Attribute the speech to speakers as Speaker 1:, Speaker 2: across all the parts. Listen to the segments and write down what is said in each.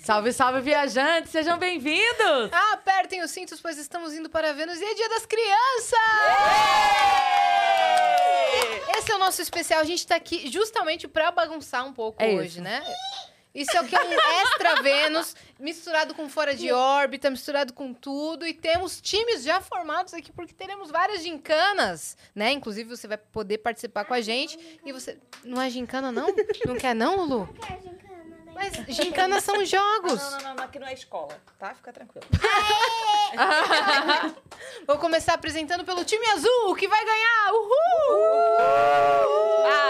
Speaker 1: Salve, salve, viajantes! Sejam bem-vindos!
Speaker 2: Apertem os cintos, pois estamos indo para Vênus e é Dia das Crianças! Esse é o nosso especial. A gente tá aqui justamente pra bagunçar um pouco
Speaker 1: É
Speaker 2: hoje,
Speaker 1: isso.
Speaker 2: né? Isso é o que é um extra Vênus, misturado com fora de órbita, misturado com tudo. E temos times já formados aqui, porque teremos várias gincanas, né? Inclusive, você vai poder participar com a gente. E você. Não é gincana, não? Não quer, não, Lulu? Mas gincanas são
Speaker 3: Não,
Speaker 2: jogos.
Speaker 3: não, não, não, aqui não é escola, tá? Fica tranquilo.
Speaker 2: Vou começar apresentando pelo time azul, que vai ganhar! Uhul!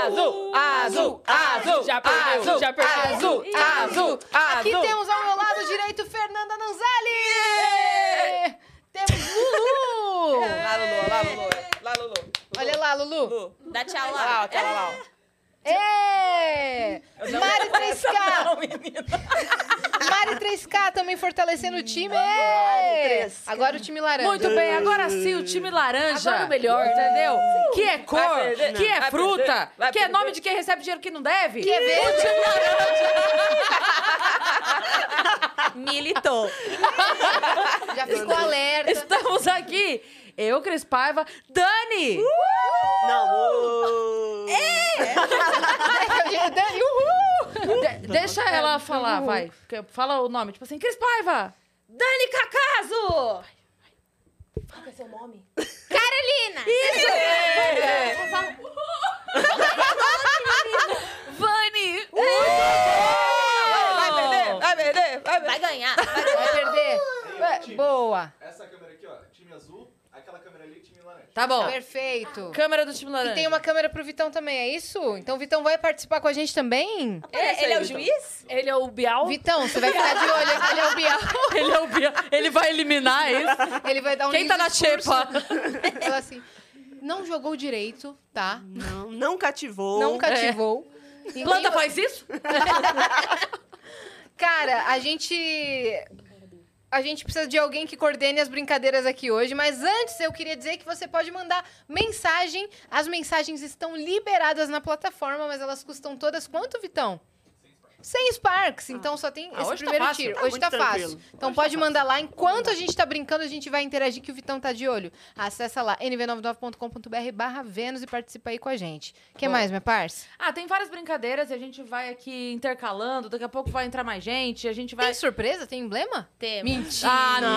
Speaker 4: Azul, azul, azul, já perdeu,
Speaker 3: azul,
Speaker 4: já perdeu.
Speaker 3: azul,
Speaker 4: azul,
Speaker 2: Aqui temos ao meu lado direito Fernanda Nanzali! Temos Lulu!
Speaker 3: Lá, Lulu, lá, Lulu. é. Lá, Lulu. Lulu.
Speaker 2: Olha lá, Lulu!
Speaker 3: Lulu. Dá tchau lá. Lá, tchau lá.
Speaker 2: É! Mari 3K!
Speaker 3: Não, menina.
Speaker 2: Mari 3K também fortalecendo o time!
Speaker 3: Mari 3K.
Speaker 2: Agora o time laranja.
Speaker 1: Muito bem, agora sim, o time laranja.
Speaker 4: Agora o melhor.
Speaker 1: Entendeu? Que é cor,
Speaker 3: Vai perder,
Speaker 1: que é
Speaker 3: vai
Speaker 1: fruta,
Speaker 3: perder, vai
Speaker 1: que é nome
Speaker 3: perder.
Speaker 1: de quem recebe dinheiro que não deve.
Speaker 2: Que é verde!
Speaker 3: Militou.
Speaker 2: Já ficou alerta!
Speaker 1: Estamos aqui, eu, Cris Paiva, Dani!
Speaker 3: Não.
Speaker 1: De- deixa ela falar, vai. Fala o nome, tipo assim, Cris Paiva!
Speaker 5: Dani Cacaso! Qual que é seu nome? Carolina!
Speaker 2: é
Speaker 5: Isso!
Speaker 1: Vani!
Speaker 3: Vai perder, vai perder, vai perder.
Speaker 5: Vai ganhar! vai ganhar.
Speaker 2: Vai perder! Vai- Boa!
Speaker 6: Essa câmera aqui, ó, time azul, aquela câmera ali, time laranja.
Speaker 1: Tá bom.
Speaker 2: Perfeito!
Speaker 1: Câmera do time laranja.
Speaker 2: Tem uma câmera pro Vitão também, é isso? Então o Vitão vai participar com a gente também?
Speaker 3: Aparece
Speaker 5: ele
Speaker 3: aí,
Speaker 5: é o
Speaker 3: Vitor.
Speaker 5: juiz?
Speaker 4: Ele é o Bial?
Speaker 2: Vitão, você vai ficar de olho, ele é o Bial.
Speaker 1: Ele, é o Bia- ele vai eliminar isso.
Speaker 2: Ele vai dar um
Speaker 1: Quem tá na
Speaker 2: discurso.
Speaker 1: xepa?
Speaker 2: Fala assim, não jogou direito, tá?
Speaker 7: Não, não cativou.
Speaker 2: Não cativou. Então Ninguém-
Speaker 1: É. Planta faz isso?
Speaker 2: Cara, a gente... A gente precisa de alguém que coordene as brincadeiras aqui hoje, mas antes eu queria dizer que você pode mandar mensagem. As mensagens estão liberadas na plataforma, mas elas custam todas quanto, Vitão? 100 Sparks, então só tem
Speaker 1: Ah,
Speaker 2: esse
Speaker 1: hoje tá
Speaker 2: primeiro
Speaker 1: fácil.
Speaker 2: tiro. Hoje
Speaker 7: Muito
Speaker 2: tá
Speaker 7: tranquilo.
Speaker 2: fácil. Então pode mandar lá. Enquanto a gente tá brincando, a gente vai interagir que o Vitão tá de olho. Acessa lá nv99.com.br barra Vênus e participa aí com a gente. O que
Speaker 1: Boa.
Speaker 2: mais, minha parça?
Speaker 1: Ah, tem várias brincadeiras e a gente vai aqui intercalando. Daqui a pouco vai entrar mais gente. A gente vai.
Speaker 2: Tem surpresa? Tem emblema?
Speaker 5: Temos.
Speaker 2: Mentira.
Speaker 1: Ah, não!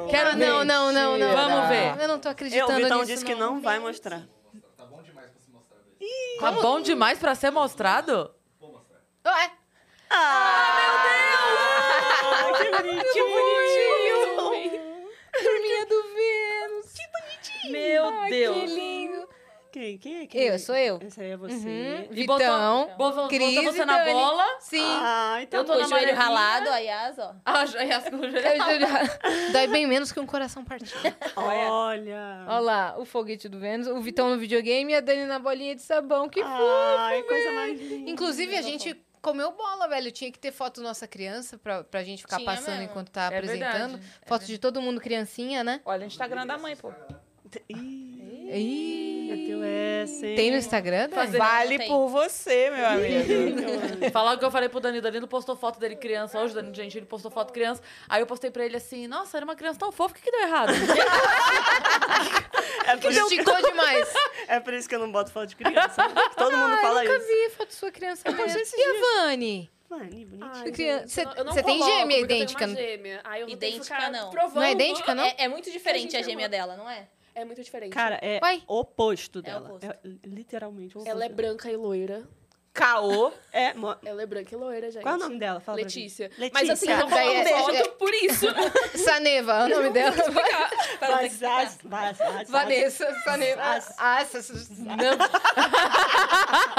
Speaker 7: Não.
Speaker 1: Quero
Speaker 2: Ah, não,
Speaker 1: ver.
Speaker 2: não, não, não.
Speaker 1: Vamos ver.
Speaker 2: Eu não tô
Speaker 7: Eu,
Speaker 2: acreditando
Speaker 7: o Vitão
Speaker 2: nisso,
Speaker 7: disse que não vai mostrar.
Speaker 6: Tá bom demais pra se mostrar. velho.
Speaker 1: Tá bom demais pra ser mostrado?
Speaker 6: Vou mostrar.
Speaker 2: Ué, turminha do Vênus.
Speaker 3: Meu Deus.
Speaker 2: Que lindo.
Speaker 7: Quem, quem é que
Speaker 2: Eu, sou eu.
Speaker 7: Essa aí é você.
Speaker 2: Uhum.
Speaker 1: E botou-
Speaker 2: Vitão,
Speaker 1: botou- botou
Speaker 2: Cris e
Speaker 1: você na
Speaker 2: Dani.
Speaker 1: bola.
Speaker 2: Sim.
Speaker 7: Ah, então
Speaker 1: Eu tô
Speaker 5: O
Speaker 1: na
Speaker 5: joelho
Speaker 1: amarelinha.
Speaker 5: ralado, a Yas, ó.
Speaker 1: Ah, já ia com o joelho
Speaker 2: Eu
Speaker 1: ralado.
Speaker 2: juro. Dói bem menos que um coração partido.
Speaker 7: Olha.
Speaker 2: Olha lá, o foguete do Vênus, o Vitão no videogame e a Dani na bolinha de sabão. Que
Speaker 7: Ai, coisa mais linda.
Speaker 2: Inclusive, a gente comeu bola, velho. Tinha que ter foto nossa criança pra, pra gente ficar
Speaker 5: Tinha
Speaker 2: passando
Speaker 5: mesmo.
Speaker 2: enquanto tá
Speaker 1: É
Speaker 2: apresentando.
Speaker 1: verdade,
Speaker 2: foto de todo mundo criancinha, né?
Speaker 3: Olha o Instagram da mãe, pô.
Speaker 7: Ih,
Speaker 2: Ih,
Speaker 7: meteu essa, hein?
Speaker 2: tem no Instagram, Dani?
Speaker 5: Não
Speaker 3: Vale
Speaker 5: tem.
Speaker 3: por você, meu amigo.
Speaker 1: Falar o que eu falei pro Dani. O Danilo postou foto dele criança hoje, Dani gente, ele postou foto criança. Aí eu postei pra ele assim: Nossa, era uma criança tão fofa, o que, que deu errado?
Speaker 7: É por, isso,
Speaker 2: Esticou demais.
Speaker 7: é por isso que eu não boto foto de criança. Todo mundo fala
Speaker 2: Ah, Nunca
Speaker 7: isso.
Speaker 2: vi foto sua criança mesmo. E a Vani?
Speaker 7: Mano, bonitinho.
Speaker 2: Ai, criança.
Speaker 4: gente,
Speaker 2: Cê-
Speaker 4: eu não- eu não
Speaker 2: cê tem
Speaker 4: coloco, porque
Speaker 2: gêmea
Speaker 4: eu tenho
Speaker 2: idêntica,
Speaker 4: uma
Speaker 2: não-
Speaker 4: gêmea. Aí eu tenho que
Speaker 5: Idêntica,
Speaker 4: ficar
Speaker 5: não.
Speaker 4: provando.
Speaker 2: Não é idêntica, não?
Speaker 5: É, é muito diferente a gêmea dela, não é?
Speaker 4: É muito diferente.
Speaker 7: Cara, é
Speaker 2: Uai.
Speaker 7: oposto dela.
Speaker 5: oposto.
Speaker 7: É literalmente o oposto.
Speaker 4: ela é branca e loira.
Speaker 7: Caô. É, mo-
Speaker 4: Ela é branca e loira, gente.
Speaker 7: Qual é o nome dela? Fala pra mim.
Speaker 4: Letícia.
Speaker 7: Letícia.
Speaker 4: Mas assim, eu não
Speaker 2: Daí é-
Speaker 4: coloco
Speaker 2: é-
Speaker 4: foto por isso.
Speaker 2: Saneva, é o nome dela.
Speaker 7: Vasas, vasas,
Speaker 2: Vanessa, Saneva.
Speaker 7: As-
Speaker 2: Ah, essa... Não.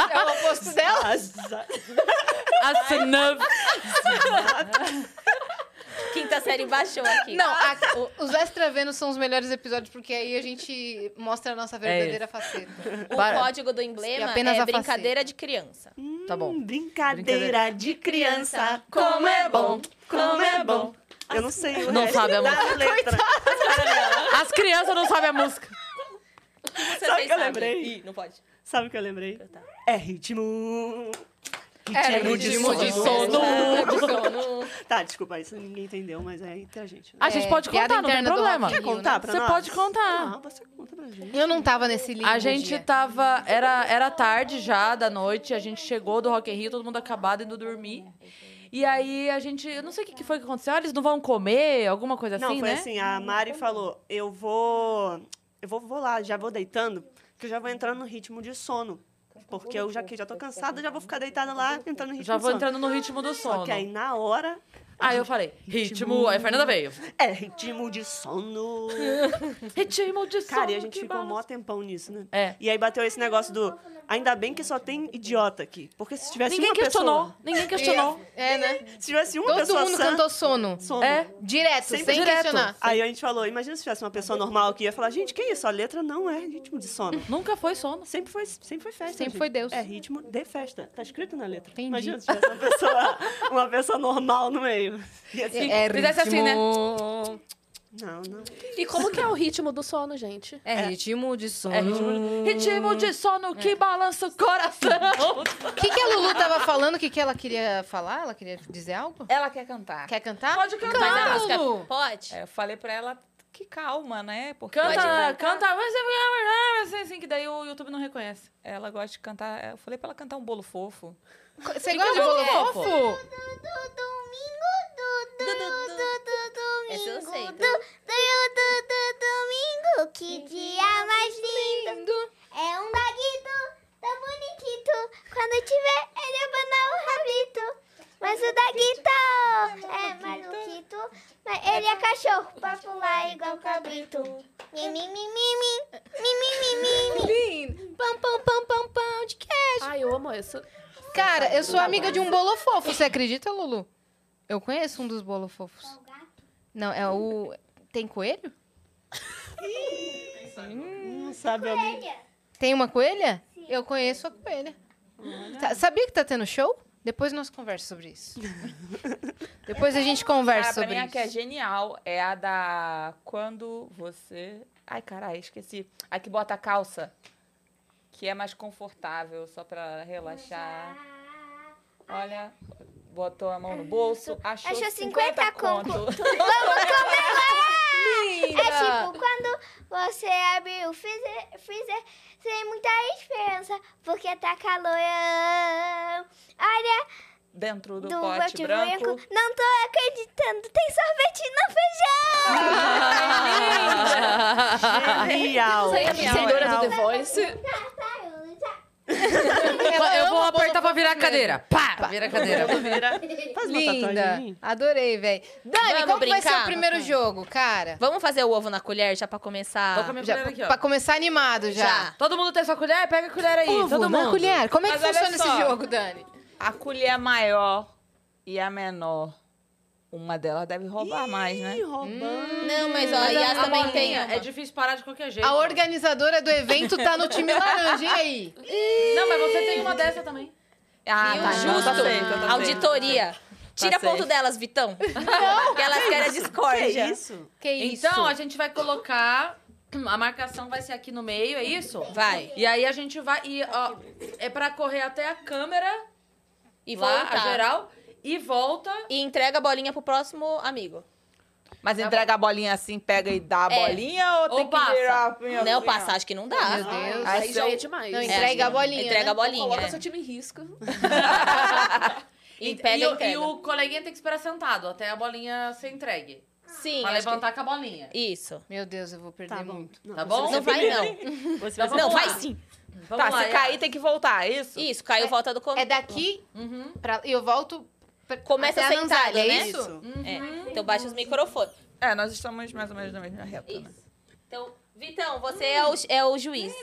Speaker 2: É o oposto dela?
Speaker 7: vasas.
Speaker 1: Assinando.
Speaker 5: Quinta série baixou aqui.
Speaker 2: Não, a- o- os Extra Vênus são os melhores episódios, porque aí a gente mostra a
Speaker 7: É
Speaker 2: nossa verdadeira faceta.
Speaker 5: O
Speaker 1: Para.
Speaker 5: código do
Speaker 2: E
Speaker 5: emblema
Speaker 2: apenas a
Speaker 5: é brincadeira de criança.
Speaker 1: Tá bom.
Speaker 7: Hum, Brincadeira de criança, como é bom, como é bom. Eu não é sei o
Speaker 1: Não
Speaker 7: resto
Speaker 1: sabe a
Speaker 7: da
Speaker 1: música.
Speaker 7: letra.
Speaker 1: As crianças não sabem a música.
Speaker 5: Você
Speaker 7: Sabe
Speaker 5: nem
Speaker 7: que eu lembrei?
Speaker 5: Ih, não pode.
Speaker 2: tá.
Speaker 7: Sabe o que eu lembrei?
Speaker 5: Tá.
Speaker 7: É ritmo.
Speaker 2: Era
Speaker 7: tinha
Speaker 2: budismo de sono.
Speaker 7: Tá, desculpa, isso ninguém entendeu, mas é entre a gente. Né?
Speaker 1: A gente pode
Speaker 2: piada
Speaker 1: contar, não tem
Speaker 2: interna do
Speaker 1: problema.
Speaker 2: Rock
Speaker 7: Quer
Speaker 2: Rio, né?
Speaker 7: contar pra
Speaker 1: Você
Speaker 7: nós?
Speaker 1: pode contar.
Speaker 7: Ah, você conta pra gente.
Speaker 2: Eu não tava nesse livro.
Speaker 1: A gente tava. Era, era tarde já da noite, a gente chegou do Rock in Rio, todo mundo acabado indo dormir. E aí a gente. Eu não sei o que, que foi que aconteceu. Ah, eles não vão comer, alguma coisa
Speaker 7: não,
Speaker 1: assim,
Speaker 7: foi
Speaker 1: né?
Speaker 7: assim, a Mari falou, eu vou, eu vou, vou lá, já vou deitando, que eu já vou entrando no ritmo de sono. Porque eu já que já tô cansada, já vou ficar deitada lá, entrando no ritmo
Speaker 1: Já
Speaker 7: de
Speaker 1: vou
Speaker 7: sono.
Speaker 1: entrando no ritmo do sono.
Speaker 7: Só que aí, na hora,
Speaker 1: Aí eu falei, ritmo. Aí a Fernanda veio.
Speaker 7: é ritmo de sono.
Speaker 1: Ritmo de sono.
Speaker 7: Cara, e a gente
Speaker 1: que
Speaker 7: ficou
Speaker 1: bala.
Speaker 7: mó tempão nisso, né?
Speaker 1: É.
Speaker 7: E aí bateu esse negócio do, ainda bem que só tem idiota aqui. Porque se tivesse
Speaker 1: Ninguém
Speaker 7: assim uma
Speaker 1: questionou.
Speaker 7: pessoa...
Speaker 1: Ninguém questionou.
Speaker 2: É, né?
Speaker 7: Se tivesse assim uma
Speaker 2: Todo
Speaker 7: pessoa
Speaker 2: mundo
Speaker 7: sã,
Speaker 2: cantou sono.
Speaker 7: sono.
Speaker 1: É.
Speaker 2: Direto,
Speaker 7: Sempre
Speaker 2: sem
Speaker 1: direto.
Speaker 2: questionar.
Speaker 7: Aí a gente falou, imagina se tivesse uma pessoa normal que ia falar, gente, que isso? A letra não é ritmo de sono.
Speaker 1: Nunca foi sono.
Speaker 7: Sempre foi, sempre foi festa.
Speaker 2: Sempre
Speaker 7: gente.
Speaker 2: foi Deus.
Speaker 7: É ritmo de festa. Tá escrito na letra.
Speaker 2: Entendi.
Speaker 7: Imagina se tivesse uma pessoa, uma pessoa normal no meio. E assim,
Speaker 1: É Fizesse assim, né?
Speaker 7: não, não.
Speaker 4: E como que é o ritmo do sono, gente?
Speaker 2: É ritmo de sono. É.
Speaker 1: É ritmo, ritmo de sono que balança o coração.
Speaker 2: O que, que a Lulu tava falando? O que, que ela queria falar? Ela queria dizer algo?
Speaker 3: Ela quer cantar.
Speaker 2: Quer cantar?
Speaker 1: Pode cantar.
Speaker 5: Mas a
Speaker 2: Canta,
Speaker 5: música
Speaker 2: Lulu.
Speaker 5: pode?
Speaker 3: É, eu falei pra ela que calma, né? Porque
Speaker 1: Canta,
Speaker 5: Pode cantar.
Speaker 1: canta, mas é assim, assim, que daí o YouTube não reconhece.
Speaker 3: ela gosta de cantar. Eu falei pra ela cantar um bolo fofo.
Speaker 2: Você gosta de bolo
Speaker 1: fofo?
Speaker 3: É,
Speaker 2: fofo?
Speaker 5: Essa eu sei. então.
Speaker 8: domingo, tá? que dia mais lindo. É um laguito tão bonitinho. Quando tiver, ele abana o rabito. Mas o Daguito é maluquito, mas ele é cachorro pra pular igual cabrito. Mimimi, mimimi, mimimi, mimimi.
Speaker 2: Pam, pam, pam, pam, pam, de queijo.
Speaker 4: Ai, eu amo Tá isso.
Speaker 2: Cara, eu sou
Speaker 5: Tá
Speaker 2: amiga de um bolo fofo, você acredita, Lulu? Eu conheço um dos bolo fofos. Não, é o... Tem coelho?
Speaker 7: Não sabe alguém.
Speaker 2: Tem uma coelha? Eu conheço a coelha. Tá- sabia que tá tendo show? Depois nós conversamos sobre isso. Depois a gente conversa
Speaker 3: Cara, pra mim a
Speaker 2: sobre
Speaker 3: que é
Speaker 2: isso.
Speaker 3: genial é a da. Quando você. Ai, caralho, esqueci. A que bota a calça. Que é mais confortável, só pra relaxar. Olha, botou a mão no bolso, achou,
Speaker 8: Achou 50
Speaker 3: conto.
Speaker 8: É tipo quando você abre o freezer, freezer sem muita esperança, porque tá calor. Olha,
Speaker 3: Dentro do,
Speaker 8: do
Speaker 3: pote,
Speaker 8: bote branco.
Speaker 3: branco.
Speaker 8: Não tô acreditando, tem sorvete no feijão! Ah.
Speaker 7: Genial.
Speaker 4: Você é a vencedora do The Voice.
Speaker 1: eu vou apertar pra virar a cadeira. Pá! Vira a cadeira.
Speaker 7: Faz uma
Speaker 2: Linda.
Speaker 7: tatuagem.
Speaker 2: Adorei, velho. Dani,
Speaker 5: Vamos
Speaker 2: qual que vai ser o
Speaker 5: brincar?
Speaker 2: primeiro jogo, cara?
Speaker 5: Vamos fazer o ovo na colher já pra começar?
Speaker 1: Tô com a minha
Speaker 2: Já,
Speaker 1: colher aqui, ó.
Speaker 2: pra começar animado já.
Speaker 5: Já.
Speaker 1: Todo mundo tem sua colher? Pega a colher aí.
Speaker 2: Ovo
Speaker 1: todo
Speaker 2: na
Speaker 1: mundo.
Speaker 2: colher. Como é que
Speaker 3: Mas olha
Speaker 2: funciona esse
Speaker 3: só.
Speaker 2: jogo, Dani?
Speaker 3: A colher é maior e a menor. Uma delas deve roubar mais, né?
Speaker 7: Ih, roubando.
Speaker 2: Hum,
Speaker 5: Não, mas
Speaker 1: Mas
Speaker 5: ó, a
Speaker 1: a-
Speaker 5: Yas
Speaker 1: a
Speaker 5: também
Speaker 1: bolinha
Speaker 5: tem. uma.
Speaker 1: É difícil parar de qualquer jeito.
Speaker 2: A organizadora do evento tá no time laranja, e aí?
Speaker 1: Não, mas você tem uma dessa também.
Speaker 3: Ah,
Speaker 5: Viu?
Speaker 3: tá, não,
Speaker 5: Justo.
Speaker 3: tá certo, tá certo.
Speaker 5: Auditoria.
Speaker 1: Tá
Speaker 5: Tira
Speaker 3: safe.
Speaker 5: ponto delas, Vitão. Porque elas querem a
Speaker 7: Que
Speaker 5: discórdia.
Speaker 7: isso?
Speaker 2: Que isso?
Speaker 1: Então, a gente vai colocar... A marcação vai ser aqui no meio, é isso?
Speaker 5: Vai.
Speaker 1: E aí a gente vai... E, ó, é pra correr até a câmera,
Speaker 5: E
Speaker 1: lá, a
Speaker 5: voltar.
Speaker 1: geral, e volta...
Speaker 5: E entrega a bolinha pro próximo amigo.
Speaker 3: Mas entrega a bolinha assim, pega e dá a
Speaker 5: Tá É.
Speaker 3: bolinha ou,
Speaker 1: Ou
Speaker 3: tem
Speaker 1: passa.
Speaker 3: que virar a assim, bolinha?
Speaker 5: Não, passar acho que não dá.
Speaker 2: Meu Deus.
Speaker 3: Ai,
Speaker 4: Aí
Speaker 3: seu-
Speaker 4: já é demais.
Speaker 2: Não,
Speaker 4: É.
Speaker 2: entrega a bolinha.
Speaker 5: Entrega a
Speaker 2: né?
Speaker 5: bolinha.
Speaker 4: Coloca
Speaker 5: né?
Speaker 4: seu time em risco.
Speaker 5: E pega
Speaker 1: e,
Speaker 5: e
Speaker 1: o- e
Speaker 5: entrega.
Speaker 1: o coleguinha tem que esperar sentado até a bolinha ser entregue.
Speaker 5: Sim.
Speaker 1: pra
Speaker 5: acho que-
Speaker 1: levantar com a bolinha.
Speaker 5: Isso.
Speaker 2: Meu Deus, eu vou perder
Speaker 7: Tá bom.
Speaker 2: muito.
Speaker 1: Tá bom?
Speaker 5: Não vai, não.
Speaker 1: Você
Speaker 5: Não, vai sim.
Speaker 1: Vamos
Speaker 3: Tá,
Speaker 1: lá,
Speaker 3: se cair
Speaker 1: Yas.
Speaker 3: tem que voltar, é isso?
Speaker 5: Isso, caiu volta do
Speaker 2: É
Speaker 5: começo.
Speaker 2: daqui
Speaker 1: Uhum.
Speaker 2: pra... E eu volto... pra-
Speaker 5: Começa
Speaker 2: até a
Speaker 5: sentado,
Speaker 2: Nanzália,
Speaker 5: né?
Speaker 2: É isso?
Speaker 5: É. Então baixa
Speaker 4: Hum.
Speaker 5: os microfones.
Speaker 3: É, nós estamos mais ou menos na mesma reta, né?
Speaker 5: Isso. Então, Vitão, você é
Speaker 2: Hum.
Speaker 5: o, é o juiz.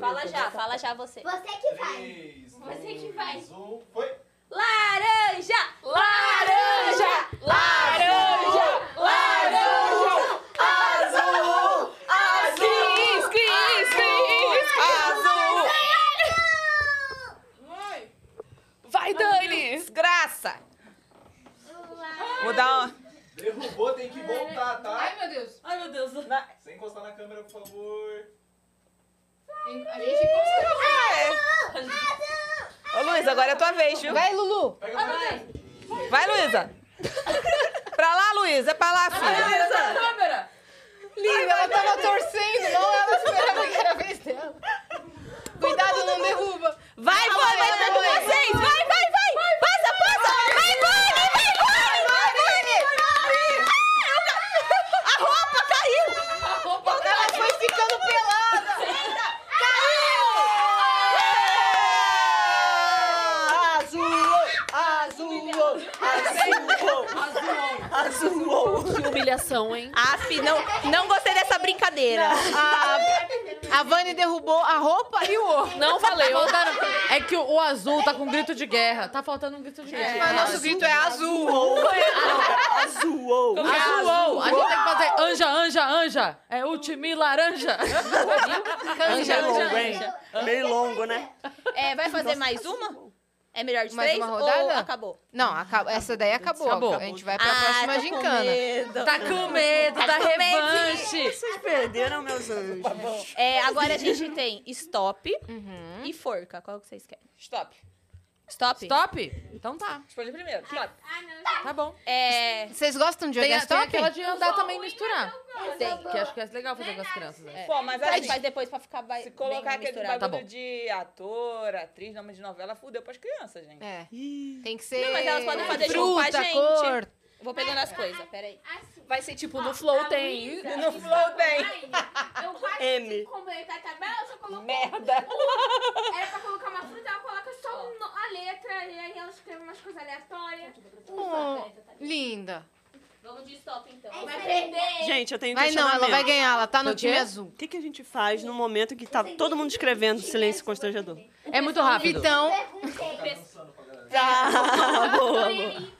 Speaker 5: Fala já, fala já você.
Speaker 8: Você que vai.
Speaker 6: Três,
Speaker 5: Você que vai.
Speaker 6: dois, um, foi!
Speaker 5: Laranja! Laranja! Laranja! Laranja!
Speaker 3: Isso, que isso, Azul!
Speaker 4: Vai, Dani!
Speaker 3: Desgraça! Vou dar uma...
Speaker 6: Derrubou, tem que
Speaker 3: É.
Speaker 6: voltar, tá?
Speaker 2: meu Deus.
Speaker 1: Ai, meu Deus.
Speaker 6: Sem encostar na câmera, por favor.
Speaker 2: A gente consegue.
Speaker 3: Ô, Luiz, Luísa, agora é tua vez, viu?
Speaker 2: Vai, Lulu.
Speaker 6: Pega pra mim.
Speaker 3: Vai, Luísa. pra lá, Luísa. É pra lá, filha.
Speaker 1: Câmera!
Speaker 2: Linda, ela tava torcendo, não ela esperava que era a vez dela. Cuidado, não derruba.
Speaker 3: Vai, vai, vai, tá com vocês. Vai, vai, vai. Passa, passa. Vai, Vani, vai, Vani. Vai, Vani. A roupa caiu.
Speaker 2: Ela foi ficando pelada.
Speaker 7: Azul! Azul! Azul! Azul!
Speaker 4: Que humilhação, hein?
Speaker 3: Aff, não, não gostei dessa brincadeira.
Speaker 2: A, a Vani derrubou a roupa e o ovo.
Speaker 4: Não
Speaker 7: Tá
Speaker 4: valeu.
Speaker 1: É que o, o azul tá com grito de guerra. Tá faltando um grito de
Speaker 2: Mas
Speaker 1: guerra.
Speaker 2: nosso grito é azul. é?
Speaker 7: Azul!
Speaker 1: é? Azul, ou. A gente tem que fazer anja, anja, anja. É o time laranja.
Speaker 7: Anja é
Speaker 2: Canja.
Speaker 7: longo, hein? Meio longo, né?
Speaker 5: É, vai fazer mais uma? É melhor de
Speaker 2: Mais
Speaker 5: três
Speaker 2: uma
Speaker 5: ou
Speaker 2: rodada?
Speaker 5: acabou?
Speaker 2: Não, acabou. Ah, tá essa daí acabou.
Speaker 1: Acabou.
Speaker 2: A gente vai pra próxima
Speaker 5: tô com
Speaker 2: gincana.
Speaker 5: medo.
Speaker 1: Tá com medo da
Speaker 5: Tá com medo.
Speaker 1: revanche.
Speaker 7: Vocês perderam, meus anjos.
Speaker 5: É, agora a gente tem stop
Speaker 1: Uhum.
Speaker 5: e forca. Qual que vocês querem?
Speaker 3: Stop.
Speaker 5: Stop?
Speaker 1: Stop? Então tá.
Speaker 3: Escolhe primeiro. Stop.
Speaker 1: Tá bom.
Speaker 5: É,
Speaker 2: Vocês gostam de
Speaker 1: Tem,
Speaker 2: jogar
Speaker 1: a- tem
Speaker 2: stop?
Speaker 1: aquela de andar também e misturar.
Speaker 5: tem.
Speaker 1: Que acho que é legal fazer com as crianças.
Speaker 2: É.
Speaker 1: né?
Speaker 3: Pô, mas
Speaker 5: A gente
Speaker 3: assim,
Speaker 5: É. faz depois pra ficar ba-
Speaker 3: se
Speaker 5: bem
Speaker 3: colocar aquele
Speaker 5: misturado.
Speaker 3: bagulho
Speaker 1: Tá bom.
Speaker 3: de ator, atriz, nome de novela, fudeu pras crianças, gente.
Speaker 2: É. Tem que ser.
Speaker 5: Não, mas elas podem fazer junto com a
Speaker 2: fruta,
Speaker 5: gente.
Speaker 2: cor.
Speaker 5: Eu Vou pegando as coisas, peraí.
Speaker 4: Vai ser tipo no Flow tem.
Speaker 3: E no flow tem.
Speaker 9: Eu quase
Speaker 7: M.
Speaker 9: consegui completar a tabela, só colocou.
Speaker 3: Merda.
Speaker 9: Era pra colocar uma fruta, ela coloca só um no- a letra e aí ela escreve umas coisas aleatórias.
Speaker 2: Oh, linda.
Speaker 5: Vamos de stop, então.
Speaker 9: Vai perder.
Speaker 7: Gente, eu tenho um
Speaker 2: Mas não, ela
Speaker 7: questionamento.
Speaker 2: vai ganhar, ela tá no
Speaker 1: O quê?
Speaker 2: time azul.
Speaker 7: O que, que a gente faz no momento que tá todo mundo escrevendo silêncio constrangedor?
Speaker 1: É muito rápido.
Speaker 5: Então,
Speaker 10: Então,
Speaker 2: Vitão,
Speaker 6: Fica dançando pra galera.
Speaker 7: Tá, boa,
Speaker 5: E
Speaker 7: boa.
Speaker 5: aí,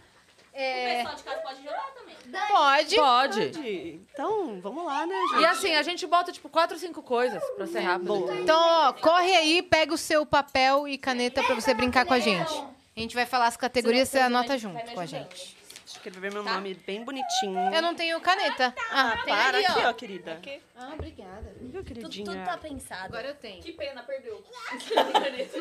Speaker 2: é,
Speaker 5: o pessoal de casa pode jogar também.
Speaker 2: pode.
Speaker 1: Pode.
Speaker 7: Então, vamos lá, né, gente?
Speaker 1: E assim, a gente bota tipo quatro, cinco coisas pra ser rápido.
Speaker 2: é Então, ó, corre aí, pega o seu papel e caneta pra você brincar com a gente. A gente vai falar as categorias, você anota junto com a gente.
Speaker 7: Escrever meu nome bem bonitinho.
Speaker 2: Eu não tenho caneta. Ah, tem.
Speaker 7: Para
Speaker 5: ali,
Speaker 7: aqui,
Speaker 5: ó.
Speaker 7: ó, querida.
Speaker 2: Ah, obrigada.
Speaker 7: Viu,
Speaker 5: Tudo,
Speaker 7: queridinha?
Speaker 5: tudo tá pensado.
Speaker 2: Agora eu tenho.
Speaker 5: Que pena, perdeu.
Speaker 2: Não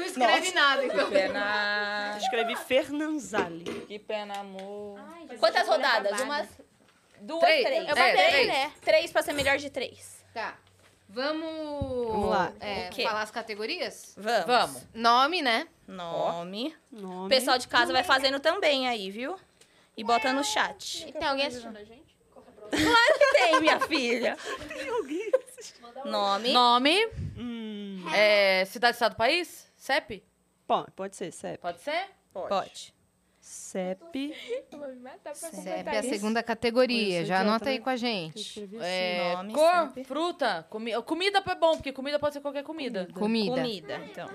Speaker 2: escreve nada, então.
Speaker 3: Pena.
Speaker 7: Escrevi Fernanzali.
Speaker 3: Que pena, amor.
Speaker 5: Quantas rodadas? Umas duas,
Speaker 1: Três.
Speaker 5: três.
Speaker 1: É,
Speaker 5: Eu botei,
Speaker 1: três.
Speaker 5: né? Três pra ser melhor de três.
Speaker 2: Tá. Vamos,
Speaker 7: Vamos lá.
Speaker 2: é,
Speaker 5: O quê?
Speaker 2: falar as categorias?
Speaker 5: Vamos.
Speaker 1: Vamos.
Speaker 2: Nome, né?
Speaker 5: Nome. O
Speaker 7: Nome.
Speaker 5: pessoal de casa vai fazendo também aí, viu? E bota no chat.
Speaker 4: Tem alguém assistindo a gente?
Speaker 5: Tem, minha filha. Nome.
Speaker 1: Então, Nome,
Speaker 7: Hum,
Speaker 1: é, cidade, estado, país? CEP?
Speaker 7: bom, pode ser CEP.
Speaker 1: Pode ser?
Speaker 5: Pode.
Speaker 7: CEP.
Speaker 2: CEP é a segunda categoria.
Speaker 7: Isso,
Speaker 2: Já
Speaker 7: idiota,
Speaker 2: anota aí
Speaker 7: né?
Speaker 2: com a gente.
Speaker 7: Escrevi
Speaker 1: É,
Speaker 5: Nome,
Speaker 1: cor,
Speaker 5: CEP.
Speaker 1: fruta, comi comida é bom, porque comida pode ser qualquer comida.
Speaker 2: Comida.
Speaker 5: Comida. Então.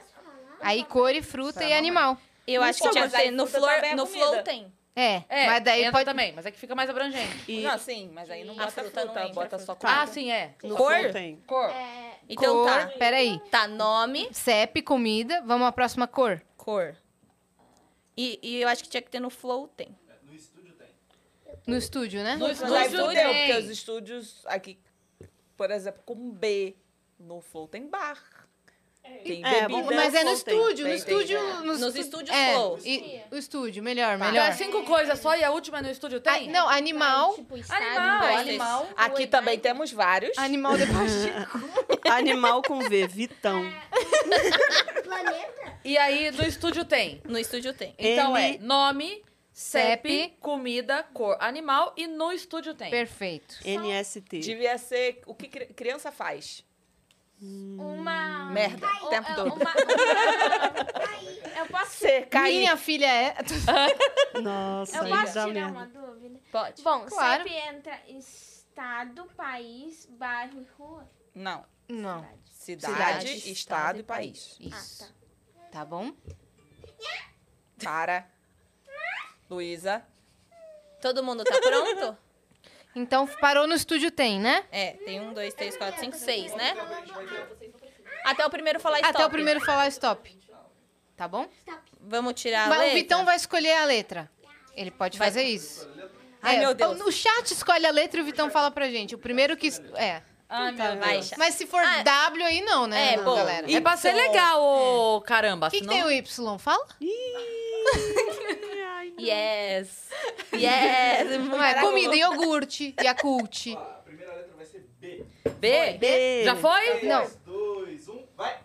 Speaker 2: Aí cor e fruta e animal.
Speaker 5: Eu acho que
Speaker 3: Então,
Speaker 5: tinha que
Speaker 3: mas aí
Speaker 5: ser assim, no,
Speaker 3: fruta
Speaker 5: flor,
Speaker 3: também é
Speaker 5: no
Speaker 3: comida.
Speaker 5: flow tem.
Speaker 2: É,
Speaker 1: É,
Speaker 2: mas daí
Speaker 1: entra
Speaker 2: pode...
Speaker 1: também, mas é que fica mais abrangente.
Speaker 7: E
Speaker 3: Não, sim, mas aí não
Speaker 5: A
Speaker 3: bota
Speaker 5: fruta
Speaker 3: fruta,
Speaker 5: não entra,
Speaker 3: bota
Speaker 5: a
Speaker 3: só
Speaker 5: fruta.
Speaker 1: Ah,
Speaker 3: comida.
Speaker 1: sim, é.
Speaker 7: no
Speaker 5: cor?
Speaker 7: fundo tem.
Speaker 1: Cor.
Speaker 5: Então
Speaker 2: cor,
Speaker 5: tá.
Speaker 2: peraí.
Speaker 5: Tá, nome,
Speaker 2: CEP, comida. Vamos à próxima cor.
Speaker 5: cor. E, e eu acho que tinha que ter no flow tem.
Speaker 6: No estúdio tem.
Speaker 2: No estúdio, né?
Speaker 1: No
Speaker 3: Mas aí
Speaker 1: estúdio
Speaker 3: fudeu, porque os
Speaker 1: tem.
Speaker 3: estúdios aqui, por exemplo, com B, no Flow tem bar. Tem
Speaker 7: É,
Speaker 3: bebida. É.
Speaker 7: bom,
Speaker 2: Mas é no
Speaker 7: Flow tem,
Speaker 2: estúdio, no
Speaker 3: tem, tem,
Speaker 2: estúdio...
Speaker 3: tem.
Speaker 2: no
Speaker 5: Nos
Speaker 2: estu-
Speaker 5: estúdios Tá.
Speaker 2: é,
Speaker 5: flow.
Speaker 2: e- o estúdio, melhor,
Speaker 1: Então é
Speaker 2: melhor.
Speaker 1: cinco coisas só e a última é no estúdio
Speaker 2: Ah,
Speaker 1: tem?
Speaker 2: não, animal.
Speaker 9: tipo,
Speaker 1: Animal,
Speaker 5: Pode ser.
Speaker 1: animal.
Speaker 3: Aqui também temos vários.
Speaker 2: Animal depois de...
Speaker 7: Animal com V, Vitão.
Speaker 8: Planeta?
Speaker 1: E aí no estúdio tem.
Speaker 5: No estúdio tem.
Speaker 1: Então é
Speaker 7: Ele-
Speaker 1: nome, CEP,
Speaker 2: CEP,
Speaker 1: comida, cor, animal e no estúdio tem.
Speaker 2: Perfeito.
Speaker 7: NST.
Speaker 3: Devia ser o que cri- criança faz.
Speaker 9: Uma.
Speaker 3: Merda, o tempo
Speaker 9: é,
Speaker 3: todo.
Speaker 9: Uma... Eu posso,
Speaker 3: C, cair.
Speaker 2: Minha filha é...
Speaker 7: Nossa,
Speaker 9: eu
Speaker 7: aí
Speaker 9: posso
Speaker 7: dá
Speaker 9: tirar uma
Speaker 2: Hum.
Speaker 7: merda.
Speaker 9: dúvida?
Speaker 5: Pode.
Speaker 9: Bom,
Speaker 2: Claro.
Speaker 9: sempre entra estado, país, bairro e rua.
Speaker 3: Não.
Speaker 2: Não.
Speaker 3: Cidade,
Speaker 2: Cidade,
Speaker 3: estado,
Speaker 5: estado
Speaker 3: e país.
Speaker 2: Isso. Tá bom?
Speaker 3: Para. Luísa.
Speaker 5: Todo mundo tá pronto?
Speaker 2: Então, parou no estúdio tem, né?
Speaker 5: É, tem um, dois, três, quatro, cinco, seis, né? Até o primeiro falar stop.
Speaker 2: Até o primeiro falar stop. Tá bom?
Speaker 5: Vamos tirar a
Speaker 2: Mas o
Speaker 5: letra?
Speaker 2: Vitão vai escolher a letra. Ele pode fazer isso.
Speaker 3: Ai,
Speaker 2: É,
Speaker 3: meu Deus.
Speaker 2: O chat escolhe a letra e o Vitão fala pra gente. O primeiro que... es- É.
Speaker 3: Ai,
Speaker 7: Tá,
Speaker 3: meu
Speaker 7: vai.
Speaker 3: Deus.
Speaker 2: Mas se for
Speaker 5: Ah.
Speaker 2: W aí, não, né,
Speaker 5: É, bom.
Speaker 2: galera? Então,
Speaker 1: E pra ser legal, ô
Speaker 7: É.
Speaker 1: caramba.
Speaker 2: O que, que
Speaker 1: senão-
Speaker 2: tem o Y? Fala.
Speaker 5: Yes. Yes.
Speaker 2: Não, comida, iogurte, Yakult.
Speaker 6: Ó, a primeira letra vai ser B.
Speaker 1: B?
Speaker 7: B.
Speaker 1: Já foi?
Speaker 6: 3, 2, 1, vai!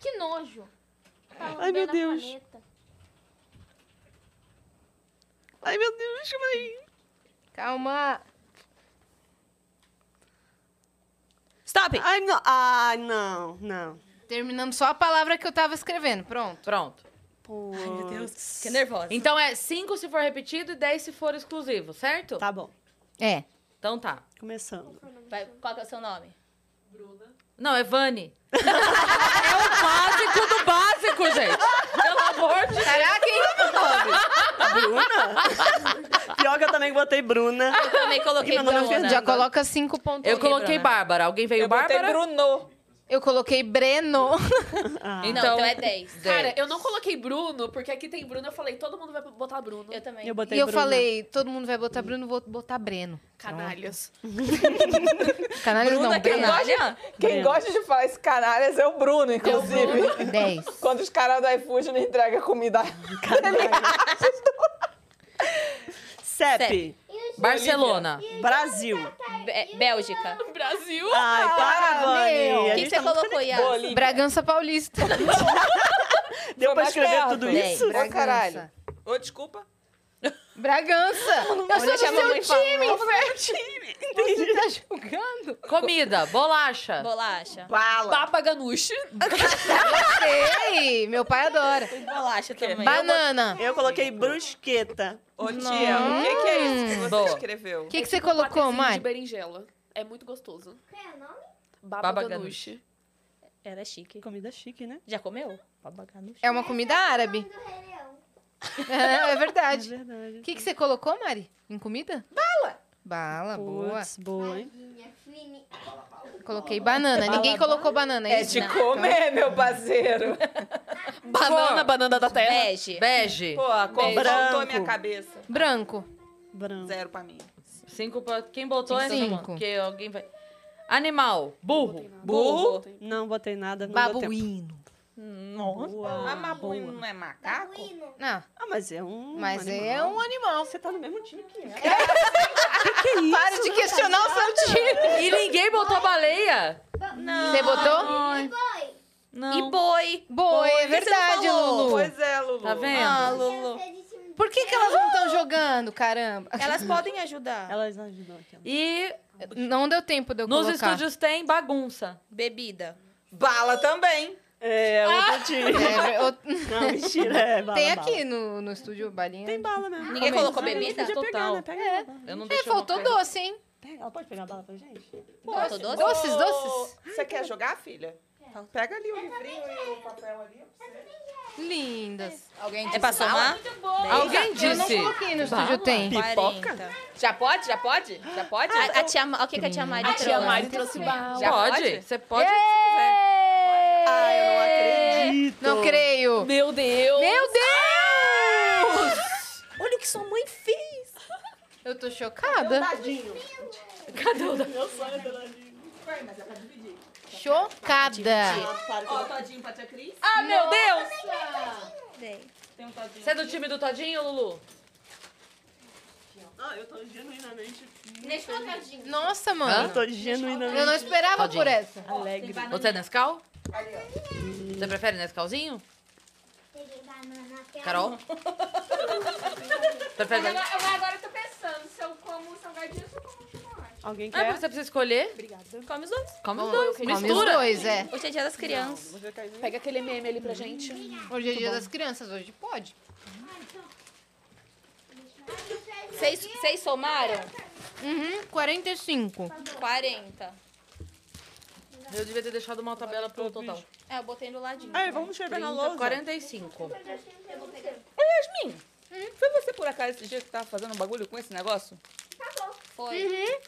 Speaker 5: Que nojo.
Speaker 2: Tá
Speaker 9: Tá
Speaker 7: Ai, meu Deus. Ai, meu Deus, chama aí.
Speaker 2: Calma.
Speaker 1: Stop!
Speaker 7: Ai, não. Ai, não, não.
Speaker 2: Terminando só a palavra que eu tava escrevendo. Pronto.
Speaker 1: Pronto.
Speaker 7: Ai, meu Deus.
Speaker 5: Fiquei nervosa.
Speaker 1: Então é 5 se for repetido e 10 se for exclusivo, certo?
Speaker 7: Tá bom,
Speaker 2: É.
Speaker 1: Então tá.
Speaker 7: começando.
Speaker 5: Vai, qual que é o seu nome?
Speaker 1: Não, é Vani. é o básico do básico, gente. Pelo amor de Deus.
Speaker 2: Caraca, hein?
Speaker 7: Bruna? Pior que eu também botei Bruna.
Speaker 5: Eu também coloquei
Speaker 7: E meu nome é
Speaker 5: Bruna.
Speaker 2: Já coloca cinco pontos.
Speaker 1: Eu coloquei Bárbara. Alguém veio
Speaker 3: Eu botei
Speaker 1: Bárbara?
Speaker 3: Bruno.
Speaker 2: Eu coloquei Breno.
Speaker 7: Ah,
Speaker 5: Não,
Speaker 1: Então-
Speaker 5: então é 10.
Speaker 1: Dez.
Speaker 4: Cara, eu não coloquei Bruno, porque aqui tem Bruno, eu falei, todo mundo vai botar Bruno.
Speaker 5: Eu também.
Speaker 7: eu
Speaker 2: E
Speaker 7: botei
Speaker 2: eu
Speaker 7: Bruna.
Speaker 2: falei, todo mundo vai botar Bruno, vou botar Breno.
Speaker 4: Canalhas.
Speaker 2: Canalhas
Speaker 3: Bruna,
Speaker 2: não,
Speaker 3: quem
Speaker 2: Breno.
Speaker 3: gosta, quem
Speaker 7: Breno.
Speaker 3: gosta de falar esse canalhas é o Bruno, inclusive.
Speaker 2: 10.
Speaker 3: Quando os caras do iFood não entregam comida.
Speaker 7: CEP.
Speaker 1: Barcelona.
Speaker 7: Brasil.
Speaker 5: Bé- Bélgica.
Speaker 4: Brasil.
Speaker 7: Ai, para,
Speaker 2: Ah, meu.
Speaker 7: Vani.
Speaker 5: O
Speaker 7: A
Speaker 5: que
Speaker 7: gente
Speaker 5: você
Speaker 7: tá muito
Speaker 5: colocou, Ian?
Speaker 3: Bolívia.
Speaker 2: Bragança Paulista.
Speaker 7: Deu pra
Speaker 3: Foi mais
Speaker 7: escrever
Speaker 3: perto.
Speaker 7: tudo
Speaker 5: Bem,
Speaker 7: isso?
Speaker 3: Tá Ô, caralho. Ô, desculpa.
Speaker 2: Bragança. Eu sou do
Speaker 5: deixar a
Speaker 2: seu
Speaker 5: mamãe
Speaker 2: time,
Speaker 5: falar.
Speaker 2: Fer. Você tá julgando?
Speaker 1: Comida, bolacha.
Speaker 5: Bolacha.
Speaker 7: Bala.
Speaker 4: Papa Ganush.
Speaker 2: Sei, meu pai adora.
Speaker 5: Bolacha também.
Speaker 2: Banana.
Speaker 7: Eu coloquei brusqueta.
Speaker 3: Ô, tia, o que, que é isso que você
Speaker 1: Boa.
Speaker 3: escreveu?
Speaker 2: O que, que você colocou,
Speaker 4: Patezinho de
Speaker 2: Mari?
Speaker 4: berinjela. É muito gostoso.
Speaker 8: Qual é o nome?
Speaker 4: Baba,
Speaker 1: Baba
Speaker 4: ganoush.
Speaker 5: Era chique.
Speaker 7: Comida chique, né?
Speaker 5: Já comeu? Babaganush.
Speaker 2: É uma comida árabe.
Speaker 8: Do Rei Leão.
Speaker 2: É
Speaker 7: É
Speaker 2: verdade.
Speaker 7: verdade.
Speaker 2: O que, que você colocou, Mari? Em comida? Bala. Bala, boa.
Speaker 7: Puts, boa, hein?
Speaker 8: Minha filha.
Speaker 2: Coloquei banana. Ninguém colocou banana.
Speaker 3: É
Speaker 2: isso?
Speaker 3: de
Speaker 2: Não.
Speaker 3: comer, meu parceiro.
Speaker 4: Banana, banana da terra.
Speaker 5: Bege.
Speaker 1: Bege.
Speaker 3: Pô, a cor
Speaker 7: Beijo.
Speaker 3: voltou
Speaker 7: Branco.
Speaker 3: minha cabeça.
Speaker 2: Branco.
Speaker 7: Branco.
Speaker 3: Zero pra mim.
Speaker 1: Cinco pra... Quem botou é
Speaker 2: Cinco.
Speaker 1: cinco. Porque alguém vai... Animal. Burro.
Speaker 3: Burro?
Speaker 7: Não botei nada. Não deu tempo.
Speaker 2: Babuíno.
Speaker 3: Mas
Speaker 7: Boa.
Speaker 3: mabuíno não é macaco?
Speaker 8: Babuíno.
Speaker 2: Não,
Speaker 7: Ah, mas é um.
Speaker 2: mas
Speaker 7: animal.
Speaker 2: é um animal.
Speaker 7: Você tá no mesmo time que eu. que, que é isso?
Speaker 2: Para de questionar o seu time.
Speaker 1: E ninguém botou baleia?
Speaker 2: Você botou?
Speaker 8: Foi.
Speaker 5: E
Speaker 1: Não.
Speaker 5: boi.
Speaker 2: Boi, é
Speaker 5: você não
Speaker 2: verdade,
Speaker 5: falou.
Speaker 2: Lulu.
Speaker 3: Pois é, Lulu.
Speaker 1: Tá vendo?
Speaker 5: Ah, Lulu.
Speaker 8: Você disse
Speaker 2: Por que, que elas não estão jogando, caramba?
Speaker 5: Elas podem ajudar.
Speaker 7: Elas ajudam aqui. ó.
Speaker 1: E
Speaker 2: Não deu tempo de eu
Speaker 1: nos
Speaker 2: colocar.
Speaker 1: estúdios tem bagunça.
Speaker 5: Bebida.
Speaker 3: Bala também.
Speaker 7: É, outro time.
Speaker 2: Ah! É, eu-
Speaker 7: Não, mentira. É bala.
Speaker 2: tem
Speaker 7: bala.
Speaker 2: aqui no, no estúdio balinha.
Speaker 7: Tem bala mesmo. Ah,
Speaker 5: Ninguém colocou bebida?
Speaker 7: Podia pegar,
Speaker 1: Total.
Speaker 7: né? Pega a bala.
Speaker 1: Eu não
Speaker 2: É,
Speaker 1: deixei
Speaker 2: faltou
Speaker 1: uma coisa.
Speaker 2: doce, hein?
Speaker 7: Pega. Ela pode pegar a bala pra gente?
Speaker 5: Botou doce?
Speaker 2: Doces,
Speaker 3: Ô,
Speaker 2: doces.
Speaker 3: Você quer jogar, filha? Pega ali o livrinho e o papel ali. pra você.
Speaker 2: Lindas. Alguém
Speaker 5: É pra somar?
Speaker 1: Alguém
Speaker 2: Eu não
Speaker 1: disse.
Speaker 2: coloquei no estúdio tem.
Speaker 3: Pipoca?
Speaker 5: 40.
Speaker 3: Já pode? Já pode? Já pode?
Speaker 5: A, a tia, Ma- o que, que a tia Mari
Speaker 4: A tia
Speaker 5: trouxe?
Speaker 4: Mari trouxe bala.
Speaker 3: Já
Speaker 1: Pode.
Speaker 3: pode?
Speaker 1: Você pode.
Speaker 7: Ah, eu não acredito.
Speaker 2: Não creio.
Speaker 4: Meu Deus.
Speaker 2: Meu
Speaker 3: Ah!
Speaker 2: Deus!
Speaker 5: Olha o que sua mãe fez.
Speaker 2: Eu tô chocada.
Speaker 1: Cadê o da...
Speaker 7: Meu sonho é ter dadinho.
Speaker 2: Chocada.
Speaker 7: Ah, para que eu vou-
Speaker 3: todinho pra tia Cris.
Speaker 1: Ah, meu Deus!
Speaker 3: Tem um todinho.
Speaker 1: Você é do time do Todinho, Lulu?
Speaker 7: Ah, eu tô genuinamente.
Speaker 2: Nossa,
Speaker 7: Eu
Speaker 2: mano.
Speaker 7: tô genuinamente.
Speaker 2: Eu não esperava
Speaker 1: Tadinho.
Speaker 2: por essa.
Speaker 7: Alegre.
Speaker 1: Você é Nescau? Você prefere Nescauzinho?
Speaker 8: peguei banana. até
Speaker 1: Carol? prefere...
Speaker 9: Agora, agora, agora eu tô pensando se eu como salgadinho ou se eu como chocolate.
Speaker 7: Alguém
Speaker 1: Ah,
Speaker 7: quer?
Speaker 1: porque você precisa escolher.
Speaker 5: Come os dois.
Speaker 1: Come os dois.
Speaker 2: Come os
Speaker 1: Mistura.
Speaker 2: dois, é.
Speaker 5: Hoje é dia das crianças.
Speaker 4: Pega aquele MM ali pra gente.
Speaker 2: Hoje é dia das crianças, hoje pode.
Speaker 5: Vocês vocês somaram?
Speaker 2: Uhum, 45.
Speaker 5: 40.
Speaker 1: Eu devia ter deixado uma tabela pro total.
Speaker 5: É, eu botei do ladinho.
Speaker 7: Ah, vamos escrever na
Speaker 1: 30,
Speaker 7: lousa.
Speaker 1: 45.
Speaker 3: Yasmin,
Speaker 2: Hum?
Speaker 3: foi você por acaso esse dia que tava fazendo um bagulho com esse negócio?
Speaker 5: Foi.
Speaker 2: Uhum.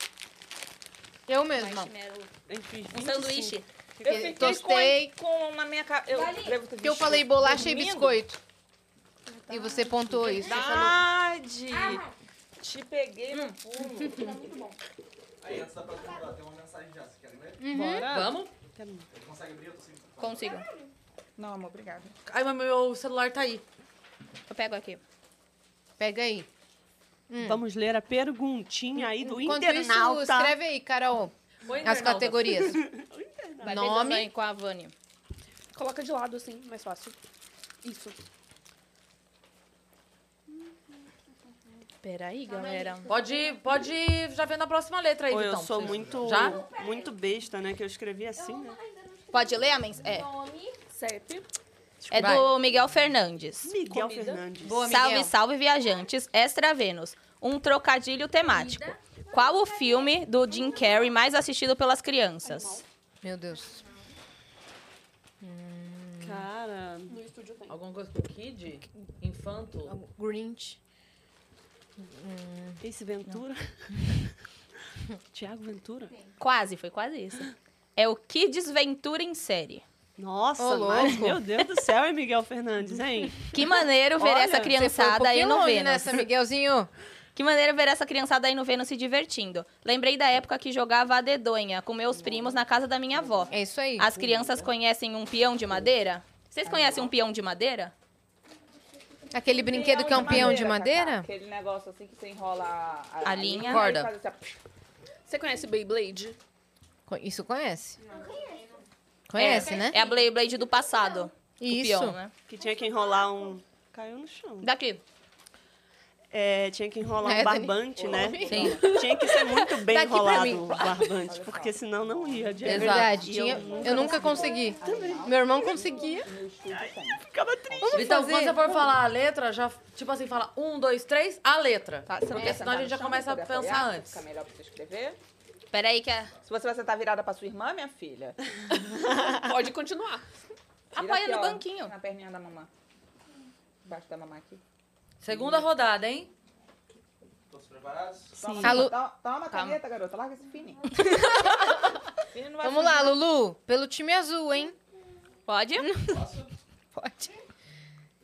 Speaker 2: Eu mesma.
Speaker 5: Marshmallow.
Speaker 7: Enfim,
Speaker 5: Um sanduíche.
Speaker 3: Eu
Speaker 2: Fiquei-
Speaker 3: fiquei
Speaker 2: tostei.
Speaker 3: com, com na minha cara. Eu devo ter
Speaker 2: Porque eu
Speaker 3: visto.
Speaker 2: falei bolacha e
Speaker 3: Dormindo?
Speaker 2: biscoito. E você pontuou isso.
Speaker 5: Ah,
Speaker 3: Verdade! Te peguei
Speaker 5: Hum.
Speaker 3: no pulo.
Speaker 6: Aí, antes da próxima rodada, tem uma mensagem já. Vocês querem ler?
Speaker 2: Uhum.
Speaker 3: Bora?
Speaker 1: Vamos?
Speaker 7: um?
Speaker 6: Ele consegue abrir? Eu tô sem.
Speaker 5: Consigo.
Speaker 3: Não, amor, obrigada.
Speaker 1: Ai, mas meu celular tá aí.
Speaker 5: Eu pego aqui.
Speaker 2: Pega aí.
Speaker 7: Vamos ler a perguntinha aí do
Speaker 2: Hum. Enquanto isso,
Speaker 7: internauta.
Speaker 2: escreve aí, Carol,
Speaker 4: Boa
Speaker 2: as
Speaker 4: internauta.
Speaker 2: categorias.
Speaker 5: Vai
Speaker 2: Nome?
Speaker 5: Nome? com a Vani.
Speaker 4: Coloca de lado, assim, mais fácil. Isso.
Speaker 5: Peraí,
Speaker 4: Ah,
Speaker 5: galera.
Speaker 1: Pode, pode já ver na próxima letra aí,
Speaker 7: Pô, eu
Speaker 1: então.
Speaker 7: sou
Speaker 1: Vocês-
Speaker 7: muito,
Speaker 1: Já?
Speaker 7: muito besta, né? Que eu escrevi assim, né?
Speaker 5: Pode ler a mensagem? É.
Speaker 4: Certo.
Speaker 5: É
Speaker 1: Vai.
Speaker 5: do Miguel Fernandes.
Speaker 7: Miguel
Speaker 4: Comida.
Speaker 7: Fernandes.
Speaker 2: Boa, Miguel.
Speaker 5: Salve, salve, viajantes. Extra Vênus. Um trocadilho temático. Qual o filme do Jim Carrey mais assistido pelas crianças?
Speaker 2: Meu Deus.
Speaker 7: Cara,
Speaker 4: No estúdio tem.
Speaker 1: Alguma coisa com kid? Infanto?
Speaker 2: Grinch.
Speaker 7: Ace Ventura. Tiago Ventura?
Speaker 5: Quase, foi quase isso. É o Que Desventura em Série.
Speaker 7: Nossa,
Speaker 2: Ô,
Speaker 7: mas,
Speaker 2: louco.
Speaker 7: meu Deus do céu, é Miguel Fernandes, hein?
Speaker 5: Que maneiro ver
Speaker 7: Olha, você foi
Speaker 5: essa
Speaker 7: um né,
Speaker 5: criançada aí
Speaker 2: Pouquinho
Speaker 5: no
Speaker 2: longe
Speaker 5: Vênus.
Speaker 2: nessa, Miguelzinho.
Speaker 5: Que maneiro ver essa criançada aí no Vênus se divertindo. Lembrei da época que jogava a dedonha com meus primos na casa da minha avó.
Speaker 2: É isso aí.
Speaker 5: As crianças conhecem um peão de madeira? Vocês conhecem um peão de madeira?
Speaker 2: Aquele brinquedo que é um peão de madeira?
Speaker 3: Aquele negócio assim que você enrola a,
Speaker 5: A linha.
Speaker 3: e
Speaker 2: Corda.
Speaker 3: faz assim, ó.
Speaker 4: Você conhece Beyblade?
Speaker 2: Co- Isso conhece? Conhece,
Speaker 5: é,
Speaker 2: né?
Speaker 5: É a Blade Blade do passado. O
Speaker 2: Isso.
Speaker 5: peão, né?
Speaker 7: Que tinha que enrolar um... Caiu no chão.
Speaker 5: Daqui.
Speaker 7: É, tinha que enrolar
Speaker 2: É,
Speaker 7: um
Speaker 2: Dani.
Speaker 7: barbante, né?
Speaker 2: Sim.
Speaker 7: Tinha que ser muito bem
Speaker 2: Daqui pra mim.
Speaker 7: enrolado o barbante, porque senão não ia de um
Speaker 2: É verdade. Tinha- eu nunca consegui. Meu irmão conseguia.
Speaker 7: Ficava triste.
Speaker 1: Então,
Speaker 2: fazer-
Speaker 1: quando você for falar a letra, já, tipo assim, fala um, dois, três, a letra.
Speaker 3: Tá, você não
Speaker 1: É,
Speaker 3: quer
Speaker 1: senão
Speaker 3: sentar
Speaker 1: a gente
Speaker 3: no
Speaker 1: já
Speaker 3: chão
Speaker 1: começa
Speaker 3: pra
Speaker 1: a
Speaker 3: poder
Speaker 1: pensar
Speaker 3: apoiar,
Speaker 1: antes.
Speaker 3: Fica melhor pra você escrever.
Speaker 5: Peraí que é- a...
Speaker 3: Se você vai sentar virada pra sua irmã, minha filha.
Speaker 4: Pode continuar.
Speaker 3: vira
Speaker 5: Apoia
Speaker 3: aqui,
Speaker 5: no
Speaker 3: ó,
Speaker 5: banquinho.
Speaker 3: Na perninha da mamãe. Embaixo da mamãe aqui.
Speaker 1: Segunda rodada, hein?
Speaker 6: Todos preparados?
Speaker 3: Toma,
Speaker 2: Sim. Alô?
Speaker 3: toma, toma a caneta, garota. Larga esse fini. Fini não vai
Speaker 2: Vamos lá, Lulu. Pelo time azul, hein?
Speaker 5: Pode?
Speaker 6: Posso?
Speaker 5: Pode.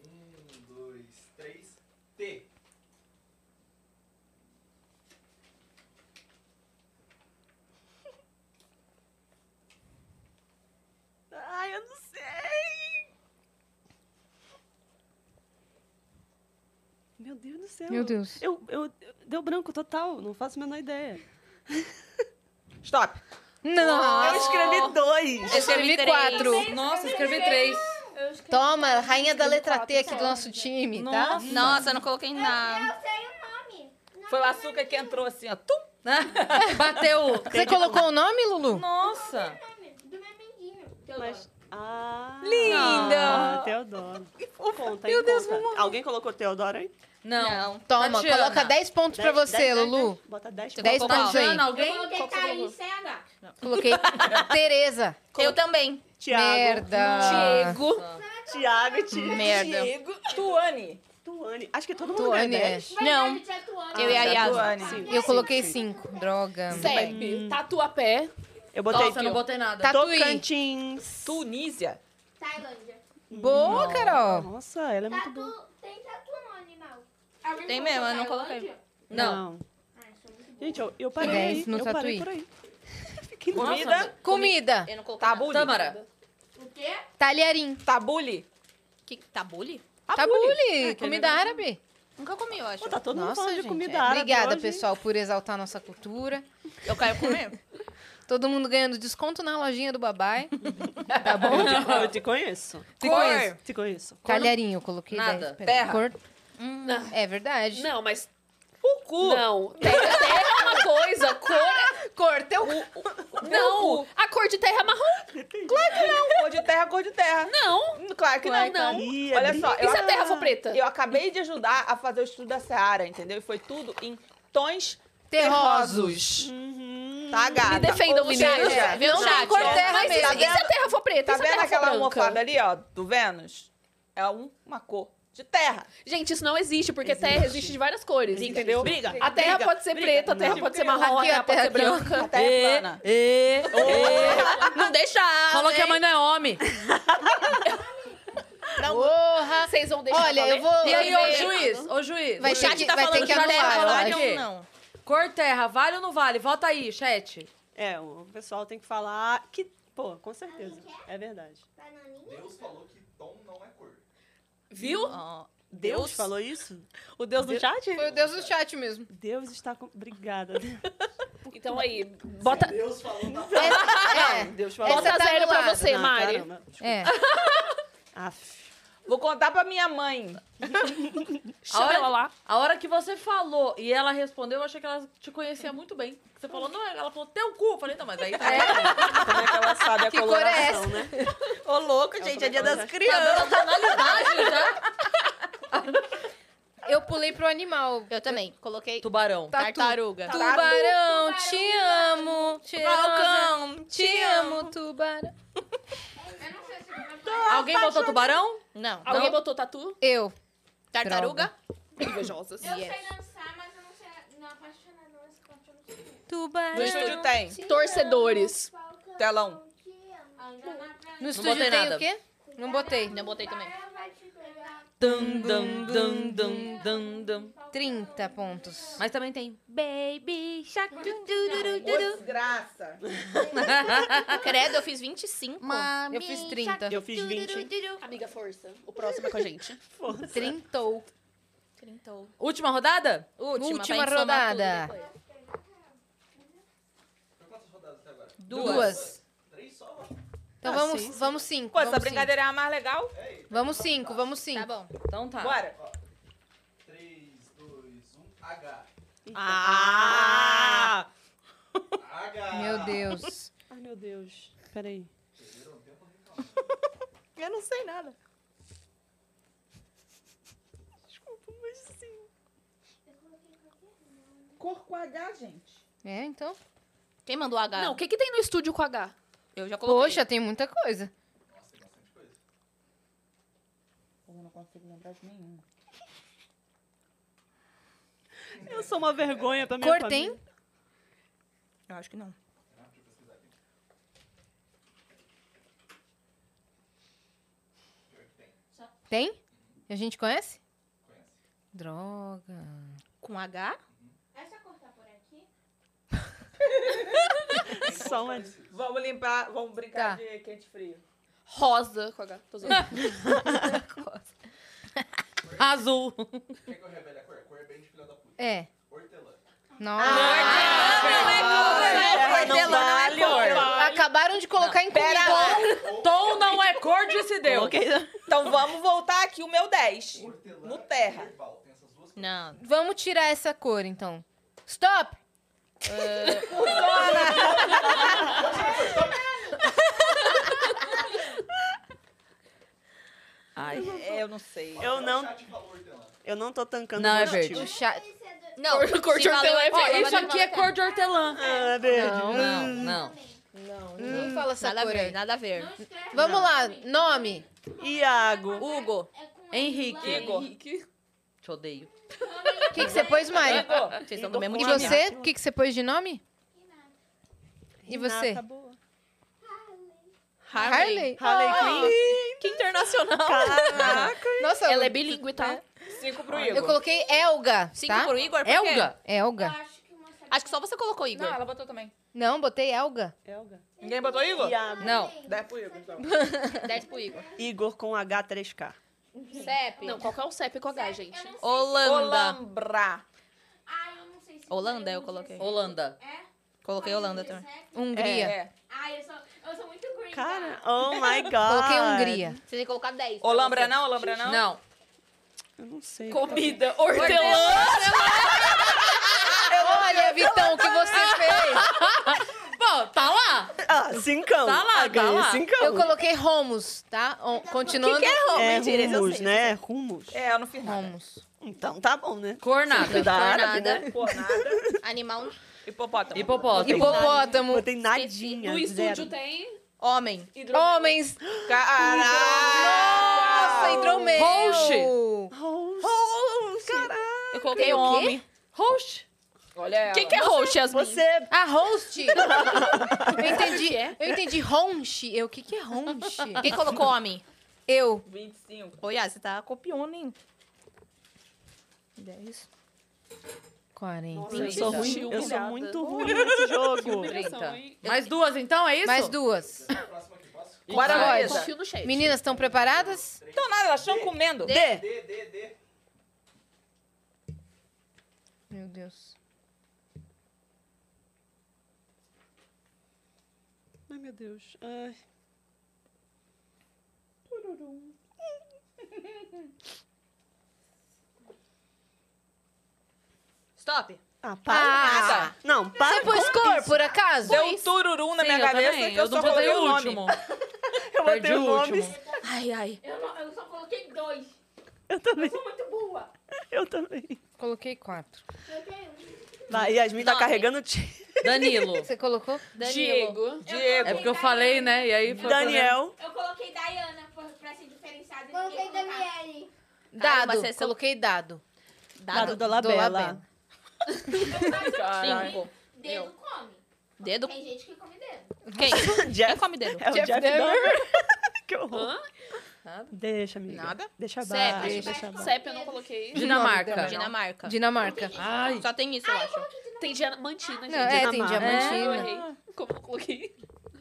Speaker 6: Um, dois, três, T.
Speaker 7: Ai, eu não sei. Meu Deus do céu.
Speaker 2: Meu Deus.
Speaker 7: Eu, eu, eu- deu branco total, não faço a menor ideia.
Speaker 3: Stop.
Speaker 2: Não.
Speaker 7: Eu escrevi dois.
Speaker 2: Eu escrevi
Speaker 5: três.
Speaker 2: quatro.
Speaker 1: Nossa, escrevi três.
Speaker 2: Toma, rainha da letra T aqui do nosso time, tá?
Speaker 5: Nossa, eu não coloquei nada.
Speaker 8: Eu sei o nome. é
Speaker 3: Foi o açúcar que entrou assim, ó. Tum.
Speaker 1: Bateu.
Speaker 2: Você colocou o nome, Lulu?
Speaker 1: Nossa.
Speaker 8: nome do meu amiguinho.
Speaker 7: Mas, ah,
Speaker 5: Linda.
Speaker 7: Ah, Teodoro. Conta, Meu Deus, Alguém colocou Teodoro aí?
Speaker 1: Não. Tá
Speaker 2: Toma,
Speaker 1: Tatiana.
Speaker 2: coloca 10 pontos pra
Speaker 7: Dez,
Speaker 2: você,
Speaker 7: dez, dez,
Speaker 2: Lulu.
Speaker 7: dez. Bota 10
Speaker 5: Você
Speaker 2: Dez
Speaker 5: colocou
Speaker 2: pontos
Speaker 5: qual?
Speaker 2: aí.
Speaker 1: Tatiana, alguém?
Speaker 8: Coloquei Thaís sem H.
Speaker 2: Coloquei Tereza.
Speaker 5: Eu também.
Speaker 7: Tiago.
Speaker 2: Merda.
Speaker 7: Tiago, Ti-
Speaker 5: Merda.
Speaker 3: Diego. Tuane.
Speaker 7: Tuane. Acho que todo mundo
Speaker 2: Tuane.
Speaker 7: é Tá, 10.
Speaker 2: é.
Speaker 5: Não.
Speaker 8: Vai, vai, Tatuana.
Speaker 5: Eu e a Yas.
Speaker 3: Tuane.
Speaker 2: Eu coloquei 5. Droga.
Speaker 4: CEP. Tatuapé.
Speaker 7: Eu botei
Speaker 1: Nossa, eu não botei nada.
Speaker 2: Tá- Tatuí.
Speaker 7: Tocantins.
Speaker 3: Tunísia.
Speaker 8: Tailândia.
Speaker 2: Boa, Carol.
Speaker 7: Nossa, ela é muito boa.
Speaker 8: Tatu, tem tatu no animal.
Speaker 5: Tem mesmo, eu não coloquei.
Speaker 1: Não.
Speaker 8: Ah, isso é muito bom.
Speaker 7: Gente, eu, eu parei
Speaker 2: Dez
Speaker 7: aí.
Speaker 2: no
Speaker 7: eu parei
Speaker 2: Tatuí.
Speaker 7: por aí. Fiquei no meio.
Speaker 1: Nossa.
Speaker 2: Comida.
Speaker 5: Eu não coloquei
Speaker 10: Tá,
Speaker 1: Tabule. Tâmara.
Speaker 8: O quê?
Speaker 2: Talharim.
Speaker 3: Tabule.
Speaker 5: nada. Que, tá tabule?
Speaker 2: Tabule. Tá É, Comida árabe.
Speaker 5: Nunca comi, eu acho.
Speaker 7: Pô, tá todo mundo
Speaker 2: Nossa,
Speaker 7: falando
Speaker 2: gente.
Speaker 7: de comida
Speaker 2: é.
Speaker 7: árabe
Speaker 2: Obrigada,
Speaker 7: hoje, hein?
Speaker 2: pessoal, por exaltar nossa cultura.
Speaker 5: Eu quero comer.
Speaker 2: Todo mundo ganhando desconto na lojinha do babai.
Speaker 7: Tá bom? Eu te, eu te conheço.
Speaker 2: Te conheço.
Speaker 7: Te conheço.
Speaker 2: Talharim, eu coloquei
Speaker 1: Nada.
Speaker 2: 10. Pera-
Speaker 3: Terra.
Speaker 2: Cor...
Speaker 4: Não.
Speaker 2: É verdade.
Speaker 4: Não, mas...
Speaker 3: O cu.
Speaker 4: Não. Terra é uma coisa. Cor... é- Cor, teu... Não. A cor de terra é marrom.
Speaker 3: Cor de terra, cor de terra.
Speaker 4: Não.
Speaker 3: Claro que
Speaker 4: Ué,
Speaker 3: não.
Speaker 4: cara.
Speaker 7: Ih, é
Speaker 3: Olha só.
Speaker 4: E se a terra for preta?
Speaker 3: Eu acabei de ajudar a fazer o estudo da Seara, entendeu? E foi tudo em tons
Speaker 2: Terrosos. Uhum.
Speaker 3: Tá, gata?
Speaker 4: Me defendam,
Speaker 3: Ou
Speaker 4: meninas.
Speaker 3: seja,
Speaker 5: Vê o
Speaker 2: Não tem
Speaker 5: chat.
Speaker 2: cor
Speaker 5: ó.
Speaker 2: terra
Speaker 4: Mas
Speaker 2: mesmo.
Speaker 4: e se a terra for preta?
Speaker 3: Tá
Speaker 4: E se a
Speaker 3: vendo
Speaker 4: terra
Speaker 3: aquela
Speaker 4: for branca?
Speaker 3: almofada ali, ó, do Vênus? É um- uma cor de terra.
Speaker 4: Gente, isso não existe, porque terra existe de várias cores.
Speaker 3: Entendeu? Briga.
Speaker 4: A terra pode ser preta, a terra pode ser marrom,
Speaker 2: Aqui,
Speaker 4: a terra
Speaker 2: ó,
Speaker 4: pode ser
Speaker 2: terra aqui, ó.
Speaker 4: branca.
Speaker 3: A terra é plana.
Speaker 1: E,
Speaker 5: Não deixa.
Speaker 1: Falou que é a
Speaker 5: hein?
Speaker 1: mãe não é homem.
Speaker 5: Dá um-
Speaker 2: Porra!
Speaker 4: Vocês vão deixar
Speaker 2: Olha, eu
Speaker 4: valer?
Speaker 2: vou.
Speaker 1: E aí, ô
Speaker 4: Primeiro.
Speaker 1: juiz, ô juiz.
Speaker 2: Vai
Speaker 5: O
Speaker 2: ter
Speaker 5: chat
Speaker 2: que-
Speaker 5: tá
Speaker 2: vai ter
Speaker 5: falando
Speaker 2: que
Speaker 5: que terra
Speaker 2: anular, eu
Speaker 5: vale
Speaker 1: acho.
Speaker 5: ou não.
Speaker 1: Cor terra, vale ou não vale? Volta aí, chat.
Speaker 7: É, o pessoal tem que falar que. Pô, com certeza.
Speaker 8: Ah,
Speaker 7: É verdade.
Speaker 6: Deus falou que tom não é cor.
Speaker 5: Viu?
Speaker 7: Deus,
Speaker 5: Deus?
Speaker 7: falou isso?
Speaker 5: o Deus do chat?
Speaker 2: Foi o Deus do chat mesmo.
Speaker 7: Deus está com. Obrigada. Deus.
Speaker 4: Então aí, bota,
Speaker 6: Deus falou na
Speaker 2: Essa-
Speaker 7: Não, Deus falou.
Speaker 2: Essa
Speaker 4: bota
Speaker 2: tá
Speaker 4: zero pra
Speaker 2: anulada.
Speaker 4: você,
Speaker 7: Não,
Speaker 4: Mari.
Speaker 7: caramba.
Speaker 2: é, é.
Speaker 7: Aff.
Speaker 3: Vou contar pra minha mãe.
Speaker 1: A
Speaker 4: Chama
Speaker 1: hora-
Speaker 4: ela lá.
Speaker 1: A hora que você falou e ela respondeu, eu achei que ela te conhecia muito bem. Você falou, não, ela falou, teu cu. Eu falei, não, mas aí tá.
Speaker 7: Como é que ela sabe a
Speaker 2: Que cor é
Speaker 7: coloração,
Speaker 2: essa?
Speaker 7: né?
Speaker 5: Ô, louco, gente, é dia das
Speaker 1: Ela
Speaker 5: crianças.
Speaker 1: tá na linguagem já.
Speaker 2: Eu pulei pro animal.
Speaker 5: Eu também. Coloquei
Speaker 1: Tubarão.
Speaker 5: tartaruga.
Speaker 2: Tubarão, te amo. Te amo.
Speaker 5: Falcão,
Speaker 2: Te amo, tubarão.
Speaker 9: Eu não sei se
Speaker 1: Alguém botou tubarão?
Speaker 5: Não.
Speaker 4: Alguém botou tatu?
Speaker 2: Eu.
Speaker 5: Tartaruga?
Speaker 4: Invejosas.
Speaker 9: eu
Speaker 5: Yes.
Speaker 9: sei dançar, mas eu não sei. Não, apaixonada, mas eu não sei.
Speaker 3: No estúdio tem.
Speaker 4: Torcedores.
Speaker 3: Telão.
Speaker 9: Anda na praia.
Speaker 2: No estúdio
Speaker 1: botei
Speaker 2: tem
Speaker 1: nada.
Speaker 2: o quê? Não botei.
Speaker 5: Não botei também.
Speaker 9: Ela vai te pegar.
Speaker 1: Dum, dum, dum, dum, dum, dum.
Speaker 2: 30 pontos.
Speaker 1: Mas também tem.
Speaker 5: Baby Shark.
Speaker 3: Desgraça.
Speaker 5: Ah, Credo, eu fiz 25.
Speaker 2: Eu fiz 30.
Speaker 7: Eu fiz 20.
Speaker 4: Amiga, força. O próximo é com a gente.
Speaker 2: Trintou.
Speaker 5: Trintou.
Speaker 1: Última rodada?
Speaker 5: Última,
Speaker 2: Última
Speaker 5: pra gente somar
Speaker 2: rodada.
Speaker 5: tudo depois.
Speaker 2: Duas. Então
Speaker 7: Ah,
Speaker 3: Tá,
Speaker 2: vamos,
Speaker 7: sim, sim.
Speaker 2: vamos cinco.
Speaker 3: Pô,
Speaker 2: vamos
Speaker 3: essa
Speaker 2: cinco.
Speaker 3: brincadeira é a mais legal.
Speaker 2: Vamos cinco, vamos
Speaker 5: Tá
Speaker 2: cinco.
Speaker 5: bom.
Speaker 1: Então tá.
Speaker 3: Bora. um,
Speaker 6: 3, 2, 1, H.
Speaker 3: Ah!
Speaker 6: H.
Speaker 2: Meu Deus.
Speaker 7: Ai, meu Deus. Peraí.
Speaker 3: Eu não sei nada.
Speaker 7: Desculpa, mas assim.
Speaker 3: Cor com H, gente.
Speaker 2: É, então.
Speaker 5: Quem mandou H?
Speaker 4: Não, o que, que tem no estúdio com H?
Speaker 5: eu já coloquei.
Speaker 2: Poxa, tem muita coisa.
Speaker 3: Eu não consigo lembrar de nenhuma.
Speaker 7: Eu sou uma vergonha pra minha
Speaker 2: Cor
Speaker 7: família.
Speaker 2: tem?
Speaker 5: Eu acho que não.
Speaker 2: Tem? A gente conhece? Droga.
Speaker 5: Com H?
Speaker 9: Essa cor tá por aqui?
Speaker 7: Só uma...
Speaker 3: um Vamos limpar, vamos brincar
Speaker 2: Tá.
Speaker 3: de quente frio.
Speaker 4: Rosa com H. Tô zoando.
Speaker 1: Azul.
Speaker 6: Quer que eu revele a cor? A cor é bem de filha da puta.
Speaker 2: É.
Speaker 6: Hortelã.
Speaker 2: Nossa.
Speaker 5: Hortelã não é cor.
Speaker 2: Acabaram de colocar em comida.
Speaker 1: Tom não é cor, disse Deus.
Speaker 3: Então vamos voltar aqui o meu 10. No terra.
Speaker 6: Verbal. Tem essas duas
Speaker 5: Não.
Speaker 2: Vamos tirar essa cor, então. Stop!
Speaker 3: né?
Speaker 1: Ai.
Speaker 3: É, Eu não sei.
Speaker 7: Eu não,
Speaker 6: cor. Te falou hortelã.
Speaker 7: eu não tô tancando
Speaker 1: Não, é
Speaker 7: motivo.
Speaker 1: verde.
Speaker 2: O chá...
Speaker 5: Não,
Speaker 4: é Cor-
Speaker 5: se
Speaker 4: cor de
Speaker 5: valeu,
Speaker 4: hortelã é
Speaker 5: valeu,
Speaker 1: Ó,
Speaker 5: valeu,
Speaker 1: isso aqui
Speaker 5: valeu.
Speaker 1: é cor de hortelã.
Speaker 7: Ah, é verde.
Speaker 2: Não,
Speaker 1: Não, não.
Speaker 2: não. Ninguém fala essa
Speaker 5: Nada a
Speaker 2: cor
Speaker 5: ver,
Speaker 2: aí.
Speaker 5: nada a ver.
Speaker 9: Não escreve.
Speaker 2: Vamos lá, nome.
Speaker 7: Iago.
Speaker 1: Hugo.
Speaker 9: É com
Speaker 1: Henrique.
Speaker 3: Igor.
Speaker 1: Te odeio.
Speaker 2: O que, que você pôs, Mari?
Speaker 5: Vocês são do mesmo
Speaker 2: E
Speaker 5: time.
Speaker 2: você? O que, que você pôs de nome? E você?
Speaker 7: Renata Boa.
Speaker 5: Harley.
Speaker 7: Harley
Speaker 2: Oh!
Speaker 7: Quinn.
Speaker 5: Que internacional.
Speaker 7: Caraca.
Speaker 2: Nossa,
Speaker 4: Ela é bilíngue, tá?
Speaker 3: Cinco pro
Speaker 2: eu
Speaker 3: Igor.
Speaker 2: coloquei Elga,
Speaker 5: Cinco
Speaker 2: tá?
Speaker 5: pro Igor, por quê?
Speaker 1: Elga.
Speaker 9: Eu
Speaker 2: Elga.
Speaker 9: acho que uma
Speaker 5: Acho que só você colocou Igor.
Speaker 3: Não, ela botou também.
Speaker 2: Não, botei Elga.
Speaker 7: Elga.
Speaker 3: Ninguém botou Igor?
Speaker 7: Iago.
Speaker 1: Não.
Speaker 3: 10 pro Igor, então.
Speaker 5: 10 pro Igor.
Speaker 7: Igor com H3K.
Speaker 5: CEP.
Speaker 4: Não, qual que é o CEP com H, gente?
Speaker 5: Holanda.
Speaker 3: Olambra.
Speaker 9: Ah, eu não sei se.
Speaker 5: Holanda, eu coloquei.
Speaker 1: Holanda.
Speaker 9: É?
Speaker 5: Coloquei Holanda também.
Speaker 2: Hungria.
Speaker 3: É.
Speaker 9: Ah, eu sou, eu sou muito green.
Speaker 7: Cara,
Speaker 9: tá?
Speaker 7: oh my god.
Speaker 2: Coloquei Hungria.
Speaker 5: Você tem que colocar 10. pra
Speaker 3: Olambra
Speaker 5: você.
Speaker 3: não, Olambra não?
Speaker 1: Não.
Speaker 7: Eu não sei. Tá
Speaker 4: Comida, hortelã.
Speaker 2: Olha, Vitão, o que você fez?
Speaker 1: Bom, tá lá.
Speaker 7: Ah, cincão.
Speaker 1: Tá lá,
Speaker 7: Ah,
Speaker 1: tá
Speaker 7: ganhei
Speaker 1: lá.
Speaker 7: Cincão.
Speaker 2: Eu coloquei Romos, tá? O- Continuando.
Speaker 7: É
Speaker 5: Mentira, esse eu
Speaker 7: rumos,
Speaker 5: sei,
Speaker 7: né? Rumos.
Speaker 3: É, eu não fiz nada.
Speaker 2: Romos.
Speaker 7: Então tá bom, né?
Speaker 1: Cor nada.
Speaker 7: Da
Speaker 5: Cor
Speaker 7: árabe,
Speaker 5: nada.
Speaker 7: né?
Speaker 3: Por nada.
Speaker 5: Animal.
Speaker 3: Hipopótamo.
Speaker 1: Hipopótamo.
Speaker 2: Hipopótamo.
Speaker 7: Botei nadinha.
Speaker 4: No estúdio
Speaker 7: zero.
Speaker 4: tem
Speaker 5: Homem.
Speaker 2: Homens. Nossa,
Speaker 3: Caraca!
Speaker 2: hidromel.
Speaker 1: Roche.
Speaker 7: Rolls.
Speaker 5: Eu coloquei
Speaker 2: o quê?
Speaker 5: homem.
Speaker 1: Roxo.
Speaker 3: Olha ela.
Speaker 4: O que, que é roxo, Yasmin?
Speaker 7: né? Você.
Speaker 2: Ah, host. Eu entendi. Eu entendi ronche. Eu, o que que é ronche?
Speaker 5: Quem colocou homem?
Speaker 2: Eu.
Speaker 3: 25.
Speaker 5: Ô, Yas, você tá copiando, hein?
Speaker 2: é
Speaker 5: 10.
Speaker 2: 40.
Speaker 7: Nossa,
Speaker 5: Sim,
Speaker 7: eu sou
Speaker 5: tá.
Speaker 7: ruim. Eu sou
Speaker 4: Humilhada.
Speaker 7: muito ruim nesse jogo.
Speaker 4: Humilhação, hein?
Speaker 1: Mais duas, então? É isso?
Speaker 2: Mais duas.
Speaker 6: A próxima que posso?
Speaker 3: Bora,
Speaker 2: Vai.
Speaker 4: Ah, eu
Speaker 3: Luísa.
Speaker 4: confio no chefe.
Speaker 2: Meninas, estão preparadas?
Speaker 3: Então nada, elas estão comendo.
Speaker 5: D.
Speaker 6: D, D, D.
Speaker 2: Meu Deus.
Speaker 7: Ai, meu Deus. Ai.
Speaker 5: Stop.
Speaker 7: Ah, para.
Speaker 2: Ah!
Speaker 3: Nada.
Speaker 7: Não, para.
Speaker 2: Você pôs cor, por acaso?
Speaker 3: Deu um tururu na
Speaker 1: Sim,
Speaker 3: minha
Speaker 1: eu
Speaker 3: cabeça
Speaker 1: também.
Speaker 3: que eu,
Speaker 1: não
Speaker 3: só
Speaker 1: botei
Speaker 3: falei o
Speaker 1: o
Speaker 3: nome.
Speaker 1: último.
Speaker 7: Eu
Speaker 1: Perdi
Speaker 7: botei
Speaker 1: o
Speaker 7: o nome.
Speaker 1: último.
Speaker 5: Ai, ai.
Speaker 9: Eu, não- eu só coloquei dois.
Speaker 7: Eu também.
Speaker 9: Eu sou muito boa.
Speaker 7: Eu também.
Speaker 2: Coloquei quatro.
Speaker 9: Eu tenho. um.
Speaker 7: Vai, Yasmin tá
Speaker 5: Nove.
Speaker 7: carregando o time.
Speaker 1: Danilo.
Speaker 2: Você colocou?
Speaker 5: Danilo.
Speaker 3: Diego.
Speaker 1: É porque eu falei, né? E aí foi.
Speaker 7: Daniel.
Speaker 9: Eu coloquei Diana pra, pra ser diferenciada.
Speaker 8: Coloquei
Speaker 9: ninguém colocava.
Speaker 8: Daniele.
Speaker 2: Dado.
Speaker 5: mas vocês são-
Speaker 2: Coloquei dado.
Speaker 7: Dado
Speaker 5: Dado.
Speaker 7: da Labela.
Speaker 2: Dolabella.
Speaker 3: Caralho.
Speaker 5: Cinco.
Speaker 9: Dedo come.
Speaker 5: Dedo.
Speaker 9: Tem gente que come dedo.
Speaker 5: Quem? Quem
Speaker 7: Jeff.
Speaker 5: come dedo?
Speaker 7: É o
Speaker 2: Jeff
Speaker 7: Jeff,
Speaker 2: Denver.
Speaker 7: Denver. que horror.
Speaker 4: Hã?
Speaker 7: Deixa, amiga.
Speaker 5: Nada?
Speaker 7: Deixa
Speaker 5: Sério?
Speaker 7: abaixo.
Speaker 5: Deixa
Speaker 7: Deixa abaixo.
Speaker 4: CEP eu não coloquei.
Speaker 1: Dinamarca.
Speaker 5: Dinamarca.
Speaker 2: Dinamarca.
Speaker 1: Ai.
Speaker 5: Só tem isso, eu acho.
Speaker 4: Tem diamantina, gente.
Speaker 2: Não, é, tem
Speaker 7: Dinamarca.
Speaker 4: Eu
Speaker 2: diamantina.
Speaker 4: errei. Como eu coloquei?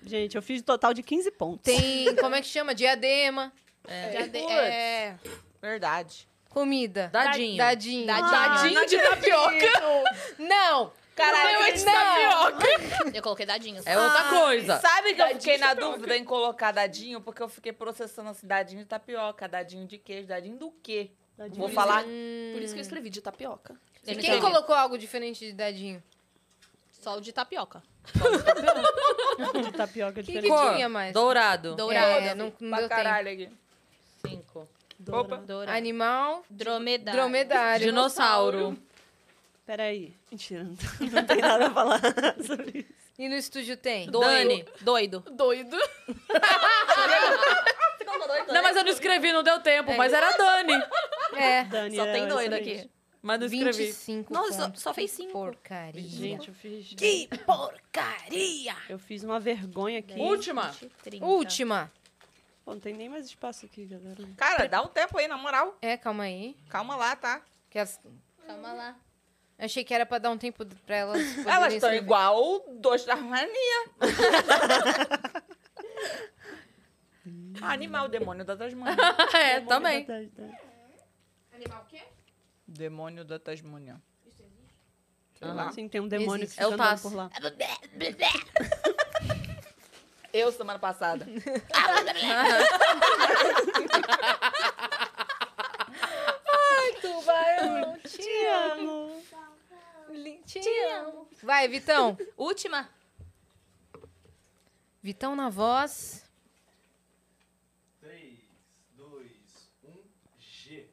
Speaker 7: Gente, eu fiz um total de 15 pontos.
Speaker 2: Tem, como é que chama? Diadema. É. é.
Speaker 3: Verdade.
Speaker 2: Comida.
Speaker 1: Dadinho.
Speaker 2: Dadinho.
Speaker 5: Dadinho.
Speaker 4: de tapioca.
Speaker 2: Não!
Speaker 3: Caralho,
Speaker 2: meu, é de tapioca.
Speaker 5: Eu coloquei dadinho.
Speaker 1: É outra coisa.
Speaker 3: Ah, Sabe que eu fiquei na dúvida em colocar dadinho? Porque eu fiquei processando assim, dadinho de tapioca, dadinho de queijo, dadinho é do quê? Vou falar
Speaker 7: Hum.
Speaker 4: Por isso que eu escrevi de tapioca.
Speaker 5: Ele
Speaker 2: Quem
Speaker 5: tem
Speaker 2: colocou algo diferente de dadinho?
Speaker 5: Só o de tapioca.
Speaker 7: de tapioca
Speaker 2: Que
Speaker 7: diferente.
Speaker 2: que
Speaker 1: Cor,
Speaker 2: tinha mais?
Speaker 1: Dourado.
Speaker 5: Dourado.
Speaker 2: É, não, não
Speaker 3: pra
Speaker 2: deu tempo.
Speaker 3: caralho
Speaker 7: É.
Speaker 3: aqui.
Speaker 1: Cinco.
Speaker 7: Dourado.
Speaker 5: Dourado.
Speaker 2: Animal,
Speaker 5: Dromedário.
Speaker 2: dromedário.
Speaker 1: Dinossauro.
Speaker 7: Peraí. Mentira, não, não tem nada a falar sobre isso.
Speaker 2: E no estúdio tem?
Speaker 5: Doido. Doido.
Speaker 4: Doido.
Speaker 1: Não, mas eu não escrevi, não deu tempo. Mas era Dani.
Speaker 2: É.
Speaker 7: Dani,
Speaker 5: Só
Speaker 7: é
Speaker 5: tem doido
Speaker 7: excelente.
Speaker 5: aqui.
Speaker 1: Mas não escrevi.
Speaker 2: 25
Speaker 5: Nossa, só,
Speaker 2: pontos.
Speaker 5: só fez cinco.
Speaker 2: Porcaria.
Speaker 7: Gente, eu fiz.
Speaker 5: Que porcaria!
Speaker 7: Eu fiz uma vergonha aqui.
Speaker 1: Última.
Speaker 5: 30.
Speaker 2: Última.
Speaker 7: Pô, não tem nem mais espaço aqui, galera.
Speaker 3: Cara, dá um tempo aí, na moral.
Speaker 2: É, calma aí.
Speaker 3: Calma lá, tá?
Speaker 2: Que as-
Speaker 5: Calma lá.
Speaker 2: Achei que era pra dar um tempo pra elas. poderem
Speaker 3: Elas estão
Speaker 2: escrever.
Speaker 3: igual dois da Tasmania. Animal, demônio da Tasmania.
Speaker 1: É, também.
Speaker 9: Animal o quê?
Speaker 3: Demônio da Tasmania.
Speaker 9: Isso existe?
Speaker 7: Sei lá. Sim, tem um demônio
Speaker 2: Existe.
Speaker 7: que fica
Speaker 1: É o
Speaker 7: andando
Speaker 1: Tassi.
Speaker 7: por lá.
Speaker 3: Eu, semana passada.
Speaker 7: Te amo.
Speaker 2: Vai, Vitão.
Speaker 5: Última.
Speaker 2: Vitão na voz.
Speaker 6: 3, 2, 1,
Speaker 10: Tá
Speaker 6: G.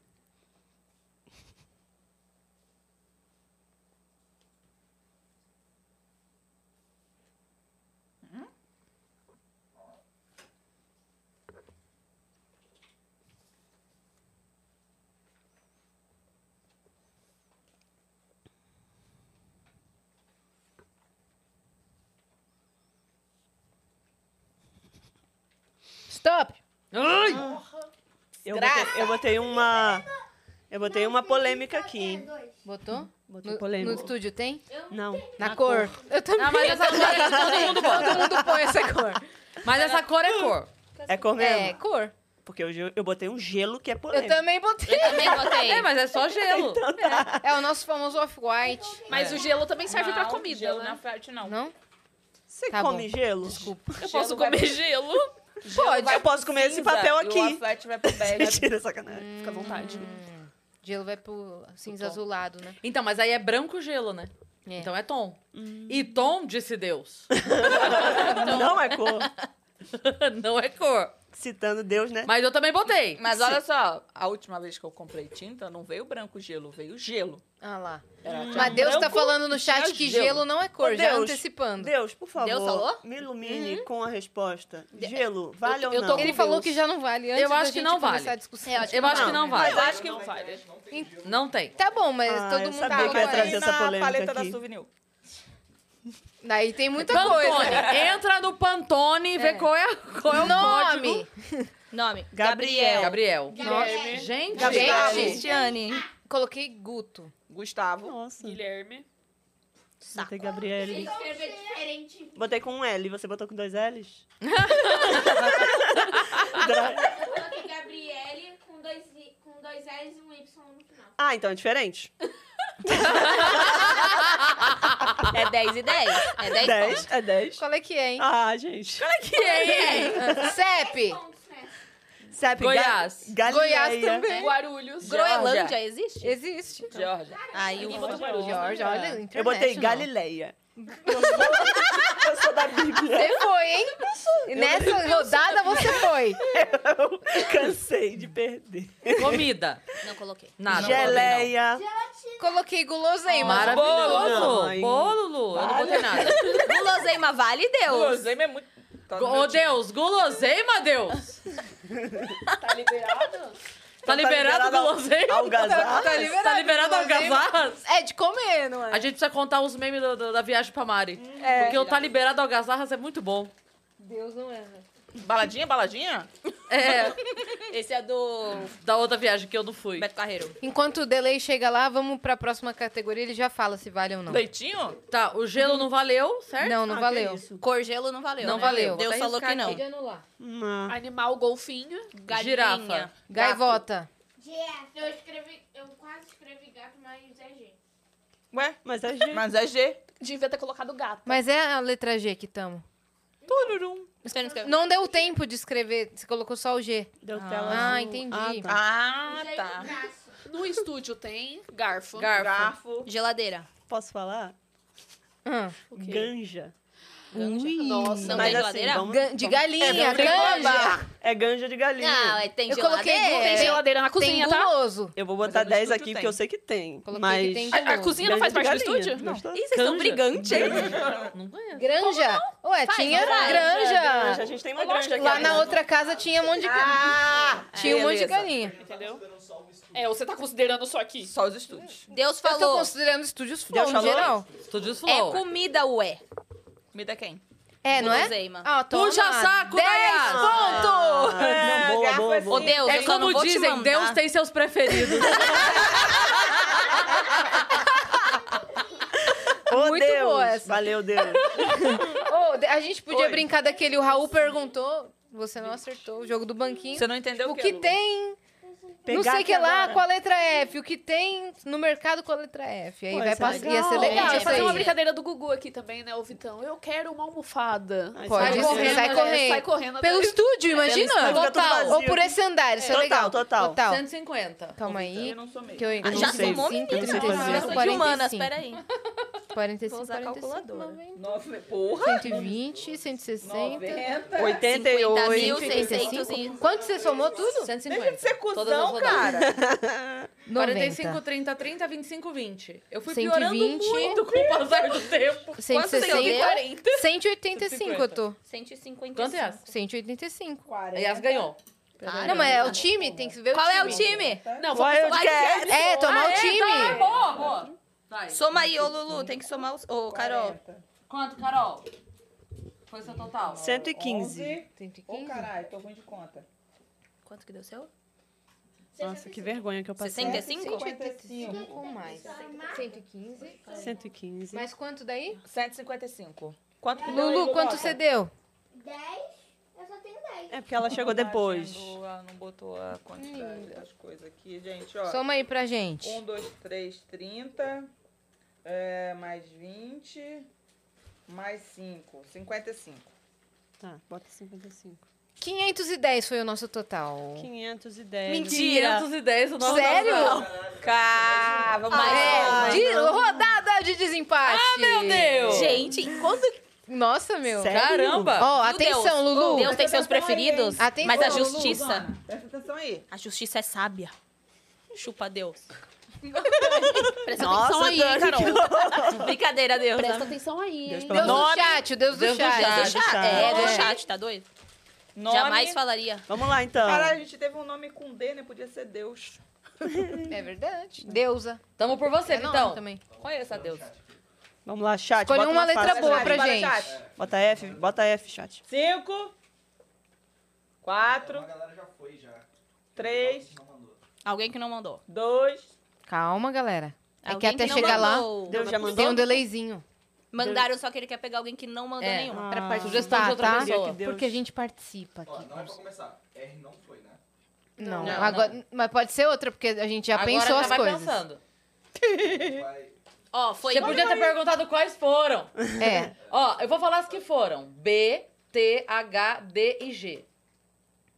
Speaker 2: Stop.
Speaker 7: Ah.
Speaker 1: Ai,
Speaker 7: Eu botei, eu botei uma. Eu botei uma polêmica aqui, hein?
Speaker 2: Botou?
Speaker 7: Botei
Speaker 2: No,
Speaker 7: polêmica.
Speaker 2: no estúdio tem?
Speaker 7: Não.
Speaker 2: Na, cor. Eu também.
Speaker 1: Ah, mas essa cor é que todo mundo bota.
Speaker 2: Todo mundo põe essa cor.
Speaker 1: Mas essa cor é cor.
Speaker 7: É cor
Speaker 2: É,
Speaker 7: mesmo?
Speaker 2: cor.
Speaker 7: Porque eu, eu botei um gelo que é
Speaker 2: Eu
Speaker 7: polêmico. Então tá.
Speaker 2: também botei.
Speaker 5: Também botei.
Speaker 1: É, mas é só gelo.
Speaker 2: É o nosso famoso off-white.
Speaker 4: Mas o gelo também serve pra comida,
Speaker 3: gelo
Speaker 4: né?
Speaker 3: na frente, não.
Speaker 2: Não?
Speaker 7: Você
Speaker 2: Tá
Speaker 7: come gelo?
Speaker 2: Desculpa.
Speaker 4: Eu posso
Speaker 3: Gelo vai-
Speaker 4: comer gelo.
Speaker 7: Pode. Eu posso comer esse papel
Speaker 3: E o
Speaker 7: aqui.
Speaker 3: Affleck vai pro bege.
Speaker 7: Mentira, Tá sacanagem.
Speaker 4: Fica à vontade.
Speaker 2: Gelo vai pro cinza
Speaker 1: tom.
Speaker 2: azulado, né?
Speaker 1: Então, mas aí é branco gelo, né?
Speaker 2: É.
Speaker 1: Então é tom. E tom, disse Deus,
Speaker 7: Não é cor.
Speaker 1: não é cor.
Speaker 7: Citando Deus, né?
Speaker 1: Mas eu também botei.
Speaker 3: Mas olha só, a última vez que eu comprei tinta, não veio branco gelo, veio gelo.
Speaker 2: Ah lá.
Speaker 3: Era tinta
Speaker 2: Mas Deus tá
Speaker 3: branco
Speaker 2: falando no chat
Speaker 3: tinha
Speaker 2: que
Speaker 3: gelo.
Speaker 2: gelo não é cor,
Speaker 7: Ô,
Speaker 2: já
Speaker 7: Deus.
Speaker 2: antecipando.
Speaker 7: Deus, por favor,
Speaker 5: Deus falou?
Speaker 7: me ilumine com a resposta. Gelo, vale
Speaker 5: eu-
Speaker 7: ou
Speaker 5: eu
Speaker 7: não?
Speaker 5: tô
Speaker 2: Ele
Speaker 5: com
Speaker 2: falou
Speaker 5: Deus.
Speaker 2: que já não vale antes
Speaker 1: Eu
Speaker 2: da
Speaker 1: acho que
Speaker 2: gente
Speaker 1: não
Speaker 2: começar
Speaker 1: vale.
Speaker 2: a discussão.
Speaker 5: É, eu acho que
Speaker 1: eu acho que
Speaker 5: não vale.
Speaker 1: não vale.
Speaker 3: Eu acho que não vale.
Speaker 6: Não tem
Speaker 2: Ent-
Speaker 6: gelo.
Speaker 1: Não tem.
Speaker 2: Tá bom, mas
Speaker 7: Ah,
Speaker 2: todo
Speaker 7: eu
Speaker 2: mundo
Speaker 7: sabia
Speaker 2: tá
Speaker 7: que ia
Speaker 2: com
Speaker 7: trazer
Speaker 2: essa.
Speaker 7: essa polêmica
Speaker 3: paleta da
Speaker 7: aqui.
Speaker 3: souvenir.
Speaker 2: Daí tem muita
Speaker 1: Pantone.
Speaker 2: coisa.
Speaker 1: Entra no Pantone e vê
Speaker 2: É.
Speaker 1: qual é, qual é o
Speaker 2: Nome.
Speaker 1: código.
Speaker 5: Nome.
Speaker 7: Gabriel.
Speaker 1: Gabriel.
Speaker 4: Guilherme.
Speaker 1: Gente,
Speaker 7: Gustavo.
Speaker 2: Gente.
Speaker 5: Cristiane.
Speaker 2: Coloquei Guto.
Speaker 3: Gustavo.
Speaker 7: Nossa.
Speaker 4: Guilherme.
Speaker 7: Botei Gabriele.
Speaker 9: Escrever diferente.
Speaker 7: Botei com um L, você botou com dois L's? Dra-
Speaker 9: Eu coloquei Gabriele com dois, i- com dois L's e um Y no final.
Speaker 7: ah, então é diferente.
Speaker 5: É 10 e 10. É 10, pontos.
Speaker 7: 10? É 10?
Speaker 2: Qual é que é, hein?
Speaker 7: Ah, gente.
Speaker 2: CEP.
Speaker 9: Pontos, né?
Speaker 7: Sep, Ga-
Speaker 1: Goiás.
Speaker 7: Galeia.
Speaker 2: Goiás também.
Speaker 4: Guarulhos.
Speaker 5: Groenlândia existe?
Speaker 2: Existe.
Speaker 3: Georgia.
Speaker 10: é?
Speaker 5: Aí
Speaker 4: Ninguém
Speaker 5: o
Speaker 4: botou Guarulhos.
Speaker 2: Jorge, olha,
Speaker 7: Eu botei
Speaker 2: international.
Speaker 7: Galileia. Eu sou- eu sou da Bíblia.
Speaker 2: Você foi, hein? E nessa rodada você foi.
Speaker 7: Eu cansei de perder.
Speaker 1: Comida.
Speaker 5: Não coloquei.
Speaker 1: Nada.
Speaker 7: Geleia.
Speaker 2: Coloquei
Speaker 1: Não.
Speaker 2: guloseima.
Speaker 1: Maravilhoso.
Speaker 7: Mãe.
Speaker 1: Bolo, Lu. Eu não botei nada.
Speaker 5: Guloseima vale, Deus.
Speaker 3: Guloseima é muito. Tá no
Speaker 1: Ô,
Speaker 3: meu time.
Speaker 1: Deus. Guloseima, Deus.
Speaker 4: Tá liberado?
Speaker 1: Tá liberado o guloseima?
Speaker 7: Algazarra.
Speaker 1: Tá liberado algazarras?
Speaker 2: É de comer, não
Speaker 1: A
Speaker 2: é?
Speaker 1: gente precisa contar os memes do- do- da viagem pra Mari.
Speaker 2: É.
Speaker 1: Porque o tá liberado algazarras é muito bom.
Speaker 2: Deus não erra.
Speaker 3: Baladinha, baladinha?
Speaker 1: É,
Speaker 5: Esse é do
Speaker 1: da outra viagem que eu não fui.
Speaker 5: Beto Carreiro.
Speaker 2: Enquanto o delay chega lá, vamos pra próxima categoria. Ele já fala se vale ou não.
Speaker 3: Leitinho?
Speaker 1: Tá, o gelo não valeu, certo?
Speaker 2: Não, não
Speaker 7: Ah, que
Speaker 2: valeu.
Speaker 7: isso. Tá
Speaker 5: Corgelo não valeu.
Speaker 1: Não
Speaker 5: né?
Speaker 1: valeu.
Speaker 5: Deus
Speaker 1: Vou até
Speaker 5: falou que
Speaker 1: arriscar
Speaker 5: não.
Speaker 1: aqui.
Speaker 2: anular.
Speaker 7: Não.
Speaker 4: Animal, golfinho.
Speaker 5: Galinha.
Speaker 1: Girafa.
Speaker 2: Gaivota.
Speaker 8: Girafa.
Speaker 9: Eu escrevi, eu quase escrevi gato, mas é gente.
Speaker 3: Ué?
Speaker 7: Mas é gente.
Speaker 3: Mas é G.
Speaker 4: Devia ter colocado gato.
Speaker 2: Mas é a letra G que tamo.
Speaker 3: Tururum.
Speaker 5: Você não escreveu?
Speaker 2: Não deu tempo de escrever. Você colocou só o G.
Speaker 7: Deu
Speaker 5: Ah.
Speaker 7: tela
Speaker 2: Ah,
Speaker 7: azul.
Speaker 2: entendi.
Speaker 7: Ah, tá.
Speaker 3: Ah,
Speaker 9: Gente,
Speaker 3: tá.
Speaker 9: braço.
Speaker 4: No estúdio tem garfo.
Speaker 1: Garfo.
Speaker 3: Garfo.
Speaker 5: Geladeira.
Speaker 7: Posso falar?
Speaker 2: Ah.
Speaker 4: O quê?
Speaker 7: Ganja.
Speaker 4: Nossa,
Speaker 5: Não
Speaker 4: mas
Speaker 5: tem geladeira?
Speaker 2: Gan- assim, de galinha,
Speaker 7: É, vamos-
Speaker 2: ganja.
Speaker 7: É ganja de galinha.
Speaker 5: Não, é, tem
Speaker 2: Eu
Speaker 5: geladeira.
Speaker 2: coloquei gu-
Speaker 4: tem geladeira na
Speaker 2: Tem
Speaker 4: cozinha, tá?
Speaker 2: guloso.
Speaker 7: Eu vou botar
Speaker 3: no
Speaker 7: 10
Speaker 3: estúdio
Speaker 7: aqui,
Speaker 3: tem.
Speaker 7: é que eu sei que tem.
Speaker 2: Coloquei
Speaker 7: mas...
Speaker 2: que tem
Speaker 4: A, a cozinha não faz parte do
Speaker 7: Ganja de
Speaker 4: estúdio?
Speaker 7: galinha.
Speaker 4: Não.
Speaker 7: Gostou?
Speaker 5: Ih, vocês estão
Speaker 1: Ganja.
Speaker 5: brigantes, hein?
Speaker 1: Não ganha.
Speaker 2: Granja? Ué,
Speaker 5: Faz,
Speaker 2: tinha
Speaker 5: não faz.
Speaker 7: Ganja, A
Speaker 2: granja.
Speaker 7: gente tem uma
Speaker 4: Lógico,
Speaker 7: É, granja aqui.
Speaker 2: Lá
Speaker 7: ó.
Speaker 2: na outra casa tinha um monte de galinha.
Speaker 3: Ah!
Speaker 4: é,
Speaker 2: Tinha um monte de
Speaker 3: beleza.
Speaker 2: galinha.
Speaker 4: Entendeu? É, você tá considerando só aqui.
Speaker 3: Só os estúdios.
Speaker 5: Deus
Speaker 2: Eu tô
Speaker 5: falou.
Speaker 2: considerando estúdios flow
Speaker 7: Deus
Speaker 2: no
Speaker 7: falou?
Speaker 2: geral.
Speaker 1: Estúdios
Speaker 5: É
Speaker 1: Flow.
Speaker 5: comida, ué.
Speaker 3: Comida quem?
Speaker 2: É, não é?
Speaker 5: Guloseima.
Speaker 2: Ah, toma.
Speaker 1: Puxa saco,
Speaker 2: 10
Speaker 1: Goiás!
Speaker 2: ponto!
Speaker 7: Ah, boa,
Speaker 3: garfo
Speaker 7: boa,
Speaker 3: é
Speaker 5: Ô,
Speaker 7: boa.
Speaker 5: Deus,
Speaker 1: É
Speaker 5: eu só não
Speaker 1: como
Speaker 5: vou te
Speaker 1: dizem,
Speaker 5: mandar.
Speaker 1: Deus tem seus preferidos.
Speaker 7: Ô,
Speaker 2: Muito
Speaker 7: Deus.
Speaker 2: boa essa.
Speaker 7: Valeu, Deus.
Speaker 2: Ô, de- a gente podia
Speaker 3: Oi.
Speaker 2: brincar daquele. O Raul perguntou, você não acertou o jogo do banquinho.
Speaker 3: Você não entendeu
Speaker 2: O que
Speaker 3: Lulu?
Speaker 2: tem, não
Speaker 7: Pegar
Speaker 2: sei o que lá,
Speaker 7: agora.
Speaker 2: com a letra F. O que tem no mercado com a letra F. Aí
Speaker 7: Pô,
Speaker 2: vai
Speaker 7: isso é
Speaker 2: passar. Ia ser
Speaker 7: legal.
Speaker 2: legal.
Speaker 4: Gente,
Speaker 2: isso
Speaker 4: fazer
Speaker 2: aí.
Speaker 4: uma brincadeira do Gugu aqui também, né, ô Vitão? Eu quero uma almofada.
Speaker 7: Ai,
Speaker 2: Pode
Speaker 7: sai
Speaker 2: ser,
Speaker 7: correndo,
Speaker 2: sai
Speaker 4: né?
Speaker 2: correndo.
Speaker 4: Sai correndo.
Speaker 2: Pelo
Speaker 4: né?
Speaker 2: estúdio, imagina.
Speaker 7: estúdio, fica tudo
Speaker 2: Total.
Speaker 7: vazio.
Speaker 2: Ou por esse andar, isso é
Speaker 7: Total,
Speaker 2: legal.
Speaker 7: total.
Speaker 1: 150.
Speaker 2: Calma aí.
Speaker 3: Eu não sou meio.
Speaker 2: Que eu,
Speaker 5: Ah,
Speaker 7: não
Speaker 5: já
Speaker 2: um
Speaker 7: sei.
Speaker 5: somou,
Speaker 7: Eu não sei fazer.
Speaker 5: menina.
Speaker 2: né?
Speaker 5: Eu sou de humanas, peraí.
Speaker 2: 45,
Speaker 5: Vou usar a
Speaker 2: 45,
Speaker 5: calculadora.
Speaker 2: 90,
Speaker 3: Nossa, porra.
Speaker 2: 120, 160,
Speaker 7: 88.
Speaker 5: 50.600.
Speaker 2: Quanto você somou tudo?
Speaker 1: 150. Deixa
Speaker 3: Você é cuzão, cara.
Speaker 1: 45, 30, 30, 25, 20. Eu fui piorando
Speaker 2: 120.
Speaker 1: muito com o passar do tempo.
Speaker 2: 160,
Speaker 5: 40.
Speaker 2: 185 eu tô.
Speaker 5: 155.
Speaker 1: Quanto é essa?
Speaker 2: 185.
Speaker 1: Yas ganhou.
Speaker 5: Ah,
Speaker 2: Não, mas é o time, tem que ver o
Speaker 5: Qual
Speaker 2: time.
Speaker 5: é o time?
Speaker 4: Não, vamos
Speaker 7: Wild Cat.
Speaker 2: É, tomar o
Speaker 1: Tá,
Speaker 2: time.
Speaker 1: boa, boa. Vai.
Speaker 5: Soma aí, ô Lulu. Tem que somar os... Ô, Carol.
Speaker 1: Quanto, Carol? Foi seu total?
Speaker 7: 115.
Speaker 3: Ô, caralho, tô ruim de conta.
Speaker 5: Quanto que deu seu?
Speaker 7: Nossa, que vergonha que eu passei.
Speaker 5: 65?
Speaker 3: 55.
Speaker 2: Ou mais. 115.
Speaker 7: 115.
Speaker 2: Mais quanto daí?
Speaker 3: 155. Quanto que deu aí,
Speaker 2: Lulu, quanto você deu?
Speaker 8: 10? Eu só tenho 10.
Speaker 7: É porque ela chegou depois.
Speaker 3: Ela não botou a quantidade das coisas aqui, gente, ó.
Speaker 2: Soma aí pra gente.
Speaker 3: 1, 2, 3, 30. é, mais 20. Mais 5. 55.
Speaker 7: Tá, bota 55.
Speaker 2: 510 foi o nosso total.
Speaker 7: 510.
Speaker 1: 510 o nosso
Speaker 2: Sério?
Speaker 3: Cá, vamos
Speaker 2: É,
Speaker 3: lá.
Speaker 2: de- rodada de desempate. Ah, meu
Speaker 1: Deus.
Speaker 5: Gente, enquanto...
Speaker 2: Nossa, meu.
Speaker 7: Sério?
Speaker 1: Caramba!
Speaker 2: Ó,
Speaker 5: Meu Deus,
Speaker 2: atenção, Lulu.
Speaker 5: Deus tem seus preferidos,
Speaker 2: Atenção,
Speaker 5: mas a
Speaker 2: Lulu.
Speaker 5: justiça...
Speaker 3: Presta atenção aí.
Speaker 5: A justiça é sábia. Chupa Deus. Presta atenção
Speaker 7: Nossa,
Speaker 5: aí, hein, Carol. Brincadeira, Deus.
Speaker 4: Presta
Speaker 5: né?
Speaker 4: atenção aí, hein?
Speaker 7: Nome.
Speaker 2: Deus do chat, o Deus,
Speaker 1: Deus
Speaker 2: do
Speaker 1: do
Speaker 2: chat.
Speaker 1: chat.
Speaker 5: Do chat. É, do chat, tá doido?
Speaker 3: Nome...
Speaker 5: Jamais falaria.
Speaker 7: Vamos lá, então.
Speaker 3: Caralho, a gente teve um nome com D, né? Podia ser Deus.
Speaker 2: É verdade. Deusa.
Speaker 1: Tamo por você,
Speaker 2: É nome
Speaker 1: Vitão.
Speaker 2: também.
Speaker 3: Conheço a Deus.
Speaker 7: Vamos lá, chat.
Speaker 2: Escolhe
Speaker 7: bota
Speaker 2: uma letra
Speaker 7: fácil.
Speaker 2: boa
Speaker 7: Chat,
Speaker 2: pra
Speaker 7: bota-
Speaker 2: gente.
Speaker 7: Bota F, bota F, chat.
Speaker 3: 5, Quatro,
Speaker 6: É, Uma galera já foi, já.
Speaker 3: três,
Speaker 6: Não mandou.
Speaker 5: Alguém que não mandou.
Speaker 3: dois.
Speaker 2: Calma, galera. É que
Speaker 5: Alguém
Speaker 2: até
Speaker 5: não
Speaker 2: chegar lá,
Speaker 5: mandou.
Speaker 7: Deus já
Speaker 2: tem
Speaker 7: mandou?
Speaker 2: um delayzinho.
Speaker 5: Mandaram, só que ele quer pegar alguém que não mandou
Speaker 2: É.
Speaker 5: nenhuma.
Speaker 7: Ah,
Speaker 5: Sugestão de
Speaker 2: Tá,
Speaker 5: outra
Speaker 2: tá?
Speaker 5: pessoa.
Speaker 7: Deus.
Speaker 2: Porque a gente participa
Speaker 6: Ó,
Speaker 2: aqui.
Speaker 6: não é pra começar. R não foi, né?
Speaker 2: Não,
Speaker 3: Não,
Speaker 2: agora, mas pode ser outra, porque a gente já
Speaker 1: Agora
Speaker 2: pensou
Speaker 1: já
Speaker 2: as
Speaker 1: vai
Speaker 2: coisas.
Speaker 1: pensando.
Speaker 6: Vai.
Speaker 5: Ó, foi
Speaker 1: Você podia ter perguntado quais foram.
Speaker 2: É.
Speaker 1: Ó, eu vou falar as que foram. B, T, H, D e G.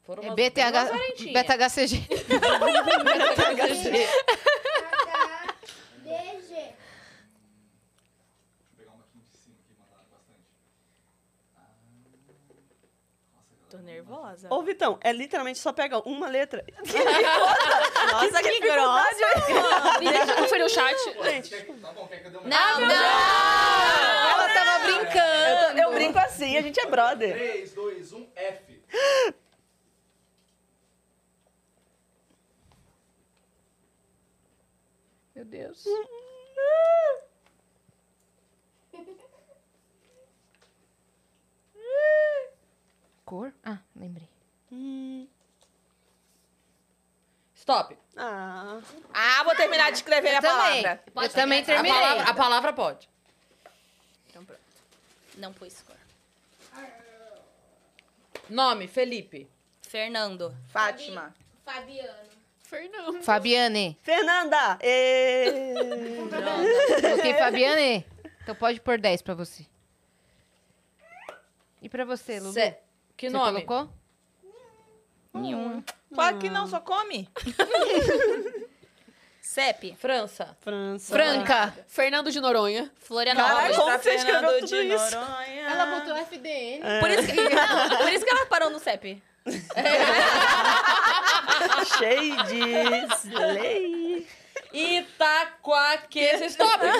Speaker 1: Foram
Speaker 2: É
Speaker 1: umas-
Speaker 2: BTH,
Speaker 1: umas orientinhas.
Speaker 2: BTHCG.
Speaker 1: BTHG.
Speaker 8: DG.
Speaker 6: Deixa eu pegar uma aqui em cima que mandaram bastante. Ah,
Speaker 5: Tô nervosa.
Speaker 7: Ô, Vitão, é literalmente só pega uma letra.
Speaker 5: Nossa, que grossa!
Speaker 4: Me deixa conferir o chat.
Speaker 6: Quer- Tá bom, quer que eu dê uma.
Speaker 5: Não, não!
Speaker 2: Ela tava brincando.
Speaker 7: Eu brinco assim, a gente é brother.
Speaker 6: 3, 2, 1, F.
Speaker 2: Meu Deus. Cor? Ah, lembrei.
Speaker 7: Hum,
Speaker 1: Stop.
Speaker 7: ah.
Speaker 5: Ah, vou terminar de escrever a
Speaker 2: Também.
Speaker 5: palavra.
Speaker 2: eu também
Speaker 1: A
Speaker 2: terminei.
Speaker 1: palavra, a palavra pode.
Speaker 5: Então, Não pus cor.
Speaker 1: Nome, Felipe.
Speaker 5: Fernando.
Speaker 3: Fátima.
Speaker 9: Fabiano.
Speaker 4: Fernando.
Speaker 2: Fabiane.
Speaker 7: Fernanda! Ê!
Speaker 2: Coloquei Fabiane. Então pode pôr 10 pra você. E pra você, Lulu?
Speaker 1: Cé- Que
Speaker 2: Você
Speaker 1: nome?
Speaker 2: colocou?
Speaker 5: Nenhum.
Speaker 3: Claro que não, só come.
Speaker 5: CEP.
Speaker 1: França.
Speaker 7: França.
Speaker 2: Franca.
Speaker 4: Fernando de Noronha.
Speaker 7: Caraca,
Speaker 5: Florianópolis.
Speaker 7: como
Speaker 3: Pra
Speaker 7: você escreveu
Speaker 3: Fernando
Speaker 7: tudo
Speaker 3: de
Speaker 7: isso?
Speaker 3: Noronha.
Speaker 2: Ela botou FDN.
Speaker 5: Por isso, que, não, por isso que ela parou no CEP.
Speaker 7: Shades. Lei.
Speaker 3: é
Speaker 1: Itaquaqueza. Stop.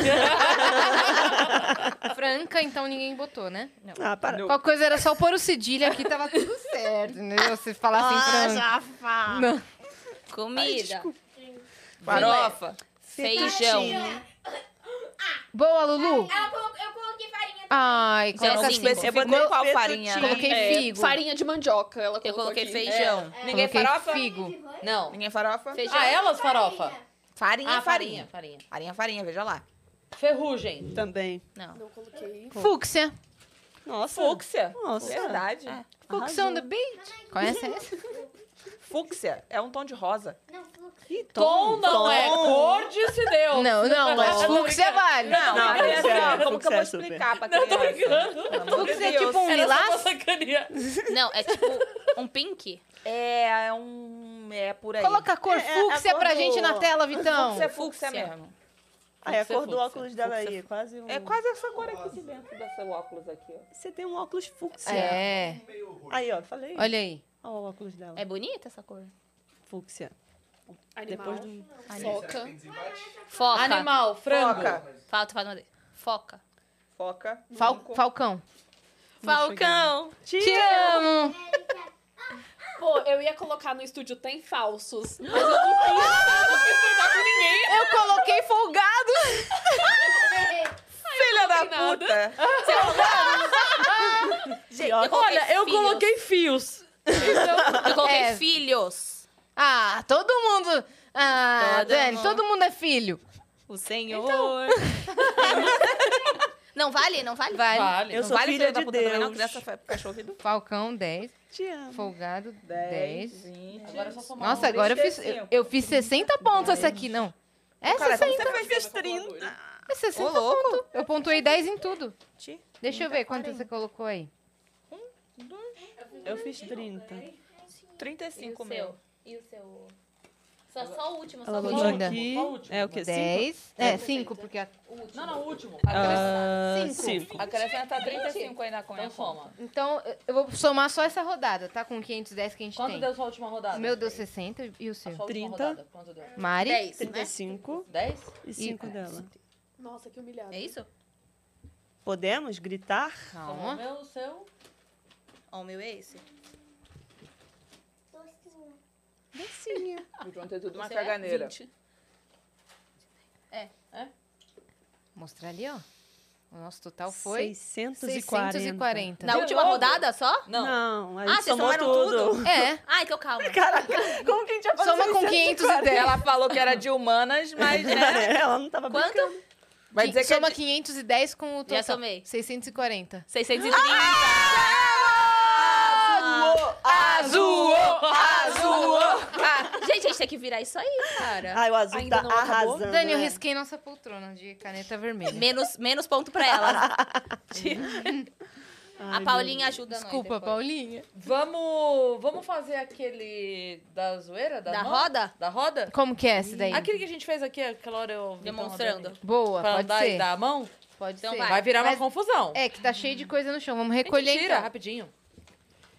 Speaker 2: Franca, então ninguém botou, né?
Speaker 7: Ah, para.
Speaker 2: Qualquer coisa era só pôr o cedilho aqui, tava tudo certo, entendeu? Se falasse
Speaker 3: Ah,
Speaker 2: em Franca.
Speaker 7: Jafa.
Speaker 2: um- Não.
Speaker 5: Comida.
Speaker 3: Farofa.
Speaker 5: Feijão.
Speaker 9: tá
Speaker 2: Boa, Lulu.
Speaker 9: Ela colo- eu coloquei farinha.
Speaker 2: Ai,
Speaker 5: Zero
Speaker 2: coloca assim.
Speaker 5: cinco.
Speaker 7: Eu
Speaker 5: Eu botei
Speaker 7: botei
Speaker 5: qual
Speaker 7: petutinho.
Speaker 5: farinha? né? É.
Speaker 2: Coloquei
Speaker 3: É.
Speaker 2: figo.
Speaker 4: Farinha de mandioca. Ela
Speaker 5: Eu
Speaker 4: colocou
Speaker 5: coloquei
Speaker 4: aqui.
Speaker 5: feijão.
Speaker 3: Ninguém
Speaker 2: Coloquei
Speaker 3: farofa?
Speaker 2: figo.
Speaker 1: Não.
Speaker 3: É. Ninguém farofa?
Speaker 5: Feijão.
Speaker 1: Ah, elas, farofa?
Speaker 3: Farinha,
Speaker 1: Ah, farinha, farinha.
Speaker 3: Farinha, farinha, veja lá.
Speaker 1: Ferrugem.
Speaker 7: Também.
Speaker 4: Não coloquei.
Speaker 2: Fúcsia.
Speaker 7: Nossa.
Speaker 3: Fúcsia.
Speaker 7: Nossa.
Speaker 5: é
Speaker 2: É.
Speaker 3: Verdade.
Speaker 2: Fúcsia on the beach. Conhece essa?
Speaker 3: Fúcsia é um tom de rosa.
Speaker 7: Ih,
Speaker 1: Tom não é cor de se deu.
Speaker 2: Não, não, mas
Speaker 3: é
Speaker 2: é fúcsia vale.
Speaker 7: não,
Speaker 3: mas olha
Speaker 7: fúcsia
Speaker 3: só,
Speaker 7: é,
Speaker 3: como que eu
Speaker 7: fúcsia
Speaker 3: vou
Speaker 7: é super.
Speaker 3: explicar pra
Speaker 1: Não,
Speaker 3: criança?
Speaker 1: tô brincando.
Speaker 2: Fúcsia é
Speaker 1: Era
Speaker 2: tipo um
Speaker 1: só pra
Speaker 2: lilás?
Speaker 1: sacanear.
Speaker 5: Não, é tipo um pink.
Speaker 3: É, é um... É por aí.
Speaker 2: Coloca a cor
Speaker 7: É, é a
Speaker 2: fúcsia
Speaker 7: cor
Speaker 2: pra
Speaker 7: do-
Speaker 2: gente na tela, Vitão.
Speaker 3: Fúcsia é fúcsia
Speaker 5: Fúcsia.
Speaker 3: mesmo.
Speaker 7: Ah, é a
Speaker 1: Fúcsia,
Speaker 7: cor do
Speaker 1: fúcsia,
Speaker 7: óculos dela aí. Quase um...
Speaker 3: É quase essa cor aqui de dentro desse óculos aqui, ó.
Speaker 7: Você tem um óculos fúcsia.
Speaker 2: É.
Speaker 6: Meio ruim.
Speaker 7: Aí, ó, falei. Olha
Speaker 2: Olha aí.
Speaker 7: o óculos dela.
Speaker 5: É bonita essa cor.
Speaker 7: fúcsia.
Speaker 4: Animal.
Speaker 7: Depois do...
Speaker 4: Foca.
Speaker 2: então.
Speaker 6: Tem desempate?
Speaker 5: Foca.
Speaker 1: Animal, frango.
Speaker 3: Foca.
Speaker 5: Falta, falta uma de- Foca.
Speaker 3: Foca.
Speaker 2: Fal-
Speaker 3: Cinco.
Speaker 2: Falcão.
Speaker 5: Falcão.
Speaker 2: Te amo.
Speaker 4: Pô, eu ia colocar no estúdio Tem Falsos. Mas eu não quis, eu não quis perguntar com ninguém.
Speaker 2: Eu coloquei folgado.
Speaker 3: Filha da
Speaker 4: nada.
Speaker 3: puta.
Speaker 2: é
Speaker 5: Gente,
Speaker 7: olha,
Speaker 1: Olha, eu
Speaker 5: filhos.
Speaker 1: coloquei fios.
Speaker 5: Eu coloquei
Speaker 2: É.
Speaker 5: filhos.
Speaker 2: Ah, todo mundo. Ah,
Speaker 5: Todo
Speaker 2: Dani,
Speaker 5: mundo.
Speaker 2: todo mundo é filho. Então,
Speaker 5: O Senhor. não vale? Não vale?
Speaker 1: Vale.
Speaker 7: Eu
Speaker 1: Não
Speaker 7: sou
Speaker 1: vale
Speaker 7: filha
Speaker 1: da
Speaker 7: de
Speaker 1: puta também, não,
Speaker 7: Deus.
Speaker 1: que dessa-
Speaker 3: Cachorro
Speaker 2: Falcão, 10.
Speaker 7: Te amo.
Speaker 2: Folgado, 10.
Speaker 1: Agora eu só somar
Speaker 2: Nossa,
Speaker 1: um.
Speaker 2: agora eu fiz,
Speaker 5: assim,
Speaker 3: 35.
Speaker 2: eu, eu fiz 60 pontos essa aqui, não. Essa
Speaker 3: Cara,
Speaker 2: essa
Speaker 3: como
Speaker 2: aí
Speaker 3: você fez fez 30?
Speaker 2: é 60
Speaker 3: louco.
Speaker 2: pontos. Eu pontuei 10 em tudo.
Speaker 7: Ti-
Speaker 2: Deixa eu ver quanto você colocou aí.
Speaker 7: Eu fiz 30.
Speaker 3: 35
Speaker 5: o
Speaker 3: meu.
Speaker 5: seu? E o seu? Só, só o último.
Speaker 2: Ela
Speaker 5: só o
Speaker 2: botou
Speaker 5: último.
Speaker 2: ainda.
Speaker 7: Aqui,
Speaker 1: Qual o último?
Speaker 7: é o quê? 5?
Speaker 2: 10. É, 5, porque a...
Speaker 1: Não, não, o último.
Speaker 7: Cinco.
Speaker 1: tá
Speaker 3: Acrescenta 35 aí na conta.
Speaker 1: Então soma.
Speaker 2: Então, eu- eu vou somar só essa rodada, tá? Com 510 que a gente
Speaker 1: Quanto
Speaker 2: tem.
Speaker 1: deu sua última rodada?
Speaker 2: Meu Deus, 60 e o seu?
Speaker 1: Sua última
Speaker 7: 30.
Speaker 1: rodada, Quanto deu?
Speaker 2: Mari? é,
Speaker 5: 10, né?
Speaker 7: 35
Speaker 1: 10?
Speaker 7: e 5
Speaker 2: E-
Speaker 7: dela.
Speaker 4: Nossa, que humilhado.
Speaker 5: É isso?
Speaker 7: Podemos gritar?
Speaker 1: Como o
Speaker 2: Calma.
Speaker 1: meu, o seu.
Speaker 5: Ó, o meu é esse.
Speaker 3: O
Speaker 10: Então
Speaker 3: João tem tudo uma
Speaker 5: Você é
Speaker 3: caganeira.
Speaker 5: 20.
Speaker 2: Mostrar ali, ó. O nosso total foi
Speaker 7: 640.
Speaker 2: 640.
Speaker 5: Na
Speaker 3: De
Speaker 5: última
Speaker 3: novo?
Speaker 5: rodada só?
Speaker 3: Não.
Speaker 7: Não, aí
Speaker 5: Ah, vocês
Speaker 7: somou
Speaker 5: somaram tudo?
Speaker 7: tudo.
Speaker 2: É,
Speaker 5: Ah, então calma.
Speaker 7: Caraca, como que a gente ia fazer
Speaker 2: soma com 510.
Speaker 3: Ela falou que era de humanas, mas né?
Speaker 7: É, Ela não tá- tava
Speaker 5: Quanto?
Speaker 3: Vai dizer que é
Speaker 2: Soma
Speaker 3: de-
Speaker 2: 510 com o total.
Speaker 5: Já somei.
Speaker 2: 640.
Speaker 5: 630.
Speaker 1: Ah!
Speaker 3: Azul! Azul!
Speaker 5: Gente, a gente tem que virar isso aí, cara.
Speaker 7: Ai, o azul
Speaker 4: Ainda
Speaker 7: tá
Speaker 4: não acabou?
Speaker 7: arrasando.
Speaker 2: Dani, eu
Speaker 7: né?
Speaker 2: risquei nossa poltrona um de caneta vermelha.
Speaker 5: Menos, menos ponto pra ela.
Speaker 7: Ai,
Speaker 5: A Paulinha ajuda nós
Speaker 2: Desculpa,
Speaker 5: depois.
Speaker 2: Paulinha.
Speaker 1: Vamos, vamos fazer aquele da zoeira? Da,
Speaker 5: Da
Speaker 1: nó?
Speaker 5: roda?
Speaker 1: Da roda?
Speaker 2: Como que é esse daí?
Speaker 1: Aquele que a gente fez aqui, aquela hora eu... vi tão
Speaker 5: Demonstrando.
Speaker 1: rodando.
Speaker 2: Boa,
Speaker 1: Pra
Speaker 2: pode
Speaker 1: andar e
Speaker 2: ser.
Speaker 1: dar a mão?
Speaker 2: Pode
Speaker 5: Então
Speaker 2: ser.
Speaker 5: vai.
Speaker 1: Vai virar uma
Speaker 2: Mas-
Speaker 1: confusão.
Speaker 2: É, que tá cheio de coisa no chão. Vamos
Speaker 1: A gente
Speaker 2: recolher
Speaker 1: tira
Speaker 2: então.
Speaker 1: rapidinho.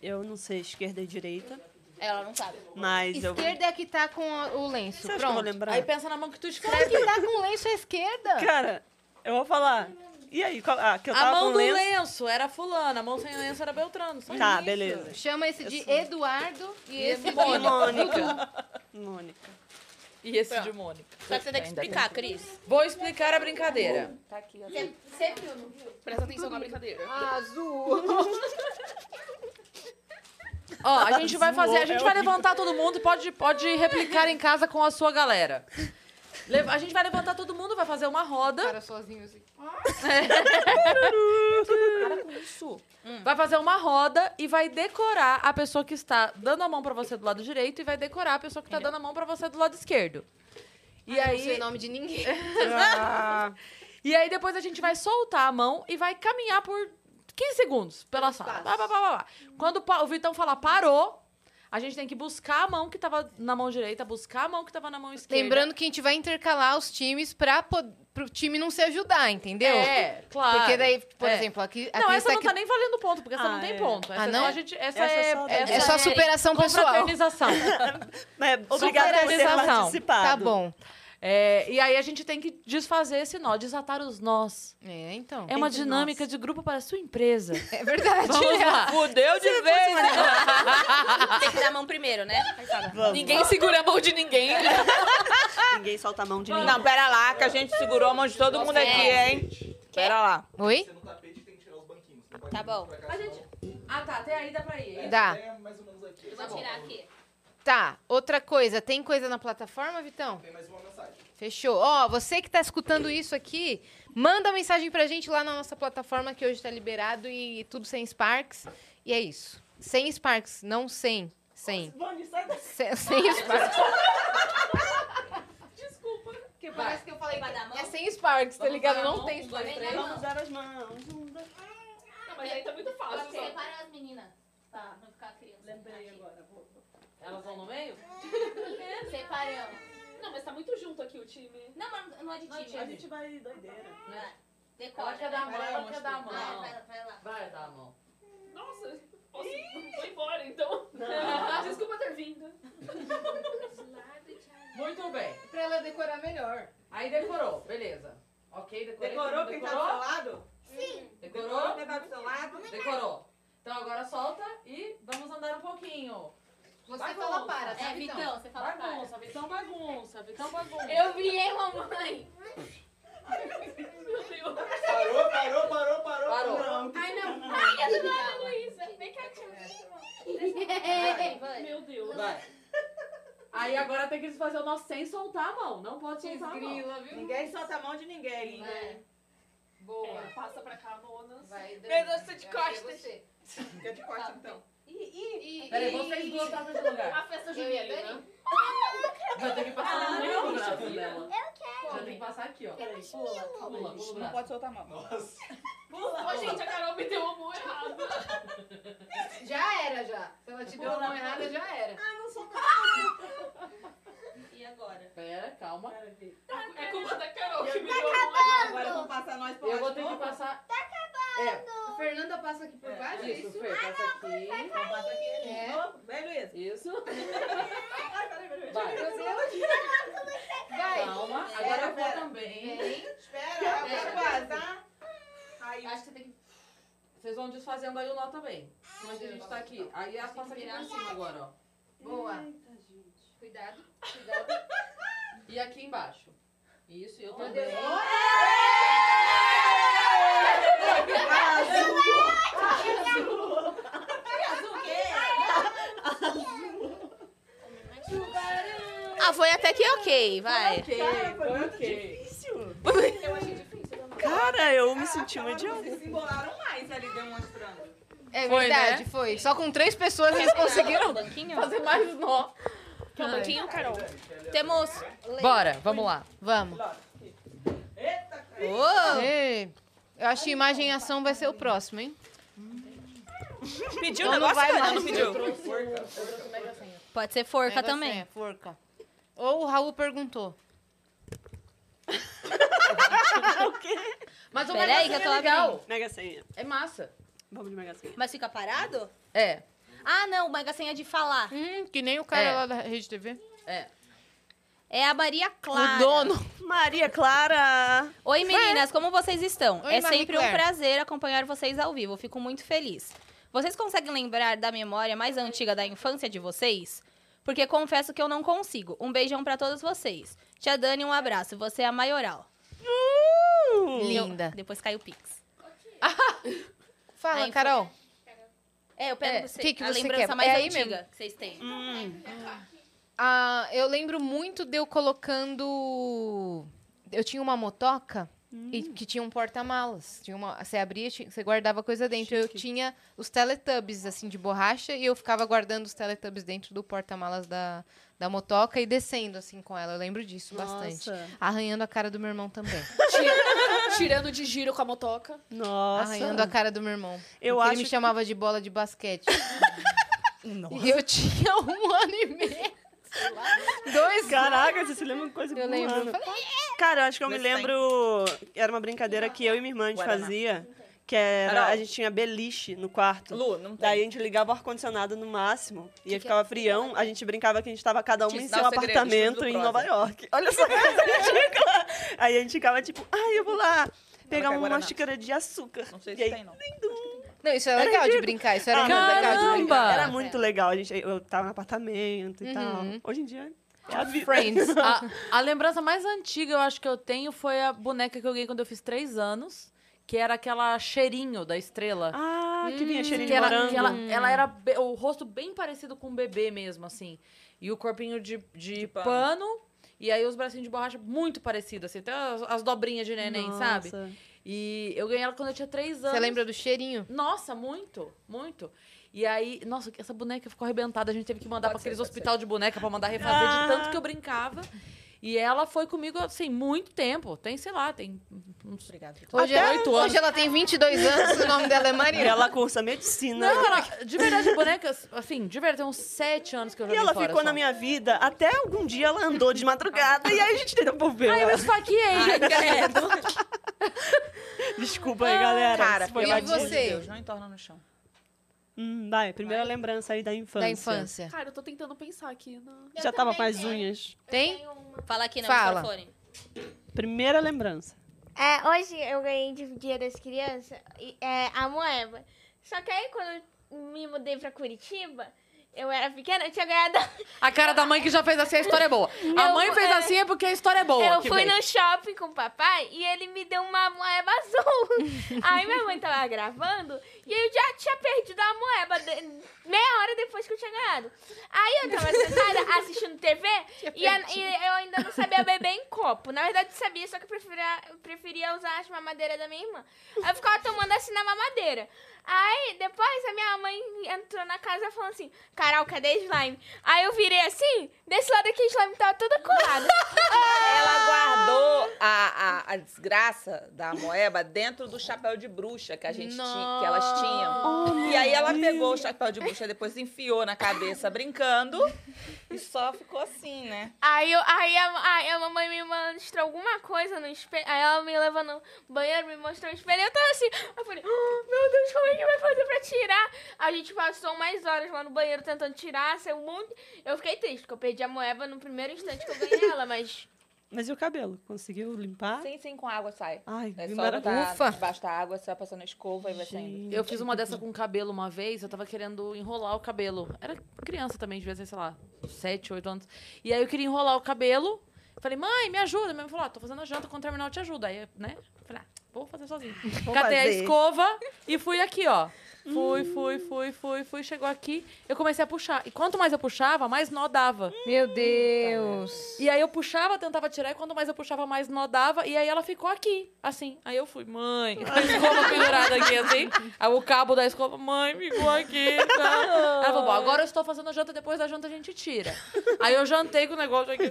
Speaker 7: Eu não sei esquerda e direita,
Speaker 5: Ela não sabe.
Speaker 7: mas eu vou...
Speaker 2: Esquerda é a que tá com a- o lenço.
Speaker 7: Você acha que eu vou
Speaker 2: Pronto.
Speaker 7: lembrar?
Speaker 1: Aí pensa na mão que tu
Speaker 2: Claro
Speaker 1: escreve.
Speaker 2: que tá com o lenço à esquerda.
Speaker 7: Cara, eu vou falar. E aí, qual... ah, que eu
Speaker 1: A
Speaker 7: tava
Speaker 1: mão
Speaker 7: com
Speaker 1: do lenço.
Speaker 7: lenço.
Speaker 1: era fulana, a mão sem lenço era Beltrano. só
Speaker 7: Tá,
Speaker 1: isso.
Speaker 7: beleza.
Speaker 2: Chama esse de Eduardo e
Speaker 5: é
Speaker 2: esse de...
Speaker 7: Mônica. Mônica.
Speaker 1: E esse de Mônica.
Speaker 5: Só que você tem que explicar, Cris.
Speaker 1: Vou explicar a brincadeira.
Speaker 4: Você viu, não viu? Presta atenção na brincadeira.
Speaker 1: Ó, a gente vai fazer, a
Speaker 7: Zoou,
Speaker 1: gente
Speaker 7: é
Speaker 1: vai
Speaker 7: horrível.
Speaker 1: levantar todo mundo e pode, pode replicar em casa com a sua galera. Le- A gente vai levantar todo mundo, vai fazer uma roda.
Speaker 2: Cara, sozinho assim.
Speaker 10: É.
Speaker 2: Hum.
Speaker 1: Vai fazer uma roda e vai decorar a pessoa que está dando a mão pra você do lado direito e vai decorar a pessoa que tá dando a mão pra você do lado esquerdo. E
Speaker 2: Não sei o
Speaker 1: aí,
Speaker 2: nome de ninguém.
Speaker 7: Ah,
Speaker 1: e aí depois a gente vai soltar a mão e vai caminhar por 15 segundos pela sala. Pá, pá, pá, pá, pá. Quando o pa- o Vitão falar parou, a gente tem que buscar a mão que tava na mão direita, buscar a mão que tava na mão esquerda.
Speaker 2: Lembrando que a gente vai intercalar os times pra pod... pro time não se ajudar, entendeu?
Speaker 1: É, claro.
Speaker 2: Porque daí, por
Speaker 1: É.
Speaker 2: exemplo, aqui a
Speaker 1: não,
Speaker 2: Cris
Speaker 1: essa
Speaker 2: tá
Speaker 1: não
Speaker 2: aqui...
Speaker 1: tá nem valendo ponto, porque essa
Speaker 7: Ah,
Speaker 1: não tem
Speaker 7: é.
Speaker 1: ponto. Essa
Speaker 2: Ah,
Speaker 1: é
Speaker 2: não?
Speaker 1: só a gente. Essa,
Speaker 7: Essa
Speaker 1: é.
Speaker 7: só dá-
Speaker 2: É só superação pessoal.
Speaker 1: confraternização.
Speaker 7: é, obrigada por ter
Speaker 1: Superalização.
Speaker 7: participado.
Speaker 2: Tá bom.
Speaker 1: É, e aí a gente tem que desfazer esse nó, desatar os nós.
Speaker 2: É, então.
Speaker 1: É uma
Speaker 7: Entre
Speaker 1: dinâmica de grupo para a sua empresa.
Speaker 2: É verdade.
Speaker 1: Vamos lá.
Speaker 3: Fudeu de vez, né?
Speaker 5: Tem que dar a mão primeiro, né?
Speaker 7: Vamos.
Speaker 3: Ninguém segura a mão de ninguém.
Speaker 7: Ninguém solta a mão de ninguém. é.
Speaker 3: Não, pera lá, que a gente segurou a mão de todo mundo aqui,
Speaker 1: É.
Speaker 3: hein? Pera lá.
Speaker 2: Oi?
Speaker 6: Você no um tapete tem que tirar os banquinhos. Não pode
Speaker 5: Tá
Speaker 6: ir
Speaker 5: bom.
Speaker 6: pra cá, senão-
Speaker 1: Ah, tá. Até aí dá pra ir.
Speaker 2: Dá.
Speaker 6: É mais ou menos aqui.
Speaker 5: Vou tirar aqui.
Speaker 2: Tá, outra coisa. Tem coisa na plataforma, Vitão?
Speaker 6: Tem mais um. uma mensagem.
Speaker 2: Fechou. Ó, você que tá escutando isso aqui, manda mensagem pra gente lá na nossa plataforma que hoje tá liberado e tudo sem Sparks. E é isso. Sem Sparks, não sem. Sem. Sem, sem Sparks.
Speaker 1: Que
Speaker 2: Parece que eu falei
Speaker 5: Vai dar a mão?
Speaker 2: É sem Sparks, tá ligado? Não
Speaker 1: dois,
Speaker 2: tem Sparks.
Speaker 5: três.
Speaker 7: Vamos dar as mãos. um, dois-
Speaker 4: Não, mas aí tá muito fácil. só.
Speaker 5: Separa as meninas. Tá, não ficar criança. Lembrei agora.
Speaker 1: Elas vão no meio?
Speaker 5: Separamos.
Speaker 4: Não, mas tá muito junto aqui o time.
Speaker 5: Não, mas não é de time.
Speaker 7: vai doideira.
Speaker 5: Decora.
Speaker 1: Ela quer dar a mão,
Speaker 5: né?
Speaker 1: ela quer dar a mão.
Speaker 5: Vai, vai, vai lá.
Speaker 1: Vai dar a mão.
Speaker 4: Nossa, posso... vou embora então. Desculpa ter vindo.
Speaker 1: Muito bem.
Speaker 2: Pra ela decorar melhor. tá
Speaker 1: Aí decorou, beleza. Ok, decorou.
Speaker 7: lado?
Speaker 1: Decorou?
Speaker 7: tá do seu lado?
Speaker 1: Decorou. Então agora solta e vamos andar um pouquinho.
Speaker 2: Você
Speaker 1: Vai,
Speaker 2: fala
Speaker 1: Gonça.
Speaker 2: para, tá,
Speaker 5: É,
Speaker 2: Vitão?
Speaker 5: Vitão, você fala para.
Speaker 1: então? Bagunça, Vitão bagunça, Vitão bagunça.
Speaker 4: Eu virei mamãe.
Speaker 6: Parou, parou, parou, parou.
Speaker 1: Parou.
Speaker 9: Ai, não.
Speaker 4: Ai, a dona Luísa. Vem cá,
Speaker 5: Vai, vai.
Speaker 4: Meu Deus.
Speaker 1: Vai. É. Aí agora tem que fazer o nosso sem soltar a mão. Não pode soltar a mão. É.
Speaker 2: Grila, viu?
Speaker 7: Ninguém solta a mão de ninguém.
Speaker 2: Vai. Boa.
Speaker 4: É, passa pra cá, Monas.
Speaker 2: Vai,
Speaker 3: Meu Deus, tô de
Speaker 2: Agora é
Speaker 3: costas.
Speaker 2: você.
Speaker 7: Fica de corte, então.
Speaker 2: Ih,
Speaker 1: Peraí,
Speaker 2: ih,
Speaker 1: vocês
Speaker 2: ih.
Speaker 1: duas tá nesse lugar.
Speaker 4: A festa
Speaker 2: Eu e a
Speaker 1: né?
Speaker 4: junina.
Speaker 2: Dani?
Speaker 1: Vai ter que passar no meio do
Speaker 4: Puxa
Speaker 1: braço
Speaker 4: vida.
Speaker 1: dela. Eu quero. Vai ter que passar aqui, ó. Pula, pula, pula o
Speaker 3: Não
Speaker 1: braço.
Speaker 3: pode soltar a mão.
Speaker 6: Nossa.
Speaker 4: Ó, gente, a Carol me deu um a mão errada.
Speaker 1: é.
Speaker 2: Já era, já. Se ela te deu a mão errada, já era.
Speaker 5: E agora?
Speaker 1: Pera, calma.
Speaker 2: Tá
Speaker 4: É culpa da Carol que me deu a mão errada.
Speaker 7: Agora vamos passar nós
Speaker 1: Eu vou ter que passar... Tá acabando.
Speaker 2: A Fernanda passa aqui por baixo,
Speaker 1: Então. É,
Speaker 2: é
Speaker 1: isso,
Speaker 2: isso?
Speaker 1: Fê, passa aqui.
Speaker 7: Passa aqui.
Speaker 2: É.
Speaker 7: Ô, Vem, Luiz.
Speaker 1: Isso. Vai,
Speaker 2: Vai.
Speaker 10: É
Speaker 1: calma. Agora
Speaker 7: Pera,
Speaker 1: eu vou
Speaker 7: pera.
Speaker 1: também.
Speaker 7: Espera, eu quero passar. Aí,
Speaker 5: Acho que você tem que
Speaker 1: Vocês vão desfazendo aí o nó também. Como é que a gente tá aqui? Aí as passa aqui em cima agora, ó. Hum.
Speaker 2: Boa. Cuidado.
Speaker 1: E aqui embaixo. Isso, eu também.
Speaker 2: Olha!
Speaker 5: Ah, foi até que ok, vai.
Speaker 3: Ok,
Speaker 7: Foi muito
Speaker 3: ok.
Speaker 7: difícil.
Speaker 4: Eu achei difícil. não.
Speaker 7: Cara, eu me senti uma idiota.
Speaker 3: Vocês se embolaram mais ali demonstrando.
Speaker 2: É
Speaker 1: Foi,
Speaker 2: verdade,
Speaker 1: né?
Speaker 2: foi. Só com três pessoas eles conseguiram.
Speaker 4: Fazer mais nó. Que é
Speaker 10: um
Speaker 1: um
Speaker 4: o banquinho, Carol.
Speaker 5: Temos.
Speaker 2: Bora, vamos lá. Vamos.
Speaker 5: Uou!
Speaker 2: Ei, eu acho que imagem e ação vai ser o próximo, hein?
Speaker 5: Pediu
Speaker 7: um
Speaker 2: Então não vai mais.
Speaker 5: Pode ser forca
Speaker 2: Negócio
Speaker 5: também.
Speaker 2: é forca. Ou o Raul perguntou.
Speaker 1: Mas o Mega
Speaker 5: Peraí que
Speaker 1: Sena
Speaker 5: eu tô
Speaker 1: é legal.
Speaker 5: abrindo.
Speaker 7: Mega senha.
Speaker 1: É massa.
Speaker 7: Vamos de mega senha.
Speaker 5: Mas fica parado?
Speaker 1: É.
Speaker 5: Ah, não, mega senha de falar.
Speaker 2: Hum, que nem o cara
Speaker 1: É.
Speaker 2: lá da Rede TV.
Speaker 5: É a Maria Clara.
Speaker 2: O dono.
Speaker 7: Maria Clara.
Speaker 5: Oi, meninas, como vocês estão?
Speaker 2: Oi,
Speaker 5: é
Speaker 2: Marie
Speaker 5: sempre um
Speaker 2: Claire.
Speaker 5: prazer acompanhar vocês ao vivo. Fico muito feliz. Vocês conseguem lembrar da memória mais antiga da infância de vocês? Porque confesso que eu não consigo. Um beijão pra todos vocês. Tia Dani, um abraço. Você é a maioral.
Speaker 7: Uh!
Speaker 2: Linda.
Speaker 5: Depois cai o Pix.
Speaker 2: É. Fala,
Speaker 5: Aí,
Speaker 2: Carol.
Speaker 5: É, eu pego
Speaker 2: É,
Speaker 5: você-
Speaker 2: o que que
Speaker 5: a
Speaker 2: você
Speaker 5: lembrança
Speaker 2: quer?
Speaker 5: mais
Speaker 2: É aí
Speaker 5: antiga
Speaker 2: mesmo.
Speaker 5: que vocês têm.
Speaker 2: Ah, eu lembro muito de eu colocando. Eu tinha uma motoca e que tinha um porta-malas. Tinha uma... Você abria, ti- você guardava coisa dentro. Eu tinha os teletubbies, assim, de borracha, e eu ficava guardando os teletubbies dentro do porta-malas da, da motoca e descendo, assim, com ela. Eu lembro disso bastante. Arranhando a cara do meu irmão também.
Speaker 4: Tira- Tirando de giro com a motoca.
Speaker 7: Nossa.
Speaker 2: Arranhando a cara do meu irmão.
Speaker 7: Eu
Speaker 2: Porque
Speaker 7: acho
Speaker 2: Ele me
Speaker 7: que-
Speaker 2: chamava de bola de basquete. E eu tinha um ano e meio. Dois
Speaker 7: Caraca, você se lembra de coisa
Speaker 2: Eu
Speaker 7: com
Speaker 2: lembro.
Speaker 7: ano.
Speaker 2: Eu falei,
Speaker 7: Cara, eu acho que eu me
Speaker 3: Nesse tempo.
Speaker 7: lembro. Era uma brincadeira que eu e minha irmã a gente
Speaker 3: Guaraná.
Speaker 7: fazia. Que era.
Speaker 3: Carol.
Speaker 7: A gente tinha beliche no quarto.
Speaker 3: Lu, não
Speaker 7: Daí a
Speaker 3: tem.
Speaker 7: gente ligava o ar-condicionado no máximo e aí ficava frião. A gente brincava que a gente tava cada um
Speaker 3: Te
Speaker 7: em
Speaker 3: dá
Speaker 7: seu
Speaker 3: o segredo,
Speaker 7: apartamento
Speaker 3: estudo
Speaker 7: em
Speaker 3: prosa.
Speaker 7: Nova York. Olha só que coisa ridícula. Aí a gente ficava tipo, ai, eu vou lá pegar
Speaker 3: quer
Speaker 7: uma
Speaker 3: Guaraná.
Speaker 7: xícara de açúcar.
Speaker 3: Não sei
Speaker 7: e
Speaker 3: se
Speaker 7: aí,
Speaker 3: tem, não.
Speaker 2: Não, isso "Ah,
Speaker 10: é
Speaker 2: era legal de brincar. Isso era
Speaker 7: Ah,
Speaker 2: muito legal de brincar.
Speaker 1: Caramba!
Speaker 7: Era muito legal. A gente, eu tava no apartamento e tal. Hoje em dia é a vida.
Speaker 2: Friends.
Speaker 1: A, a lembrança mais antiga, eu acho que eu tenho, foi a boneca que eu ganhei quando eu fiz três anos. Que era aquela cheirinho da estrela. Hum.
Speaker 7: Ah, que
Speaker 10: Hum,
Speaker 7: vinha cheirinho
Speaker 1: que
Speaker 7: de
Speaker 1: era,
Speaker 7: morango.
Speaker 1: que ela, ela era be- o rosto bem parecido com um bebê mesmo, assim. E o corpinho de, de, pano.
Speaker 3: pano.
Speaker 1: E aí os bracinhos de borracha muito parecido, assim. Até as, as dobrinhas de neném, sabe?
Speaker 7: Nossa.
Speaker 1: E eu ganhei ela quando eu tinha três anos.
Speaker 2: Você lembra do cheirinho?
Speaker 1: Nossa, muito, muito. E aí, nossa, essa boneca ficou arrebentada. A gente teve que mandar
Speaker 3: Pode
Speaker 1: pra
Speaker 3: ser,
Speaker 1: aqueles
Speaker 3: pode
Speaker 1: hospital de boneca pra mandar refazer de tanto que eu brincava. E ela foi comigo, assim, muito tempo. Tem, sei lá, tem uns
Speaker 3: Obrigada. Vitor.
Speaker 1: é
Speaker 2: Hoje, é
Speaker 7: Até
Speaker 2: ela,
Speaker 7: oito
Speaker 2: hoje ela tem 22 anos, o nome dela é
Speaker 7: E
Speaker 2: Maria.
Speaker 7: ela cursa medicina.
Speaker 1: Não, ela, de verdade, bonecas, assim, de verdade, tem uns sete anos que eu
Speaker 7: E
Speaker 1: joguei
Speaker 7: ela
Speaker 1: fora
Speaker 7: ficou
Speaker 1: só.
Speaker 7: na minha vida até algum dia ela andou de madrugada e aí a gente devolveu
Speaker 1: Ai, eu
Speaker 7: ela.
Speaker 1: esfaqueei.
Speaker 7: Desculpa aí, galera.
Speaker 3: Cara,
Speaker 7: se foi
Speaker 2: Ah, e
Speaker 3: pelo amor
Speaker 7: badia.
Speaker 3: de
Speaker 2: você?
Speaker 3: Deus, não entorna no chão.
Speaker 7: Hum, vai, primeira lembrança aí da infância.
Speaker 2: Da infância.
Speaker 4: Cara, eu tô tentando pensar aqui. né? Na...
Speaker 7: Já tava com as
Speaker 3: um.
Speaker 7: unhas.
Speaker 2: Tem?
Speaker 5: Fala aqui no
Speaker 2: Fala.
Speaker 5: microfone.
Speaker 7: Primeira lembrança.
Speaker 9: É, hoje eu ganhei de Dia das Crianças e, é, a moeba. Só que aí quando eu me mudei pra Curitiba, eu era pequena, eu tinha ganhado.
Speaker 1: A cara da mãe que já fez assim, a história é boa. a
Speaker 9: Não,
Speaker 1: mãe fez
Speaker 9: é-
Speaker 1: assim é porque a história é boa.
Speaker 9: eu
Speaker 1: que
Speaker 9: fui
Speaker 1: vem.
Speaker 9: no shopping com o papai e ele me deu uma moeba azul. aí minha mãe tava gravando e eu já tinha perdido a moeba de- meia hora depois que eu tinha ganhado. Aí eu tava sentada assistindo TV e, a- e eu ainda não sabia beber em copo. Na verdade, sabia, só que eu preferia, eu preferia usar as mamadeiras da minha irmã. Aí eu ficava tomando assim na mamadeira. Aí depois a minha mãe entrou na casa falando assim: Carol, cadê slime? Aí eu virei assim, desse lado aqui, o slime tava toda colada.
Speaker 3: Ela guardou a, a, a desgraça da moeba dentro do chapéu de bruxa que a gente tinha, que elas tinham. e aí ela pegou o chapéu de bruxa, depois enfiou na cabeça brincando e só ficou assim, né?
Speaker 9: Aí, eu, aí, a, aí a mamãe me mostrou alguma coisa no espelho. Aí ela me levou no banheiro, me mostrou o espelho. Eu tava assim. Eu falei, "Ah, meu Deus, como é que vai fazer pra tirar? A gente passou umas horas lá no banheiro tentando tirar. Saiu um monte. Eu fiquei triste, porque eu perdi a moeba no primeiro instante que eu ganhei ela, mas.
Speaker 7: Mas e o cabelo? Conseguiu
Speaker 5: Ah.
Speaker 7: limpar?
Speaker 3: Sim, sim, com água sai.
Speaker 7: Ai,
Speaker 3: É
Speaker 7: que
Speaker 3: só botar
Speaker 2: Ufa.
Speaker 3: debaixo da água, você vai passando a escova e vai saindo.
Speaker 1: Eu fiz uma dessa com cabelo uma vez, eu tava querendo enrolar o cabelo. Era criança também, devia ser, sei lá, 7, 8 anos. E aí eu queria enrolar o cabelo. Falei, mãe, me ajuda. Minha mãe falou, ah, tô fazendo a janta, quando terminar eu te ajudo. Aí, né? Falei, ah, vou fazer sozinho.
Speaker 7: Vou
Speaker 1: Catei a
Speaker 7: fazer.
Speaker 1: escova e fui aqui, ó. Fui, fui, fui, fui, fui. Chegou aqui, eu comecei a puxar. E quanto mais eu puxava, mais nó dava.
Speaker 2: Meu Deus.
Speaker 1: E aí eu puxava, tentava tirar, e quanto mais eu puxava, mais nó dava. E aí ela ficou aqui, assim. Aí eu fui, mãe, com a escova pendurada aqui, assim. Aí o cabo da escova, mãe, ficou aqui. Tá? Ela falou, bom, agora eu estou fazendo a janta, depois da janta a gente tira. Aí eu jantei com o negócio aqui.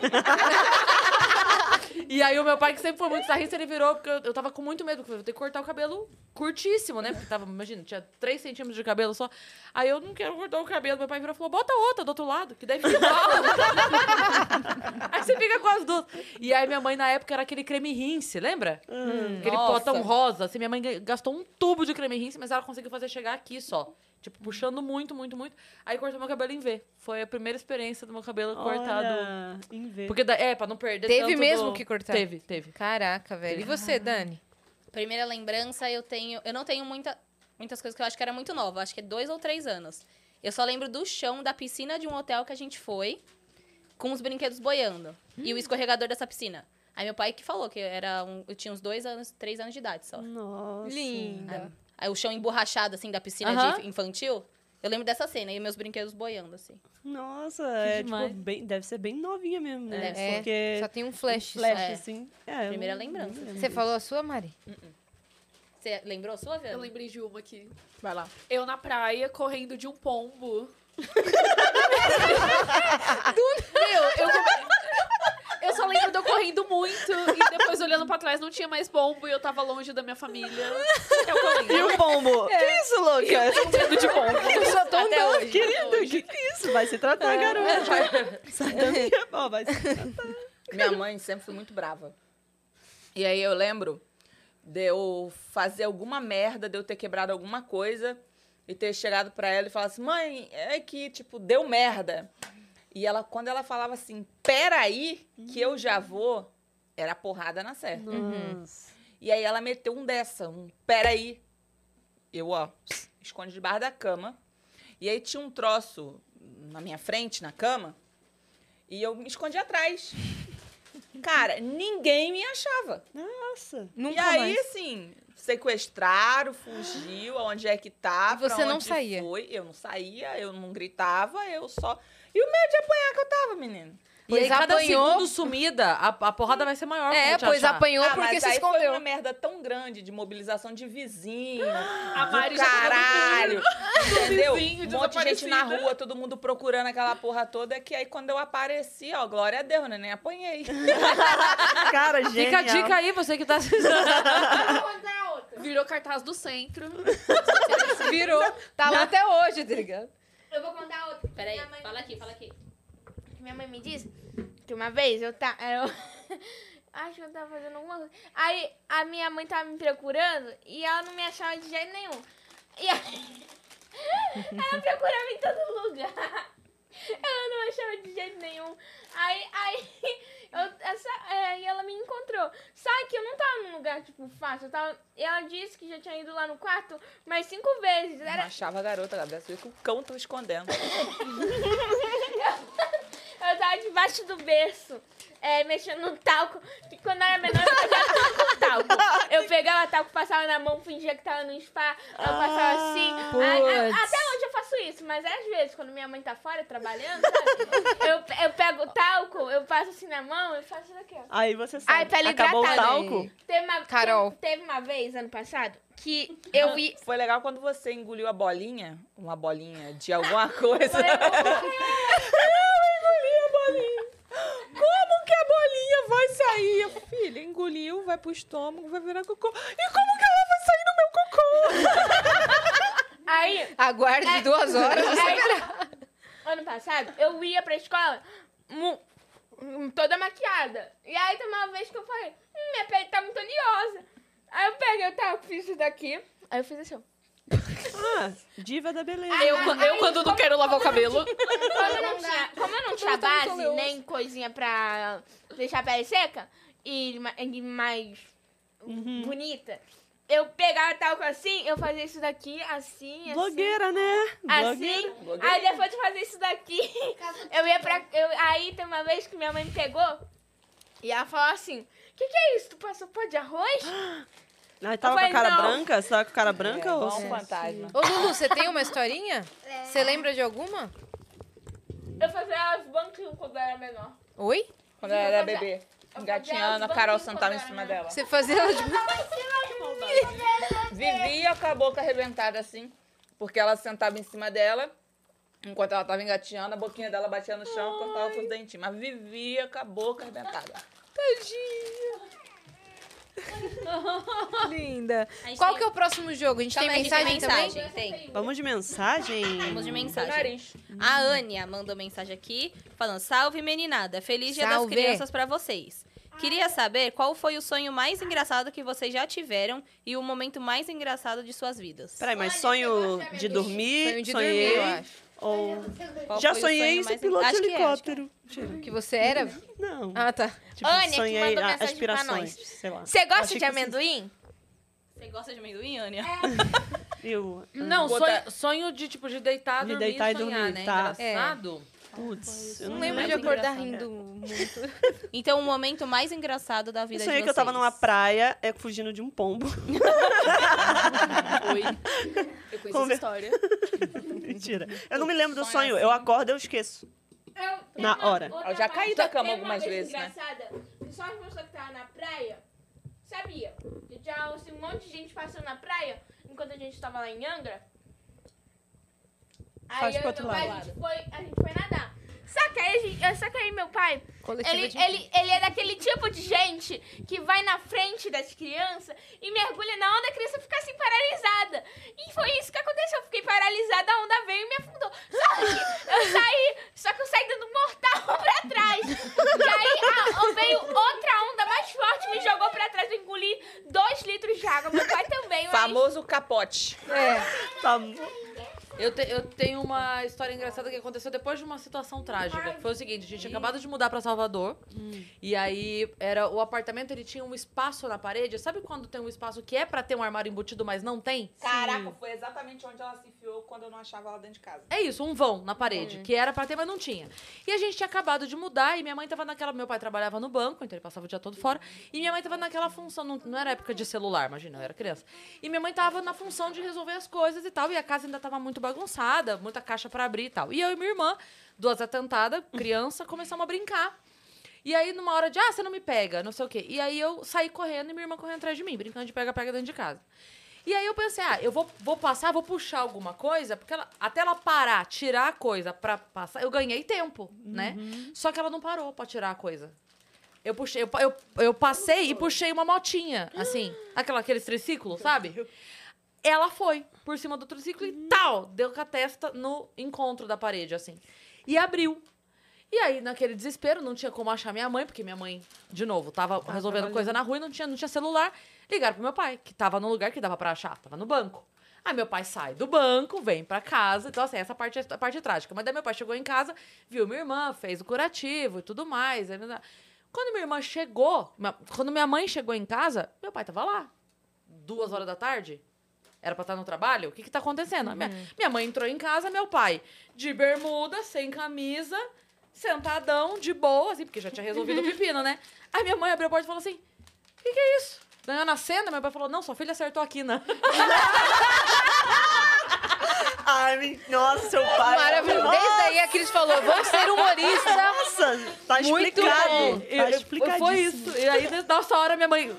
Speaker 1: E aí o meu pai, que sempre foi muito sarrista, ele virou, porque eu, eu tava com muito medo, porque eu vou ter que cortar o cabelo curtíssimo, né? Porque tava, imagina, tinha 3 centímetros de cabelo só. Aí eu não quero cortar o cabelo. Meu pai virou e falou, bota outra do outro lado, que daí fica igual. aí você fica com as duas. E aí minha mãe, na época, era aquele creme rinse, lembra? Aquele
Speaker 3: Nossa.
Speaker 1: potão rosa. Assim, minha mãe ga- gastou um tubo de creme rinse, mas ela conseguiu fazer chegar aqui só. Tipo, puxando muito, muito, muito. Aí cortou meu cabelo em V. Foi a primeira experiência do meu cabelo cortado.
Speaker 7: Olha, em vez.
Speaker 1: Porque, da- é, pra não perder
Speaker 2: Teve
Speaker 1: tanto do-
Speaker 2: mesmo que cortar?
Speaker 1: Teve, teve.
Speaker 2: Caraca, velho. E você, Dani?
Speaker 5: Primeira lembrança, eu tenho. Eu não tenho muita, muitas coisas que eu acho que era muito nova. Acho que é dois ou três anos. Eu só lembro do chão da piscina de um hotel que a gente foi, com os brinquedos boiando. E o escorregador dessa piscina. Aí meu pai que falou que eu era um, eu tinha uns dois anos, três anos de idade só.
Speaker 7: Nossa.
Speaker 2: Linda.
Speaker 5: Aí o chão emborrachado, assim, da piscina
Speaker 1: Aham.
Speaker 5: de infantil. Eu lembro dessa cena e meus brinquedos boiando, assim.
Speaker 7: Nossa, é,
Speaker 1: demais.
Speaker 7: tipo, bem, deve ser bem novinha mesmo, né?
Speaker 2: É,
Speaker 7: Porque
Speaker 2: só tem um flash. só.
Speaker 7: flash,
Speaker 5: é.
Speaker 7: assim. É, eu
Speaker 5: Primeira
Speaker 7: não-
Speaker 5: lembrança.
Speaker 7: não lembro.
Speaker 2: Você falou a sua, Mari?
Speaker 5: Você lembrou a sua,
Speaker 4: Eu
Speaker 5: Viana?
Speaker 4: lembrei de uma aqui.
Speaker 2: Vai lá.
Speaker 4: Eu na praia, correndo de um pombo. Meu, eu... Eu só lembro de eu correndo muito e depois olhando pra trás não tinha mais pombo e eu tava longe da minha família. É o que eu
Speaker 7: E
Speaker 4: lembro.
Speaker 7: o pombo? Que isso, Lucas?
Speaker 4: Eu lembro de pombo.
Speaker 2: Eu sou tão
Speaker 4: Até
Speaker 2: doida.
Speaker 4: hoje.
Speaker 7: Querido, que que é isso? Vai se tratar, garota. Sai da minha mão, vai se
Speaker 3: Minha mãe sempre foi muito brava. E aí eu lembro de eu fazer alguma merda, de eu ter quebrado alguma coisa e ter chegado pra ela e falar assim: mãe, é que, tipo, deu merda. E ela, quando ela falava assim, peraí, que eu já vou, era porrada na certa.
Speaker 7: Nossa.
Speaker 3: E aí ela meteu um dessa, um peraí. Eu, ó, pss, esconde debaixo da cama. E aí tinha um troço na minha frente, na cama, e eu me escondi atrás. Cara, ninguém me achava.
Speaker 7: Nossa.
Speaker 2: Nunca
Speaker 3: e aí,
Speaker 2: mais.
Speaker 3: assim, sequestraram, fugiu, aonde é que tava.
Speaker 2: E você não
Speaker 3: onde
Speaker 2: saía?
Speaker 3: Foi. Eu não saía, eu não gritava, eu só. E o medo de apanhar que eu tava, menino.
Speaker 1: E aí,
Speaker 2: Pois
Speaker 1: cada
Speaker 2: apanhou.
Speaker 1: segundo sumida, a, a porrada vai ser maior.
Speaker 2: É,
Speaker 1: quando te
Speaker 2: pois
Speaker 1: achar.
Speaker 2: apanhou
Speaker 3: ah,
Speaker 2: porque
Speaker 3: mas
Speaker 2: se
Speaker 3: aí foi uma
Speaker 2: escondeu.
Speaker 3: merda tão grande de mobilização de vizinho.
Speaker 4: A Mari já tava no
Speaker 3: Caralho! Entendeu?
Speaker 4: vizinho
Speaker 3: Um monte de gente
Speaker 4: desaparecida.
Speaker 3: na rua, todo mundo procurando aquela porra toda, que aí quando eu apareci, ó, glória a Deus, né? Nem apanhei.
Speaker 7: Cara, gente.
Speaker 1: Fica a dica aí, você que tá assistindo.
Speaker 9: Contra a outra.
Speaker 4: Virou cartaz do centro.
Speaker 2: Virou. Tá lá até hoje, tá ligado?
Speaker 9: Eu vou contar outra.
Speaker 5: Peraí,
Speaker 9: Minha mãe-
Speaker 5: fala aqui, fala aqui.
Speaker 9: Minha mãe me disse que uma vez eu tá. Eu... Acho que eu tava fazendo alguma coisa. Aí a minha mãe tava me procurando e ela não me achava de jeito nenhum. E aí. ela procurava em todo lugar. Ela não achava de jeito nenhum. Aí, aí, eu, essa, é, e ela me encontrou. Só que eu não tava num lugar, tipo, fácil. Eu tava, e ela disse que já tinha ido lá no quarto mais cinco vezes.
Speaker 3: Não
Speaker 9: Era,
Speaker 3: achava a garota, Gabriel. Você viu que o cão tava escondendo.
Speaker 9: Eu tava debaixo do berço, é, mexendo no talco. que Quando eu era menor, eu pegava tudo com talco. Eu pegava talco, passava na mão, fingia que tava no spa. Eu passava
Speaker 7: Ah,
Speaker 9: assim. A- a- até hoje eu faço isso, mas às vezes, quando minha mãe tá fora trabalhando, sabe? Eu, pe- eu pego o talco, eu passo assim na mão e faço isso aqui, ó.
Speaker 7: Aí você sabe.
Speaker 9: Ai, pele
Speaker 7: Acabou o
Speaker 9: hidratada.
Speaker 7: talco?
Speaker 9: Teve uma,
Speaker 2: Carol.
Speaker 9: Teve, teve uma vez, ano passado, que eu ia...
Speaker 3: Foi legal quando você engoliu a bolinha, uma bolinha de alguma coisa.
Speaker 9: Foi legal.
Speaker 3: Eu engoli a bolinha. Como que a bolinha vai sair? Filha, engoliu, vai pro estômago, vai virar cocô. E como que ela vai sair no meu cocô?
Speaker 9: Aí,
Speaker 2: Aguarde
Speaker 9: É.
Speaker 2: duas horas.
Speaker 9: Aí, ano passado, eu ia pra escola mu- hum, toda maquiada. E aí tem uma vez que eu falei, "Hum, minha pele tá muito oleosa. Aí eu peguei, tá, fiz isso daqui. Aí eu fiz assim, ó.
Speaker 7: Ah, diva da beleza.
Speaker 4: Eu, eu quando não quero lavar o cabelo.
Speaker 9: como eu não tinha, como eu não tinha
Speaker 2: tá muito
Speaker 9: base,
Speaker 2: oleoso.
Speaker 9: nem coisinha pra deixar a pele seca e, ma- e mais Uhum. bonita, eu pegava talco assim, eu fazia isso daqui, assim, assim.
Speaker 7: Blogueira, né?
Speaker 9: Assim,
Speaker 3: Blogueira.
Speaker 9: aí depois de fazer isso daqui, eu ia pra. Eu, aí tem uma vez que minha mãe me pegou e ela falou assim: O que, que é isso? Tu passou pó de arroz?
Speaker 7: Aí tava com a
Speaker 9: Mas
Speaker 7: cara
Speaker 9: não.
Speaker 7: branca? Você tava com a cara branca ou... assim?
Speaker 3: Bom fantasma.
Speaker 2: Ô, Lulu, você tem uma historinha? Você lembra de alguma?
Speaker 9: Eu fazia as banquinhas quando eu era menor.
Speaker 2: Oi?
Speaker 3: Quando ela era bebê. Engatinhando, a Carol sentava em cima dela.
Speaker 2: Você fazia ela de...
Speaker 3: Vivia com a boca arrebentada assim, porque ela sentava em cima dela. Enquanto ela tava engatinhando, a boquinha dela batia no chão e cortava com os dentinhos. Mas vivia com a boca arrebentada.
Speaker 2: Linda.
Speaker 5: A gente
Speaker 2: Qual
Speaker 5: tem-
Speaker 2: que é o próximo jogo? A gente
Speaker 5: Calma
Speaker 2: tem
Speaker 5: aí, a
Speaker 2: mensagem,
Speaker 5: gente tem
Speaker 2: também?
Speaker 5: mensagem? Tem.
Speaker 7: Vamos de mensagem?
Speaker 5: Temos de
Speaker 3: Seu
Speaker 5: mensagem.
Speaker 3: nariz.
Speaker 5: A Ania mandou mensagem aqui, falando: Salve meninada, feliz dia
Speaker 2: Salve.
Speaker 5: das crianças pra vocês. Queria saber qual foi o sonho mais engraçado que vocês já tiveram e o momento mais engraçado de suas vidas.
Speaker 7: Peraí, mas sonho de dormir?
Speaker 2: Sonho de
Speaker 7: sonhei,
Speaker 2: dormir, eu acho.
Speaker 7: Ou...
Speaker 5: Qual
Speaker 7: Já
Speaker 5: foi o
Speaker 7: sonhei
Speaker 5: sonho
Speaker 7: em ser
Speaker 5: mais-
Speaker 7: piloto de
Speaker 5: Acho que é, acho que é.
Speaker 7: helicóptero. Tiro.
Speaker 2: Que você era?
Speaker 7: Não.
Speaker 2: Ah, tá.
Speaker 7: Tipo,
Speaker 9: Ania que
Speaker 7: sonhei
Speaker 9: mandou
Speaker 7: a-
Speaker 9: mensagem pra
Speaker 7: aspirações,
Speaker 9: nós.
Speaker 7: sei lá.
Speaker 9: Você gosta
Speaker 7: Achei
Speaker 9: de
Speaker 7: que
Speaker 9: amendoim?
Speaker 5: é Você gosta de amendoim,
Speaker 2: É,
Speaker 5: Ania?
Speaker 7: Eu...
Speaker 1: Não,
Speaker 3: Botar-
Speaker 1: sonho, sonho de, tipo, de deitar,
Speaker 7: De
Speaker 1: dormir
Speaker 7: deitar e
Speaker 1: e sonhar,
Speaker 7: dormir,
Speaker 1: né?
Speaker 7: tá.
Speaker 2: É.
Speaker 1: Engraçado.
Speaker 7: Putz, eu
Speaker 2: Não
Speaker 7: não
Speaker 2: lembro de
Speaker 5: lembro.
Speaker 2: acordar rindo
Speaker 5: Engraçado.
Speaker 2: muito.
Speaker 5: Então, o momento mais engraçado da
Speaker 7: Eu
Speaker 5: vida
Speaker 7: sonhei
Speaker 5: de vocês.
Speaker 7: que eu tava numa praia, é, fugindo de um pombo.
Speaker 4: Oi. Eu conheço
Speaker 7: Conver-
Speaker 4: essa história.
Speaker 7: Mentira. Eu não me lembro do
Speaker 3: Sonho
Speaker 7: sonho. Eu acordo, eu esqueço.
Speaker 9: Eu,
Speaker 7: Na hora.
Speaker 9: outra
Speaker 3: Eu já caí da
Speaker 9: parte-
Speaker 3: cama
Speaker 9: tem
Speaker 3: algumas
Speaker 9: uma
Speaker 3: vezes, né?
Speaker 9: engraçada, que Só as pessoas que estavam na praia sabia. E tinha assim, um monte de gente passando na praia enquanto a gente tava lá em Angra.
Speaker 7: Faz
Speaker 9: eu e
Speaker 7: pro outro
Speaker 9: meu pai,
Speaker 7: lado.
Speaker 9: A gente foi, a gente foi nadar. Só que aí, a gente- só que aí meu pai,
Speaker 2: Coletiva
Speaker 9: ele,
Speaker 2: de...
Speaker 9: ele, ele é daquele tipo de gente que vai na frente das crianças e mergulha na onda, a criança fica assim paralisada. E foi isso que aconteceu. Eu fiquei paralisada, a onda veio e me afundou. Só que eu saí, só que eu saí dando mortal pra trás. E aí a- veio outra onda mais forte, me jogou pra trás. Eu engoli dois litros de água. Meu pai também. mas-
Speaker 3: Famoso capote.
Speaker 2: É.
Speaker 7: Tá...
Speaker 1: Eu, te- eu tenho uma história engraçada que aconteceu depois de uma situação trágica. Que foi o seguinte, a gente tinha acabado de mudar pra Salvador. E aí, era o apartamento, ele tinha um espaço na parede. Sabe quando tem um espaço que é pra ter um armário embutido, mas não tem?
Speaker 3: Caraca, foi exatamente onde ela se enfiou quando eu não achava ela dentro de casa.
Speaker 1: É isso, um vão na parede, que era pra ter, mas não tinha. E a gente tinha acabado de mudar e minha mãe tava naquela. Meu pai trabalhava no banco, então ele passava o dia todo fora. E minha mãe tava naquela função, não, não era época de celular, imagina, eu era criança. E minha mãe tava na função de resolver as coisas e tal. E a casa ainda tava muito bagunçada, muita caixa pra abrir e tal. E eu e minha irmã, duas atentadas, criança, começamos a brincar. E aí, numa hora de, ah, você não me pega, não sei o quê. E aí eu saí correndo e minha irmã correndo atrás de mim, brincando de pega-pega dentro de casa. E aí eu pensei, ah, eu vou, vou passar, vou puxar alguma coisa, porque ela- até ela parar, tirar a coisa pra passar, eu ganhei tempo, né? Só que ela não parou pra tirar a coisa. Eu puxei, eu, pa- eu, eu passei e puxei uma motinha, assim, aquela, aqueles triciclos, sabe? Ela foi por cima do triciclo e tal, deu com a testa no encontro da parede, assim. E abriu. E aí, naquele desespero, não tinha como achar minha mãe, porque minha mãe, de novo, tava resolvendo coisa na rua e não tinha, não tinha celular. Ligaram pro meu pai, que tava num lugar que dava pra achar, tava no banco. Aí Ah, meu pai sai do banco, vem pra casa. Então, assim, essa parte é a parte trágica. Mas daí meu pai chegou em casa, viu minha irmã, fez o curativo e tudo mais. Aí, né, Quando minha irmã chegou, ma- quando minha mãe chegou em casa, meu pai tava lá. Duas horas da tarde? Era pra estar no trabalho? O que que tá acontecendo? Minha, minha mãe entrou em casa, meu pai de bermuda, sem camisa, sentadão, de boa, assim, porque já tinha resolvido o pepino, né? Aí minha mãe abriu a porta e falou assim: o que, que é isso? Ganhou na cena, meu pai falou: não, sua filha acertou né?" a quina.
Speaker 7: Ai, men- nossa, seu
Speaker 1: É
Speaker 7: pai.
Speaker 2: Maravilhoso. Desde aí a Cris falou, vamos ser humorista.
Speaker 7: Nossa, tá
Speaker 2: Muito
Speaker 7: explicado.
Speaker 2: bom.
Speaker 7: Tá explicadíssimo.
Speaker 1: Foi isso. E aí, nessa hora, minha mãe.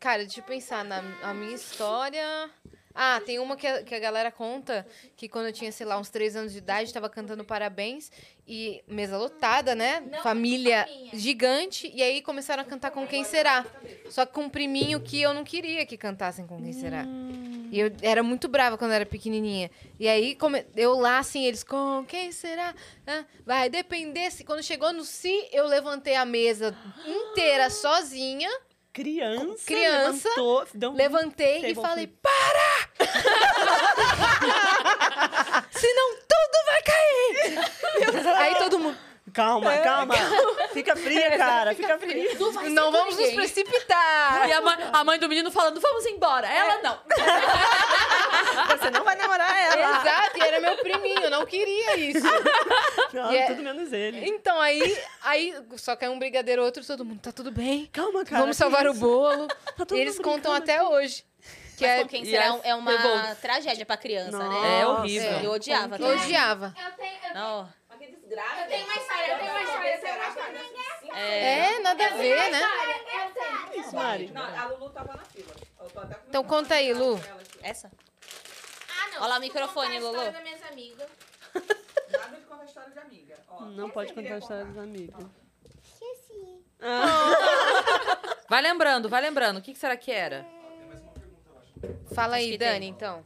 Speaker 2: Cara, deixa eu pensar na a minha história. Ah, tem uma que a, que a galera conta que quando eu tinha, sei lá, uns três anos de idade, tava cantando parabéns e mesa lotada, né?
Speaker 7: é
Speaker 2: Família gigante. E aí começaram a cantar com quem será. Só que com um priminho que eu não queria que cantassem com quem será.
Speaker 7: Hum.
Speaker 2: E eu era muito brava quando eu era pequenininha. E aí come- eu lá, assim, eles com quem será? Ah, vai depender se. Quando chegou no si, eu levantei a mesa inteira sozinha.
Speaker 7: Criança.
Speaker 2: Criança,
Speaker 7: Levantou, deu um...
Speaker 2: Levantei
Speaker 7: Table
Speaker 2: e falei, para! Senão tudo vai cair! Aí todo mundo, "É,
Speaker 7: Calma, calma. Fica fria, cara. Fica fria.
Speaker 2: não vamos nos precipitar!
Speaker 1: E a mãe, a mãe do menino falando: vamos embora. Ela não.
Speaker 7: É, Você não vai namorar ela.
Speaker 2: Exato, e era meu priminho, não queria isso.
Speaker 7: Não,
Speaker 2: E é-
Speaker 7: tudo menos ele.
Speaker 2: Então, aí, aí só cai um brigadeiro outro, todo mundo, tá tudo bem?
Speaker 7: Calma, cara.
Speaker 2: Vamos
Speaker 7: que
Speaker 2: salvar o
Speaker 7: isso?
Speaker 2: bolo.
Speaker 7: Tá todo
Speaker 2: E eles
Speaker 7: mundo
Speaker 2: contam
Speaker 7: brincando.
Speaker 2: até hoje. Que
Speaker 5: Mas
Speaker 2: é,
Speaker 5: com quem
Speaker 3: e
Speaker 5: será
Speaker 3: as-
Speaker 5: um- é uma
Speaker 3: pegou.
Speaker 5: tragédia pra criança,
Speaker 7: Nossa.
Speaker 5: né?
Speaker 3: É horrível.
Speaker 2: É.
Speaker 5: Eu odiava.
Speaker 2: eu odiava.
Speaker 9: Eu tenho, eu,
Speaker 5: Não.
Speaker 9: eu tenho uma história, eu tenho uma história, eu tenho uma história.
Speaker 5: É.
Speaker 2: É, nada a ver, né?
Speaker 9: Eu tenho.
Speaker 7: Isso, Mari.
Speaker 3: a Lulu tava na fila.
Speaker 2: Então conta aí, Lu.
Speaker 5: Essa?
Speaker 9: Ah, não.
Speaker 5: Olha lá o
Speaker 9: deixa eu
Speaker 5: microfone,
Speaker 9: contar a
Speaker 5: Lulu.
Speaker 9: história das minhas amigas.
Speaker 3: Nada de contar história de amiga.
Speaker 7: Não pode contar a história dos amigos.
Speaker 8: Esqueci.
Speaker 1: Ah.
Speaker 7: Ah.
Speaker 1: Vai lembrando, vai lembrando. O que, que será que era?
Speaker 2: Fala
Speaker 5: Acho
Speaker 2: aí,
Speaker 5: que
Speaker 2: Dani,
Speaker 5: tem.
Speaker 2: então.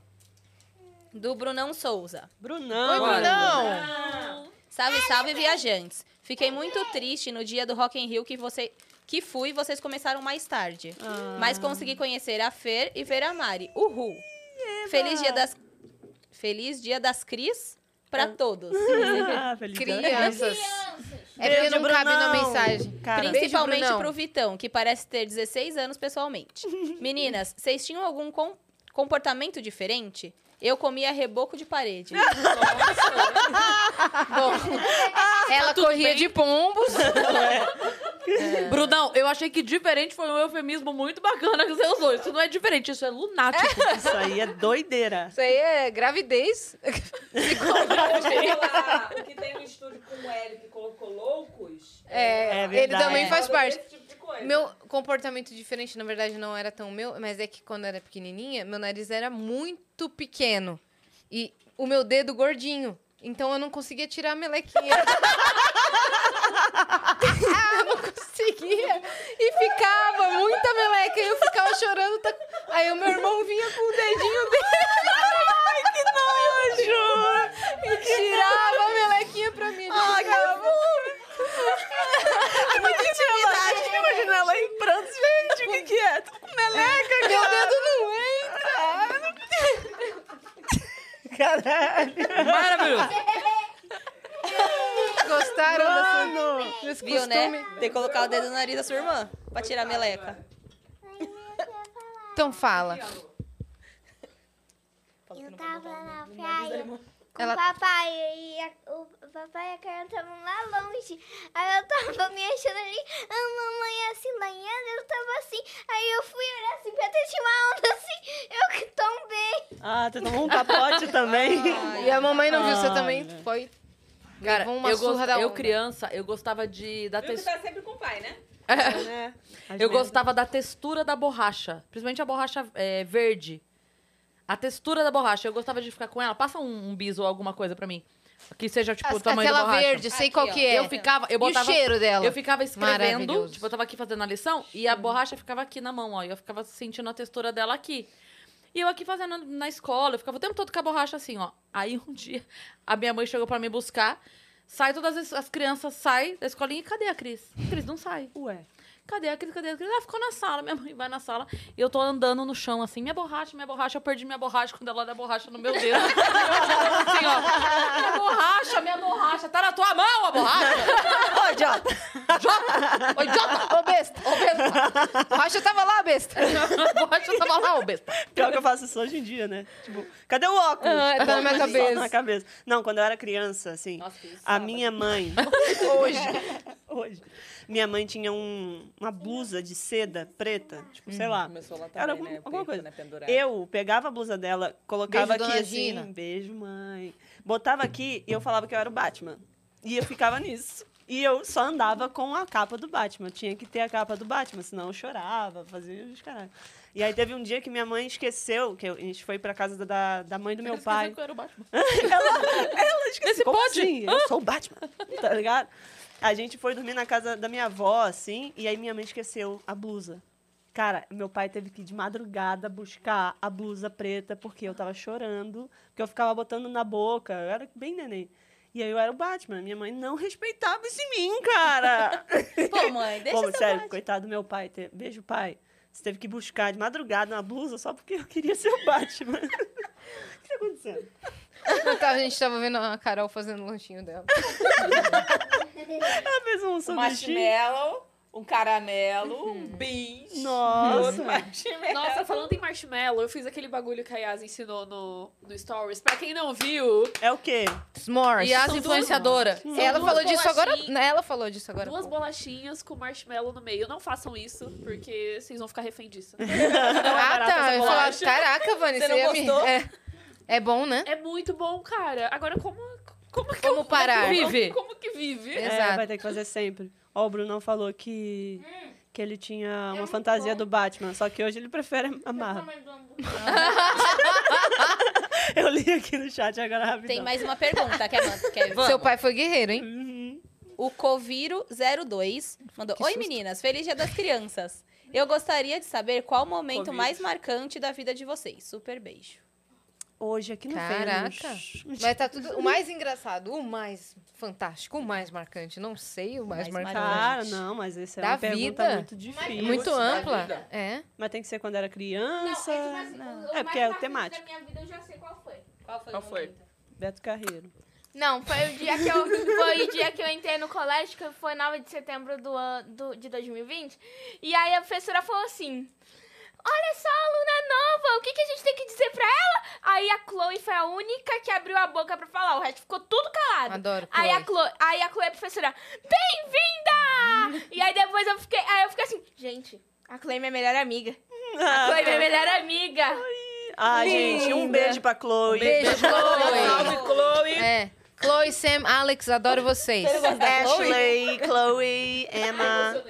Speaker 5: Do Brunão Souza.
Speaker 7: Brunão.
Speaker 2: Oi,
Speaker 1: Bora.
Speaker 2: Brunão!
Speaker 5: Salve, salve, viajantes. Fiquei muito triste no dia do Rock in Rio que você que fui, vocês começaram mais tarde.
Speaker 7: Ah.
Speaker 5: Mas consegui conhecer a Fer e ver a Mari. Uhul. Feliz dia das Feliz dia das Cris pra todos.
Speaker 7: Ah, feliz
Speaker 2: Crianças. É porque
Speaker 7: Beijo,
Speaker 2: não cabe na
Speaker 7: Brunão.
Speaker 2: mensagem.
Speaker 7: Cara,
Speaker 2: Príncipe.
Speaker 5: Principalmente
Speaker 2: Brunão.
Speaker 5: pro Vitão, que parece ter 16 anos pessoalmente. Meninas, vocês tinham algum com- comportamento diferente? Eu comia reboco de parede. Tá
Speaker 2: Ela corria de pombos. É.
Speaker 1: Brunão, eu achei que diferente foi um eufemismo muito bacana que você usou. Isso não é diferente, isso é lunático.
Speaker 7: isso aí é doideira.
Speaker 2: Isso aí é gravidez.
Speaker 3: O que tem no estúdio com o Eric que colocou loucos.
Speaker 2: É,
Speaker 7: É
Speaker 2: ele
Speaker 7: verdade.
Speaker 2: também faz parte.
Speaker 3: tipo de coisa.
Speaker 2: Meu comportamento diferente, na verdade, não era tão meu, mas é que quando eu era pequenininha, meu nariz era muito pequeno. E o meu dedo gordinho. Então eu não conseguia tirar a melequinha. eu não conseguia. E ficava muita meleca. E eu ficava chorando. tá- Aí o meu irmão vinha com o dedinho dele. Ai, que nojo! E tirava a melequinha pra mim. Ai,
Speaker 7: Intimidade. Imagina ela em prantos. Gente, o que, que é? Tô com meleca,
Speaker 2: meu dedo não entra.
Speaker 7: Caralho.
Speaker 1: Maravilhoso.
Speaker 2: Gostaram dessa...
Speaker 7: Mano.
Speaker 2: Desse
Speaker 5: Viu,
Speaker 2: costume?
Speaker 5: né? Tem que colocar o dedo no nariz da sua irmã pra tirar a meleca.
Speaker 2: Então fala.
Speaker 8: Eu tava na praia com
Speaker 2: Ela-
Speaker 8: o papai e a- o papai e a Carol estavam lá longe. Aí eu tava me achando ali, a mamãe assim lanhando, eu tava assim. Aí eu fui olhar assim pra ter tinha uma onda assim, eu que tombei.
Speaker 7: Ah, tu tomou um capote também. Ah.
Speaker 2: E a mamãe não viu, você
Speaker 7: Olha.
Speaker 2: também foi.
Speaker 1: Ah, é. Cara,
Speaker 2: Levou uma
Speaker 1: eu,
Speaker 2: surra
Speaker 1: gost-
Speaker 2: da
Speaker 1: eu
Speaker 2: onda.
Speaker 1: criança, eu gostava de da
Speaker 3: Viu que
Speaker 1: textura.
Speaker 3: tá sempre com o pai, né?
Speaker 7: Né? Às
Speaker 1: Eu
Speaker 7: vezes.
Speaker 1: gostava da textura da borracha, principalmente a borracha é, verde. A textura da borracha, eu gostava de ficar com ela. Passa um, um bis ou alguma coisa pra mim. Que seja tipo o
Speaker 2: As-
Speaker 1: tamanho da
Speaker 2: Ah, Aquela
Speaker 1: borracha.
Speaker 2: verde, sei
Speaker 5: Aqui,
Speaker 2: qual
Speaker 5: ó.
Speaker 2: que é.
Speaker 1: Eu ficava, eu
Speaker 2: e o
Speaker 1: botava
Speaker 2: cheiro dela?
Speaker 1: Eu ficava escrevendo,
Speaker 2: Maravilhoso.
Speaker 1: tipo, eu tava aqui fazendo a lição e a borracha ficava aqui na mão, ó. E eu ficava sentindo a textura dela aqui. E eu aqui fazendo na escola, eu ficava o tempo todo com a borracha assim, ó. Aí um dia a minha mãe chegou pra me buscar, sai todas as, as crianças, sai da escolinha e cadê a Cris? A Cris não sai.
Speaker 7: Ué.
Speaker 1: Cadê a Cris? Cadê a Cris? Ela ficou na sala, minha mãe vai na sala e eu tô andando no chão assim, minha borracha, minha borracha, eu perdi minha borracha quando ela dá borracha no meu dedo. assim, ó. Minha borracha, minha borracha, tá na tua mão a borracha!
Speaker 7: Ó, idiota.
Speaker 1: Jota! Ô, idiota!
Speaker 2: Ô, besta! Ô, besta! Rocha tava lá, besta!
Speaker 1: Borracha tava lá, ô besta.
Speaker 7: Pior que eu faço isso hoje em dia, né? Tipo, cadê o óculos?
Speaker 2: Ah, tá na minha
Speaker 7: Só
Speaker 2: cabeça.
Speaker 7: Na cabeça. Não, quando eu era criança, assim, a minha mãe...
Speaker 2: Hoje.
Speaker 7: Hoje. Minha mãe tinha um- uma blusa de seda preta, tipo, sei lá.
Speaker 3: Começou lá
Speaker 7: Era
Speaker 3: também,
Speaker 7: algum-
Speaker 3: né?
Speaker 7: alguma
Speaker 3: Preta,
Speaker 7: coisa.
Speaker 3: Né? Pendurada.
Speaker 7: Eu pegava a blusa dela, colocava
Speaker 2: Beijo,
Speaker 7: aqui
Speaker 2: dona
Speaker 7: assim,
Speaker 2: Gina.
Speaker 7: beijo, mãe. Botava aqui e eu falava que eu era o Batman. E eu ficava nisso. E eu só andava com a capa do Batman. Tinha que ter a capa do Batman, senão eu chorava, fazia os caralho. E aí teve um dia que minha mãe esqueceu, que eu- a gente foi pra casa da, da mãe do meu pai. Nesse Como
Speaker 1: pode?
Speaker 7: assim?
Speaker 5: Ah.
Speaker 7: Eu sou o Batman, tá ligado? A gente foi dormir na casa da minha avó, assim, e aí minha mãe esqueceu a blusa. Cara, meu pai teve que ir de madrugada buscar a blusa preta, porque eu tava chorando, porque eu ficava botando na boca, eu era bem neném. E aí eu era o Batman, minha mãe não respeitava isso em mim, cara.
Speaker 5: Pô, mãe, deixa
Speaker 7: Pô,
Speaker 5: essa
Speaker 7: sério,
Speaker 5: parte.
Speaker 7: coitado do meu pai. te- Beijo, pai. Você teve que buscar de madrugada uma blusa só porque eu queria ser o Batman. o que tá acontecendo?
Speaker 2: Eu tava- Tá, a gente tava vendo a Carol fazendo o lanchinho dela.
Speaker 7: Ela fez um sanduíche.
Speaker 3: Marshmallow, um caramelo, um bis.
Speaker 7: Nossa.
Speaker 3: outro marshmallow.
Speaker 4: Nossa, falando em marshmallow, eu fiz aquele bagulho que a Yas ensinou no, no Stories. Pra quem não viu,
Speaker 7: É o quê?
Speaker 2: S'mores.
Speaker 1: E as influenciadora.
Speaker 2: Ela
Speaker 4: duas
Speaker 2: falou disso agora.
Speaker 4: bolachinhas.
Speaker 2: né, Ela falou disso agora.
Speaker 4: duas
Speaker 2: há pouco.
Speaker 4: bolachinhas com marshmallow no meio. Não façam isso, porque vocês vão ficar refém disso.
Speaker 7: é
Speaker 2: Ah,
Speaker 4: barata
Speaker 2: tá.
Speaker 4: essa
Speaker 2: Eu ia falar,
Speaker 4: bolacha.
Speaker 2: Caraca, Vani,
Speaker 3: Você
Speaker 2: você
Speaker 3: não
Speaker 2: ia me-
Speaker 3: gostou?
Speaker 2: É. É bom, né?
Speaker 4: É muito bom, cara. Agora, como, como que
Speaker 2: Como
Speaker 4: eu-
Speaker 2: parar?
Speaker 4: Como, que-
Speaker 1: Vive.
Speaker 4: como que vive?
Speaker 2: É.
Speaker 7: É,
Speaker 2: Exato.
Speaker 7: vai ter que fazer sempre. Ó, o Brunão falou que, que ele tinha uma fantasia do Batman, só que hoje ele prefere a Marvel. Eu li aqui no chat agora rapidão.
Speaker 5: Tem mais uma pergunta, quer, man- quer
Speaker 2: Seu pai foi guerreiro, hein?
Speaker 7: Uhum.
Speaker 5: O Coviro02 mandou: Oi meninas, feliz dia das crianças. Eu gostaria de saber qual o momento
Speaker 3: Covid.
Speaker 5: mais marcante da vida de vocês. Super beijo.
Speaker 7: Hoje aqui né? no
Speaker 2: Caraca.
Speaker 7: Vênus.
Speaker 2: Mas tá tudo. O mais engraçado, o mais fantástico, o mais marcante. Não sei o mais,
Speaker 5: Mais
Speaker 2: marcante.
Speaker 7: Cara, não, mas essa é
Speaker 2: Da
Speaker 7: uma pergunta
Speaker 2: vida?
Speaker 7: muito difícil.
Speaker 2: Muito
Speaker 3: Isso, da
Speaker 2: ampla.
Speaker 3: vida.
Speaker 2: É.
Speaker 7: Mas tem que ser quando era
Speaker 9: Não,
Speaker 7: criança.
Speaker 9: é, que, mas, o- o
Speaker 7: É, porque é
Speaker 9: mais marcante
Speaker 7: temático.
Speaker 9: Da minha vida eu já sei qual foi.
Speaker 5: Qual foi?
Speaker 3: Qual foi?
Speaker 7: Beto Carreiro.
Speaker 9: Não, foi o dia que eu, foi o dia que eu entrei no colégio, que foi 9 de setembro do, an- do, de 2020. E aí a professora falou assim: Olha só, aluna nova, o que, que a gente tem que dizer pra ela? Aí a Chloe foi a única que abriu a boca pra falar, o resto ficou tudo calado.
Speaker 2: Adoro.
Speaker 9: Aí a,
Speaker 2: Chloe.
Speaker 9: Chloe, aí a Chloe, é a professora, bem-vinda! e aí depois eu fiquei, aí eu fiquei assim, gente, a Chloe é minha melhor amiga. A Chloe é minha melhor amiga.
Speaker 7: Ai, gente, um beijo pra Chloe.
Speaker 2: Beijo, Chloe.
Speaker 3: Salve, Chloe!
Speaker 2: É. Chloe, Sam, Alex, adoro vocês.
Speaker 7: Ashley, Chloe, Emma.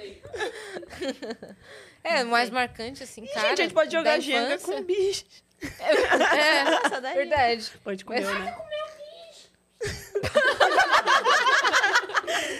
Speaker 2: É, o mais marcante, assim, cara.
Speaker 7: gente, a gente pode jogar
Speaker 2: da
Speaker 7: Jenga
Speaker 2: infância.
Speaker 7: com bicho.
Speaker 2: É,
Speaker 5: Nossa, daí.
Speaker 2: verdade.
Speaker 7: Pode comer,
Speaker 2: Mas-
Speaker 7: né?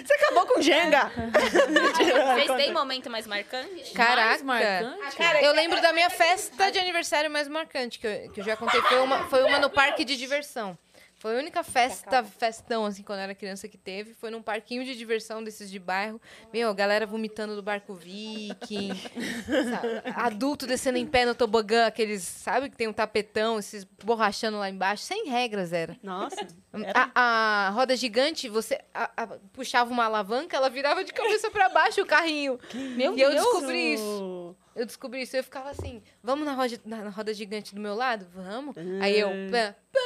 Speaker 7: Você acabou com Jenga?
Speaker 5: Vocês têm momento mais marcante? Ah,
Speaker 1: Mais
Speaker 2: Caraca.
Speaker 1: marcante.
Speaker 7: é
Speaker 2: Eu lembro da minha festa de aniversário mais marcante, que eu, que eu já contei. Foi uma, foi uma no parque de diversão. Foi a única festa, festão, assim, quando eu era criança que teve. Foi num parquinho de diversão desses de bairro. Meu, a galera vomitando do barco viking. sabe? Adulto descendo em pé no tobogã, aqueles, sabe, que tem um tapetão, esses borrachando lá embaixo. Sem regras era. Hum,
Speaker 7: Nossa.
Speaker 2: A, a roda gigante, você a- a- puxava uma alavanca, ela virava de cabeça pra baixo o carrinho.
Speaker 5: Meu
Speaker 2: e eu
Speaker 5: Deus!
Speaker 2: descobri isso. Eu descobri isso. Eu ficava assim, vamos na roda, na, na roda gigante do meu lado? Vamos. Aí eu...
Speaker 5: Ah.
Speaker 2: Pã, pã,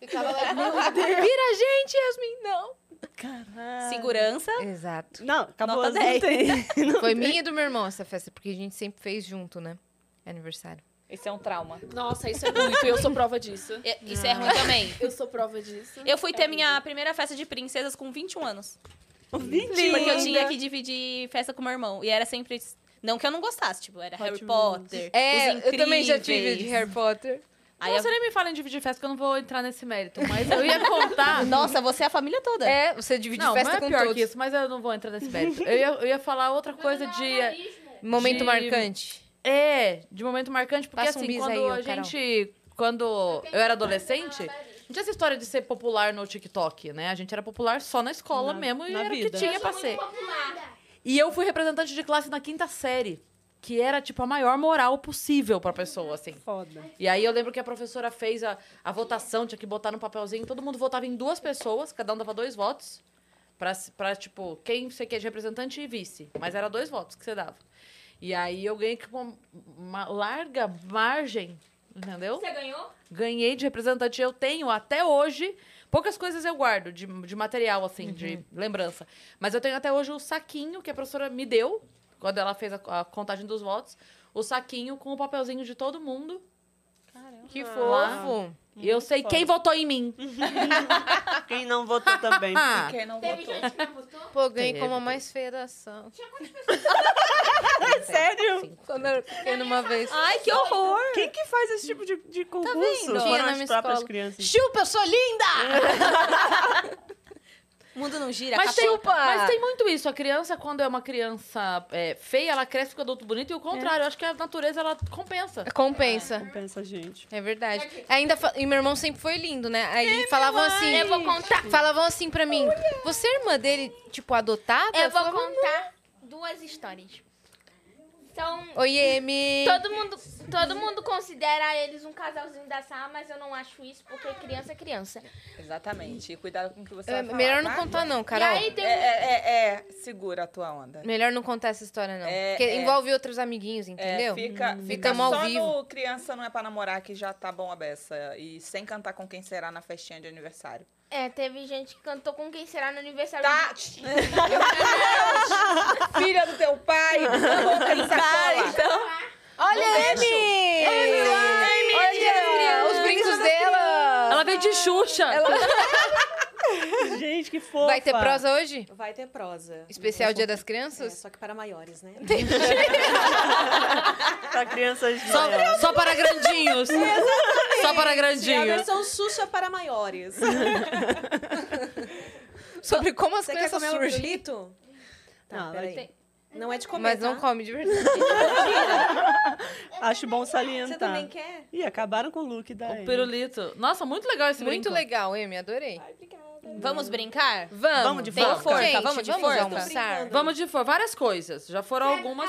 Speaker 2: ficava lá, meu Deus. Vira a gente, Yasmin. Não.
Speaker 7: Caralho.
Speaker 5: Segurança.
Speaker 2: Exato.
Speaker 7: Não, acabou.
Speaker 5: Nota
Speaker 7: Não
Speaker 5: 10.
Speaker 7: tem. Não
Speaker 2: Foi
Speaker 7: tem.
Speaker 2: minha e do meu irmão essa festa, porque a gente sempre fez junto, né? Aniversário.
Speaker 3: Isso é um trauma.
Speaker 4: Nossa, isso é muito. Eu sou prova disso. Ah.
Speaker 5: E- Isso é ruim também.
Speaker 4: Eu sou prova disso. É
Speaker 5: Eu fui ter minha primeira festa de princesas com 21 anos.
Speaker 7: Mentira.
Speaker 5: Porque eu tinha que dividir festa com meu irmão. E era sempre. Não que eu não gostasse, tipo, era Harry Potter.
Speaker 2: É,
Speaker 5: os
Speaker 2: eu também já tive
Speaker 5: Incríveis.
Speaker 2: de Harry Potter.
Speaker 5: Aí
Speaker 1: Você
Speaker 5: eu-
Speaker 1: nem me fala em dividir festa, que eu não vou entrar nesse mérito. Mas eu ia contar...
Speaker 5: Nossa, você é a família toda.
Speaker 2: É, você divide
Speaker 1: Não,
Speaker 2: festa
Speaker 1: não é
Speaker 2: com
Speaker 1: pior
Speaker 2: todos.
Speaker 1: que isso, mas eu não vou entrar nesse mérito. Eu ia, eu ia falar outra coisa de...
Speaker 2: Momento
Speaker 1: De-
Speaker 2: marcante.
Speaker 1: É, de momento marcante, porque
Speaker 2: Passa um
Speaker 1: assim,
Speaker 2: bis
Speaker 1: quando
Speaker 2: aí, ô,
Speaker 1: a
Speaker 2: Carol.
Speaker 1: gente... Quando eu era adolescente, não tinha essa história de ser popular no TikTok, né? A gente era popular só na escola
Speaker 7: Na-
Speaker 1: mesmo e
Speaker 7: na
Speaker 1: era o que
Speaker 7: vida.
Speaker 1: tinha pra ser. E eu fui representante de classe na quinta série, que era, tipo, a maior moral possível pra pessoa, assim.
Speaker 7: Foda.
Speaker 1: E aí eu lembro que a professora fez a, a votação, tinha que botar no papelzinho, todo mundo votava em duas pessoas, cada um dava dois votos. Pra, se- pra tipo, quem você quer de representante e vice. Mas era dois votos que você dava. E aí eu ganhei com uma larga margem, entendeu?
Speaker 9: Você ganhou?
Speaker 1: Ganhei de representante. Eu tenho até hoje. Poucas coisas eu guardo de, de material, assim, de lembrança. Mas eu tenho até hoje o saquinho que a professora me deu, quando ela fez a, a contagem dos votos. O saquinho com o papelzinho de todo mundo.
Speaker 2: Que
Speaker 1: Ah.
Speaker 2: fofo.
Speaker 1: E eu sei
Speaker 7: foda.
Speaker 1: quem votou em mim.
Speaker 7: Quem não votou também.
Speaker 1: Ah,
Speaker 3: Quem não
Speaker 9: Teve
Speaker 3: votou?
Speaker 9: gente que não votou?
Speaker 2: Pô, ganhei
Speaker 1: Teve,
Speaker 2: como a
Speaker 1: teve.
Speaker 2: mais feia da ação.
Speaker 7: Sério?
Speaker 2: Quando eu era pequena uma vez.
Speaker 5: Ai, que horror!
Speaker 7: Quem que faz esse tipo de, de concurso?
Speaker 2: Tá vendo? Tinha
Speaker 7: Foram
Speaker 2: na
Speaker 7: as
Speaker 2: minha
Speaker 7: próprias
Speaker 2: escola.
Speaker 7: crianças.
Speaker 2: Chupa, eu sou linda!
Speaker 5: O mundo não gira,
Speaker 1: mas tem, um
Speaker 5: acabou.
Speaker 1: mas tem muito isso. A criança, quando é uma criança é, feia, ela cresce com o adulto bonito. E o contrário, eu acho que a natureza, ela compensa.
Speaker 2: É, Compensa.
Speaker 7: Pensa, gente.
Speaker 2: É verdade. Ainda fa- E meu irmão sempre foi lindo, né? Aí falavam assim.
Speaker 9: é Eu vou contar.
Speaker 2: Falavam assim pra mim. Você é irmã dele, tipo, adotada?
Speaker 9: Eu vou
Speaker 2: falava,
Speaker 9: contar duas histórias. Então,
Speaker 2: Oi, Emi.
Speaker 9: todo mundo, todo mundo considera eles um casalzinho da sala, mas eu não acho isso, porque criança é criança.
Speaker 3: Exatamente. E cuidado com o que você
Speaker 2: É,
Speaker 3: vai falar,
Speaker 2: melhor não
Speaker 3: tá?
Speaker 2: contar, não, Carol.
Speaker 9: E aí tem
Speaker 3: É, é, é, é, segura a tua onda.
Speaker 2: Melhor não contar essa história, não.
Speaker 3: É,
Speaker 2: porque
Speaker 3: é.
Speaker 2: envolve outros amiguinhos,
Speaker 3: É,
Speaker 2: entendeu?
Speaker 3: fica
Speaker 9: Hum.
Speaker 3: fica
Speaker 2: Ficamos ao
Speaker 3: só
Speaker 2: vivo.
Speaker 3: no criança não é pra namorar que já tá bom a beça. E sem cantar com quem será na festinha de aniversário.
Speaker 9: É, teve gente que cantou com quem será no aniversário.
Speaker 3: Tá! Filha do teu pai! Tá bom, em sacola.
Speaker 2: Olha, Emi! Olha os brincos dela.
Speaker 1: Ela veio de Xuxa.
Speaker 7: Gente, que fofa.
Speaker 2: Vai ter prosa hoje?
Speaker 10: Vai ter prosa.
Speaker 2: Especial Dia das
Speaker 10: É,
Speaker 2: Crianças?
Speaker 10: só que para maiores, né?
Speaker 7: Pra crianças de manhã.
Speaker 1: Só, só para grandinhos. só para
Speaker 10: É a
Speaker 1: grandinhos.
Speaker 10: versão Xuxa para maiores.
Speaker 2: Sobre como as
Speaker 10: Você quer
Speaker 2: crianças
Speaker 10: comer um
Speaker 2: surgem.
Speaker 10: pirulito? Tá,
Speaker 7: Não,
Speaker 10: peraí. Não é de comer,
Speaker 2: Mas não
Speaker 10: tá?
Speaker 2: come de verdade.
Speaker 7: Acho bom salientar.
Speaker 10: Você
Speaker 2: tá.
Speaker 10: também quer?
Speaker 7: Ih, acabaram com o look da
Speaker 1: O
Speaker 7: Amy.
Speaker 1: pirulito. Nossa, muito legal esse
Speaker 2: Muito
Speaker 1: brinco.
Speaker 2: legal, Emi, adorei.
Speaker 10: Ai, obrigada.
Speaker 5: Vamos brincar?
Speaker 2: Vamos,
Speaker 7: Vamos de
Speaker 5: Tem
Speaker 7: forca?
Speaker 5: forca,
Speaker 2: Gente,
Speaker 5: vamos de
Speaker 2: vamos
Speaker 5: forca.
Speaker 2: almoçar. É.
Speaker 1: Vamos de for. Várias coisas. Já foram algumas.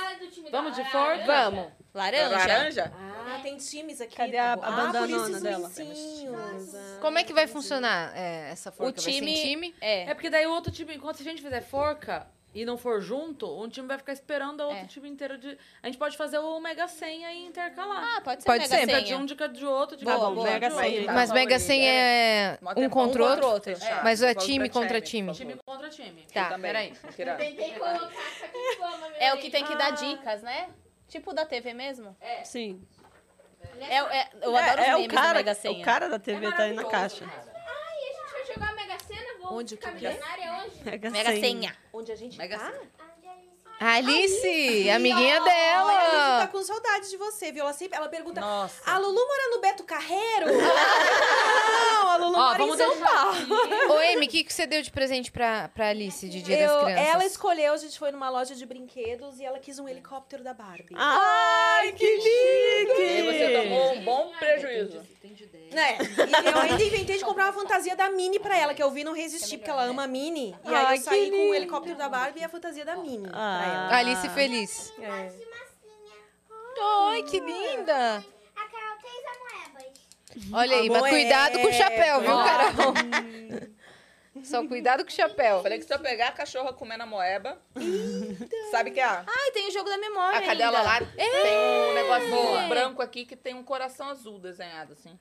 Speaker 1: Vamos de for?
Speaker 2: Vamos.
Speaker 5: Laranja?
Speaker 3: Laranja?
Speaker 10: Ah, tem times aqui.
Speaker 7: Cadê a-
Speaker 10: Tá bom.
Speaker 7: a
Speaker 10: ah,
Speaker 7: bandanona
Speaker 10: por isso os
Speaker 7: dela?
Speaker 10: ursinhos. Ah.
Speaker 2: Como é que vai funcionar é, essa
Speaker 5: O
Speaker 2: forca? Vai ser em
Speaker 5: time...
Speaker 2: time?
Speaker 5: É.
Speaker 1: É porque daí o outro time, enquanto se a gente fizer forca e não for junto, um time vai ficar esperando o outro
Speaker 5: É.
Speaker 1: time inteiro de. A gente pode fazer o Mega Senha e intercalar.
Speaker 5: Ah, pode ser
Speaker 2: Pode
Speaker 5: mega
Speaker 2: ser,
Speaker 1: Dica
Speaker 5: senha.
Speaker 1: de um, dica de outro, dica
Speaker 7: Tá
Speaker 1: de um.
Speaker 7: bom,
Speaker 1: outro,
Speaker 7: Mega
Speaker 1: dica de outro.
Speaker 7: Senha.
Speaker 2: Mas
Speaker 3: Tá
Speaker 2: Mega
Speaker 3: bom,
Speaker 2: Senha é
Speaker 3: Mó
Speaker 2: um
Speaker 3: tempão.
Speaker 2: contra o outro?
Speaker 3: Fechado.
Speaker 2: Mas é
Speaker 3: Contra
Speaker 2: time contra time.
Speaker 3: por favor.
Speaker 1: Time contra time.
Speaker 2: Tá.
Speaker 3: Eu também.
Speaker 1: Peraí.
Speaker 3: Tira-
Speaker 9: Tentei colocar, só que flama, meu
Speaker 5: É o que
Speaker 9: Deus.
Speaker 5: tem que dar dicas, né? Tipo da TV mesmo.
Speaker 7: Sim.
Speaker 5: É, é- eu adoro
Speaker 7: é, é
Speaker 5: os
Speaker 7: o
Speaker 5: memes
Speaker 7: cara,
Speaker 5: do Mega Senha. É
Speaker 7: O cara da TV tá aí na caixa.
Speaker 9: Ai, a gente vai jogar a Mega Sena, vou
Speaker 10: Onde
Speaker 9: ficar
Speaker 10: que é?
Speaker 9: milionária hoje.
Speaker 7: Mega,
Speaker 5: Mega Senha.
Speaker 10: Onde a gente
Speaker 1: Mega
Speaker 10: tá?
Speaker 2: Alice, amiguinha
Speaker 10: Olha, a gente tá
Speaker 2: dela.
Speaker 10: com saudade de você, viu? Ela sempre ela pergunta.
Speaker 3: Nossa.
Speaker 10: A Lulu mora no Beto Carreiro? não, a Lulu
Speaker 1: Ó,
Speaker 10: mora em
Speaker 1: vamos
Speaker 10: São
Speaker 1: deixar
Speaker 10: Paulo.
Speaker 2: Ô, Emi, o que, que você deu de presente pra, pra Alice de Dia
Speaker 10: Eu-
Speaker 2: das Crianças?
Speaker 10: ela escolheu, a gente foi numa loja de brinquedos e ela quis um helicóptero da Barbie.
Speaker 7: Ai, que chique!
Speaker 3: E você tomou um bom prejuízo.
Speaker 10: Né? E eu ainda inventei de comprar uma fantasia da Minnie pra ela, que eu vi não resistir, porque ela ama a Minnie. E aí
Speaker 7: Ai,
Speaker 10: eu
Speaker 7: que
Speaker 10: saí com o
Speaker 7: lindo.
Speaker 10: helicóptero da Barbie e a fantasia da Minnie pra
Speaker 7: Ah.
Speaker 2: Alice feliz.
Speaker 10: ela. É.
Speaker 2: Ai, que linda.
Speaker 8: A Carol tem as moedas.
Speaker 2: Olha aí, mas
Speaker 10: Amor,
Speaker 2: cuidado com o
Speaker 10: é.
Speaker 2: chapéu, viu, Carol? Só cuidado com o chapéu.
Speaker 3: Falei que se eu pegar a cachorra comendo a moeba. sabe que é a,
Speaker 5: Ai, tem o jogo da memória
Speaker 3: a cadela
Speaker 5: ainda.
Speaker 3: lá tem um negócio branco aqui que tem um coração azul desenhado, assim.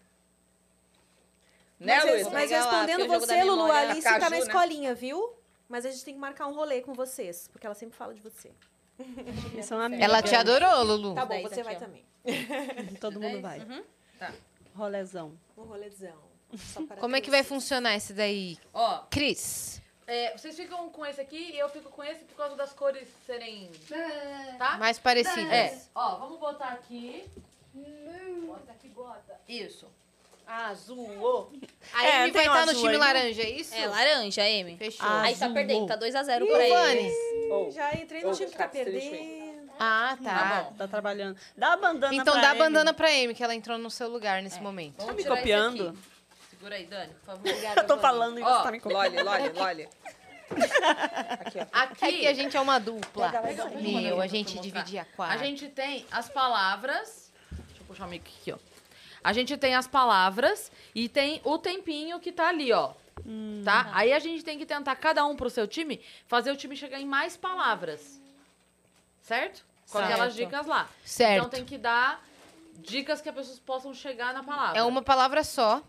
Speaker 3: Né,
Speaker 10: Mas,
Speaker 3: Luísa?
Speaker 10: mas
Speaker 5: Pegar lá,
Speaker 10: respondendo
Speaker 5: aquele jogo
Speaker 10: você,
Speaker 5: da
Speaker 10: Lulu, a
Speaker 5: memória,
Speaker 10: Alice
Speaker 3: Caju,
Speaker 10: tá na
Speaker 3: né?
Speaker 10: escolinha, viu? Mas a gente tem que marcar um rolê com vocês, porque ela sempre fala de você.
Speaker 7: São amigos.
Speaker 2: Ela te adorou, Lulu. Uhum.
Speaker 10: Tá bom,
Speaker 5: daí,
Speaker 10: você
Speaker 5: daqui,
Speaker 10: vai
Speaker 5: ó.
Speaker 10: também.
Speaker 7: Todo mundo vai.
Speaker 10: Uhum.
Speaker 3: Tá.
Speaker 7: Rolezão.
Speaker 10: Um rolezão. Só para
Speaker 2: Como é que vai funcionar esse daí,
Speaker 1: Ó,
Speaker 2: Cris?
Speaker 1: é, vocês ficam com esse aqui e eu fico com esse por causa das cores serem.
Speaker 10: É.
Speaker 1: Tá?
Speaker 2: Mais parecidas.
Speaker 1: É. Ó, vamos botar aqui. Bota aqui, bota. Isso.
Speaker 10: Azul.
Speaker 2: A
Speaker 7: É, tem
Speaker 2: Emi vai tá
Speaker 7: um
Speaker 5: tá
Speaker 2: estar no
Speaker 7: azul
Speaker 2: time
Speaker 7: aí, né?
Speaker 2: laranja, é isso?
Speaker 5: É, laranja, Amy.
Speaker 2: Fechou.
Speaker 7: Ah,
Speaker 5: Aí tá
Speaker 7: Azul.
Speaker 5: perdendo, tá 2x0 pra ele.
Speaker 2: Giovanni.
Speaker 3: Ou,
Speaker 10: Já entrei no
Speaker 3: Ô,
Speaker 10: time que tá
Speaker 3: cara, você deixou aí.
Speaker 10: perdendo.
Speaker 2: Ah,
Speaker 3: Tá
Speaker 2: tá.
Speaker 3: bom.
Speaker 7: Tá trabalhando. Dá a bandana
Speaker 2: Então
Speaker 7: pra
Speaker 2: dá a
Speaker 7: Amy.
Speaker 2: bandana pra Amy, que ela entrou no seu lugar nesse momento.
Speaker 7: Tá me
Speaker 1: tirar esse aqui.
Speaker 7: copiando?
Speaker 1: Segura aí, Dani, por favor.
Speaker 7: Eu tô falando e
Speaker 1: Ó,
Speaker 7: você tá me copiando.
Speaker 3: Loli, Loli, Loli.
Speaker 1: Aqui,
Speaker 2: É que a gente é uma dupla.
Speaker 10: Pega, pega.
Speaker 7: né?
Speaker 2: Meu, a
Speaker 1: Deixa
Speaker 2: gente
Speaker 1: eu
Speaker 2: dividia
Speaker 1: A
Speaker 2: quatro.
Speaker 1: gente tem as palavras. Deixa eu puxar o mic aqui, ó. A gente tem as palavras e tem o tempinho que tá ali, ó.
Speaker 7: Hum.
Speaker 10: Hum.
Speaker 1: tá? Aí a gente tem que tentar, cada um pro seu time, fazer o time chegar em mais palavras. Certo? Com aquelas
Speaker 7: Certo.
Speaker 1: dicas lá. Então
Speaker 2: Certo.
Speaker 1: tem que dar dicas que as pessoas possam chegar na palavra.
Speaker 2: É uma palavra só.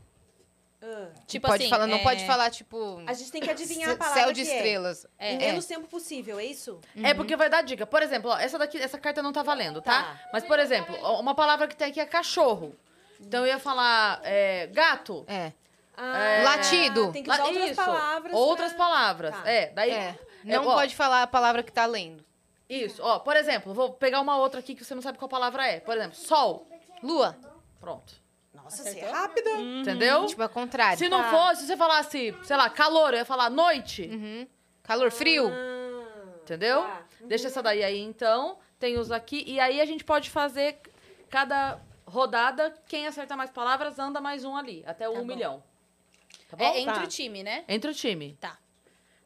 Speaker 10: Ah.
Speaker 5: Tipo
Speaker 2: pode
Speaker 5: assim,
Speaker 2: falar, não
Speaker 5: é-
Speaker 2: pode falar, tipo,
Speaker 10: A gente tem que adivinhar a
Speaker 2: c-
Speaker 10: palavra
Speaker 2: céu de
Speaker 10: que
Speaker 2: estrelas.
Speaker 10: é. Em
Speaker 2: É.
Speaker 10: menos tempo possível, é isso?
Speaker 1: É porque vai dar dica. Por exemplo, ó, essa daqui, essa carta não tá valendo, tá? Mas, por exemplo, ó, uma palavra que tem aqui é cachorro. Então eu ia falar é, gato.
Speaker 2: É.
Speaker 10: Ah,
Speaker 2: Latido.
Speaker 10: Tem que
Speaker 1: Lá-
Speaker 10: usar outras
Speaker 1: isso,
Speaker 10: palavras.
Speaker 1: Outras
Speaker 10: pra-
Speaker 1: palavras.
Speaker 10: Tá.
Speaker 1: É, daí.
Speaker 2: É. Não
Speaker 1: ó,
Speaker 2: pode falar a palavra que tá lendo.
Speaker 1: Isso, ó, por exemplo, vou pegar uma outra aqui que você não sabe qual palavra é. Por exemplo, sol.
Speaker 2: Lua.
Speaker 1: Pronto.
Speaker 10: Nossa, você é rápida.
Speaker 1: Entendeu?
Speaker 2: Tipo, ao contrário.
Speaker 1: Se
Speaker 5: Tá.
Speaker 1: não fosse, se você falasse, sei lá, calor, eu ia falar noite.
Speaker 2: Uhum. Calor, frio.
Speaker 10: Ah,
Speaker 1: Entendeu?
Speaker 10: tá.
Speaker 5: Uhum.
Speaker 1: Deixa essa daí aí, então. Tem os aqui. E aí a gente pode fazer cada rodada, quem acerta mais palavras, anda mais um ali, até um milhão. Tá bom?
Speaker 5: É entre
Speaker 7: Tá.
Speaker 5: o time, né?
Speaker 1: Entre o time.
Speaker 5: Tá.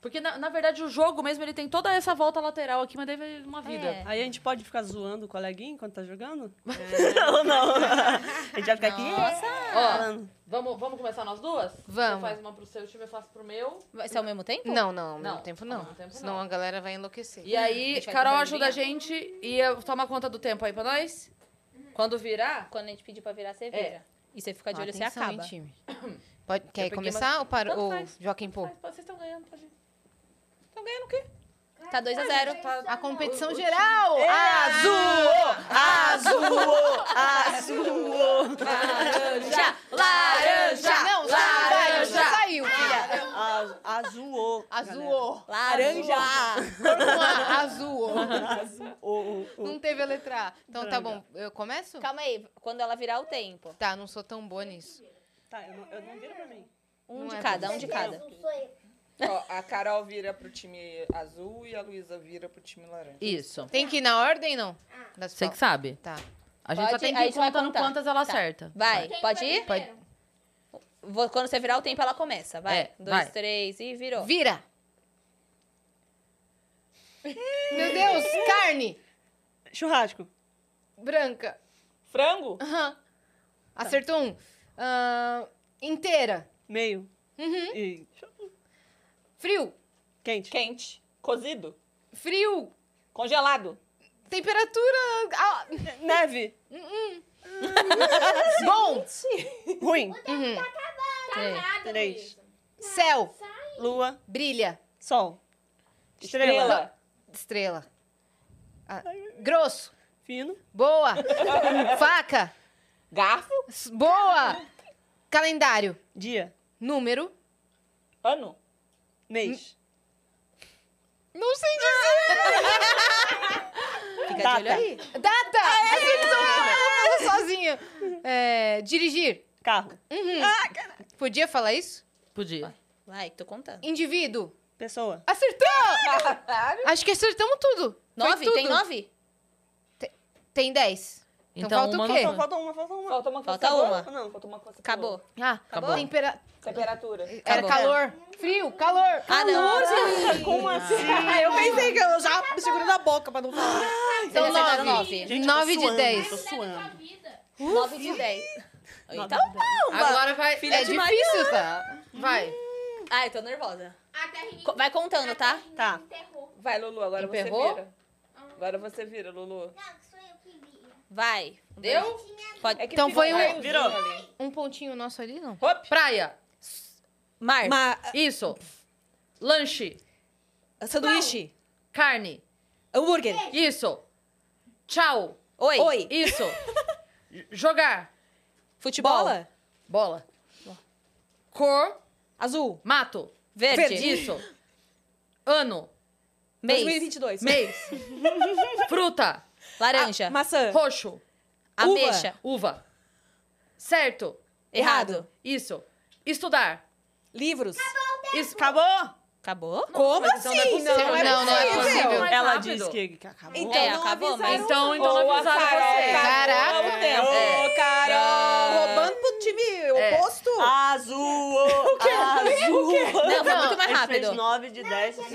Speaker 1: Porque, na, na verdade, o jogo mesmo, ele tem toda essa volta lateral aqui, mas deve uma vida.
Speaker 5: É.
Speaker 7: Aí a gente pode ficar zoando o coleguinha enquanto tá jogando?
Speaker 5: É.
Speaker 7: Ou não? A gente vai ficar aqui. é,
Speaker 1: Ó, vamos, vamos começar nós duas?
Speaker 2: Vamos.
Speaker 1: Você faz uma pro seu time, eu faço pro meu.
Speaker 5: Vai ser ao mesmo tempo?
Speaker 2: Não, não,
Speaker 1: Não,
Speaker 2: ao mesmo tempo
Speaker 1: ao
Speaker 2: não.
Speaker 1: mesmo tempo
Speaker 2: Senão
Speaker 1: não.
Speaker 2: a galera vai enlouquecer.
Speaker 1: E aí,
Speaker 5: Deixa eu
Speaker 1: Carol,
Speaker 5: pegar a
Speaker 1: ajuda a
Speaker 5: linha.
Speaker 1: gente e eu- toma conta do tempo aí pra nós. Quando virar,
Speaker 5: Uhum. Quando a gente pedir pra virar, você vira. E você fica de olho, você
Speaker 2: Atenção, hein,
Speaker 5: acaba.
Speaker 2: time. Pode,
Speaker 1: Eu
Speaker 2: quer
Speaker 1: peguei
Speaker 2: começar ou, para,
Speaker 1: Tanto
Speaker 2: ou
Speaker 1: faz.
Speaker 2: Joaquim Pô?
Speaker 1: Mas vocês estão ganhando, pode
Speaker 5: Tá 2 a 0
Speaker 2: A competição geral!
Speaker 10: É.
Speaker 7: Azul! Azul!
Speaker 1: Laranja! Laranja!
Speaker 2: Não,
Speaker 1: Laranja!
Speaker 2: já saiu, filha.
Speaker 7: Azul! Azul!
Speaker 2: Azul.
Speaker 7: Laranja!
Speaker 2: Vamos lá, Azul.
Speaker 7: O- o- o-
Speaker 2: Não teve a letra A. Então tá bom, eu começo?
Speaker 5: Calma aí, quando ela virar o tempo.
Speaker 2: Tá, não sou tão boa nisso.
Speaker 7: Tá, eu não, eu não viro pra mim.
Speaker 5: Um
Speaker 2: Não
Speaker 5: de
Speaker 2: é
Speaker 5: cada, um
Speaker 2: possível.
Speaker 5: de cada.
Speaker 3: Ó, a Carol vira pro time azul e a Luísa vira pro time laranja.
Speaker 1: Isso.
Speaker 2: Tem que ir na ordem, não? Das
Speaker 1: Você que sabe.
Speaker 2: Tá.
Speaker 1: A gente só
Speaker 5: Pode-
Speaker 1: tem que
Speaker 5: aí
Speaker 1: ir
Speaker 5: a gente vai
Speaker 1: contando
Speaker 5: contar.
Speaker 1: quantas ela
Speaker 5: Tá.
Speaker 1: acerta.
Speaker 5: Vai, pode ir?
Speaker 9: Pode.
Speaker 5: Vou- Quando você virar o tempo, ela começa. Vai.
Speaker 1: É,
Speaker 5: dois,
Speaker 1: vai.
Speaker 5: três e virou.
Speaker 2: Vira! Meu Deus, carne!
Speaker 7: Churrasco. Tá.
Speaker 2: Branca.
Speaker 3: Frango?
Speaker 2: Aham. Acertou um. Ahn, inteira. Uhum.
Speaker 7: Meio. E
Speaker 2: Frio.
Speaker 7: quente.
Speaker 3: Quente. Cozido.
Speaker 2: Frio.
Speaker 3: Congelado.
Speaker 2: Temperatura. ah,
Speaker 7: Neve.
Speaker 9: Hum,
Speaker 2: bom.
Speaker 7: Ruim.
Speaker 2: Uhum.
Speaker 7: Três.
Speaker 2: Céu.
Speaker 7: Lua.
Speaker 2: Brilha.
Speaker 7: Sol. Estrela.
Speaker 2: Estrela. Ah, grosso.
Speaker 7: Fino.
Speaker 2: Boa. Faca.
Speaker 3: Garfo.
Speaker 2: S- Boa. Calendário.
Speaker 7: Dia.
Speaker 2: Número.
Speaker 3: Ano.
Speaker 7: Mês.
Speaker 2: Não sei dizer.
Speaker 5: Fica de olho
Speaker 7: Data.
Speaker 5: aí. Ah, é?
Speaker 2: Data. Assim, então eu falo sozinha. É, dirigir. Uhum.
Speaker 7: Carro.
Speaker 2: Podia falar isso?
Speaker 1: Podia.
Speaker 5: Ah, Vai, tô contando.
Speaker 2: Indivíduo.
Speaker 7: Pessoa.
Speaker 2: Acertou! Acho que é acertamos tudo. Foi
Speaker 5: Nove?
Speaker 2: tudo.
Speaker 5: Tem nove?
Speaker 2: Tem dez. Então falta o
Speaker 1: uma não
Speaker 2: quê?
Speaker 1: foi.
Speaker 7: Só falta uma, falta uma.
Speaker 3: Falta uma que
Speaker 5: Falta
Speaker 3: você pulou.
Speaker 5: uma.
Speaker 3: Não, falta uma que você
Speaker 5: Acabou.
Speaker 3: pulou.
Speaker 2: Ah,
Speaker 1: Acabou?
Speaker 2: tempera-
Speaker 3: Temperatura.
Speaker 2: Era
Speaker 5: Acabou.
Speaker 2: calor. Frio, calor.
Speaker 5: Ah, não.
Speaker 7: Como assim?
Speaker 10: eu pensei que eu já segurando a boca pra não falar.
Speaker 5: Então
Speaker 2: Vocês
Speaker 4: tá
Speaker 2: acertaram
Speaker 5: nove.
Speaker 7: Gente, eu tô
Speaker 2: Nove de
Speaker 7: suando,
Speaker 2: dez.
Speaker 7: Tô suando.
Speaker 5: Nove de dez. Então,
Speaker 1: Agora vai.
Speaker 2: É difícil, tá?
Speaker 1: Vai.
Speaker 5: ai, tô nervosa.
Speaker 9: Até rim.
Speaker 5: Co- Vai contando, tá?
Speaker 7: Tá.
Speaker 9: Enterrou.
Speaker 3: Vai, Lulu, agora
Speaker 1: Emperrou?
Speaker 3: você vira. Agora você vira, Lulu.
Speaker 8: Não, sou eu que vi.
Speaker 5: Vai.
Speaker 1: Deu?
Speaker 5: Pode.
Speaker 3: É que
Speaker 2: Então
Speaker 3: fica
Speaker 2: foi um-
Speaker 3: raiozinho
Speaker 7: Virou.
Speaker 3: ali.
Speaker 2: Um pontinho nosso ali, não?
Speaker 3: Hop.
Speaker 1: Praia.
Speaker 5: Mar.
Speaker 10: Mas,
Speaker 1: Isso. Lanche.
Speaker 5: Ah,
Speaker 10: sanduíche,
Speaker 1: Carne.
Speaker 10: hambúrguer,
Speaker 1: Isso. Tchau.
Speaker 5: Oi.
Speaker 10: Oi.
Speaker 1: Isso. Jogar.
Speaker 5: Futebol.
Speaker 10: bola,
Speaker 1: Bola. Cor.
Speaker 10: azul,
Speaker 1: Mato.
Speaker 5: Verde.
Speaker 10: Verde.
Speaker 1: Isso. Ano.
Speaker 5: Mês.
Speaker 10: 2022.
Speaker 1: Mês. Fruta.
Speaker 5: Laranja.
Speaker 10: Maçã,
Speaker 1: Roxo.
Speaker 10: uva.
Speaker 5: Ameixa.
Speaker 1: Uva. Certo.
Speaker 5: Errado.
Speaker 1: Isso. Estudar.
Speaker 10: livros.
Speaker 1: Isso.
Speaker 7: Acabou?
Speaker 5: Acabou?
Speaker 10: Como
Speaker 1: mas então não é
Speaker 10: assim?
Speaker 1: possível.
Speaker 10: Não é
Speaker 2: Não, não é
Speaker 10: possível.
Speaker 2: possível.
Speaker 1: Mais
Speaker 7: Ela
Speaker 1: rápido.
Speaker 7: disse que que acabou.
Speaker 10: Então
Speaker 5: É,
Speaker 10: não
Speaker 5: acabou, mas-
Speaker 10: avisaram. É.
Speaker 1: Então, então
Speaker 3: Ou
Speaker 1: não
Speaker 3: a
Speaker 1: avisaram
Speaker 3: Carol
Speaker 1: você.
Speaker 3: tá-
Speaker 2: Caraca.
Speaker 3: Não, tempo.
Speaker 1: É.
Speaker 10: Carol! Roubando pro time oposto?
Speaker 7: Azul! O quê? Azul!
Speaker 5: Não, foi
Speaker 2: Não,
Speaker 10: Ah,
Speaker 5: muito mais
Speaker 7: A gente fez
Speaker 5: rápido.
Speaker 7: 9 de 10.
Speaker 10: Não,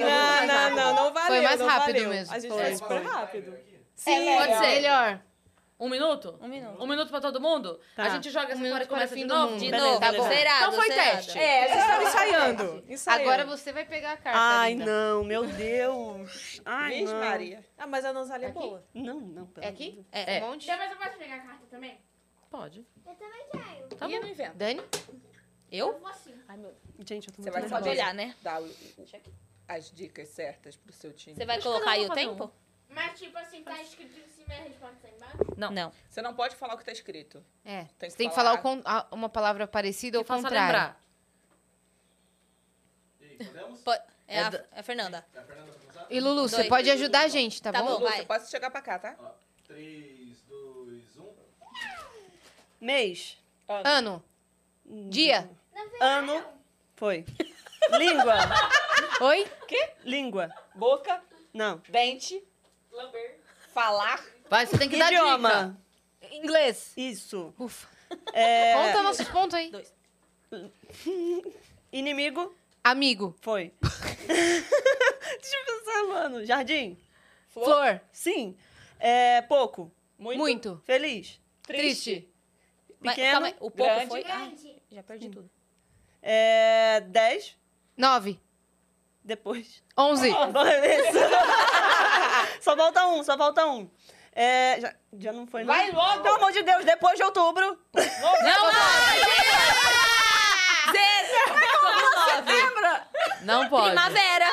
Speaker 10: não, não, não valeu.
Speaker 2: Foi mais
Speaker 10: não
Speaker 2: rápido
Speaker 10: valeu.
Speaker 2: mesmo.
Speaker 10: A gente
Speaker 2: Foi,
Speaker 10: foi super
Speaker 6: foi.
Speaker 10: rápido.
Speaker 7: É
Speaker 2: Sim,
Speaker 1: pode ser.
Speaker 2: Melhor.
Speaker 1: é Um minuto?
Speaker 5: Um minuto.
Speaker 1: Um minuto pra todo mundo?
Speaker 7: Tá.
Speaker 1: A gente joga essa
Speaker 2: minuto
Speaker 1: história e
Speaker 2: para
Speaker 1: começa
Speaker 2: o fim
Speaker 1: de
Speaker 2: do
Speaker 1: novo?
Speaker 2: mundo.
Speaker 5: De
Speaker 7: Beleza,
Speaker 5: novo.
Speaker 2: tá bom.
Speaker 5: Zerado,
Speaker 1: Então foi
Speaker 5: zerado.
Speaker 1: teste.
Speaker 10: É, vocês estavam
Speaker 7: tá
Speaker 10: ensaiando. ensaiando.
Speaker 2: Agora você vai pegar a carta.
Speaker 7: Ai,
Speaker 2: linda.
Speaker 7: não, meu Deus. Ai,
Speaker 3: Vixe,
Speaker 7: não.
Speaker 3: Maria.
Speaker 10: Ah, mas a Nanzali é boa.
Speaker 7: Não, não. pelo
Speaker 2: É
Speaker 7: amor de
Speaker 2: aqui?
Speaker 7: Deus.
Speaker 5: É.
Speaker 1: É.
Speaker 2: Um monte.
Speaker 9: Mas eu posso pegar a carta também?
Speaker 1: Pode.
Speaker 8: Eu também quero.
Speaker 5: Tá bom. Eu não invento.
Speaker 2: Dani?
Speaker 5: Eu?
Speaker 7: Gente, eu tô
Speaker 3: Você
Speaker 7: muito
Speaker 5: Você
Speaker 3: vai
Speaker 7: nervosa.
Speaker 5: pode olhar, né?
Speaker 3: Dá o- o- as dicas certas pro seu time.
Speaker 5: Você vai
Speaker 1: Acho que
Speaker 5: colocar
Speaker 1: cada um
Speaker 5: aí o
Speaker 1: vai fazer
Speaker 5: tempo?
Speaker 9: Mas tipo assim, tá escrito em cima e a resposta tá embaixo?
Speaker 5: Não. Não.
Speaker 3: Você não pode falar o que tá escrito.
Speaker 2: É.
Speaker 3: Tem que
Speaker 2: você tem que
Speaker 3: falar.
Speaker 2: falar o con- a- uma palavra parecida ou
Speaker 1: faça
Speaker 2: contrária.
Speaker 1: lembrar.
Speaker 6: E aí, podemos?
Speaker 5: Po- É,
Speaker 1: É
Speaker 5: a,
Speaker 1: da-
Speaker 5: é a Fernanda.
Speaker 6: A Fernanda vai começar?
Speaker 2: E Lulu, você
Speaker 5: Dois.
Speaker 2: pode ajudar a gente, tá,
Speaker 5: Tá
Speaker 2: bom?
Speaker 5: bom.
Speaker 3: Lu,
Speaker 5: vai.
Speaker 3: você pode chegar pra cá, tá?
Speaker 6: 3, 2, 1.
Speaker 7: Mês. Hum.
Speaker 2: Ano. Dia.
Speaker 7: Ano. Foi. Língua.
Speaker 2: Oi?
Speaker 7: Língua.
Speaker 3: Boca,
Speaker 7: Não.
Speaker 3: dente,
Speaker 9: Lamber.
Speaker 3: falar.
Speaker 1: Vai, você tem que dar dica.
Speaker 7: Idioma.
Speaker 2: Inglês.
Speaker 7: Isso.
Speaker 2: Ufa.
Speaker 7: É,
Speaker 2: Conta nossos pontos aí.
Speaker 7: Inimigo.
Speaker 2: Amigo.
Speaker 7: Foi. Deixa eu pensar, mano. Jardim?
Speaker 2: Flor.
Speaker 7: Sim. É, pouco. Muito.
Speaker 2: Muito.
Speaker 7: Feliz.
Speaker 2: Triste.
Speaker 5: Mas,
Speaker 7: Pequeno.
Speaker 5: calma aí, o pouco
Speaker 3: grande.
Speaker 5: foi. Ai, já perdi tudo.
Speaker 7: É, dez.
Speaker 2: Nove.
Speaker 7: Depois.
Speaker 2: Onze.
Speaker 7: Isso. só falta um, só falta um. É, já, já não foi, não?
Speaker 3: Vai logo!
Speaker 7: Pelo amor de Deus, depois de outubro.
Speaker 1: Não,
Speaker 7: Lembra?
Speaker 1: não pode.
Speaker 5: Primavera.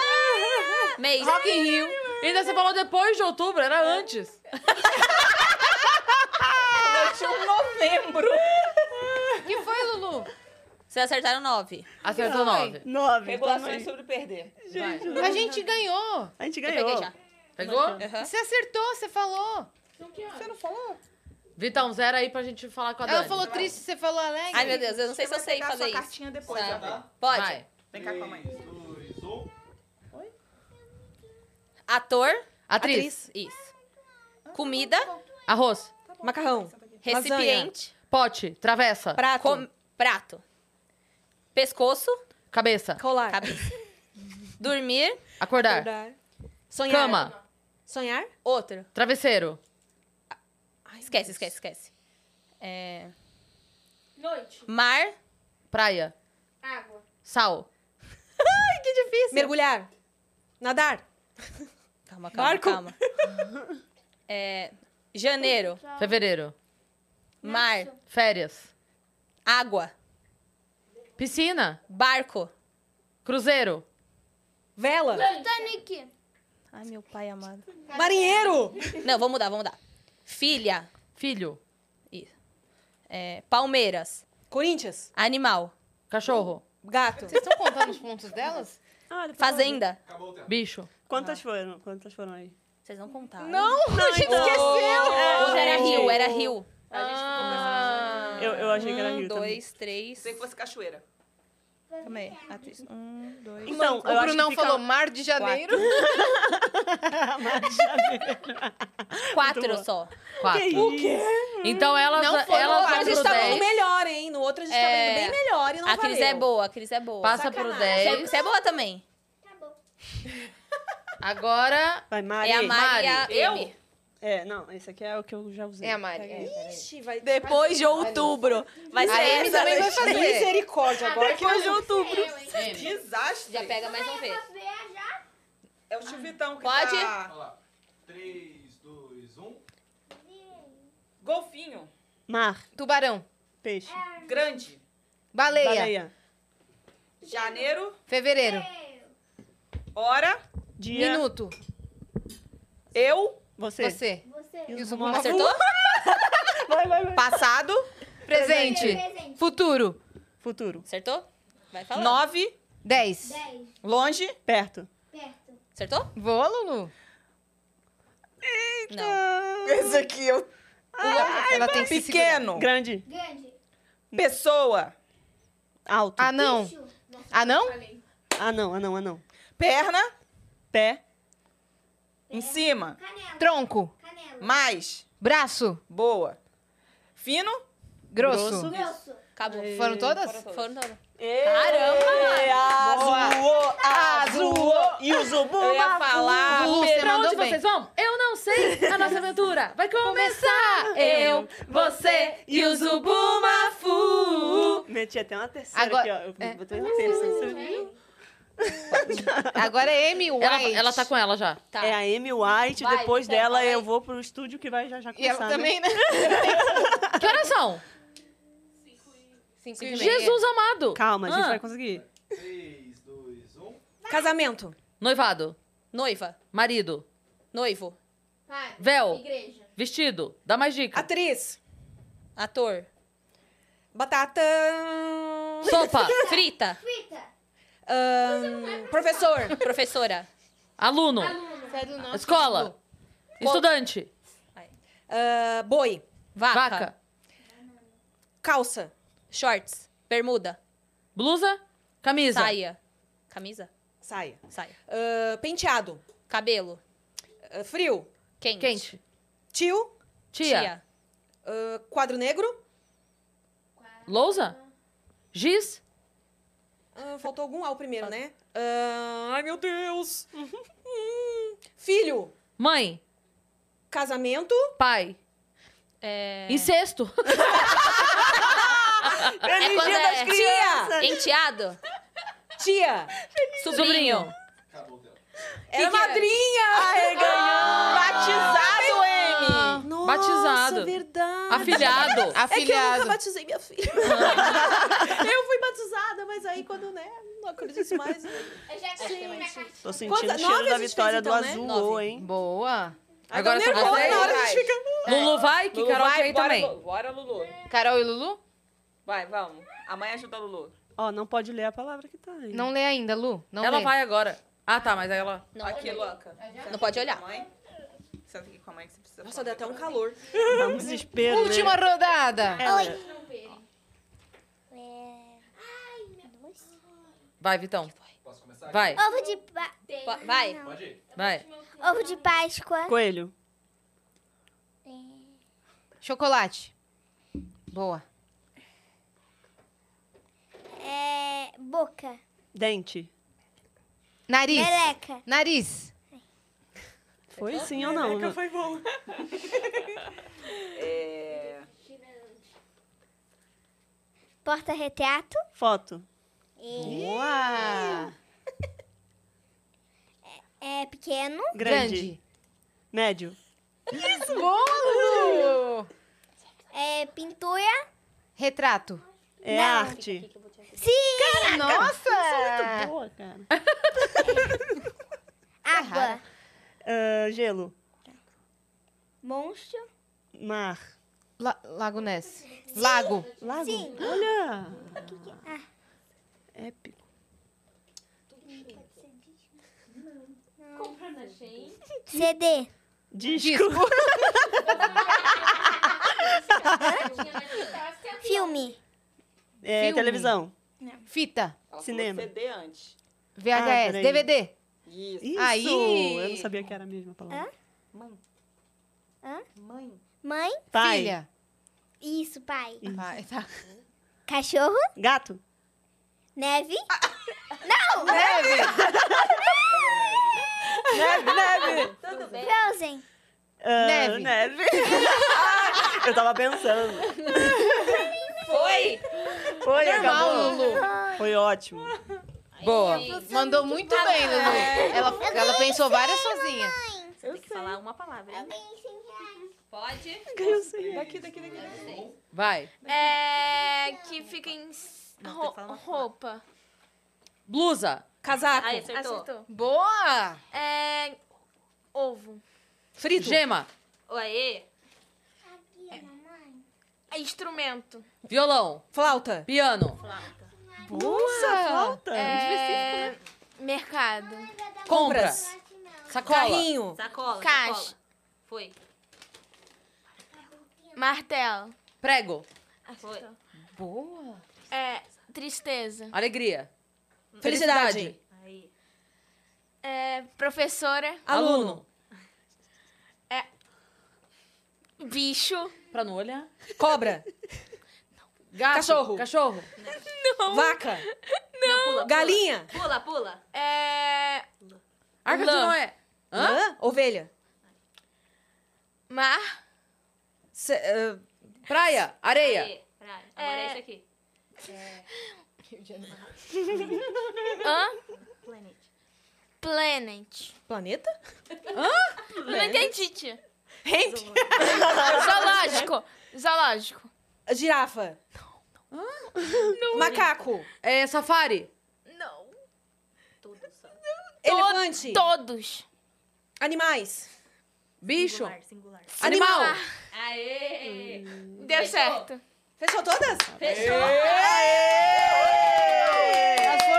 Speaker 5: Mês.
Speaker 1: Rock in Rio. Ainda você falou depois de outubro, era antes.
Speaker 3: Eu tinha um novembro.
Speaker 2: que foi, Lulu?
Speaker 5: Vocês acertaram nove.
Speaker 1: Acertou nove.
Speaker 7: Nove.
Speaker 5: então
Speaker 7: tamo aí.
Speaker 5: é
Speaker 3: Regulações sobre perder.
Speaker 7: Gente,
Speaker 2: A gente ganhou.
Speaker 7: a gente
Speaker 5: Eu
Speaker 7: ganhou.
Speaker 5: peguei já.
Speaker 1: Pegou?
Speaker 2: Você acertou, você falou.
Speaker 3: Você não falou?
Speaker 1: Vitão, zero aí pra gente falar com a Dani.
Speaker 2: Ela falou triste, você falou alegre.
Speaker 5: Ai, meu Deus, eu não sei se eu sei fazer
Speaker 10: sua
Speaker 5: isso.
Speaker 10: cartinha depois,
Speaker 5: Sabe?
Speaker 10: tá?
Speaker 5: Pode.
Speaker 1: Vai.
Speaker 10: Vem cá com a mãe.
Speaker 6: Dois, um.
Speaker 5: Ator.
Speaker 1: Atriz.
Speaker 5: Isso. Comida.
Speaker 1: Arroz.
Speaker 10: Macarrão.
Speaker 5: Recipiente.
Speaker 1: Pote. Travessa.
Speaker 5: Prato. Prato. Pescoço.
Speaker 1: Cabeça.
Speaker 10: Colar.
Speaker 5: Cabeça. Dormir.
Speaker 1: Acordar.
Speaker 10: Acordar. Sonhar.
Speaker 1: Cama.
Speaker 10: Sonhar.
Speaker 5: Outro.
Speaker 1: Travesseiro.
Speaker 5: Esquece, esquece, esquece. É,
Speaker 9: Noite.
Speaker 5: Mar.
Speaker 1: Praia.
Speaker 9: Água.
Speaker 1: Sal.
Speaker 10: Mergulhar. Nadar.
Speaker 5: Calma, calma,
Speaker 10: Marco.
Speaker 5: calma. É, Janeiro.
Speaker 1: Fevereiro.
Speaker 5: Mar.
Speaker 1: Férias.
Speaker 5: Água.
Speaker 1: Piscina.
Speaker 5: Barco.
Speaker 1: Cruzeiro.
Speaker 10: Vela.
Speaker 9: Titanic.
Speaker 5: Ai, meu pai amado.
Speaker 10: Marinheiro.
Speaker 5: Não, vou mudar, vou mudar. Filha.
Speaker 1: Filho.
Speaker 5: É, Palmeiras.
Speaker 10: Corinthians.
Speaker 5: Animal.
Speaker 1: Cachorro.
Speaker 10: Gato.
Speaker 2: Vocês estão contando os pontos delas?
Speaker 7: Ah, depois-
Speaker 5: Fazenda.
Speaker 6: Acabou o tempo.
Speaker 1: Bicho.
Speaker 7: Quantas foram? Quantas foram aí?
Speaker 5: Vocês não contaram.
Speaker 7: Não, então. É, a gente esqueceu!
Speaker 5: Outra era rio, era rio.
Speaker 3: A gente
Speaker 7: Eu, eu achei que era
Speaker 5: Um,
Speaker 7: Rio também.
Speaker 5: dois, três.
Speaker 3: Pensei assim. que fosse cachoeira.
Speaker 5: Calma aí. Atriz. Um, dois.
Speaker 7: Então, eu
Speaker 2: o
Speaker 7: acho
Speaker 2: Brunão
Speaker 7: que fica-
Speaker 2: falou Mar de Janeiro.
Speaker 5: Quatro só.
Speaker 1: Quatro.
Speaker 7: Que
Speaker 10: O quê?
Speaker 1: Então elas,
Speaker 2: Não foram
Speaker 1: elas
Speaker 2: quatro,
Speaker 10: A
Speaker 1: vão
Speaker 10: gente
Speaker 1: pro
Speaker 10: tava indo
Speaker 1: 10.
Speaker 10: melhor, hein? No outro a gente tava
Speaker 5: É.
Speaker 10: indo bem melhor e não
Speaker 5: A Cris é
Speaker 10: valeu.
Speaker 5: boa, a Cris é boa.
Speaker 1: Passa pro
Speaker 10: Sacanagem.
Speaker 5: Você
Speaker 1: 10.
Speaker 5: você é boa também.
Speaker 1: Agora.
Speaker 7: Vai, Mari.
Speaker 5: É a Mari e a
Speaker 1: Mari,
Speaker 5: eu?
Speaker 7: É, não, esse aqui é o que eu já usei.
Speaker 2: É a Mari. é.
Speaker 10: Ixi, vai...
Speaker 3: Depois de outubro.
Speaker 5: Vai
Speaker 2: A
Speaker 5: ser
Speaker 2: Amy
Speaker 5: essa.
Speaker 2: também vai fazer.
Speaker 10: Misericórdia, agora que eu...
Speaker 3: outubro.
Speaker 9: Eu, hein?
Speaker 3: Desastre.
Speaker 5: Já pega mais uma vez.
Speaker 3: É o Chivitão que
Speaker 5: Pode?
Speaker 3: tá...
Speaker 6: Olha lá. Três, dois, um.
Speaker 3: Golfinho.
Speaker 7: Mar,
Speaker 2: Tubarão.
Speaker 7: peixe,
Speaker 3: Grande.
Speaker 2: Baleia.
Speaker 7: baleia,
Speaker 3: Janeiro.
Speaker 2: Fevereiro.
Speaker 3: Hora.
Speaker 7: dia,
Speaker 2: Minuto.
Speaker 3: Eu.
Speaker 7: você.
Speaker 2: Você.
Speaker 9: Você.
Speaker 7: E os
Speaker 2: Isso,
Speaker 7: móveis.
Speaker 2: acertou?
Speaker 7: Vai, vai, vai.
Speaker 3: Passado.
Speaker 2: Presente.
Speaker 9: Presente.
Speaker 2: Futuro.
Speaker 7: Futuro,
Speaker 5: Acertou? Vai falar.
Speaker 3: Nove.
Speaker 2: Dez.
Speaker 9: Dez.
Speaker 3: Longe.
Speaker 7: perto.
Speaker 9: Perto.
Speaker 5: Acertou?
Speaker 2: Boa, Lulu.
Speaker 5: Não.
Speaker 3: Esse aqui eu...
Speaker 2: Ela tem que se segurar.
Speaker 3: Pequeno.
Speaker 7: Grande,
Speaker 9: Grande.
Speaker 3: Pessoa.
Speaker 7: alto.
Speaker 2: Ah, não.
Speaker 9: Bicho. Nossa,
Speaker 2: Ah, não?
Speaker 9: falei.
Speaker 7: Ah, não, ah, não, ah, não.
Speaker 3: Perna.
Speaker 7: Pé,
Speaker 3: Em cima.
Speaker 9: Canela.
Speaker 2: Tronco.
Speaker 9: Canela.
Speaker 3: Mais.
Speaker 2: Braço.
Speaker 3: Boa. Fino.
Speaker 2: Grosso.
Speaker 9: Grosso.
Speaker 5: Acabou.
Speaker 2: Foram todas?
Speaker 5: Foram todas. É,
Speaker 7: Caramba,
Speaker 3: Azul. Azul.
Speaker 7: E o zubu,
Speaker 3: Eu ia falar...
Speaker 2: Lulu,
Speaker 3: pe-
Speaker 2: você
Speaker 1: Pra
Speaker 2: mandou
Speaker 1: onde
Speaker 2: bem.
Speaker 1: vocês vão? Eu não sei. A nossa aventura vai começar. Eu, você e o Zubumafu.
Speaker 7: Meti até uma terceira
Speaker 2: Agora- É.
Speaker 7: aqui, ó. Eu botei uma terceira, você viu?
Speaker 2: Agora é Amy White.
Speaker 1: Ela, ela tá com ela já.
Speaker 5: Tá.
Speaker 7: É a Amy White,
Speaker 5: Vai,
Speaker 7: depois
Speaker 5: então,
Speaker 7: dela
Speaker 5: fala aí.
Speaker 7: eu vou pro estúdio que vai já já
Speaker 2: E
Speaker 7: começar,
Speaker 2: ela
Speaker 7: né?
Speaker 2: também, né?
Speaker 1: Que horas
Speaker 10: Então,
Speaker 1: são?
Speaker 2: Cinco e meia.
Speaker 1: Jesus amado.
Speaker 7: Calma, a gente
Speaker 1: Ah.
Speaker 7: vai conseguir.
Speaker 6: Três, dois, um.
Speaker 10: Casamento.
Speaker 1: Noivado.
Speaker 5: Noiva.
Speaker 1: Marido.
Speaker 5: Noivo.
Speaker 9: Pai.
Speaker 5: É
Speaker 1: Véu.
Speaker 9: Igreja.
Speaker 1: Vestido. Dá mais dica.
Speaker 10: Atriz.
Speaker 5: Ator.
Speaker 10: Batata.
Speaker 1: Sopa.
Speaker 5: Frita.
Speaker 9: Fita.
Speaker 10: ahn, professor.
Speaker 5: Professora.
Speaker 1: Aluno.
Speaker 5: é
Speaker 2: Sai do nosso
Speaker 1: Escola.
Speaker 2: grupo.
Speaker 1: Estudante.
Speaker 10: ahn, boi.
Speaker 5: Vaca.
Speaker 1: Vaca.
Speaker 10: Calça.
Speaker 5: Shorts. Bermuda.
Speaker 1: Blusa. Camisa.
Speaker 5: Saia. Camisa?
Speaker 10: Saia.
Speaker 5: Saia.
Speaker 10: Ahn, penteado.
Speaker 5: Cabelo.
Speaker 10: Ahn, frio.
Speaker 5: Quente.
Speaker 1: Quente.
Speaker 10: Tio.
Speaker 1: Tia.
Speaker 10: Ahn, quadro negro.
Speaker 1: Lousa. Giz.
Speaker 10: Ah, faltou algum ao primeiro, né? Ah, ai, meu Deus. Hum. Filho,
Speaker 1: Mãe,
Speaker 10: casamento.
Speaker 1: pai,
Speaker 5: É...
Speaker 1: incesto.
Speaker 7: Feliz
Speaker 5: quando
Speaker 7: dia das
Speaker 5: é-
Speaker 7: crianças!
Speaker 5: Enteado?
Speaker 10: Tia,
Speaker 5: Sobrinho?
Speaker 6: Acabou o tempo.
Speaker 10: era madrinha.
Speaker 7: Ai,
Speaker 3: Batizado, M!
Speaker 10: Nossa,
Speaker 1: Batizado.
Speaker 10: verdade.
Speaker 1: Afilhado.
Speaker 10: É que eu nunca
Speaker 2: Afilhado.
Speaker 10: batizei minha filha. eu fui batizada, mas aí quando, né, não acredito mais.
Speaker 9: Eu já tive minha cartinha.
Speaker 7: Tô sentindo
Speaker 10: Quantas-
Speaker 7: o
Speaker 10: nove
Speaker 7: cheiro
Speaker 10: a
Speaker 7: da
Speaker 10: gente
Speaker 7: vitória
Speaker 10: fez,
Speaker 7: do
Speaker 10: então, né?
Speaker 7: azul,
Speaker 5: Nove.
Speaker 7: hein?
Speaker 2: Boa.
Speaker 1: Agora
Speaker 10: Nervosa
Speaker 1: só
Speaker 10: na
Speaker 1: vocês.
Speaker 10: hora, a gente fica...
Speaker 1: Lulu vai, que Carol
Speaker 3: vai,
Speaker 1: quer ir
Speaker 3: bora,
Speaker 1: também.
Speaker 3: Lulu. Bora, Lulu.
Speaker 2: Carol e Lulu?
Speaker 3: Vai, vamos. A mãe ajuda a Lulu.
Speaker 7: Ó, não pode ler a palavra que tá aí.
Speaker 2: Não lê ainda, Lu. Não
Speaker 1: ela
Speaker 2: lê.
Speaker 1: vai agora. Ah, tá, mas aí ela...
Speaker 5: Não,
Speaker 3: aqui, Luca. Senta
Speaker 5: não pode
Speaker 3: aqui
Speaker 5: olhar.
Speaker 3: com a Mãe. Senta aqui com a mãe que você precisa.
Speaker 10: Nossa,
Speaker 3: falar.
Speaker 10: deu até um calor.
Speaker 7: Dá um desespero,
Speaker 2: Última
Speaker 7: né?
Speaker 2: rodada.
Speaker 7: Ela-
Speaker 8: É.
Speaker 1: Vai, Vitão.
Speaker 6: Posso começar?
Speaker 1: Vai,
Speaker 8: Ovo de, pa-
Speaker 5: Pa- Vai.
Speaker 6: Pode ir.
Speaker 1: vai.
Speaker 8: ovo de Páscoa.
Speaker 7: Coelho.
Speaker 2: Chocolate. Boa.
Speaker 8: É, boca.
Speaker 7: Dente.
Speaker 2: Nariz.
Speaker 8: Meleca.
Speaker 2: Nariz.
Speaker 7: Foi sim ou não? né?
Speaker 10: Nunca foi bom.
Speaker 3: É...
Speaker 8: Porta-retrato.
Speaker 7: Foto.
Speaker 2: Boa.
Speaker 8: É pequeno.
Speaker 7: Grande. Médio.
Speaker 2: Boa, Lu.
Speaker 8: É pintura.
Speaker 2: Retrato.
Speaker 7: É arte.
Speaker 2: Nossa.
Speaker 7: Boa, cara.
Speaker 2: Tá
Speaker 8: Água.
Speaker 7: Ah, gelo.
Speaker 8: Monstro.
Speaker 7: Mar.
Speaker 2: La- Lago Ness. Lago.
Speaker 7: Lago.
Speaker 8: Sim.
Speaker 7: Olha!
Speaker 8: Ah.
Speaker 7: É Épico.
Speaker 8: CD.
Speaker 7: Disco.
Speaker 8: Filme.
Speaker 7: É,
Speaker 2: Filme.
Speaker 7: televisão.
Speaker 2: Fita.
Speaker 3: Ela falou
Speaker 7: Cinema.
Speaker 3: CD antes.
Speaker 7: Ah,
Speaker 2: VHS.
Speaker 7: peraí.
Speaker 2: DVD.
Speaker 3: Isso.
Speaker 7: Isso!
Speaker 2: Aí. É?
Speaker 7: Eu não sabia que era a mesma palavra.
Speaker 3: Mãe.
Speaker 8: Hã?
Speaker 3: Mãe.
Speaker 8: Mãe.
Speaker 7: Pai.
Speaker 2: Filha.
Speaker 8: Isso, pai.
Speaker 2: Vai, tá.
Speaker 8: Cachorro.
Speaker 7: Gato.
Speaker 8: Neve.
Speaker 7: Neve, neve.
Speaker 8: Frozen.
Speaker 7: Ah,
Speaker 2: Neve.
Speaker 7: Neve. Eu tava pensando.
Speaker 3: Foi!
Speaker 7: Foi,
Speaker 2: Normal,
Speaker 7: acabou.
Speaker 2: Lulu.
Speaker 7: Foi ótimo.
Speaker 1: Boa.
Speaker 2: Mandou muito bem, Lulu. Ela, ela pensou várias sozinha.
Speaker 5: Você tem que falar uma palavra. né? Pode.
Speaker 7: Ganhou sim.
Speaker 3: Daqui, daqui, daqui.
Speaker 1: Vai.
Speaker 9: É. Que fica em. s-
Speaker 5: Não, tem que falar
Speaker 9: ro-
Speaker 5: uma
Speaker 9: Roupa.
Speaker 1: Blusa.
Speaker 10: Casaco.
Speaker 5: Aí, acertou.
Speaker 9: Acertou.
Speaker 2: Boa.
Speaker 9: É. Ovo.
Speaker 1: Frito. Gema.
Speaker 5: Aê.
Speaker 9: É Instrumento.
Speaker 1: Violão.
Speaker 10: Flauta.
Speaker 1: Piano.
Speaker 7: Nossa, falta.
Speaker 9: É.
Speaker 5: né?
Speaker 9: Mercado.
Speaker 1: Compras. Sacola.
Speaker 10: Carrinho.
Speaker 5: Sacola,
Speaker 9: Caixa.
Speaker 5: sacola. Foi,
Speaker 9: Martelo.
Speaker 1: Prego.
Speaker 5: foi.
Speaker 2: Boa.
Speaker 9: É. Tristeza.
Speaker 1: Alegria.
Speaker 5: Hum,
Speaker 9: Hum.
Speaker 10: Felicidade.
Speaker 5: Aí.
Speaker 9: É. Professora.
Speaker 1: Aluno. É.
Speaker 9: Bicho.
Speaker 1: Pra não olhar.
Speaker 10: Cobra.
Speaker 1: Gato.
Speaker 10: Cachorro.
Speaker 1: Cachorro.
Speaker 10: Vaca.
Speaker 5: pula,
Speaker 10: Galinha.
Speaker 5: Pula, pula.
Speaker 9: É.
Speaker 1: Arca de
Speaker 9: Lã.
Speaker 1: Noé. Hã?
Speaker 10: Hã? Ovelha.
Speaker 9: Mar.
Speaker 10: Se- ah,
Speaker 1: Praia. Areia.
Speaker 5: Aê. Praia. Agora é
Speaker 9: É.
Speaker 5: isso aqui.
Speaker 9: Hã? Planet.
Speaker 10: planeta?
Speaker 9: Não entendi, tia.
Speaker 10: Gente.
Speaker 7: é
Speaker 9: Zoológico. Zoológico.
Speaker 10: Girafa. Macaco.
Speaker 1: É, safari.
Speaker 9: Não.
Speaker 10: Elefante.
Speaker 9: Todos.
Speaker 10: Animais.
Speaker 1: Bicho.
Speaker 5: Singular.
Speaker 1: Animal.
Speaker 5: Aê.
Speaker 9: Deu certo.
Speaker 10: Fechou todas?
Speaker 5: Fechou.
Speaker 7: É.
Speaker 2: Elas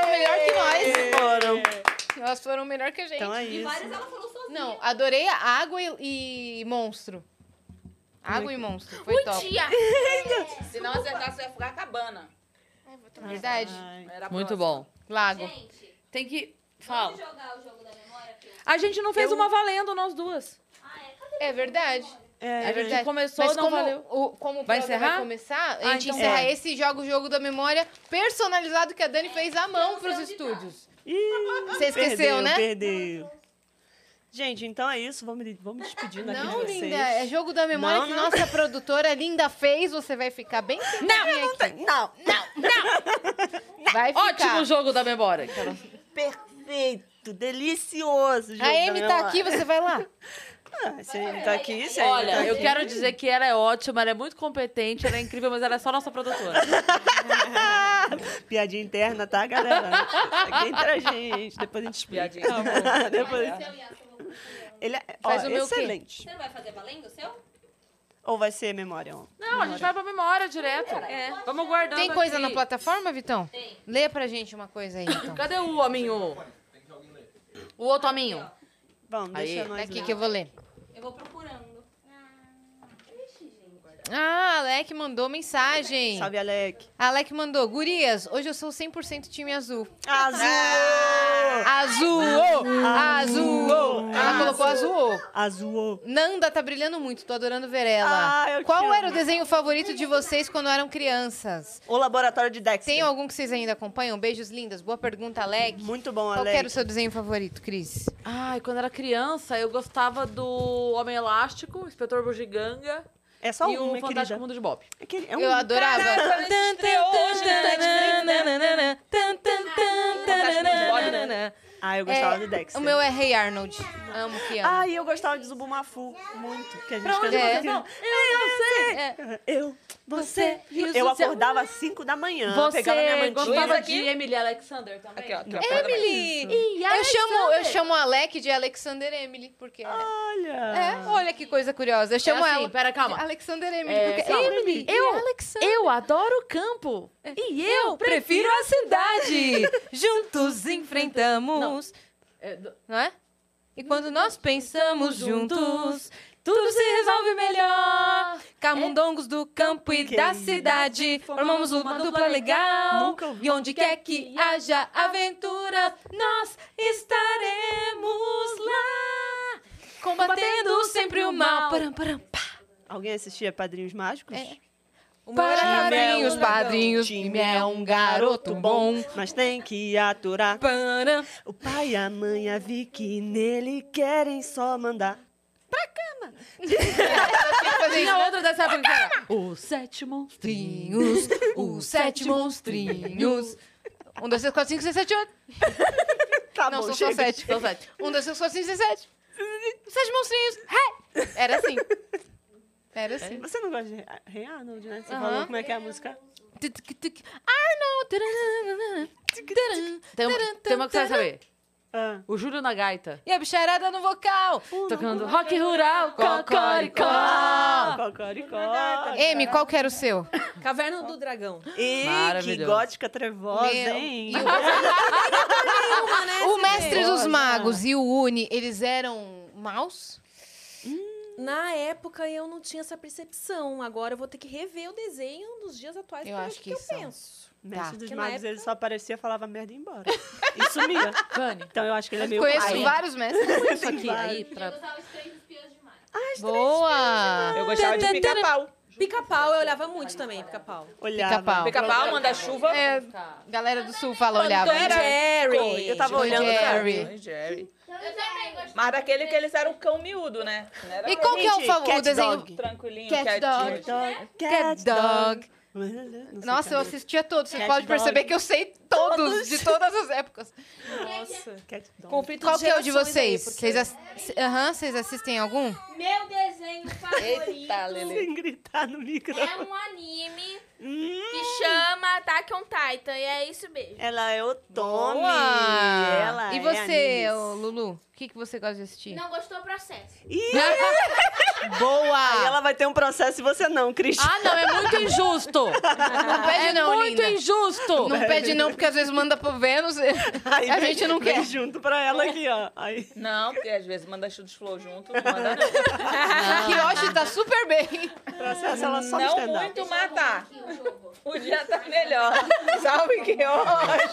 Speaker 2: foram melhor que nós.
Speaker 7: Foram.
Speaker 2: Elas foram melhor que a gente.
Speaker 7: Então é
Speaker 5: E
Speaker 7: isso.
Speaker 5: várias ela falou sozinha.
Speaker 2: Não, adorei a água e, e monstro. Água e monstro.
Speaker 5: Um
Speaker 2: Foi top.
Speaker 9: Tia.
Speaker 3: Se não acertasse, ia ficar a cabana.
Speaker 2: Verdade.
Speaker 7: Ai.
Speaker 3: Era a
Speaker 1: Muito
Speaker 3: próxima.
Speaker 1: bom.
Speaker 2: Lago.
Speaker 5: Gente,
Speaker 1: Tem que... Fala.
Speaker 5: vamos jogar o jogo da memória? Porque...
Speaker 1: A gente não fez uma valendo, nós duas.
Speaker 5: Ah, é.
Speaker 2: É verdade.
Speaker 7: É,
Speaker 1: A gente começou,
Speaker 2: Mas
Speaker 1: não
Speaker 2: como,
Speaker 1: valeu.
Speaker 2: o, como o
Speaker 1: Vai
Speaker 2: programa
Speaker 1: encerrar?
Speaker 2: vai começar, a
Speaker 1: Ah,
Speaker 2: gente
Speaker 1: então
Speaker 2: encerra
Speaker 1: vai.
Speaker 2: esse Joga o Jogo da Memória personalizado que a Dani fez à mão pros
Speaker 5: tá?
Speaker 2: estúdios. Você esqueceu,
Speaker 7: perdeu,
Speaker 2: né?
Speaker 7: Perdeu. Gente, então é isso. Vamos, vamos despedindo aqui de
Speaker 2: Não,
Speaker 7: vocês.
Speaker 2: linda, é Jogo da Memória
Speaker 7: Não,
Speaker 2: que
Speaker 7: não.
Speaker 2: nossa produtora linda fez. Você vai ficar bem Não, eu não tenho.
Speaker 7: Não,
Speaker 2: não. Vai ficar.
Speaker 1: Ótimo jogo da memória. aquela-
Speaker 7: Perfeito, delicioso. jogo
Speaker 2: A Amy
Speaker 7: da
Speaker 2: tá
Speaker 7: memória.
Speaker 2: aqui, você vai lá.
Speaker 7: Ah, se a Amy tá aqui, se a Amy tá
Speaker 1: Olha, eu
Speaker 7: aqui.
Speaker 1: quero dizer que ela é ótima, ela é muito competente, ela é incrível, mas ela é só nossa produtora.
Speaker 7: Piadinha interna, tá, galera? Aqui entre a gente. Depois a gente explica.
Speaker 3: Piadinha.
Speaker 7: Tá bom. Depois... Ele é
Speaker 1: Faz
Speaker 7: ó,
Speaker 1: o meu o quê?
Speaker 7: excelente.
Speaker 5: Você não vai fazer valendo o seu?
Speaker 7: Ou vai ser memória? ó?
Speaker 1: Não, a gente vai pra memória direto. É. Vamos guardando
Speaker 2: Tem coisa
Speaker 1: aqui.
Speaker 2: na plataforma, Vitão? Tem. Lê pra gente uma coisa aí, então.
Speaker 1: Cadê o hominho? O outro hominho.
Speaker 7: Vamos, deixa
Speaker 1: Aí.
Speaker 7: nós
Speaker 2: É aqui
Speaker 7: ler.
Speaker 2: que eu vou ler.
Speaker 5: Eu vou procurando.
Speaker 2: Ah, Alec mandou mensagem.
Speaker 7: Salve, Alec.
Speaker 2: Alec mandou, gurias, hoje eu sou 100% time azul. Ah!
Speaker 7: Azul!
Speaker 2: Azul! Azul! Ela colocou azul.
Speaker 7: Azul.
Speaker 2: Nanda tá brilhando muito, tô adorando ver ela.
Speaker 7: Ah, eu te
Speaker 2: Qual
Speaker 7: amo.
Speaker 2: era o desenho favorito de vocês quando eram crianças?
Speaker 7: O laboratório de Dexter.
Speaker 2: Tem algum que vocês ainda acompanham? Beijos lindas, boa pergunta, Alec.
Speaker 7: Muito bom,
Speaker 2: Qual que
Speaker 7: Alec.
Speaker 2: era o seu desenho favorito, Cris?
Speaker 1: Ai, quando era criança, eu gostava do Homem Elástico, Inspetor Bugiganga
Speaker 7: É só
Speaker 1: e
Speaker 7: um,
Speaker 1: o
Speaker 7: minha
Speaker 1: Fantástico
Speaker 7: querida.
Speaker 1: Mundo de Bob.
Speaker 7: É que- é um-
Speaker 2: Eu adorava.
Speaker 1: né, tá
Speaker 7: Ah, eu gostava do Dexter.
Speaker 2: O meu é Rei Arnold. Amo que amo.
Speaker 7: Ah, e eu gostava de Zubumafu muito. Que a gente fez
Speaker 2: onde
Speaker 7: uma
Speaker 2: você
Speaker 7: criança.
Speaker 2: É.
Speaker 7: Eu, você e o Eu acordava às 5 da manhã, pegava minha mantinha.
Speaker 1: Você gostava de
Speaker 3: aqui?
Speaker 1: Emily Alexander também?
Speaker 3: Aqui, ó. aqui, ó, pra-
Speaker 2: Emily! Eu chamo, eu chamo a Alec de Alexander Emily, porque... né?
Speaker 7: Olha!
Speaker 2: É, olha que coisa curiosa. Eu chamo
Speaker 1: é assim,
Speaker 2: ela
Speaker 1: pera,
Speaker 2: de
Speaker 1: calma.
Speaker 2: Alexander Emily,
Speaker 1: É,
Speaker 2: porque...
Speaker 1: calma.
Speaker 2: Emily!
Speaker 1: Eu-
Speaker 2: e Alexander...
Speaker 1: Eu adoro o
Speaker 2: é
Speaker 1: campo e eu prefiro a cidade.
Speaker 2: Juntos enfrentamos... Não é? E quando nós pensamos juntos, tudo se resolve melhor. Camundongos do campo e
Speaker 7: Que
Speaker 2: da
Speaker 7: isso.
Speaker 2: cidade, formamos uma dupla legal.
Speaker 7: Nunca ouvi.
Speaker 2: E onde quer que haja aventura, nós estaremos lá. Combatendo sempre o mal. Param, param, pá.
Speaker 7: Alguém assistia Padrinhos Mágicos? É.
Speaker 2: Padrinhos,
Speaker 7: Timel é um
Speaker 2: padrinhos,
Speaker 7: dragão.
Speaker 2: Timel é um garoto bom.
Speaker 7: Mas tem que aturar.
Speaker 2: Param.
Speaker 7: O pai e a mãe, a Vicky, nele querem só mandar.
Speaker 1: Tinha outra dessa época que era Os sete monstrinhos.
Speaker 2: monstrinhos, os sete monstrinhos. Um, dois, três, quatro, cinco, seis, sete, oito.
Speaker 7: Tá
Speaker 2: Não,
Speaker 7: bom,
Speaker 2: são só
Speaker 7: chega.
Speaker 2: sete. São sete. Um, dois, três, quatro, cinco, seis, sete. Sete monstrinhos. Hey! Era assim. Era assim.
Speaker 7: Você não gosta de Rei Arnold, né? Você
Speaker 2: Aham.
Speaker 7: falou como é que é a música?
Speaker 2: Tuc, tuc, tuc. Arnold. taranana, taran.
Speaker 1: Tem, uma- um- tem uma que você vai saber.
Speaker 7: Ah.
Speaker 1: O Júlio na gaita.
Speaker 2: E a bicharada no vocal.
Speaker 1: Tocando rock rural,
Speaker 10: Ah,
Speaker 1: cocoricó.
Speaker 2: Cocoricó.
Speaker 7: Cocoricó.
Speaker 2: Amy, qual que era o seu?
Speaker 10: Caverna do Dragão.
Speaker 7: E que
Speaker 1: Maravilhoso.
Speaker 7: gótica trevosa,
Speaker 2: Meu.
Speaker 7: hein?
Speaker 2: E
Speaker 7: né,
Speaker 2: O mestre dos magos e o Uni, eles eram maus?
Speaker 10: Hum. Na época eu não tinha essa percepção. Agora eu vou ter que rever o desenho dos dias atuais
Speaker 2: Eu
Speaker 10: pra ver
Speaker 2: acho
Speaker 10: o que,
Speaker 2: que
Speaker 10: é um eu
Speaker 2: são. Tá.
Speaker 10: penso.
Speaker 7: Mestre dos
Speaker 10: Que na
Speaker 7: Magos,
Speaker 10: época-
Speaker 7: ele só aparecia, falava merda e ia embora. E sumia. Então eu acho que ele é meio...
Speaker 2: Conheço
Speaker 7: Ai,
Speaker 2: vários mestres.
Speaker 1: Isso aqui, aí, pra...
Speaker 2: Boa!
Speaker 3: Eu gostava de pica-pau.
Speaker 10: Pica-pau, eu olhava muito também, pica-pau.
Speaker 7: Olhava.
Speaker 2: Pica-pau.
Speaker 3: Pica-pau, manda-chuva.
Speaker 2: É,
Speaker 5: Tá.
Speaker 2: galera do Sul fala olhava.
Speaker 10: Tom e Jerry.
Speaker 7: Eu tava
Speaker 2: Tom e
Speaker 7: olhando.
Speaker 2: Jerry.
Speaker 3: Tom e Jerry. Mas daquele que eles eram cão miúdo, né? Não era
Speaker 2: E qual que é o,
Speaker 7: Gente,
Speaker 2: fav- o
Speaker 7: Cat
Speaker 2: desenho?
Speaker 7: Dog.
Speaker 3: Tranquilinho,
Speaker 2: Cat
Speaker 3: quietinho.
Speaker 2: dog.
Speaker 7: Cat
Speaker 2: Dog.
Speaker 7: dog. Não sei
Speaker 2: Nossa, eu assistia todos. Você
Speaker 7: Cat
Speaker 2: pode
Speaker 7: Dog.
Speaker 2: perceber que eu sei todos, de todas as épocas.
Speaker 10: Nossa.
Speaker 7: Cat dog.
Speaker 10: Conflito
Speaker 2: Qual que é o de
Speaker 10: gerações aí,
Speaker 2: vocês?
Speaker 10: porque-
Speaker 2: Vocês ass- se- Aham, vocês assistem algum?
Speaker 9: Meu desenho favorito
Speaker 7: Ah,
Speaker 3: Eita, Lele.
Speaker 7: Sem gritar no micro.
Speaker 9: é um anime
Speaker 7: Hum,
Speaker 9: que chama Attack on Titan. E é isso mesmo.
Speaker 7: ela é o Tommy.
Speaker 2: Boa!
Speaker 7: Ela
Speaker 2: e
Speaker 7: é
Speaker 2: você,
Speaker 7: a Ninis.
Speaker 2: ô, Lulu? O que, que você gosta de assistir?
Speaker 9: Não gostou, processo.
Speaker 7: Ih,
Speaker 2: Boa!
Speaker 7: aí ela vai ter um processo e você não, Cristian.
Speaker 1: Ah, não, é muito injusto.
Speaker 2: Não Ah, pede
Speaker 1: é
Speaker 2: não,
Speaker 1: muito
Speaker 2: linda.
Speaker 1: injusto.
Speaker 2: Não pede não, porque às vezes manda pro Vênus.
Speaker 7: Aí
Speaker 2: a
Speaker 7: vem-
Speaker 2: gente não
Speaker 7: vem
Speaker 2: quer.
Speaker 7: junto pra ela aqui, ó. Aí.
Speaker 3: Não, porque às vezes manda chuva de flor junto, não manda não.
Speaker 2: Kiyoshi tá super bem.
Speaker 7: Processo ela só no
Speaker 3: Não
Speaker 7: stand-up.
Speaker 3: muito matar.
Speaker 2: um
Speaker 3: O dia tá melhor. Salve, Kiyoshi.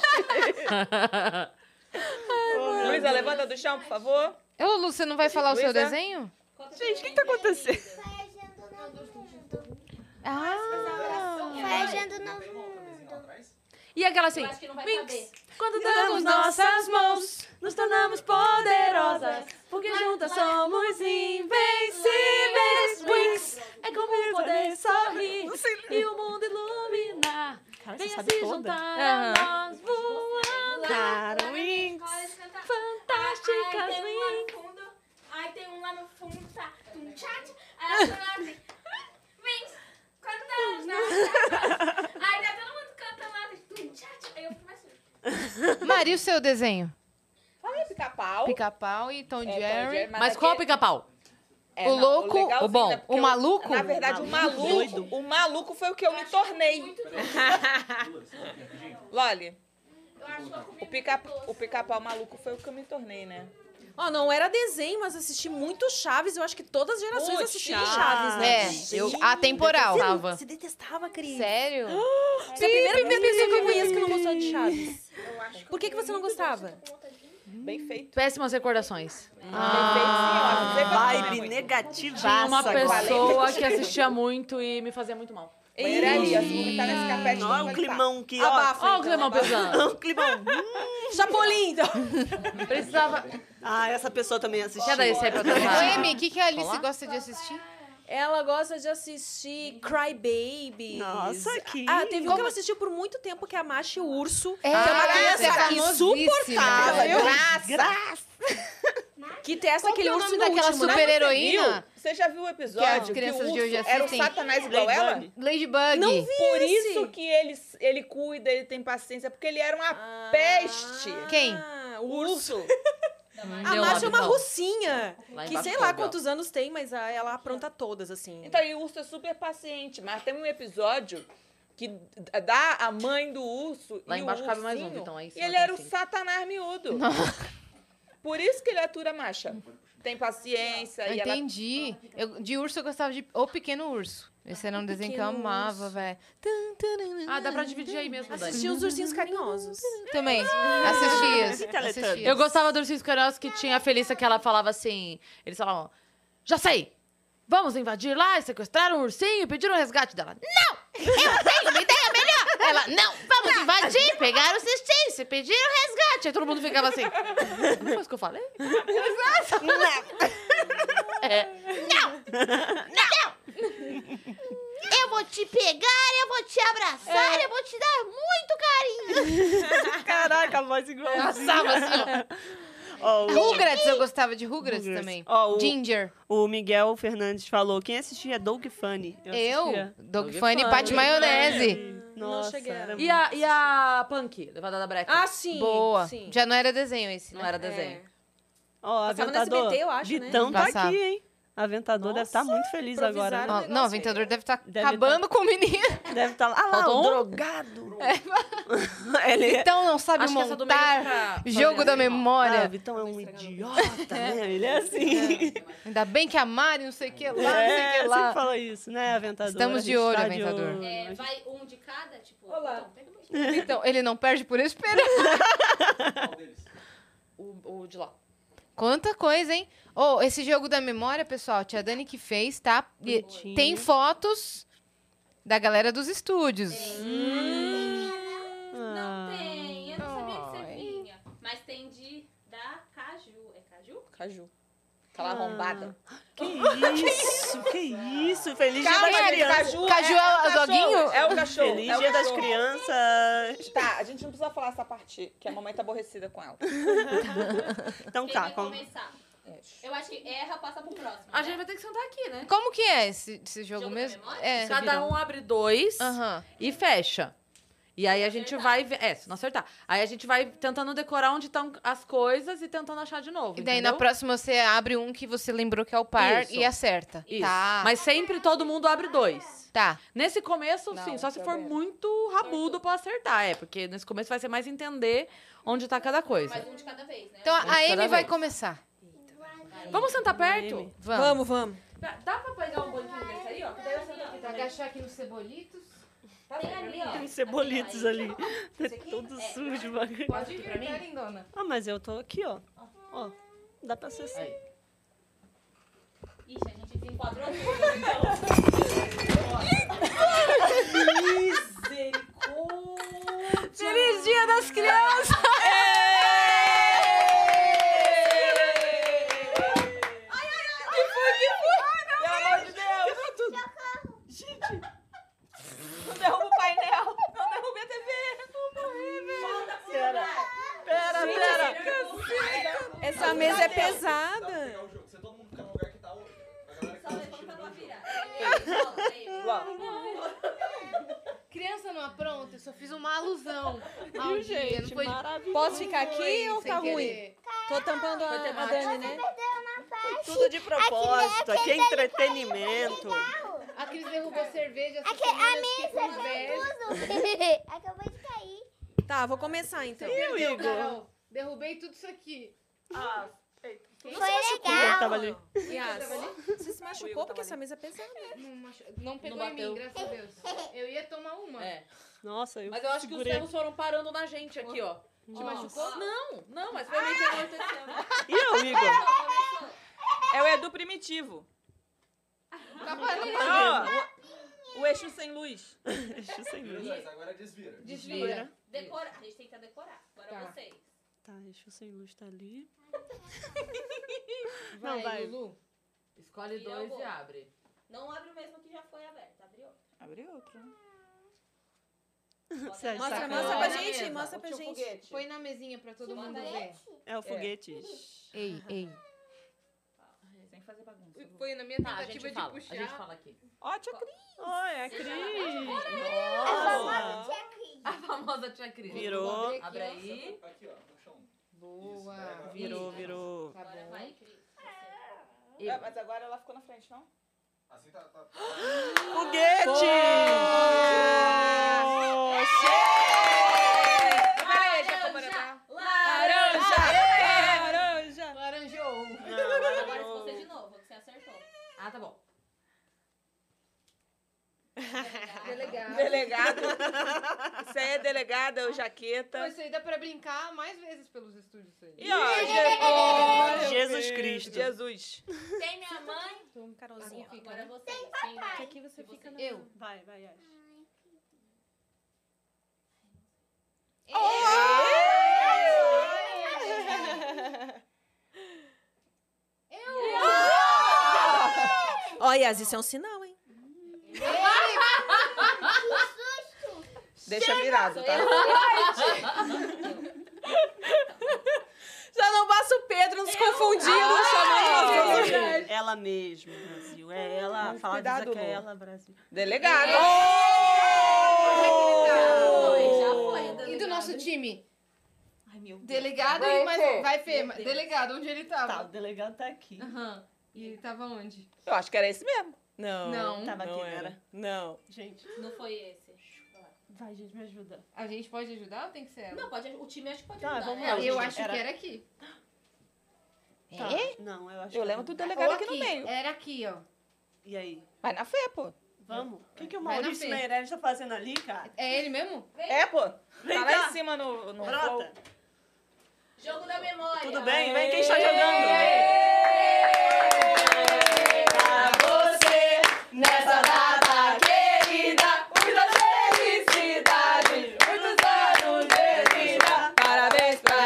Speaker 3: Luísa, levanta do chão, por favor.
Speaker 2: Ô, Lu, você não vai falar o seu
Speaker 3: Luísa?
Speaker 2: desenho?
Speaker 7: Gente, o que que tá acontecendo?
Speaker 2: Ah.
Speaker 5: é
Speaker 8: Foi achando no
Speaker 1: E aquela assim,
Speaker 5: que não vai
Speaker 1: Winx, quando damos nossas mãos, nos tornamos poderosas, porque juntas somos invencíveis. Winx, é como o poder sorrir e o mundo iluminar.
Speaker 7: Cara, você
Speaker 1: Venha
Speaker 7: sabe
Speaker 1: se
Speaker 7: toda.
Speaker 1: assim juntar,
Speaker 2: Aham.
Speaker 1: nós voando.
Speaker 7: Cara, Winx.
Speaker 1: é assim.
Speaker 9: Ai,
Speaker 1: Fantásticas,
Speaker 9: tem um lá no
Speaker 1: Winx.
Speaker 9: fundo. Ai, tem um lá no fundo, tá? Um chat. Aí ela lá assim. Vem, cantamos, né? Aí tá todo mundo cantando lá assim. Tum, tchat. Aí eu fico assim.
Speaker 2: Mari, o seu desenho?
Speaker 3: Fala
Speaker 9: É
Speaker 3: pica-pau.
Speaker 2: Pica-pau e Tom
Speaker 3: É, Tom
Speaker 2: Jerry.
Speaker 3: Jerry,
Speaker 1: Mas qual é o
Speaker 3: aquele-
Speaker 1: pica-pau?
Speaker 3: é,
Speaker 2: o
Speaker 3: não,
Speaker 2: louco, o
Speaker 3: legalzinho,
Speaker 1: bom,
Speaker 3: né? Porque
Speaker 2: o
Speaker 3: eu-
Speaker 2: maluco?
Speaker 3: Na verdade, o
Speaker 7: Maluco, doido.
Speaker 3: maluco, o maluco foi o que eu me tornei. Loli,
Speaker 9: Eu acho que eu comi
Speaker 3: o pica-
Speaker 9: muito doce.
Speaker 3: o pica-pau maluco foi o que eu me tornei, né?
Speaker 10: Ó, não era desenho, mas assisti muito Chaves. Eu acho que todas as gerações
Speaker 3: Putz,
Speaker 10: assistiram
Speaker 3: Chaves.
Speaker 10: Chaves, né?
Speaker 2: É, eu atemporal.
Speaker 7: Você, não-
Speaker 2: Tava.
Speaker 7: você detestava, Cris.
Speaker 2: Sério?
Speaker 10: Você é a primeira, pessoa que eu conheço que não gostou de Chaves. Por que, que você não gostava?
Speaker 3: Bem feito.
Speaker 1: Péssimas recordações. Ah.
Speaker 3: Bem feito, sim, ó. É, Você vai comer
Speaker 7: Vibe
Speaker 3: é muito.
Speaker 7: negativa.
Speaker 1: Tinha uma
Speaker 3: pessoa
Speaker 1: pessoa que assistia muito e me fazia muito mal.
Speaker 3: Banheira é
Speaker 7: é
Speaker 3: ali, ó.
Speaker 7: assim,
Speaker 3: Se vomitar nesse então café,
Speaker 7: Não é um
Speaker 3: vomitar.
Speaker 7: climão que, ó.
Speaker 2: Abafa.
Speaker 1: Olha o Clemão
Speaker 7: É
Speaker 1: pesando.
Speaker 7: um climão.
Speaker 10: Chapolin, então.
Speaker 1: Precisava.
Speaker 7: Ah, essa pessoa também assistiu.
Speaker 1: Quer dar esse aí pra
Speaker 2: Ô,
Speaker 1: tentar?
Speaker 2: Emi, o que, é que a Alice
Speaker 1: Olá?
Speaker 2: gosta de assistir?
Speaker 10: Ela gosta de assistir Cry Baby.
Speaker 7: Nossa, que-
Speaker 10: Ah, teve um que ela assistiu por muito tempo, que é a Macha e o Urso. que
Speaker 2: É,
Speaker 10: é uma
Speaker 2: ah,
Speaker 10: criança
Speaker 2: essa é famosíssima.
Speaker 10: insuportável.
Speaker 7: Graça.
Speaker 10: Que testa
Speaker 2: Qual que
Speaker 10: aquele
Speaker 2: é o
Speaker 10: urso
Speaker 2: nome daquela
Speaker 10: último, né?
Speaker 2: super
Speaker 3: Viu?
Speaker 2: heroína?
Speaker 3: Você já viu o
Speaker 2: Que
Speaker 3: episódio
Speaker 2: as
Speaker 3: que, o
Speaker 2: crianças
Speaker 3: urso
Speaker 2: de hoje
Speaker 10: um
Speaker 3: era o
Speaker 2: assistem.
Speaker 3: satanás igual ela?
Speaker 2: Ladybug.
Speaker 10: Não vi
Speaker 3: Por
Speaker 10: esse.
Speaker 3: isso que ele, ele cuida, ele tem paciência, porque ele era uma
Speaker 10: Ah,
Speaker 3: peste.
Speaker 2: Quem?
Speaker 10: O urso. A
Speaker 1: Deu
Speaker 10: Macha é uma
Speaker 1: lá,
Speaker 10: russinha.
Speaker 1: então. Lá
Speaker 10: Que
Speaker 1: embaixo
Speaker 10: sei
Speaker 1: do
Speaker 10: lá
Speaker 1: aluguel.
Speaker 10: quantos anos tem, mas ah, ela apronta todas, assim.
Speaker 3: Então, e o urso é super paciente, mas tem um episódio que d- dá a mãe do urso
Speaker 1: Lá
Speaker 3: e
Speaker 1: embaixo
Speaker 3: o
Speaker 1: cabe mais um,
Speaker 3: ursinho,
Speaker 1: então aí
Speaker 3: e
Speaker 1: só
Speaker 3: ele
Speaker 1: tem
Speaker 3: era o
Speaker 1: cinco.
Speaker 3: satanás miúdo. Por isso que ele atura a macha. Tem paciência e ela... tá
Speaker 2: Entendi. Eu- de urso eu gostava de O Pequeno Urso. Esse era um desenho que eu
Speaker 10: Pequeno
Speaker 2: amava,
Speaker 10: Urso.
Speaker 2: velho.
Speaker 1: Ah, dá pra dividir aí mesmo, Dani.
Speaker 10: Assisti os ursinhos carinhosos. Ah,
Speaker 2: Também. Assisti
Speaker 7: Teletubbies.
Speaker 2: isso. Assisti
Speaker 1: Ah, Eu gostava do Ursinhos Carinhosos que tinha a Felícia que ela falava assim... Eles falavam... Já sei! Vamos invadir lá e sequestrar um ursinho e pedir o resgate dela. Não! Eu tenho uma ideia melhor! Ela, não! Vamos invadir, pegar o cestinho e pedir o resgate! Aí todo mundo ficava assim... Não foi isso que eu falei? É.
Speaker 8: Eu vou te pegar, eu vou te abraçar,
Speaker 7: É.
Speaker 8: eu vou te dar muito carinho.
Speaker 7: Caraca, a voz igual.
Speaker 2: Passava assim,
Speaker 7: Ó,
Speaker 2: ó.
Speaker 7: o-
Speaker 2: Rugrats, eu gostava de Rugrats,
Speaker 7: Rugrats.
Speaker 2: também.
Speaker 7: Ó, o-
Speaker 2: Ginger.
Speaker 7: o, Miguel Fernandes falou, quem assistia Doug Funny?
Speaker 2: Eu,
Speaker 7: assistia.
Speaker 2: Dog
Speaker 1: Dog
Speaker 2: Funny,
Speaker 1: Funny,
Speaker 2: Pate Maionese.
Speaker 7: Nossa,
Speaker 10: cheguei.
Speaker 7: era
Speaker 1: E a, e a Punk, Levada da Breca?
Speaker 10: Ah, sim.
Speaker 2: Boa.
Speaker 10: Sim.
Speaker 2: Já não era desenho esse,
Speaker 1: não
Speaker 2: né?
Speaker 1: era desenho.
Speaker 7: É. Ó,
Speaker 10: Passava no
Speaker 7: Aventador.
Speaker 10: SBT, eu acho, né?
Speaker 7: Vitão tá
Speaker 2: Passava.
Speaker 7: aqui, hein? Aventador deve estar muito feliz agora.
Speaker 10: improvisaram.
Speaker 7: né?
Speaker 10: Não,
Speaker 2: Ó,
Speaker 10: negócio
Speaker 2: não, o
Speaker 10: aí.
Speaker 2: Aventador deve estar
Speaker 7: Deve tá
Speaker 2: acabando com o menino.
Speaker 7: Deve estar lá. Ah lá,
Speaker 1: Faltou
Speaker 7: o
Speaker 1: um?
Speaker 7: drogado. Ele é...
Speaker 2: Então não sabe
Speaker 1: Acho que essa do meio
Speaker 2: montar.
Speaker 1: pra- pra
Speaker 2: Jogo da
Speaker 1: fazer animal.
Speaker 7: Ah,
Speaker 2: memória.
Speaker 7: Vitão é um idiota, né? Ele é assim.
Speaker 2: Ainda bem que a Mari, não sei o que lá, não sei o
Speaker 7: É,
Speaker 2: que
Speaker 7: sempre
Speaker 2: lá.
Speaker 7: fala isso, né, Aventador?
Speaker 2: Estamos
Speaker 7: A
Speaker 2: de
Speaker 7: gente
Speaker 2: olho,
Speaker 7: tá
Speaker 2: Aventador.
Speaker 7: olho.
Speaker 5: É, vai um de cada, tipo... então, pega dois.
Speaker 2: Então, ele não perde por esperança.
Speaker 1: O, o de lá.
Speaker 2: Quanta coisa, hein? Ô, esse jogo da memória, pessoal, tia Dani que fez, tá? E
Speaker 7: Bonitinho.
Speaker 2: Tem fotos da galera dos estúdios.
Speaker 7: Hum. Ah,
Speaker 5: Não tem, eu não sabia que
Speaker 2: Ai.
Speaker 5: você vinha. Mas tem de... Da Caju. É Caju?
Speaker 3: Caju. Aquela arrombada.
Speaker 7: Que isso, que isso. Feliz Dia das
Speaker 3: Calma,
Speaker 7: Crianças.
Speaker 3: Caju,
Speaker 2: Caju é o
Speaker 3: cachorro,
Speaker 2: doguinho?
Speaker 3: É o cachorro.
Speaker 7: Feliz
Speaker 3: é o
Speaker 7: Dia das
Speaker 3: cachorro.
Speaker 7: Crianças.
Speaker 3: Tá, a gente não precisa falar essa parte, que a mamãe tá aborrecida com ela.
Speaker 1: É um
Speaker 7: Então
Speaker 5: Quem
Speaker 7: tá,
Speaker 5: vai
Speaker 7: com...
Speaker 5: começar? Eu acho que erra, passa pro próximo.
Speaker 1: A
Speaker 5: né?
Speaker 1: gente vai ter que sentar aqui, né?
Speaker 2: Como que é esse, esse jogo,
Speaker 5: Jogo da
Speaker 2: mesmo?
Speaker 5: memória?
Speaker 2: É.
Speaker 1: Cada um abre dois.
Speaker 2: Aham.
Speaker 1: e fecha. E aí a gente vai. ve- É, se não acertar. Aí a gente vai tentando decorar onde estão as coisas e tentando achar de novo.
Speaker 2: E daí
Speaker 1: entendeu?
Speaker 2: na próxima você abre um que você lembrou que é o par
Speaker 1: Isso.
Speaker 2: e acerta.
Speaker 1: Isso.
Speaker 2: Tá.
Speaker 1: Mas sempre todo mundo abre dois.
Speaker 2: Tá.
Speaker 1: Nesse começo,
Speaker 3: Não,
Speaker 1: sim, só se
Speaker 3: tá
Speaker 1: for
Speaker 3: vendo.
Speaker 1: muito rabudo pra acertar. É, porque nesse começo vai ser mais entender onde tá cada
Speaker 5: Mas
Speaker 1: coisa.
Speaker 5: um de cada vez, né?
Speaker 2: Então
Speaker 1: Um de
Speaker 2: a
Speaker 1: cada
Speaker 2: Amy vai
Speaker 1: vez.
Speaker 2: começar.
Speaker 1: Vamos sentar perto?
Speaker 2: Vamos.
Speaker 10: Vamos, vamos.
Speaker 1: Dá dá pra pegar um banquinho desse aí, ó? Que daí eu sento aqui tá? também.
Speaker 2: Agachar aqui nos cebolitos.
Speaker 1: Tá bem pra mim?
Speaker 7: Tem cebolitos ali. Tá Todo sujo, bagulho.
Speaker 2: é, né? Pode vir pra mim? lindona.
Speaker 7: Ah, mas eu tô aqui, ó. Ó, dá pra acessar.
Speaker 3: né,
Speaker 5: Ixi, a gente se enquadrou tudo.
Speaker 7: É.
Speaker 10: assim. a mesa é pesada.
Speaker 6: pegar o jogo. Você é todo mundo fica no lugar que tá o. A galera que tá assistindo vê o jogo.
Speaker 2: Criança não apronta, eu só fiz uma alusão. Ao dia, não foi de-
Speaker 10: Posso ficar aqui
Speaker 2: Foi,
Speaker 10: ou
Speaker 2: sem
Speaker 10: tá
Speaker 2: querer.
Speaker 10: ruim? Tô tampando a, a Dani, né?
Speaker 7: Tudo
Speaker 8: é
Speaker 7: de propósito, aqui é
Speaker 3: tá
Speaker 7: entretenimento.
Speaker 2: A Cris derrubou cerveja. essa
Speaker 8: Aqui, é
Speaker 2: semana
Speaker 8: a
Speaker 2: eu fiquei
Speaker 8: mesa
Speaker 2: com inveja.
Speaker 8: veio tudo. Acabou de cair.
Speaker 10: Tá, vou começar então.
Speaker 7: Viu, Igor?
Speaker 2: Carol, derrubei tudo isso aqui.
Speaker 8: Foi
Speaker 7: Eu
Speaker 8: legal.
Speaker 7: tava ali.
Speaker 10: Yas, você se machucou porque essa mesa é pesada.
Speaker 2: Não, machu- não pegou
Speaker 1: Não
Speaker 2: em
Speaker 1: bateu.
Speaker 2: mim, graças a Deus. Eu ia tomar uma.
Speaker 1: É.
Speaker 7: Nossa, eu
Speaker 1: Mas eu acho que os
Speaker 7: segurei.
Speaker 1: ferros foram parando na gente aqui, ó.
Speaker 2: Te machucou?
Speaker 1: Não, não, mas foi meio que aconteceu.
Speaker 7: E eu, Igor?
Speaker 3: É o Edu Primitivo.
Speaker 2: Tá parando.
Speaker 3: Ó, o, o Exu Sem Luz.
Speaker 7: Deixa eu sem luz.
Speaker 6: Mas agora desvira.
Speaker 2: Desvira.
Speaker 5: Decora. A gente tenta decorar. Agora vocês.
Speaker 7: Tá, deixa eu sem luz, tá ali.
Speaker 2: Vai,
Speaker 7: Não, vai.
Speaker 2: Lulu.
Speaker 1: Escolhe
Speaker 5: E eu
Speaker 1: dois
Speaker 5: vou.
Speaker 1: e abre.
Speaker 5: Não abre o mesmo que já foi aberto. Abriu.
Speaker 3: Abre outro.
Speaker 7: Você é acha
Speaker 10: Mostra,
Speaker 7: sacanagem?
Speaker 10: mostra pra
Speaker 1: na
Speaker 10: gente,
Speaker 1: mesa,
Speaker 10: mostra pra
Speaker 2: um
Speaker 10: gente.
Speaker 2: Põe na mesinha pra todo mundo
Speaker 10: um
Speaker 2: ver.
Speaker 7: É o foguete.
Speaker 2: Ei, ei.
Speaker 3: Sem fazer bagunça.
Speaker 2: Foi na minha
Speaker 1: Tá, a gente
Speaker 2: tentativa de
Speaker 1: fala. A
Speaker 2: puxar.
Speaker 1: gente fala aqui.
Speaker 3: Ó, tia Cris.
Speaker 7: Oi, é a Cris.
Speaker 8: famosa
Speaker 7: Nossa.
Speaker 1: A famosa tia Cris.
Speaker 7: Virou.
Speaker 1: Abre aí.
Speaker 6: Aqui, ó, no chão.
Speaker 2: Boa.
Speaker 7: Virou, virou.
Speaker 2: Tá bom.
Speaker 3: É, mas agora ela ficou na frente, não?
Speaker 6: Assim tá. tá...
Speaker 7: Foguete!
Speaker 3: Laranja, comemorada. Laranja!
Speaker 7: Laranja!
Speaker 2: Laranjou.
Speaker 5: Agora se você de
Speaker 7: Não,
Speaker 5: novo, que você acertou.
Speaker 1: Ah, tá bom.
Speaker 2: Delegado.
Speaker 3: Delegado. Isso aí é delegada, o
Speaker 2: Então,
Speaker 3: Jaqueta.
Speaker 2: isso aí dá pra brincar mais vezes pelos estúdios isso aí.
Speaker 3: Tá. E ó, Jesus.
Speaker 7: Jesus Cristo.
Speaker 3: Jesus.
Speaker 9: Tem minha mãe.
Speaker 10: Toma, Carolzinha.
Speaker 5: Agora vocês. Quem vai?
Speaker 10: Aqui você fica na...
Speaker 2: Eu.
Speaker 7: Vai, vai, Ash.
Speaker 10: Ó, Yas, isso é um sinal, hein?
Speaker 3: Deixa virado, tá?
Speaker 10: Já não passa o Pedro nos confundindo, chamando nós dois.
Speaker 7: Ah, é Ela mesma, Brasil. É ela. Fala diz que é ela, Brasil.
Speaker 3: Delegado.
Speaker 10: É. Oh!
Speaker 5: Foi, já foi. o
Speaker 2: E do
Speaker 5: delegado.
Speaker 2: nosso time?
Speaker 5: Ai, meu Deus.
Speaker 2: Delegado e mais. um. Vai, Fê. mas- Delegado, onde ele
Speaker 7: Tá, o
Speaker 2: tava?
Speaker 7: delegado tá aqui.
Speaker 2: Aham. E ele tava onde?
Speaker 3: Eu acho que era esse mesmo. Não.
Speaker 2: Não.
Speaker 7: Tava aqui, né?
Speaker 3: Não.
Speaker 7: Gente,
Speaker 5: Não foi esse.
Speaker 7: vai, gente, me ajuda.
Speaker 2: A gente pode ajudar ou tem que ser ela?
Speaker 5: Não, pode, o time acho que pode
Speaker 7: Tá,
Speaker 5: ajudar.
Speaker 7: vamos
Speaker 5: né?
Speaker 7: lá.
Speaker 2: Eu acho
Speaker 7: Era-
Speaker 2: que era aqui.
Speaker 7: Tá. Não, eu acho
Speaker 3: É? Eu
Speaker 7: que-
Speaker 3: lembro do
Speaker 2: Ou
Speaker 3: delegado aqui no meio.
Speaker 2: Era aqui, ó.
Speaker 7: E aí?
Speaker 3: Vai na fé, pô.
Speaker 7: Vamos? O que, que o
Speaker 2: Vai na
Speaker 7: Maurício
Speaker 2: frente.
Speaker 7: Meirelles tá fazendo ali, cara?
Speaker 2: É ele mesmo?
Speaker 3: É, pô.
Speaker 7: Vem
Speaker 3: Tá lá
Speaker 7: cá.
Speaker 3: em cima no... no
Speaker 7: Brota!
Speaker 5: Jogo da memória.
Speaker 7: Tudo bem? Vem quem está jogando. Pra você, nessa data querida, muita felicidade, muitos anos de vida.
Speaker 3: Parabéns pra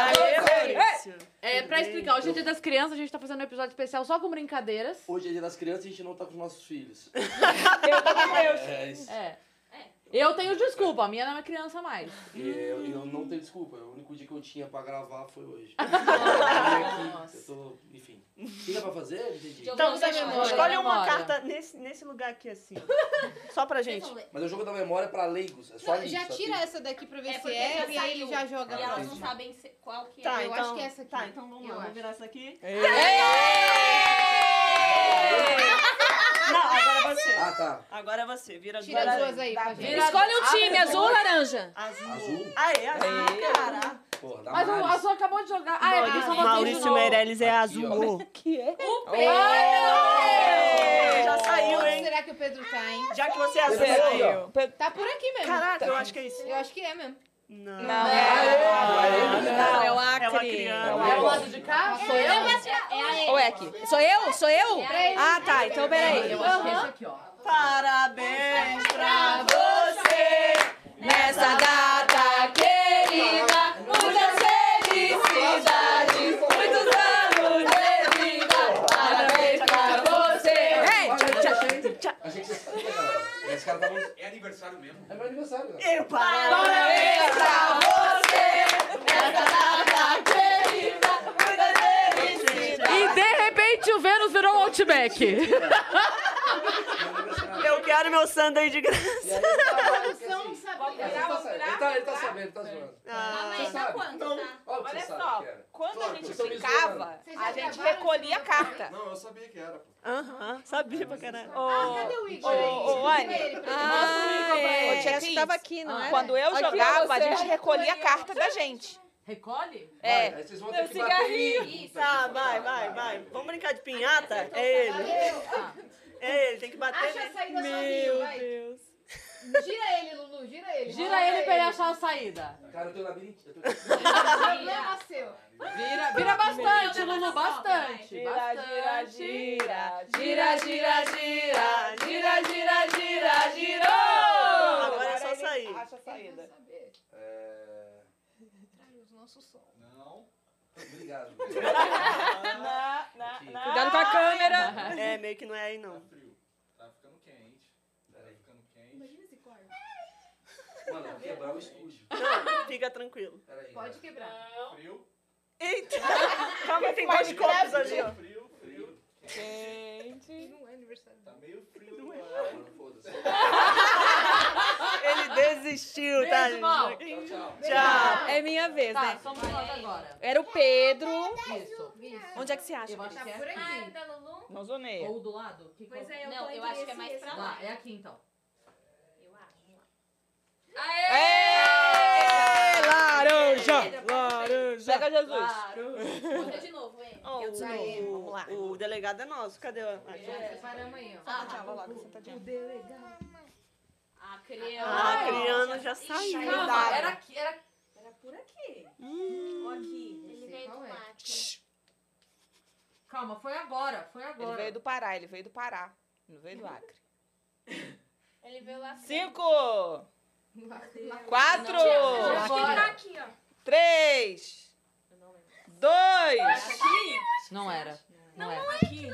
Speaker 1: É, pra explicar, hoje é dia das crianças, a gente tá fazendo um episódio especial só com brincadeiras.
Speaker 6: Hoje é dia das crianças e a gente não tá com os nossos filhos.
Speaker 3: Eu tô com Deus.
Speaker 6: É isso.
Speaker 1: É.
Speaker 5: É.
Speaker 1: Eu tenho desculpa, a minha não é criança mais.
Speaker 6: E eu, eu não tenho desculpa, o único dia que eu tinha pra gravar foi hoje. Nossa. Eu tô, enfim. O que dá pra fazer? Entendi.
Speaker 5: Jogo
Speaker 7: Então,
Speaker 5: da
Speaker 7: vocês
Speaker 5: memória.
Speaker 7: escolhe uma
Speaker 1: Memória.
Speaker 7: carta nesse, nesse lugar aqui, assim. Só pra gente.
Speaker 6: Mas é o jogo da memória pra leigos. É só
Speaker 2: Não,
Speaker 6: isso.
Speaker 2: já
Speaker 6: só
Speaker 2: tira
Speaker 6: tem-
Speaker 2: essa daqui pra ver
Speaker 5: É,
Speaker 2: se
Speaker 5: porque
Speaker 2: é
Speaker 5: já
Speaker 2: essa e aí
Speaker 5: saiu.
Speaker 2: já joga
Speaker 5: E
Speaker 2: a
Speaker 5: elas
Speaker 2: próxima.
Speaker 5: não sabem se- qual que é.
Speaker 7: Tá,
Speaker 2: Eu
Speaker 7: então,
Speaker 2: acho que é essa aqui.
Speaker 7: Tá, então vamos lá.
Speaker 2: Eu
Speaker 7: Vamos
Speaker 2: acho.
Speaker 7: virar isso aqui. Não, agora é você.
Speaker 6: Ah, tá.
Speaker 7: Agora é você. Vira
Speaker 2: Tira
Speaker 7: duas.
Speaker 2: as duas aí pra gente.
Speaker 10: Escolhe um time, azul ou laranja?
Speaker 7: Azul.
Speaker 6: Azul.
Speaker 7: Aê, azul,
Speaker 3: ah,
Speaker 7: cara.
Speaker 6: Porra, dá
Speaker 1: Mas o
Speaker 6: mais.
Speaker 1: Azul acabou de jogar. Ah, é porque são vocês de
Speaker 7: Maurício
Speaker 1: novo. é?
Speaker 7: Meirelles é
Speaker 6: Aqui, ó.
Speaker 7: azul.
Speaker 3: Ei!
Speaker 7: Já saiu,
Speaker 2: Onde
Speaker 7: hein?
Speaker 2: será que o Pedro tá, hein?
Speaker 7: Já que você é azul.
Speaker 3: Pedro aí, ó. Pedro-
Speaker 2: Tá por aqui mesmo.
Speaker 7: Caraca, eu acho que é isso.
Speaker 2: Eu acho que é mesmo.
Speaker 7: Não.
Speaker 3: Não,
Speaker 7: Não,
Speaker 3: não.
Speaker 10: é o
Speaker 7: É uma
Speaker 10: Acre.
Speaker 7: criança.
Speaker 1: É o lado de cá? Sou eu?
Speaker 5: É a
Speaker 3: Ou é aqui?
Speaker 10: Sou eu? Sou eu? Ah, tá. Então, peraí.
Speaker 1: Eu acho que é esse aqui, ó.
Speaker 7: Parabéns pra você nessa data querida. Muitas felicidades, muitos anos de vida. Parabéns pra você.
Speaker 6: A gente já sabia, galera. Esse cara tá muito... É aniversário mesmo? É meu aniversário, galera.
Speaker 7: Eu parabéns pra você nessa data querida. Muitas
Speaker 1: o Vênus virou um Outback.
Speaker 7: Eu quero meu sanduíche de graça.
Speaker 6: E aí ele trabalha, porque assim,
Speaker 9: Ele
Speaker 6: Ele tá, ele tá sabendo, ele tá zoando.
Speaker 7: Ah,
Speaker 6: Você sabe?
Speaker 5: quanto,
Speaker 6: não,
Speaker 5: tá?
Speaker 6: óbvio que
Speaker 3: Olha
Speaker 6: você sabe
Speaker 3: só,
Speaker 6: que era.
Speaker 3: quando a
Speaker 6: Claro,
Speaker 3: gente
Speaker 6: vocês estão me
Speaker 3: ficava,
Speaker 2: Vocês já
Speaker 3: a gente
Speaker 2: gravaram
Speaker 3: recolhia a carta.
Speaker 6: Não, eu sabia que era. pô.
Speaker 7: Aham, sabia pra caralho.
Speaker 3: Ô,
Speaker 2: Cadê o Igor?
Speaker 3: ô,
Speaker 2: aí?
Speaker 3: ô, Anny.
Speaker 2: Ele, pra ele.
Speaker 7: Ah,
Speaker 3: Mostra o Igor pra
Speaker 5: é.
Speaker 3: ele.
Speaker 5: Ô,
Speaker 7: Essa tava aqui, não é?
Speaker 3: Quando eu
Speaker 2: Aqui, ó,
Speaker 3: jogava, a
Speaker 2: você
Speaker 3: gente recolhia a
Speaker 2: recolheu.
Speaker 3: carta da gente.
Speaker 1: Recolhe?
Speaker 3: É.
Speaker 6: Vai, aí vocês vão
Speaker 3: Meu
Speaker 6: ter que bater em mim.
Speaker 9: cigarrinho.
Speaker 7: Tá, vai, vai, vai. Vamos brincar de pinhata? É ele. É ele, tem que bater.
Speaker 2: Acha a
Speaker 7: nele.
Speaker 2: saída sozinho,
Speaker 7: Meu
Speaker 2: vai.
Speaker 7: Deus.
Speaker 2: Gira ele, Lulu, gira ele.
Speaker 1: Gira
Speaker 2: Roda
Speaker 1: ele pra ele achar a saída.
Speaker 6: Cara, eu tenho labirintite. eu tenho-
Speaker 2: Problema seu.
Speaker 1: Vira, vira bastante, Lulu, bastante. Bastante.
Speaker 3: Gira, gira, gira. Gira, gira, gira, girou.
Speaker 7: Agora é só sair.
Speaker 3: Acha a saída.
Speaker 6: É...
Speaker 2: Os nossos sons.
Speaker 6: Não. Obrigado.
Speaker 3: Na, na,
Speaker 6: Aqui.
Speaker 3: na.
Speaker 1: Cuidado com a câmera.
Speaker 7: É, meio que não é aí, não.
Speaker 11: Tá ficando quente. Tá
Speaker 6: Peraí.
Speaker 11: ficando quente.
Speaker 2: Imagina esse corte.
Speaker 6: Mano,
Speaker 7: Tá
Speaker 6: eu vou quebrar o estúdio.
Speaker 7: Não, fica tranquilo.
Speaker 6: Peraí.
Speaker 2: Pode quebrar.
Speaker 11: Tá Frio,
Speaker 7: Eita! Calma, tem dois copos ali, ó.
Speaker 11: frio, frio.
Speaker 3: Gente.
Speaker 2: Não é aniversário
Speaker 11: Tá
Speaker 2: dele.
Speaker 11: meio frio.
Speaker 7: Não
Speaker 11: no
Speaker 7: é.
Speaker 11: ar.
Speaker 6: quebrar. Mano, foda-se.
Speaker 7: Ele desistiu, tá,
Speaker 1: Beijo, mal.
Speaker 7: gente?
Speaker 6: Tchau, tchau.
Speaker 7: Tchau.
Speaker 10: É minha vez,
Speaker 1: Tá,
Speaker 10: né?
Speaker 1: somos nós agora.
Speaker 10: Era o Pedro.
Speaker 1: Isso.
Speaker 10: Onde é que se acha?
Speaker 1: Eu acho
Speaker 2: Tá
Speaker 1: que
Speaker 2: por
Speaker 1: é
Speaker 2: aqui.
Speaker 9: da Lulu?
Speaker 3: Não zoneia.
Speaker 1: ou do lado. Que
Speaker 9: Pois
Speaker 1: qual-
Speaker 9: é, eu
Speaker 5: Não,
Speaker 9: tô
Speaker 5: eu
Speaker 9: entre
Speaker 5: acho que é
Speaker 9: esse
Speaker 5: mais
Speaker 9: e esse.
Speaker 5: pra lá.
Speaker 1: Lá, é aqui então.
Speaker 9: Eu acho.
Speaker 7: É, laranja! Laranja!
Speaker 3: Pega Jesus.
Speaker 5: Muda de novo, hein?
Speaker 7: Ó,
Speaker 10: Eu desmaiei,
Speaker 7: o-
Speaker 10: vamos lá.
Speaker 7: O delegado é nosso, cadê a a gente?
Speaker 9: Separamos aí, ó.
Speaker 7: Tava lá, sentadinha.
Speaker 5: Ah,
Speaker 7: Ah, a
Speaker 5: criança.
Speaker 7: Criana já saiu. Hum.
Speaker 1: Calma, era aqui, era
Speaker 10: Era por aqui. é? Ou aqui.
Speaker 9: Ele veio do mato.
Speaker 1: Calma, foi agora, foi agora.
Speaker 3: Ele veio do Pará, ele veio do Pará. Não veio do Acre.
Speaker 9: Ele veio lá.
Speaker 3: Cinco,
Speaker 9: Eu
Speaker 3: quatro,
Speaker 9: acho que ele tá aqui, ó.
Speaker 3: três, dois,
Speaker 1: Não era. Não, é. era.
Speaker 3: um.
Speaker 9: Aqui,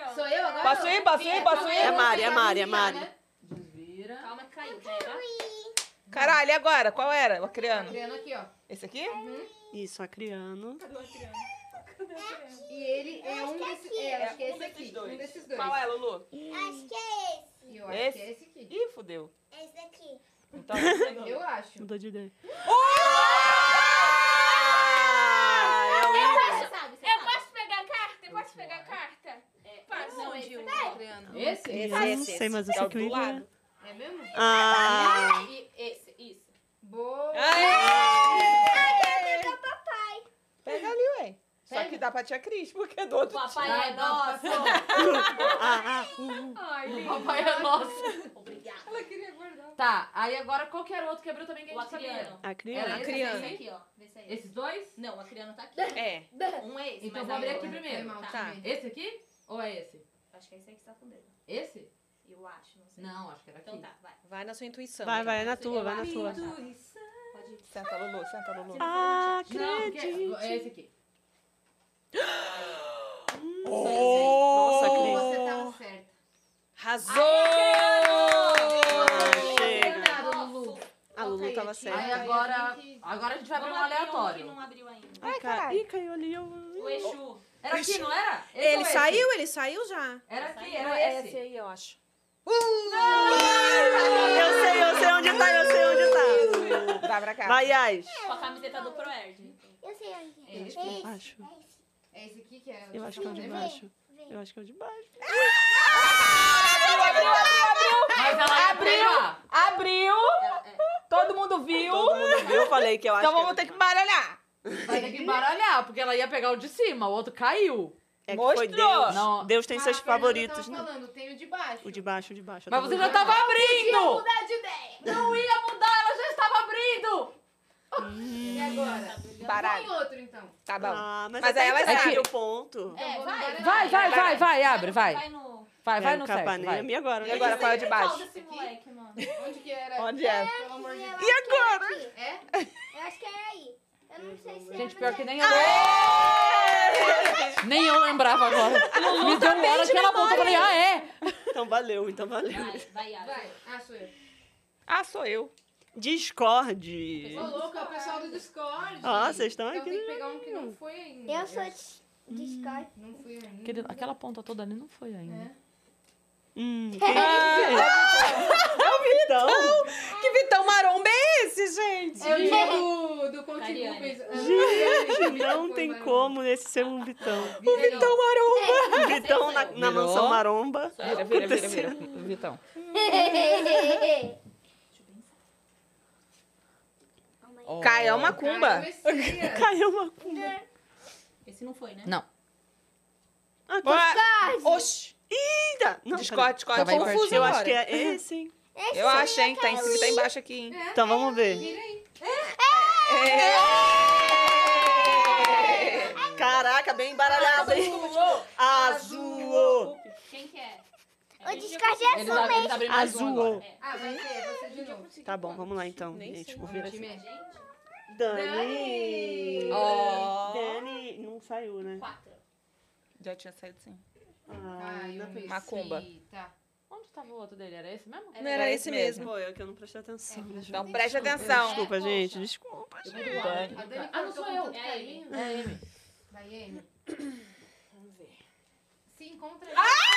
Speaker 9: ó.
Speaker 2: Sou eu agora?
Speaker 3: Posso ir, posso ir, posso
Speaker 7: É
Speaker 3: ir?
Speaker 7: Mari, é Mari, é Mari.
Speaker 1: Desvira.
Speaker 5: Calma que caiu. Tá?
Speaker 3: Caralho, e agora? Qual era? O Acreano?
Speaker 2: Adriano aqui, ó.
Speaker 3: Esse aqui?
Speaker 1: Uhum.
Speaker 7: Isso,
Speaker 3: Tá
Speaker 7: a Criano.
Speaker 2: E ele é um desses. É, acho que é
Speaker 3: um
Speaker 2: esse
Speaker 3: desses
Speaker 2: aqui.
Speaker 3: dois.
Speaker 2: Um desses dois.
Speaker 3: Qual é, Lulu?
Speaker 8: Acho que é esse.
Speaker 2: E eu acho que é esse aqui.
Speaker 3: Ih, fudeu.
Speaker 8: Esse daqui.
Speaker 7: Tá,
Speaker 3: Então, não sei.
Speaker 2: Eu acho.
Speaker 7: Mudou de ideia.
Speaker 9: Você sabe, você eu posso pegar a carta? Eu posso pegar a carta? Posso.
Speaker 5: Não, de um. Criando.
Speaker 9: É
Speaker 1: Esse?
Speaker 7: Eu não sei, mas eu sei que o
Speaker 3: do
Speaker 7: Igor é.
Speaker 3: lado.
Speaker 2: É mesmo?
Speaker 7: Ah,
Speaker 5: E esse, isso.
Speaker 2: Boa.
Speaker 3: Pega ali, ué. Só que dá pra tia Cris, porque é do outro.
Speaker 5: Papai é nosso.
Speaker 7: ah, ah, uh,
Speaker 2: Ai, lindo.
Speaker 1: Papai é nosso.
Speaker 5: Obrigada.
Speaker 2: Ela queria guardar.
Speaker 1: Tá, aí agora qual que era o outro que abriu também que a
Speaker 5: O
Speaker 1: gente sabia?
Speaker 5: acriano.
Speaker 7: a
Speaker 1: Era
Speaker 7: Criana.
Speaker 5: é Esse,
Speaker 1: Acriano.
Speaker 5: Esse aqui, ó. Vê se é esse.
Speaker 1: Esses dois?
Speaker 5: Não, o acriano tá aqui.
Speaker 3: É.
Speaker 5: Um é esse,
Speaker 1: Então eu
Speaker 5: mas
Speaker 1: vou abrir
Speaker 5: aí
Speaker 1: aqui
Speaker 5: eu-
Speaker 1: primeiro.
Speaker 2: Foi mal,
Speaker 5: Tá.
Speaker 2: tive.
Speaker 1: Esse aqui? Ou é esse?
Speaker 5: Acho que é esse aí que você tá com o dedo.
Speaker 1: Esse?
Speaker 5: Eu acho, não sei.
Speaker 1: Não, acho que era aqui.
Speaker 5: Então tá, vai.
Speaker 10: Vai na sua intuição.
Speaker 7: Vai, vai, é na tua, vai na tua.
Speaker 5: Pode ir.
Speaker 3: Senta, Lulu, senta, Lulu.
Speaker 7: Ah,
Speaker 1: Não, porque
Speaker 7: acredito.
Speaker 1: é esse aqui.
Speaker 7: Nossa,
Speaker 2: Você
Speaker 7: Cris.
Speaker 2: tava certa.
Speaker 7: Ah, chega.
Speaker 2: Obrigada, Lulu.
Speaker 7: A Lulu tava
Speaker 1: Aí
Speaker 7: certa.
Speaker 1: agora,
Speaker 2: alguém que-
Speaker 1: agora a gente vai abrir
Speaker 5: Vamos
Speaker 1: um
Speaker 5: abrir Um que
Speaker 1: aleatório.
Speaker 5: não abriu ainda.
Speaker 7: Ai, cara. Ih, caiu ali. Eu...
Speaker 5: O Exu.
Speaker 1: Era aqui, não era? Esse ou
Speaker 10: Ele
Speaker 1: esse?
Speaker 10: saiu, ele saiu já.
Speaker 1: Era aqui,
Speaker 10: Não
Speaker 1: era
Speaker 10: é
Speaker 1: esse. Uh!
Speaker 10: aí, eu acho.
Speaker 7: é Ah! Eu sei, eu sei onde tá, eu sei onde
Speaker 3: Dá
Speaker 7: tá.
Speaker 3: pra cá.
Speaker 7: Vai, Yas.
Speaker 5: Com a camiseta do Proerd.
Speaker 8: Eu sei onde é.
Speaker 2: Esse.
Speaker 8: Esse.
Speaker 7: Acho.
Speaker 2: É esse aqui que é.
Speaker 7: Eu acho que é o de baixo.
Speaker 8: Vem.
Speaker 7: Eu acho que é o de baixo.
Speaker 1: Mas ela abriu.
Speaker 3: Abriu, todo mundo viu.
Speaker 7: Todo mundo viu, eu falei que eu acho
Speaker 3: Então vamos
Speaker 7: que
Speaker 3: ter que baralhar.
Speaker 1: Vai ter que embaralhar, porque ela ia pegar o de cima, o outro caiu.
Speaker 7: é que foi
Speaker 3: Mostrou.
Speaker 7: Deus.
Speaker 1: Não.
Speaker 7: Deus tem
Speaker 2: Ah,
Speaker 7: seus
Speaker 2: a Fernanda
Speaker 7: favoritos,
Speaker 2: tava
Speaker 7: né?
Speaker 2: falando, tem o de baixo.
Speaker 7: O de baixo, o de baixo.
Speaker 1: Mas você já
Speaker 7: tá
Speaker 1: tava abrindo!
Speaker 9: Mudar de ideia.
Speaker 1: Não ia mudar, ela já estava abrindo!
Speaker 2: E agora?
Speaker 3: Baralho.
Speaker 2: Põe outro, então.
Speaker 3: Tá bom.
Speaker 7: Ah, mas,
Speaker 3: Mas
Speaker 7: até
Speaker 3: aí ela
Speaker 7: que
Speaker 3: sabe.
Speaker 7: sabe o ponto.
Speaker 2: Então
Speaker 5: É,
Speaker 2: vamos
Speaker 5: vai,
Speaker 2: baralhar.
Speaker 1: Vai, vai, vai, vai, abre, vai.
Speaker 5: Vai no...
Speaker 1: Vai, vai
Speaker 7: Quero
Speaker 1: no certo,
Speaker 7: Capanema.
Speaker 1: vai.
Speaker 7: E agora?
Speaker 3: E agora qual é o de
Speaker 5: Qual
Speaker 3: baixo?
Speaker 5: desse moleque, mano?
Speaker 2: Onde que era?
Speaker 3: Onde é?
Speaker 2: Pelo amor de Deus.
Speaker 8: E agora?
Speaker 2: É?
Speaker 8: Eu acho que é aí. Eu não sei se
Speaker 1: Gente,
Speaker 8: é
Speaker 1: pior
Speaker 8: mas
Speaker 1: que
Speaker 8: é-
Speaker 1: nem
Speaker 7: Ah!
Speaker 1: eu... Nem eu lembrava agora. Me deu uma hora que ela voltou e falei, ah, é?
Speaker 7: Então valeu, então valeu.
Speaker 5: Vai, vai, Yara.
Speaker 2: Vai. Ah, sou eu.
Speaker 3: Ah, sou eu.
Speaker 7: Discord.
Speaker 2: Ô, louco, é o pessoal do Discord.
Speaker 7: Ó, vocês estão
Speaker 2: Então
Speaker 7: aqui Hum. no
Speaker 2: Tem que pegar um que não foi ainda.
Speaker 8: Eu sou de Discord.
Speaker 2: Não fui ainda.
Speaker 1: Aquele- aquela ponta toda ali não foi ainda.
Speaker 7: Hum, quem-
Speaker 10: É o Vitão! Que Vitão maromba é esse, gente?
Speaker 2: É o dia do, do Conte Rubens.
Speaker 7: Gente, não tem como nesse ser um Vitão.
Speaker 10: O Vitão maromba!
Speaker 7: Um Vitão na, na
Speaker 3: Virou.
Speaker 7: mansão maromba.
Speaker 3: Vira, vira, vira, vira. Vitão. Cai, é uma cumba.
Speaker 1: é.
Speaker 7: Caiu uma cumba.
Speaker 5: Esse não foi, né?
Speaker 3: Não.
Speaker 7: Ah,
Speaker 3: Oxi.
Speaker 7: Eita! Não,
Speaker 3: Discord, Discord.
Speaker 7: peraí.
Speaker 3: Confuso
Speaker 7: Eu acho
Speaker 3: agora.
Speaker 7: que é esse, hein?
Speaker 3: Eu acho, hein? Tá em cima e tá embaixo aqui, hein?
Speaker 7: Então vamos ver. Caraca, bem embaralhado, hein? Azul!
Speaker 5: Quem que é?
Speaker 8: O
Speaker 7: tá-
Speaker 8: Discord é sua mesmo.
Speaker 7: Azul!
Speaker 2: Ah, vai ser, você de novo.
Speaker 7: Tá bom, vamos lá então, gente. Vou ver aqui.
Speaker 2: Time é gente?
Speaker 7: Dani!
Speaker 3: Ó.
Speaker 7: Dani não saiu, né?
Speaker 3: Já tinha saído sim.
Speaker 7: Ah,
Speaker 2: Ai,
Speaker 7: ainda
Speaker 2: eu
Speaker 7: bem.
Speaker 2: pensei,
Speaker 3: Macumba.
Speaker 2: tá.
Speaker 1: Onde tava o outro dele? Era esse mesmo?
Speaker 7: Não era esse mesmo.
Speaker 3: mesmo.
Speaker 7: Pô, eu que eu não prestei atenção.
Speaker 3: Então preste atenção.
Speaker 7: Desculpa, gente. Desculpa, gente.
Speaker 3: Dani.
Speaker 2: A Dani
Speaker 1: Ah, não sou eu.
Speaker 2: É a Amy.
Speaker 1: É ele.
Speaker 2: Vai, Amy. Vamos ver. Se encontra...
Speaker 8: Ah!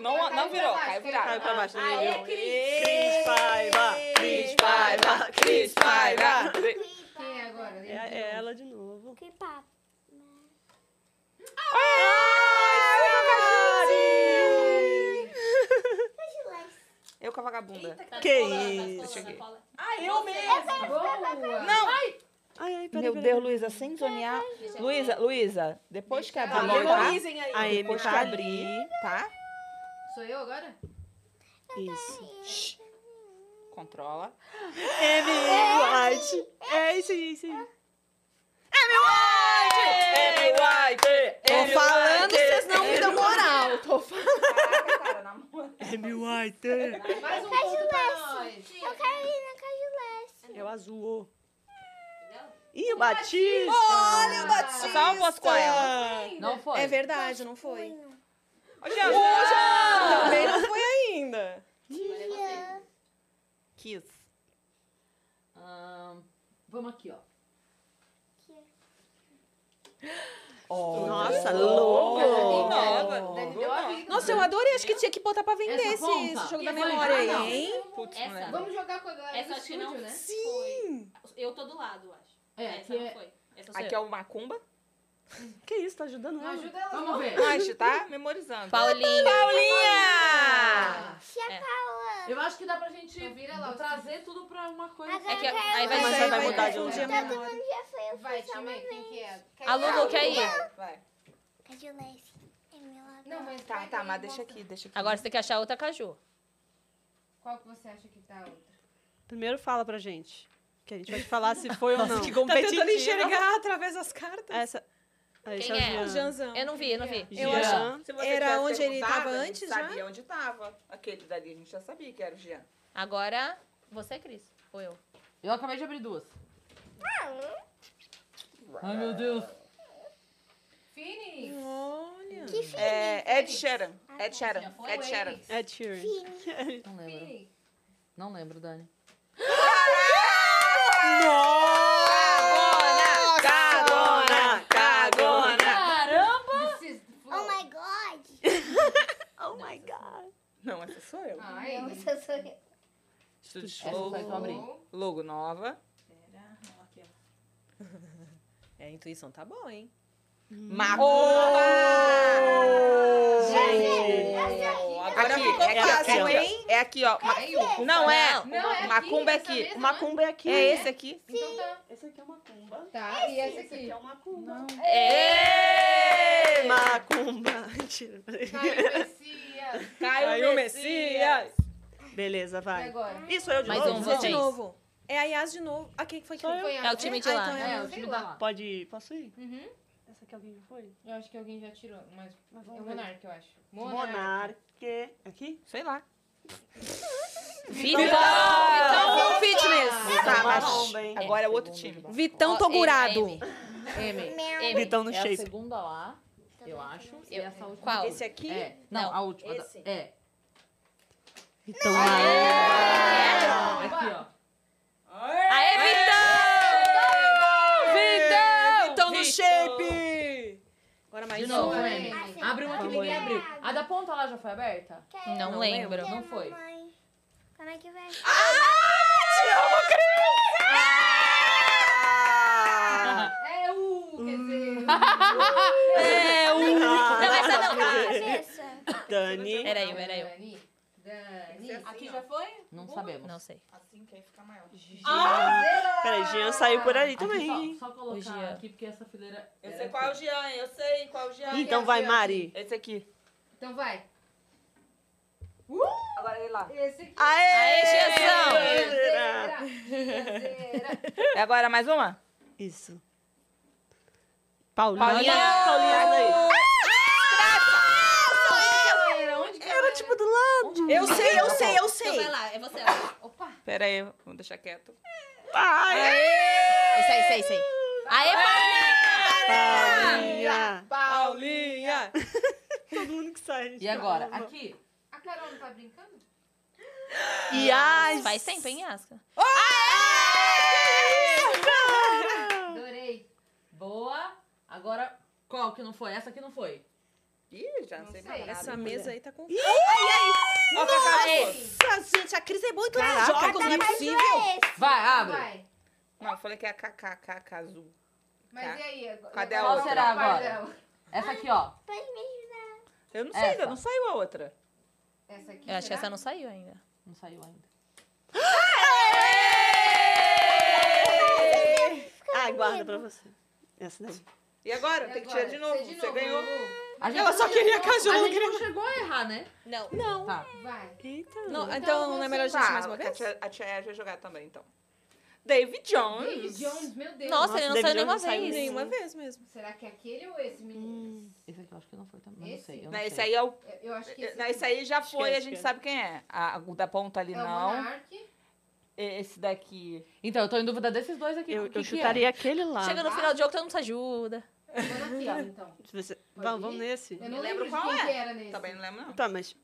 Speaker 3: Não, não virou, caiu
Speaker 7: Caiu
Speaker 3: virado. Ah, é
Speaker 7: pra baixo.
Speaker 2: Aê,
Speaker 7: Daniel.
Speaker 2: Cris.
Speaker 7: Cris Paiva! Cris Paiva! Cris Paiva!
Speaker 2: Quem é agora?
Speaker 7: É, é ela de novo.
Speaker 8: Que papo.
Speaker 3: Eu com a vagabunda.
Speaker 7: Que isso?
Speaker 3: Ah, eu
Speaker 10: é
Speaker 3: mesmo!
Speaker 2: é
Speaker 10: tá
Speaker 2: Boa!
Speaker 3: Não!
Speaker 7: Ai, ai, peraí,
Speaker 3: Meu
Speaker 7: peraí.
Speaker 3: Deus, Luísa, sem zonear. Luísa, Luísa, depois que
Speaker 7: Tá
Speaker 3: abrir,
Speaker 7: bom,
Speaker 3: tá?
Speaker 7: tá? A Amy
Speaker 3: Depois que
Speaker 7: tá ali.
Speaker 3: abrir, tá?
Speaker 2: Sou eu agora?
Speaker 7: Isso.
Speaker 3: Controla.
Speaker 7: Amy White. É isso aí, isso aí.
Speaker 10: é
Speaker 3: Amy White!
Speaker 10: Tô falando, vocês não me dão moral. Tô falando.
Speaker 7: Amy White.
Speaker 2: Mais um ponto pra nós.
Speaker 8: Eu quero ir na Cajuleste.
Speaker 7: É o azul. Ih, o Batista. Olha
Speaker 10: Olha o Batista!
Speaker 3: Eu só almoço com ela.
Speaker 1: Não foi.
Speaker 10: É verdade, não foi.
Speaker 3: Ô, Jean!
Speaker 10: Também não foi ainda.
Speaker 3: Kiss.
Speaker 1: Ahn, vamos aqui, ó.
Speaker 7: Nossa, louco.
Speaker 3: Nova.
Speaker 2: Dani deu a vida.
Speaker 10: Nossa, eu adorei. Acho que tinha que botar pra vender
Speaker 1: Essa
Speaker 10: esse,
Speaker 1: conta?
Speaker 10: esse jogo
Speaker 5: Tá E
Speaker 10: da
Speaker 5: foi?
Speaker 10: memória aí,
Speaker 5: Ah, não.
Speaker 10: hein?
Speaker 3: Putz, não
Speaker 5: Essa-
Speaker 3: lembro.
Speaker 2: Vamos jogar com a galera
Speaker 5: Essa
Speaker 2: do
Speaker 5: acho que não.
Speaker 2: estúdio, né?
Speaker 5: Sim! Eu tô do lado, eu acho.
Speaker 1: É,
Speaker 5: Essa
Speaker 1: que
Speaker 5: não
Speaker 1: é-
Speaker 5: foi. Essa sou
Speaker 3: Aqui é o Macumba.
Speaker 7: Que isso, tá ajudando
Speaker 2: Não
Speaker 7: ela.
Speaker 2: ajuda ela.
Speaker 1: Vamos ver.
Speaker 3: Mas tá memorizando.
Speaker 5: Paulinha. É.
Speaker 3: Paulinha!
Speaker 1: Eu acho que dá pra gente
Speaker 2: vira lá,
Speaker 1: trazer tudo pra uma coisa.
Speaker 5: É que aí vai
Speaker 7: Mas
Speaker 5: ser-
Speaker 7: aí vai
Speaker 5: vai- um
Speaker 7: mudar de
Speaker 5: vai-
Speaker 7: lugar.
Speaker 8: Todo mundo já foi eu
Speaker 2: Vai,
Speaker 8: fui só
Speaker 2: time,
Speaker 8: uma
Speaker 2: quem que é? Quer
Speaker 5: A Lulu quer ir.
Speaker 3: Vai.
Speaker 8: Cajuleste. É meu lado.
Speaker 2: Não, mas
Speaker 3: Tá,
Speaker 2: vai
Speaker 3: tá,
Speaker 2: quem
Speaker 3: mas deixa
Speaker 2: volta.
Speaker 3: aqui, deixa aqui.
Speaker 5: Agora você tem que achar outra caju.
Speaker 2: Qual que você acha que tá a outra?
Speaker 7: Primeiro fala pra gente. Que a gente vai te falar se foi ou não.
Speaker 10: Tá tentando enxergar através das cartas.
Speaker 7: Essa. Aí,
Speaker 5: Quem
Speaker 7: Quem é?
Speaker 10: O
Speaker 7: o Jean.
Speaker 10: Janzão.
Speaker 5: Eu não vi, eu não vi.
Speaker 10: Eu
Speaker 7: Jean.
Speaker 3: Se você
Speaker 10: Era
Speaker 3: tivesse
Speaker 10: onde ele
Speaker 3: perguntado,
Speaker 10: tava
Speaker 3: a gente
Speaker 10: antes, já?
Speaker 3: sabia onde tava. Aquele dali a gente já sabia que era o Jean.
Speaker 5: Agora, você, é Cris. Ou eu.
Speaker 1: Eu acabei de abrir duas. Ai, meu Deus.
Speaker 2: Phoenix!
Speaker 10: Olha.
Speaker 8: Que fim.
Speaker 3: É Ed Sheeran. Ed Sheeran.
Speaker 2: Ou
Speaker 3: Ed Sheeran.
Speaker 2: Phoenix?
Speaker 7: Ed Sheeran.
Speaker 1: Não lembro.
Speaker 2: Phoenix.
Speaker 1: Não lembro, Dani.
Speaker 3: Cagona! Cagona! Cagona!
Speaker 1: Caramba!
Speaker 2: This is the floor.
Speaker 8: Oh my god.
Speaker 7: Oh my god.
Speaker 3: Não, essa sou eu.
Speaker 2: Ai,
Speaker 8: Nossa, sou eu.
Speaker 3: Estúdio
Speaker 1: Essa
Speaker 3: Logo.
Speaker 1: vai que eu abri.
Speaker 3: Logo nova.
Speaker 10: É, a intuição tá boa, hein?
Speaker 3: Macumba!
Speaker 7: Agora
Speaker 3: Agora
Speaker 7: ficou
Speaker 3: é aqui,
Speaker 7: fácil,
Speaker 3: ó. É aqui, ó. Ma- Não é.
Speaker 2: Não, é aqui,
Speaker 3: Macumba é
Speaker 2: essa
Speaker 3: aqui.
Speaker 2: mesma,
Speaker 7: Macumba é aqui.
Speaker 3: É esse aqui.
Speaker 2: Então tá.
Speaker 7: Esse aqui é macumba.
Speaker 2: Tá, e essa
Speaker 7: Esse aqui
Speaker 2: aqui?
Speaker 7: é macumba.
Speaker 10: É!
Speaker 3: Ê!
Speaker 7: Macumba. Mentira. peraí.
Speaker 2: Caio Messias.
Speaker 3: Caiu
Speaker 7: Caiu
Speaker 3: o
Speaker 7: Messias.
Speaker 3: Messias.
Speaker 7: Beleza,
Speaker 2: E
Speaker 7: vai.
Speaker 2: agora?
Speaker 7: Isso eu de
Speaker 5: Mais
Speaker 7: novo?
Speaker 5: um,
Speaker 10: Você de
Speaker 5: vocês.
Speaker 10: novo. É a Yas de novo. Ah, quem foi que foi?
Speaker 2: Foi
Speaker 5: É o
Speaker 2: a-
Speaker 5: time de
Speaker 10: Ah,
Speaker 5: lá.
Speaker 10: então
Speaker 1: É,
Speaker 10: é
Speaker 1: o time tá lá.
Speaker 7: Pode ir. Posso ir?
Speaker 2: Uhum.
Speaker 7: Essa aqui alguém já foi?
Speaker 2: Eu acho que alguém já tirou, mas
Speaker 7: Mas
Speaker 2: é
Speaker 7: vamos
Speaker 2: o
Speaker 7: ver.
Speaker 2: Monark, eu acho.
Speaker 7: Monarque. Aqui?
Speaker 3: Sei lá.
Speaker 5: Vitão!
Speaker 10: Então, fitness.
Speaker 7: Tá,
Speaker 3: mas
Speaker 7: macumba, hein?
Speaker 3: agora é outro time.
Speaker 10: Vitão Togurado.
Speaker 1: M.
Speaker 5: M.
Speaker 7: Vitão no
Speaker 1: É a
Speaker 7: shape.
Speaker 1: segunda lá,
Speaker 8: Tá
Speaker 1: eu acho. E essa última.
Speaker 5: Qual?
Speaker 1: É. Não,
Speaker 5: Não.
Speaker 1: a última. da-
Speaker 10: Esse.
Speaker 1: É.
Speaker 7: Então, lá.
Speaker 1: Aqui, ó.
Speaker 5: Aê,
Speaker 1: Vitão! Vitão!
Speaker 10: Vitão no shape! Agora mais
Speaker 1: De novo,
Speaker 10: uma,
Speaker 1: Amy.
Speaker 8: Ah,
Speaker 10: hein?
Speaker 1: Abre uma que
Speaker 10: Vamos
Speaker 1: ninguém
Speaker 10: lá.
Speaker 1: abriu. A da ponta lá já foi aberta?
Speaker 5: Não Não lembro. lembro.
Speaker 1: Não foi.
Speaker 8: Como é que vai?
Speaker 1: É o... Quer dizer...
Speaker 7: É o.
Speaker 5: Não, essa não.
Speaker 7: Dani.
Speaker 5: Peraí, peraí.
Speaker 1: Aqui já foi?
Speaker 5: Não sabemos. Não sei.
Speaker 3: Assim que aí fica maior.
Speaker 7: Peraí, Jean saiu por ali
Speaker 1: Aqui,
Speaker 7: também. hein?
Speaker 1: Só, só colocar aqui, porque essa fileira...
Speaker 3: Eu
Speaker 1: era
Speaker 3: sei
Speaker 1: aqui.
Speaker 3: qual é o Jean, eu sei qual é o Jean.
Speaker 7: Então vai, Mari.
Speaker 3: Esse aqui.
Speaker 2: Então vai.
Speaker 3: Agora ele lá.
Speaker 2: Esse aqui.
Speaker 7: Aê,
Speaker 2: Terceira, terceira.
Speaker 3: É agora mais uma?
Speaker 7: Isso. Paulinha.
Speaker 3: Paulinha.
Speaker 7: Paulinha, daí.
Speaker 2: Era onde que
Speaker 7: Era tipo do lado. Eu sei, eu sei, eu sei.
Speaker 5: Vai lá, é você. Ela.
Speaker 2: Opa!
Speaker 3: Pera aí, vamos deixar quieto.
Speaker 5: Isso aí, isso aí, isso aí. Aê,
Speaker 7: Paulinha.
Speaker 3: Paulinha!
Speaker 7: Todo mundo que sai.
Speaker 1: E agora? Aqui.
Speaker 2: A Carol não tá brincando?
Speaker 7: E as...
Speaker 5: Paulinha! Faz tempo, hein, Asca?
Speaker 2: Ah, é? Adorei.
Speaker 1: Boa. Agora, qual que não foi? Essa aqui não foi.
Speaker 3: Ih, já não, sei, mais nada.
Speaker 10: Essa mesa aí tá com...
Speaker 3: Ó, Cacá,
Speaker 10: Nossa, gente, a Cris é muito
Speaker 7: Caraca,
Speaker 10: lógica, não é possível.
Speaker 1: Vai, abre.
Speaker 2: Vai.
Speaker 3: Não, eu falei que é a KKK azul.
Speaker 2: Mas e aí? agora?
Speaker 3: Cadê a
Speaker 2: Qual
Speaker 3: outra?
Speaker 2: será
Speaker 1: Qual
Speaker 2: agora?
Speaker 1: Essa aqui, ó.
Speaker 8: Pode me ajudar.
Speaker 3: Eu não sei,
Speaker 1: Essa.
Speaker 3: ainda não saiu a outra.
Speaker 2: Essa aqui.
Speaker 5: Eu acho que
Speaker 2: será?
Speaker 5: essa não saiu ainda.
Speaker 1: Não saiu ainda.
Speaker 7: Ah, guarda pra você. Essa daí.
Speaker 3: E agora?
Speaker 2: E
Speaker 3: Tem que
Speaker 2: agora?
Speaker 3: tirar de novo.
Speaker 2: Você
Speaker 3: Você ganhou.
Speaker 1: A gente,
Speaker 7: Ela só queria
Speaker 1: a
Speaker 7: cajão.
Speaker 1: gente não chegou a errar, né?
Speaker 5: Não.
Speaker 10: Não.
Speaker 1: Tá.
Speaker 2: Vai.
Speaker 7: Eita.
Speaker 10: Não, então não é melhor a gente mais uma
Speaker 3: a
Speaker 10: vez?
Speaker 3: tia, a tia Ed vai jogar também, então. David Jones.
Speaker 2: David Jones, meu Deus.
Speaker 5: Nossa, ele não
Speaker 7: David
Speaker 5: saiu
Speaker 7: Jones
Speaker 5: nenhuma
Speaker 7: não saiu
Speaker 5: vez.
Speaker 10: Nenhuma vez mesmo.
Speaker 2: Será que é aquele ou esse, meninas?
Speaker 1: Esse aqui eu acho que não foi também. mas
Speaker 2: Esse?
Speaker 1: Não sei. Eu não
Speaker 3: Não, esse
Speaker 1: sei.
Speaker 3: aí é o.
Speaker 2: Eu- Eu acho que esse
Speaker 3: Não, esse aí já foi, a
Speaker 7: Esquece,
Speaker 3: gente
Speaker 7: esquece.
Speaker 3: sabe quem é. A, o da ponta ali
Speaker 2: é o
Speaker 3: não.
Speaker 2: Monark.
Speaker 3: Esse daqui.
Speaker 1: Então, eu tô em dúvida desses dois aqui.
Speaker 7: Eu,
Speaker 1: O que
Speaker 7: eu
Speaker 1: que é?
Speaker 7: chutaria aquele lá.
Speaker 5: Chega no final do jogo, todo mundo se ajuda.
Speaker 2: Vamos aqui, ó, então.
Speaker 7: Se você- Vamos, vamos nesse.
Speaker 2: Eu não
Speaker 3: Eu lembro
Speaker 2: lembro de
Speaker 3: qual
Speaker 2: quem
Speaker 3: é.
Speaker 2: que era nesse.
Speaker 3: Também não lembro, não.
Speaker 7: Tá, mas...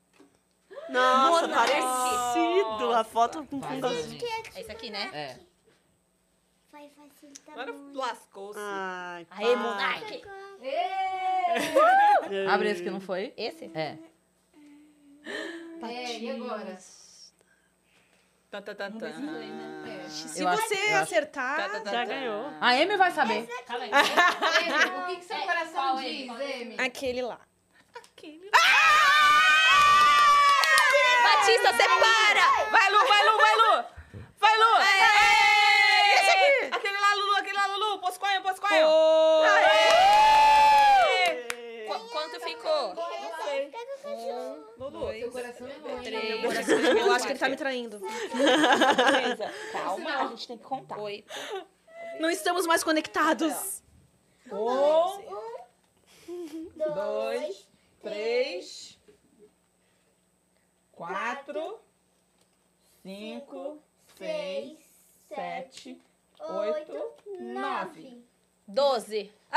Speaker 7: Nossa, parecido. A foto com
Speaker 1: Vai,
Speaker 7: fundo
Speaker 1: vai,
Speaker 7: azul.
Speaker 1: gente.
Speaker 5: É isso aqui, né?
Speaker 1: É.
Speaker 8: Vai facilitar
Speaker 3: Agora
Speaker 8: muito.
Speaker 3: lascou-se.
Speaker 7: Ai,
Speaker 5: Aê,
Speaker 7: para.
Speaker 5: Monark.
Speaker 1: Abre esse que não foi.
Speaker 5: Esse?
Speaker 1: É.
Speaker 2: É, e agora?
Speaker 3: Tan, tan, tan, tan.
Speaker 10: Se
Speaker 3: É.
Speaker 1: Eu acho-
Speaker 10: você
Speaker 1: eu acho-
Speaker 10: acertar...
Speaker 3: Tan, tan, tan,
Speaker 7: Já
Speaker 3: tan.
Speaker 7: ganhou.
Speaker 1: A Amy vai saber.
Speaker 2: Amy, o que, que seu coração diz, Amy?
Speaker 10: Aquele lá.
Speaker 5: Batista, separa!
Speaker 3: Vai, Lu, vai, Lu, vai, Lu! Vai, Lu! Ei! Esse aqui! Aquele lá, Lulu, aquele lá, Lulu! Posconha, posconha! Aê!
Speaker 5: Qu- quanto ficou?
Speaker 3: Lulu,
Speaker 2: Seu coração é bom, hein?
Speaker 5: Três.
Speaker 10: Um, Eu acho que ele tá me traindo.
Speaker 3: Luísa, calma, a gente tem que contar.
Speaker 5: Oito.
Speaker 10: Não estamos mais conectados.
Speaker 3: Um,
Speaker 8: Dois.
Speaker 3: dois, três, quatro, cinco, seis, sete, oito, nove.
Speaker 5: Doze.
Speaker 7: O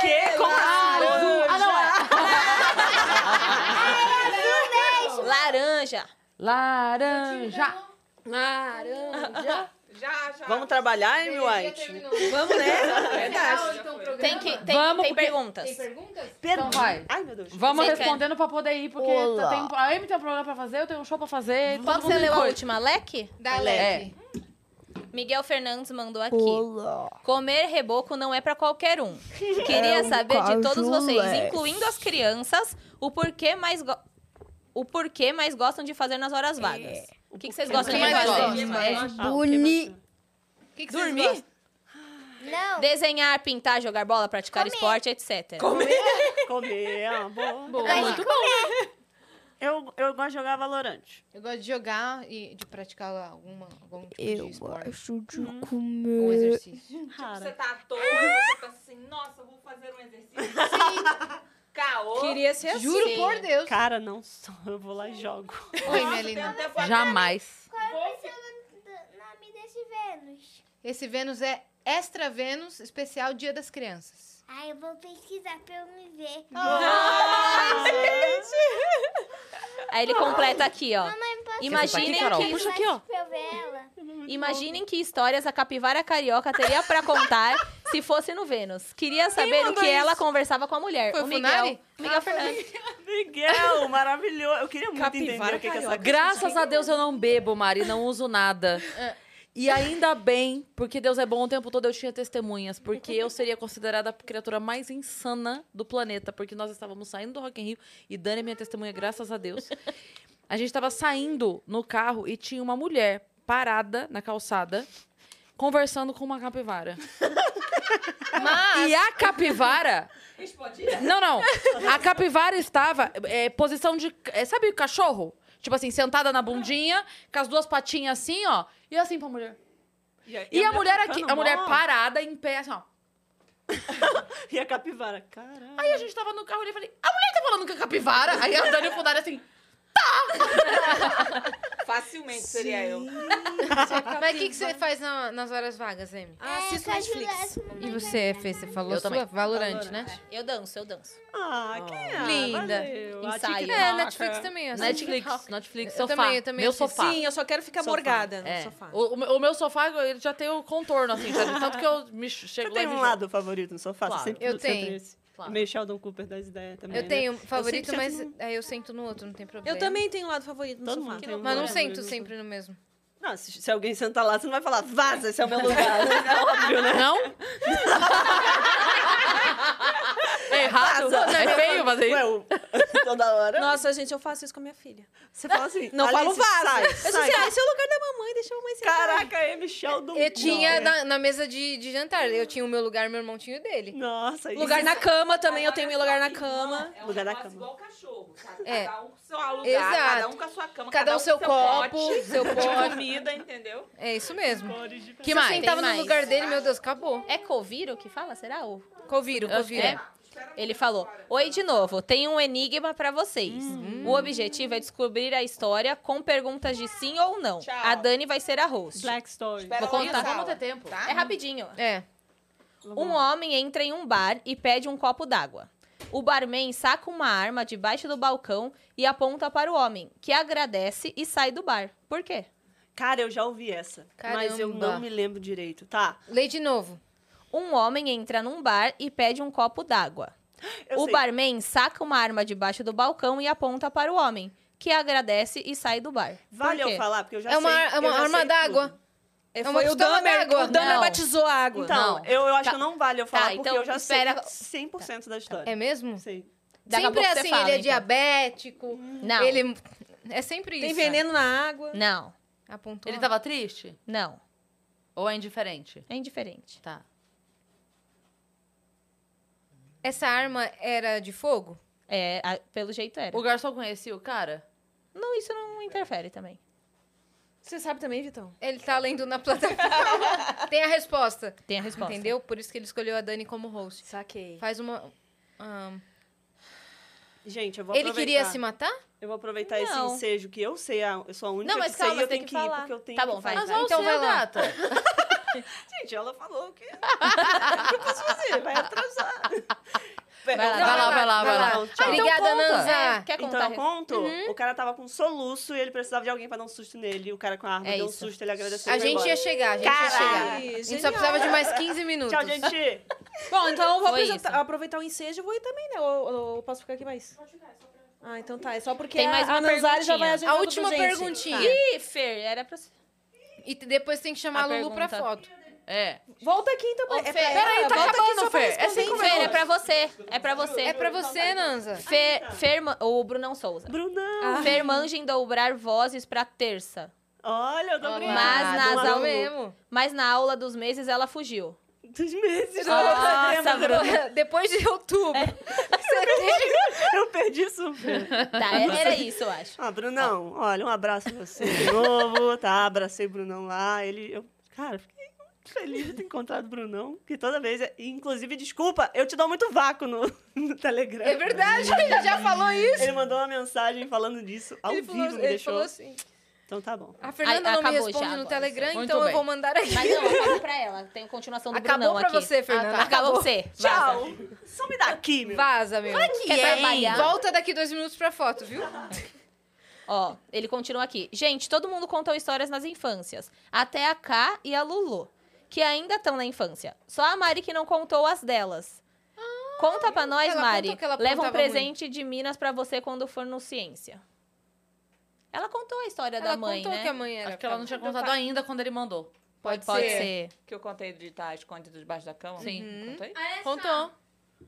Speaker 7: quê? Como assim?
Speaker 1: é Ah, não é.
Speaker 5: Laranja.
Speaker 1: Laranja.
Speaker 10: Laranja.
Speaker 3: Já, já.
Speaker 7: Vamos trabalhar, Amy
Speaker 2: Já
Speaker 7: White?
Speaker 2: terminou.
Speaker 10: Vamos, né?
Speaker 2: Verdade. Então, o programa?
Speaker 5: Tem que tem,
Speaker 1: Vamos,
Speaker 5: tem
Speaker 1: porque-
Speaker 5: perguntas.
Speaker 2: Tem perguntas?
Speaker 1: Então vai.
Speaker 7: Ai, meu Deus.
Speaker 1: Vamos
Speaker 5: Vocês
Speaker 1: respondendo pra poder ir, porque tá- tem, a Amy tem um programa pra fazer, eu tenho um show pra fazer. todo
Speaker 5: Qual que você
Speaker 1: mundo tem
Speaker 5: leu a
Speaker 1: coisa.
Speaker 5: última? Leque?
Speaker 2: Da
Speaker 1: É.
Speaker 2: Leve.
Speaker 5: Miguel Fernandes mandou aqui. Comer reboco não é pra qualquer um. Queria saber de todos vocês, incluindo as crianças, o porquê mais go- o porquê mais gostam de fazer nas horas vagas. O que, que vocês gostam de
Speaker 2: mais
Speaker 5: fazer? É.
Speaker 2: gostam?
Speaker 7: Bonito.
Speaker 2: O que, que vocês
Speaker 7: Dormir?
Speaker 2: gostam?
Speaker 8: Não.
Speaker 5: Desenhar, pintar, jogar bola, praticar esporte, etc.
Speaker 7: Comer, é uma boa.
Speaker 8: Mas
Speaker 7: Eu, eu gosto de jogar Valorant.
Speaker 2: Eu gosto de jogar e de praticar alguma, algum tipo de esporte.
Speaker 8: de comer.
Speaker 2: Ou exercício.
Speaker 3: Você
Speaker 7: Rara.
Speaker 3: tá à toa, você tá assim, nossa, eu vou fazer um exercício. Caô.
Speaker 10: Queria ser assim.
Speaker 2: Juro por Deus.
Speaker 7: Cara, não sou. Eu vou lá e jogo.
Speaker 2: Oi,
Speaker 3: Nossa, tem
Speaker 2: minha
Speaker 3: um
Speaker 2: linda.
Speaker 3: tempo
Speaker 1: Jamais.
Speaker 3: atrás.
Speaker 8: Do é nome desse Vênus.
Speaker 2: Esse Vênus é Extra Vênus, especial Dia das Crianças.
Speaker 8: Ah, eu vou pesquisar pra eu me ver.
Speaker 7: Ai, gente.
Speaker 5: Aí ele completa aqui, ó. Imaginem
Speaker 1: Quer sentar aqui, Carol?
Speaker 5: que...
Speaker 1: Puxa aqui, ó.
Speaker 8: Pra eu ver ela.
Speaker 5: Imaginem que histórias a capivara carioca teria pra contar se fosse no Vênus. Queria saber o
Speaker 2: mandou
Speaker 5: que ela
Speaker 2: isso?
Speaker 5: conversava com a mulher.
Speaker 2: Foi
Speaker 5: o
Speaker 2: o
Speaker 5: Miguel.
Speaker 2: Funari?
Speaker 5: Miguel Fernandes.
Speaker 7: Miguel, maravilhoso. Eu queria muito entender
Speaker 2: Capivara
Speaker 7: o que, É. que é essa
Speaker 2: carioca.
Speaker 1: Graças a Deus eu não bebo, Mari, não uso nada. E ainda bem, porque Deus é bom o tempo todo, eu tinha testemunhas. Porque eu seria considerada a criatura mais insana do planeta. Porque nós estávamos saindo do Rock in Rio. E Dani é minha testemunha, graças a Deus. A gente estava saindo no carro e tinha uma mulher parada na calçada. Conversando com uma capivara.
Speaker 2: Mas,
Speaker 1: E a capivara. Não, não. A capivara estava é, posição de. é, sabe o cachorro? Tipo assim, sentada na bundinha, com as duas patinhas assim, ó. E assim pra mulher. E, tá a, mulher aqui,
Speaker 7: tocando
Speaker 1: a mulher
Speaker 7: mó.
Speaker 1: parada, em pé, assim, ó.
Speaker 7: E a capivara, caralho.
Speaker 1: Aí a gente tava no carro e eu falei, a mulher tá falando com a capivara? Aí a Dani Funari assim,
Speaker 3: Facilmente seria eu.
Speaker 2: mas o que, que você faz na- nas horas vagas, Amy?
Speaker 10: Assista
Speaker 8: É,
Speaker 10: Netflix.
Speaker 2: E você, Fê, você falou
Speaker 1: Eu
Speaker 2: sua?
Speaker 1: também.
Speaker 2: Valorante, né?
Speaker 5: Eu danço, eu danço.
Speaker 7: Ah, que é?
Speaker 2: Linda.
Speaker 7: Valeu. A
Speaker 5: Ensaio.
Speaker 7: TikTok.
Speaker 2: É, Netflix também. eu assisto.
Speaker 1: Netflix, Netflix,
Speaker 2: Eu
Speaker 1: sofá.
Speaker 2: também, eu também
Speaker 1: meu
Speaker 2: assisto.
Speaker 1: sofá.
Speaker 10: Sim, eu só quero ficar
Speaker 7: Sofá.
Speaker 10: morgada no
Speaker 1: É.
Speaker 10: sofá.
Speaker 1: O, o meu- o meu sofá ele já tem o contorno, assim, já, de tanto que eu me ch-
Speaker 7: Você
Speaker 1: chego lá e
Speaker 7: tem
Speaker 1: me
Speaker 7: um
Speaker 1: jogo.
Speaker 7: lado favorito no sofá?
Speaker 1: Claro.
Speaker 7: Você sempre
Speaker 2: Eu
Speaker 7: senta
Speaker 2: tenho.
Speaker 7: nesse?
Speaker 1: Claro.
Speaker 7: Meio Sheldon Cooper das ideias também.
Speaker 2: Eu
Speaker 7: né?
Speaker 2: tenho um favorito,
Speaker 7: sempre
Speaker 2: mas
Speaker 7: sento
Speaker 2: aí eu sento no outro, não tem problema.
Speaker 10: Eu também tenho um lado favorito no
Speaker 7: Todo
Speaker 10: sofá.
Speaker 7: mundo tem um
Speaker 2: Mas não
Speaker 7: lado
Speaker 2: sento
Speaker 7: favorito.
Speaker 2: sempre no mesmo.
Speaker 7: Não, se, se alguém sentar lá, você não vai falar, vaza, esse é o meu lugar. né? É óbvio, né?
Speaker 1: Não? é errado? É feio fazer isso?
Speaker 7: Ué, o- toda hora.
Speaker 10: né, Nossa, gente, eu faço isso com a minha filha.
Speaker 7: Você fala assim,
Speaker 10: Não
Speaker 7: Alice,
Speaker 10: falo vaza.
Speaker 7: Sai,
Speaker 10: Eu disse
Speaker 7: sai.
Speaker 10: assim, ah, esse é o lugar da mamãe, deixa a mamãe sentar.
Speaker 7: Caraca, é M. Sheldon.
Speaker 2: Eu
Speaker 10: é.
Speaker 2: tinha
Speaker 7: Não.
Speaker 2: na, na mesa de, de jantar. Eu tinha o meu lugar, meu irmão tinha o dele.
Speaker 7: Nossa, isso-
Speaker 10: Lugar na cama também, eu tenho meu lugar na cama.
Speaker 3: É um
Speaker 7: Lugar da
Speaker 3: negócio
Speaker 7: cama.
Speaker 3: igual cachorro, sabe?
Speaker 2: É.
Speaker 3: Cada um com seu lugar,
Speaker 2: Exato.
Speaker 3: cada um com a sua cama,
Speaker 2: Cada um seu
Speaker 3: com
Speaker 2: copo, seu
Speaker 3: de
Speaker 2: pote.
Speaker 3: comida, entendeu?
Speaker 2: É isso mesmo.
Speaker 1: Que
Speaker 2: Se eu
Speaker 1: mais?
Speaker 2: sentava
Speaker 5: Tem mais.
Speaker 2: no lugar dele, meu Deus, acabou.
Speaker 5: É Coviro que fala? Será? O...
Speaker 2: Coviro,
Speaker 1: Eu acho que
Speaker 2: coviro.
Speaker 5: É. Ele falou: Oi de novo, tem um enigma pra vocês.
Speaker 2: Hum.
Speaker 5: O objetivo é descobrir a história com perguntas de sim ou não.
Speaker 3: Tchau.
Speaker 5: A Dani vai ser a host.
Speaker 7: Black Story.
Speaker 3: Espera
Speaker 5: Vou
Speaker 3: aí,
Speaker 5: contar.
Speaker 3: Sal,
Speaker 1: Vamos ter tempo.
Speaker 3: Tá?
Speaker 5: É rapidinho.
Speaker 2: É.
Speaker 5: Um homem entra em um bar e pede um copo d'água. O barman saca uma arma debaixo do balcão e aponta para o homem, que agradece e sai do bar. Por quê?
Speaker 7: Cara, eu já ouvi essa. Mas eu
Speaker 2: Caramba.
Speaker 7: não me lembro direito. Tá.
Speaker 2: Lei de novo.
Speaker 5: Um homem entra num bar e pede um copo d'água.
Speaker 7: eu
Speaker 5: O
Speaker 7: sei.
Speaker 5: barman saca uma arma debaixo do balcão e aponta para o homem, que agradece e sai do bar.
Speaker 7: Vale
Speaker 5: Por quê?
Speaker 7: eu falar, porque eu já
Speaker 2: É uma,
Speaker 7: sei.
Speaker 2: é
Speaker 7: eu
Speaker 2: uma
Speaker 7: já
Speaker 2: arma
Speaker 7: sei
Speaker 2: d'água.
Speaker 7: tudo.
Speaker 10: É,
Speaker 2: uma
Speaker 10: Foi o
Speaker 2: pistola
Speaker 10: Dahmer,
Speaker 2: d'água.
Speaker 10: o Dahmer
Speaker 5: Não.
Speaker 10: batizou a água.
Speaker 7: Então,
Speaker 5: Não.
Speaker 7: eu, eu acho
Speaker 5: Tá.
Speaker 7: que não vale eu falar,
Speaker 5: Tá,
Speaker 7: porque
Speaker 5: então
Speaker 7: eu já
Speaker 5: espera-
Speaker 7: sei 100% da história.
Speaker 2: É mesmo?
Speaker 7: Sei.
Speaker 5: Daqui a
Speaker 2: sempre
Speaker 5: pouco
Speaker 2: é
Speaker 5: você
Speaker 2: assim,
Speaker 5: fala,
Speaker 2: ele é
Speaker 5: então.
Speaker 2: diabético.
Speaker 5: Não.
Speaker 2: Ele. É sempre isso.
Speaker 10: Tem veneno na água.
Speaker 5: Não,
Speaker 2: Apontou.
Speaker 1: Ele tava triste?
Speaker 5: não.
Speaker 1: Ou é indiferente?
Speaker 5: É indiferente.
Speaker 1: Tá.
Speaker 2: Essa arma era de fogo?
Speaker 5: É, a- pelo jeito era.
Speaker 1: O garçom conhecia o cara?
Speaker 5: Não, isso não interfere também.
Speaker 10: Você sabe também, Vitão?
Speaker 2: Ele tá lendo na plataforma. Tem a resposta.
Speaker 5: Tem a resposta.
Speaker 2: Entendeu? Por isso que ele escolheu a Dani como host.
Speaker 10: Saquei.
Speaker 2: Faz uma. ahn,
Speaker 7: Gente, eu vou
Speaker 2: ele
Speaker 7: aproveitar.
Speaker 2: queria se matar?
Speaker 7: Eu vou aproveitar
Speaker 5: Não.
Speaker 7: esse ensejo que eu sei, a- eu sou a única
Speaker 5: Não, mas
Speaker 7: que
Speaker 5: calma,
Speaker 7: sei, e eu
Speaker 5: você tem
Speaker 7: tenho
Speaker 5: que
Speaker 7: que,
Speaker 5: falar.
Speaker 7: ir, porque eu tenho
Speaker 5: Tá
Speaker 7: que
Speaker 5: bom, vai,
Speaker 1: Mas
Speaker 5: vai.
Speaker 1: olha o
Speaker 2: Então vai
Speaker 1: seu,
Speaker 2: lá.
Speaker 1: gata.
Speaker 7: Gente, ela falou que. o que eu posso fazer? Vai atrasar. Vai
Speaker 5: lá, Então
Speaker 1: Vai lá, vai lá, vai lá.
Speaker 7: Tchau.
Speaker 2: Obrigada,
Speaker 5: conta.
Speaker 2: Nanza.
Speaker 5: É, quer
Speaker 7: Então
Speaker 5: contar? Uhum.
Speaker 7: eu conto, o cara tava com um soluço e ele precisava de alguém pra dar um susto nele. E o cara com a arma
Speaker 5: É
Speaker 7: deu
Speaker 5: isso.
Speaker 7: um susto, ele agradeceu. e
Speaker 2: A
Speaker 7: foi
Speaker 2: gente ia
Speaker 7: embora.
Speaker 2: chegar, a gente
Speaker 7: Caralho,
Speaker 2: ia chegar. A gente só
Speaker 10: genial.
Speaker 2: precisava de mais 15 minutos.
Speaker 7: Tchau, gente!
Speaker 10: Bom, então eu vou
Speaker 5: Foi
Speaker 10: apresenta-
Speaker 5: isso.
Speaker 10: aproveitar o ensejo e vou ir também, né? Ou, ou- ou posso ficar aqui mais? Pode ficar, é só pra... Ah, então tá. É só porque
Speaker 5: Tem
Speaker 10: a-
Speaker 5: mais uma
Speaker 10: a Nanzari já vai
Speaker 5: perguntinha.
Speaker 10: ajudar
Speaker 2: A última
Speaker 10: gente.
Speaker 2: perguntinha.
Speaker 5: Ih, Fer, era pra...
Speaker 2: E t- depois tem que chamar
Speaker 5: A
Speaker 2: a Lulu pra
Speaker 5: pergunta.
Speaker 2: foto.
Speaker 1: É.
Speaker 10: Volta aqui então. pra-
Speaker 5: Ô,
Speaker 10: é pra-
Speaker 5: Fê, peraí,
Speaker 1: tá
Speaker 10: volta aqui
Speaker 1: acabando,
Speaker 10: só pra
Speaker 1: Fê. É
Speaker 10: responder.
Speaker 1: cinco
Speaker 5: Fer, é pra você. É pra você.
Speaker 2: É pra você, Nanza.
Speaker 5: Fer, Fer, o Brunão Souza.
Speaker 7: Brunão!
Speaker 5: Fer manja em dobrar vozes pra terça.
Speaker 7: Olha, eu tô
Speaker 2: Olha
Speaker 7: brincando.
Speaker 5: Mas
Speaker 2: lá,
Speaker 5: nas
Speaker 2: do
Speaker 5: aulas-
Speaker 2: mesmo.
Speaker 5: Mas na aula dos meses ela fugiu.
Speaker 7: Dos meses,
Speaker 5: Nossa, É.
Speaker 7: né? Lembra?
Speaker 2: Depois de outubro.
Speaker 10: Tá.
Speaker 7: Eu perdi super.
Speaker 5: Tá, é- era isso, eu acho.
Speaker 7: Ah, Brunão, olha, um abraço pra você de novo, tá? Abracei o Brunão lá. Ele, eu, cara, fiquei muito feliz de ter encontrado o Brunão, que toda vez, é- inclusive, desculpa, eu te dou muito vácuo no, no Telegram.
Speaker 2: É verdade, ele já falou isso.
Speaker 7: Ele mandou uma mensagem falando disso ao
Speaker 2: ele
Speaker 7: vivo,
Speaker 2: falou,
Speaker 7: me
Speaker 2: ele
Speaker 7: deixou.
Speaker 2: falou assim.
Speaker 7: Então tá bom.
Speaker 2: A Fernanda
Speaker 5: Ai,
Speaker 2: não me
Speaker 5: acabou
Speaker 2: responde
Speaker 5: já
Speaker 2: no
Speaker 5: agora,
Speaker 2: Telegram,
Speaker 1: Muito
Speaker 2: então eu
Speaker 1: bem.
Speaker 2: vou mandar aqui.
Speaker 5: Mas não, acabou pra ela. Tem continuação do
Speaker 2: Acabou
Speaker 5: Brunão
Speaker 2: pra
Speaker 5: aqui.
Speaker 2: você, Fernanda.
Speaker 5: Acabou pra você. Vaza.
Speaker 7: Tchau! Só me dá aqui, meu.
Speaker 2: Vaza, meu.
Speaker 10: é.
Speaker 5: Quer trabalhar?
Speaker 2: Volta daqui dois minutos pra foto, viu?
Speaker 5: Ó, ele continua aqui. Gente, todo mundo contou histórias nas infâncias. Até a K e a Lulu, que ainda estão na infância. Só a Mari que não contou as delas. Conta pra nós,
Speaker 2: Ah, ela
Speaker 5: Mari.
Speaker 2: contou que ela
Speaker 5: Leva um
Speaker 2: aprontava
Speaker 5: presente de Minas pra você quando for no Ciência. Ela contou a história da mãe, né?
Speaker 1: Acho que ela não tinha contado ainda quando ele mandou.
Speaker 3: Pode,
Speaker 5: Pode
Speaker 3: ser.
Speaker 5: ser.
Speaker 3: Que eu contei de estar escondido debaixo da cama?
Speaker 1: Sim.
Speaker 3: Contei?
Speaker 1: Contou.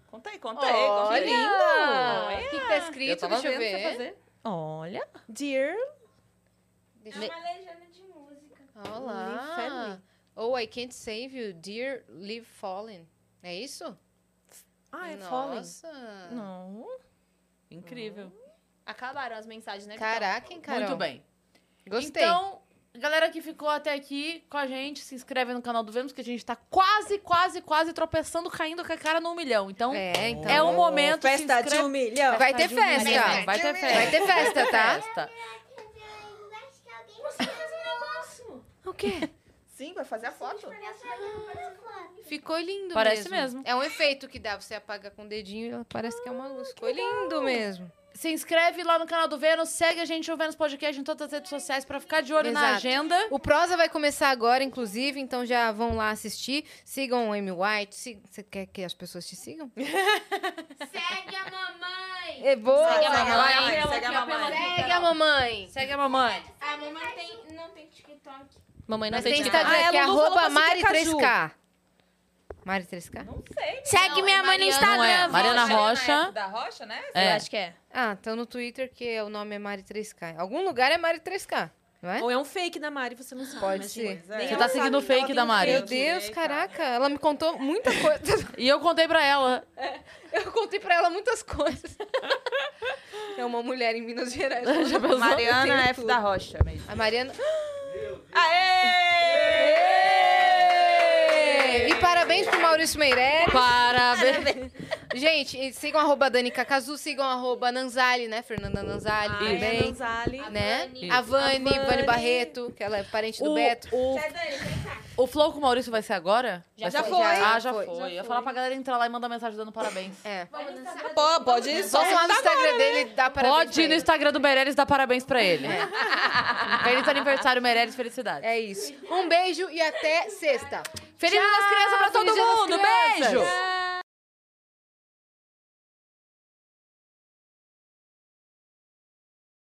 Speaker 3: Contei, contei. contei.
Speaker 2: lindo!
Speaker 3: Olha!
Speaker 2: O que que tá escrito?
Speaker 3: Eu tava
Speaker 2: Deixa eu
Speaker 3: vendo você
Speaker 2: ver.
Speaker 3: fazer.
Speaker 5: Olha.
Speaker 10: Dear.
Speaker 2: Deixa
Speaker 5: Me-
Speaker 2: eu
Speaker 9: É uma legenda de música.
Speaker 2: Olha lá. Oh, I can't save you, dear, live fallen. É isso?
Speaker 10: Ah, é Fallen.
Speaker 2: Nossa.
Speaker 5: Não.
Speaker 1: Incrível.
Speaker 5: Acabaram as mensagens, né?
Speaker 2: Caraca, hein, Carol?
Speaker 1: É tá Muito bem.
Speaker 2: Gostei.
Speaker 1: Então, galera que ficou até aqui com a gente, se inscreve no canal do Vênus, que a gente tá quase, quase, quase tropeçando, caindo com a cara no um milhão. Então,
Speaker 2: É, então.
Speaker 1: é um momento. se
Speaker 10: Festa de
Speaker 1: inscreve-
Speaker 10: um milhão.
Speaker 2: Vai ter
Speaker 1: de um milhão.
Speaker 2: festa.
Speaker 1: Vai ter festa.
Speaker 2: Vai ter festa, tá?
Speaker 1: Festa.
Speaker 8: Acho que alguém precisa fazer um negócio.
Speaker 10: O quê?
Speaker 3: Sim, vai fazer a foto.
Speaker 2: Ficou lindo
Speaker 1: Parece
Speaker 2: mesmo.
Speaker 1: mesmo.
Speaker 2: É um efeito que dá. Você apaga com o dedinho e ela parece que é uma luz. Ficou lindo mesmo.
Speaker 1: Se inscreve lá no canal do Vênus, segue a gente no Vênus Podcast em todas as redes sociais pra ficar de olho na
Speaker 2: Exato.
Speaker 1: agenda.
Speaker 2: O Prosa vai começar agora, inclusive, então já vão lá assistir. Sigam o Amy White. sig- Você quer que as pessoas te sigam?
Speaker 9: Segue a mamãe.
Speaker 2: É boa!
Speaker 5: Segue a mamãe.
Speaker 3: segue a mamãe.
Speaker 2: Segue a mamãe!
Speaker 1: Segue a mamãe.
Speaker 9: A mamãe tem, não tem TikTok.
Speaker 5: Mamãe não
Speaker 2: Mas tem
Speaker 5: tem
Speaker 2: Instagram
Speaker 5: nada.
Speaker 2: que é
Speaker 5: Ah, Lulu falou
Speaker 2: arroba
Speaker 5: pra seguir Caju.
Speaker 2: Mari3K. Mari3K?
Speaker 3: Não sei.
Speaker 9: Segue
Speaker 5: Não,
Speaker 9: minha
Speaker 5: é
Speaker 9: mãe
Speaker 5: Mariana,
Speaker 9: no Instagram.
Speaker 1: Não é. Mariana
Speaker 3: Mariana
Speaker 1: Rocha.
Speaker 3: Da Rocha, né?
Speaker 5: Eu
Speaker 1: É.
Speaker 5: acho que é.
Speaker 2: Ah, então no Twitter que o nome é Mari3K. Algum lugar é Mari3K, não é?
Speaker 10: Ou é um fake da Mari, você não sabe.
Speaker 2: Pode
Speaker 10: mas,
Speaker 2: ser.
Speaker 10: tipo, nem
Speaker 3: Você
Speaker 10: ela
Speaker 1: tá
Speaker 10: sabe
Speaker 1: seguindo o
Speaker 10: que ela
Speaker 1: fake
Speaker 10: tem
Speaker 1: da
Speaker 10: um
Speaker 1: Mari.
Speaker 2: Meu
Speaker 10: fake.
Speaker 2: Deus,
Speaker 3: direito,
Speaker 2: caraca. Ela me contou muita coisa. É,
Speaker 1: E eu contei pra ela.
Speaker 2: Eu contei pra ela muitas coisas. É uma mulher em Minas Gerais.
Speaker 1: Já pensou?
Speaker 3: Mariana é
Speaker 2: Tem
Speaker 3: F.
Speaker 2: tudo.
Speaker 3: da Rocha mesmo.
Speaker 2: A Mariana...
Speaker 3: Aê!
Speaker 2: E parabéns pro Maurício Meirelles.
Speaker 1: Parabéns.
Speaker 2: Gente, e sigam arroba Dani Cacazu, sigam arroba Nanzali, né? Fernanda Nanzali
Speaker 10: Ah, é,
Speaker 2: também.
Speaker 10: Nanzali.
Speaker 2: né?
Speaker 1: Vani.
Speaker 2: A Vani,
Speaker 10: A Vani.
Speaker 2: Vani Barreto, que ela é parente do
Speaker 1: O,
Speaker 2: Beto.
Speaker 1: o, o Flow com o Maurício vai ser agora?
Speaker 5: Já
Speaker 1: Vai ser-
Speaker 5: foi.
Speaker 1: Ah, já
Speaker 2: Já
Speaker 1: foi.
Speaker 2: foi.
Speaker 1: Eu ia falar pra galera entrar lá e mandar mensagem dando parabéns.
Speaker 2: É.
Speaker 5: Pô, pode ir.
Speaker 2: Só lá no
Speaker 5: né?
Speaker 2: Instagram dele dá para
Speaker 1: Pode ir no Instagram do Meirelles dar parabéns pra ele. Feliz aniversário, Meirelles. Felicidades.
Speaker 2: É isso. Ah. Um beijo e até sexta.
Speaker 1: Feliz Dia das crianças pra todo
Speaker 2: Feliz Dia das
Speaker 1: mundo.
Speaker 2: Crianças.
Speaker 1: Beijo.
Speaker 2: Tchau.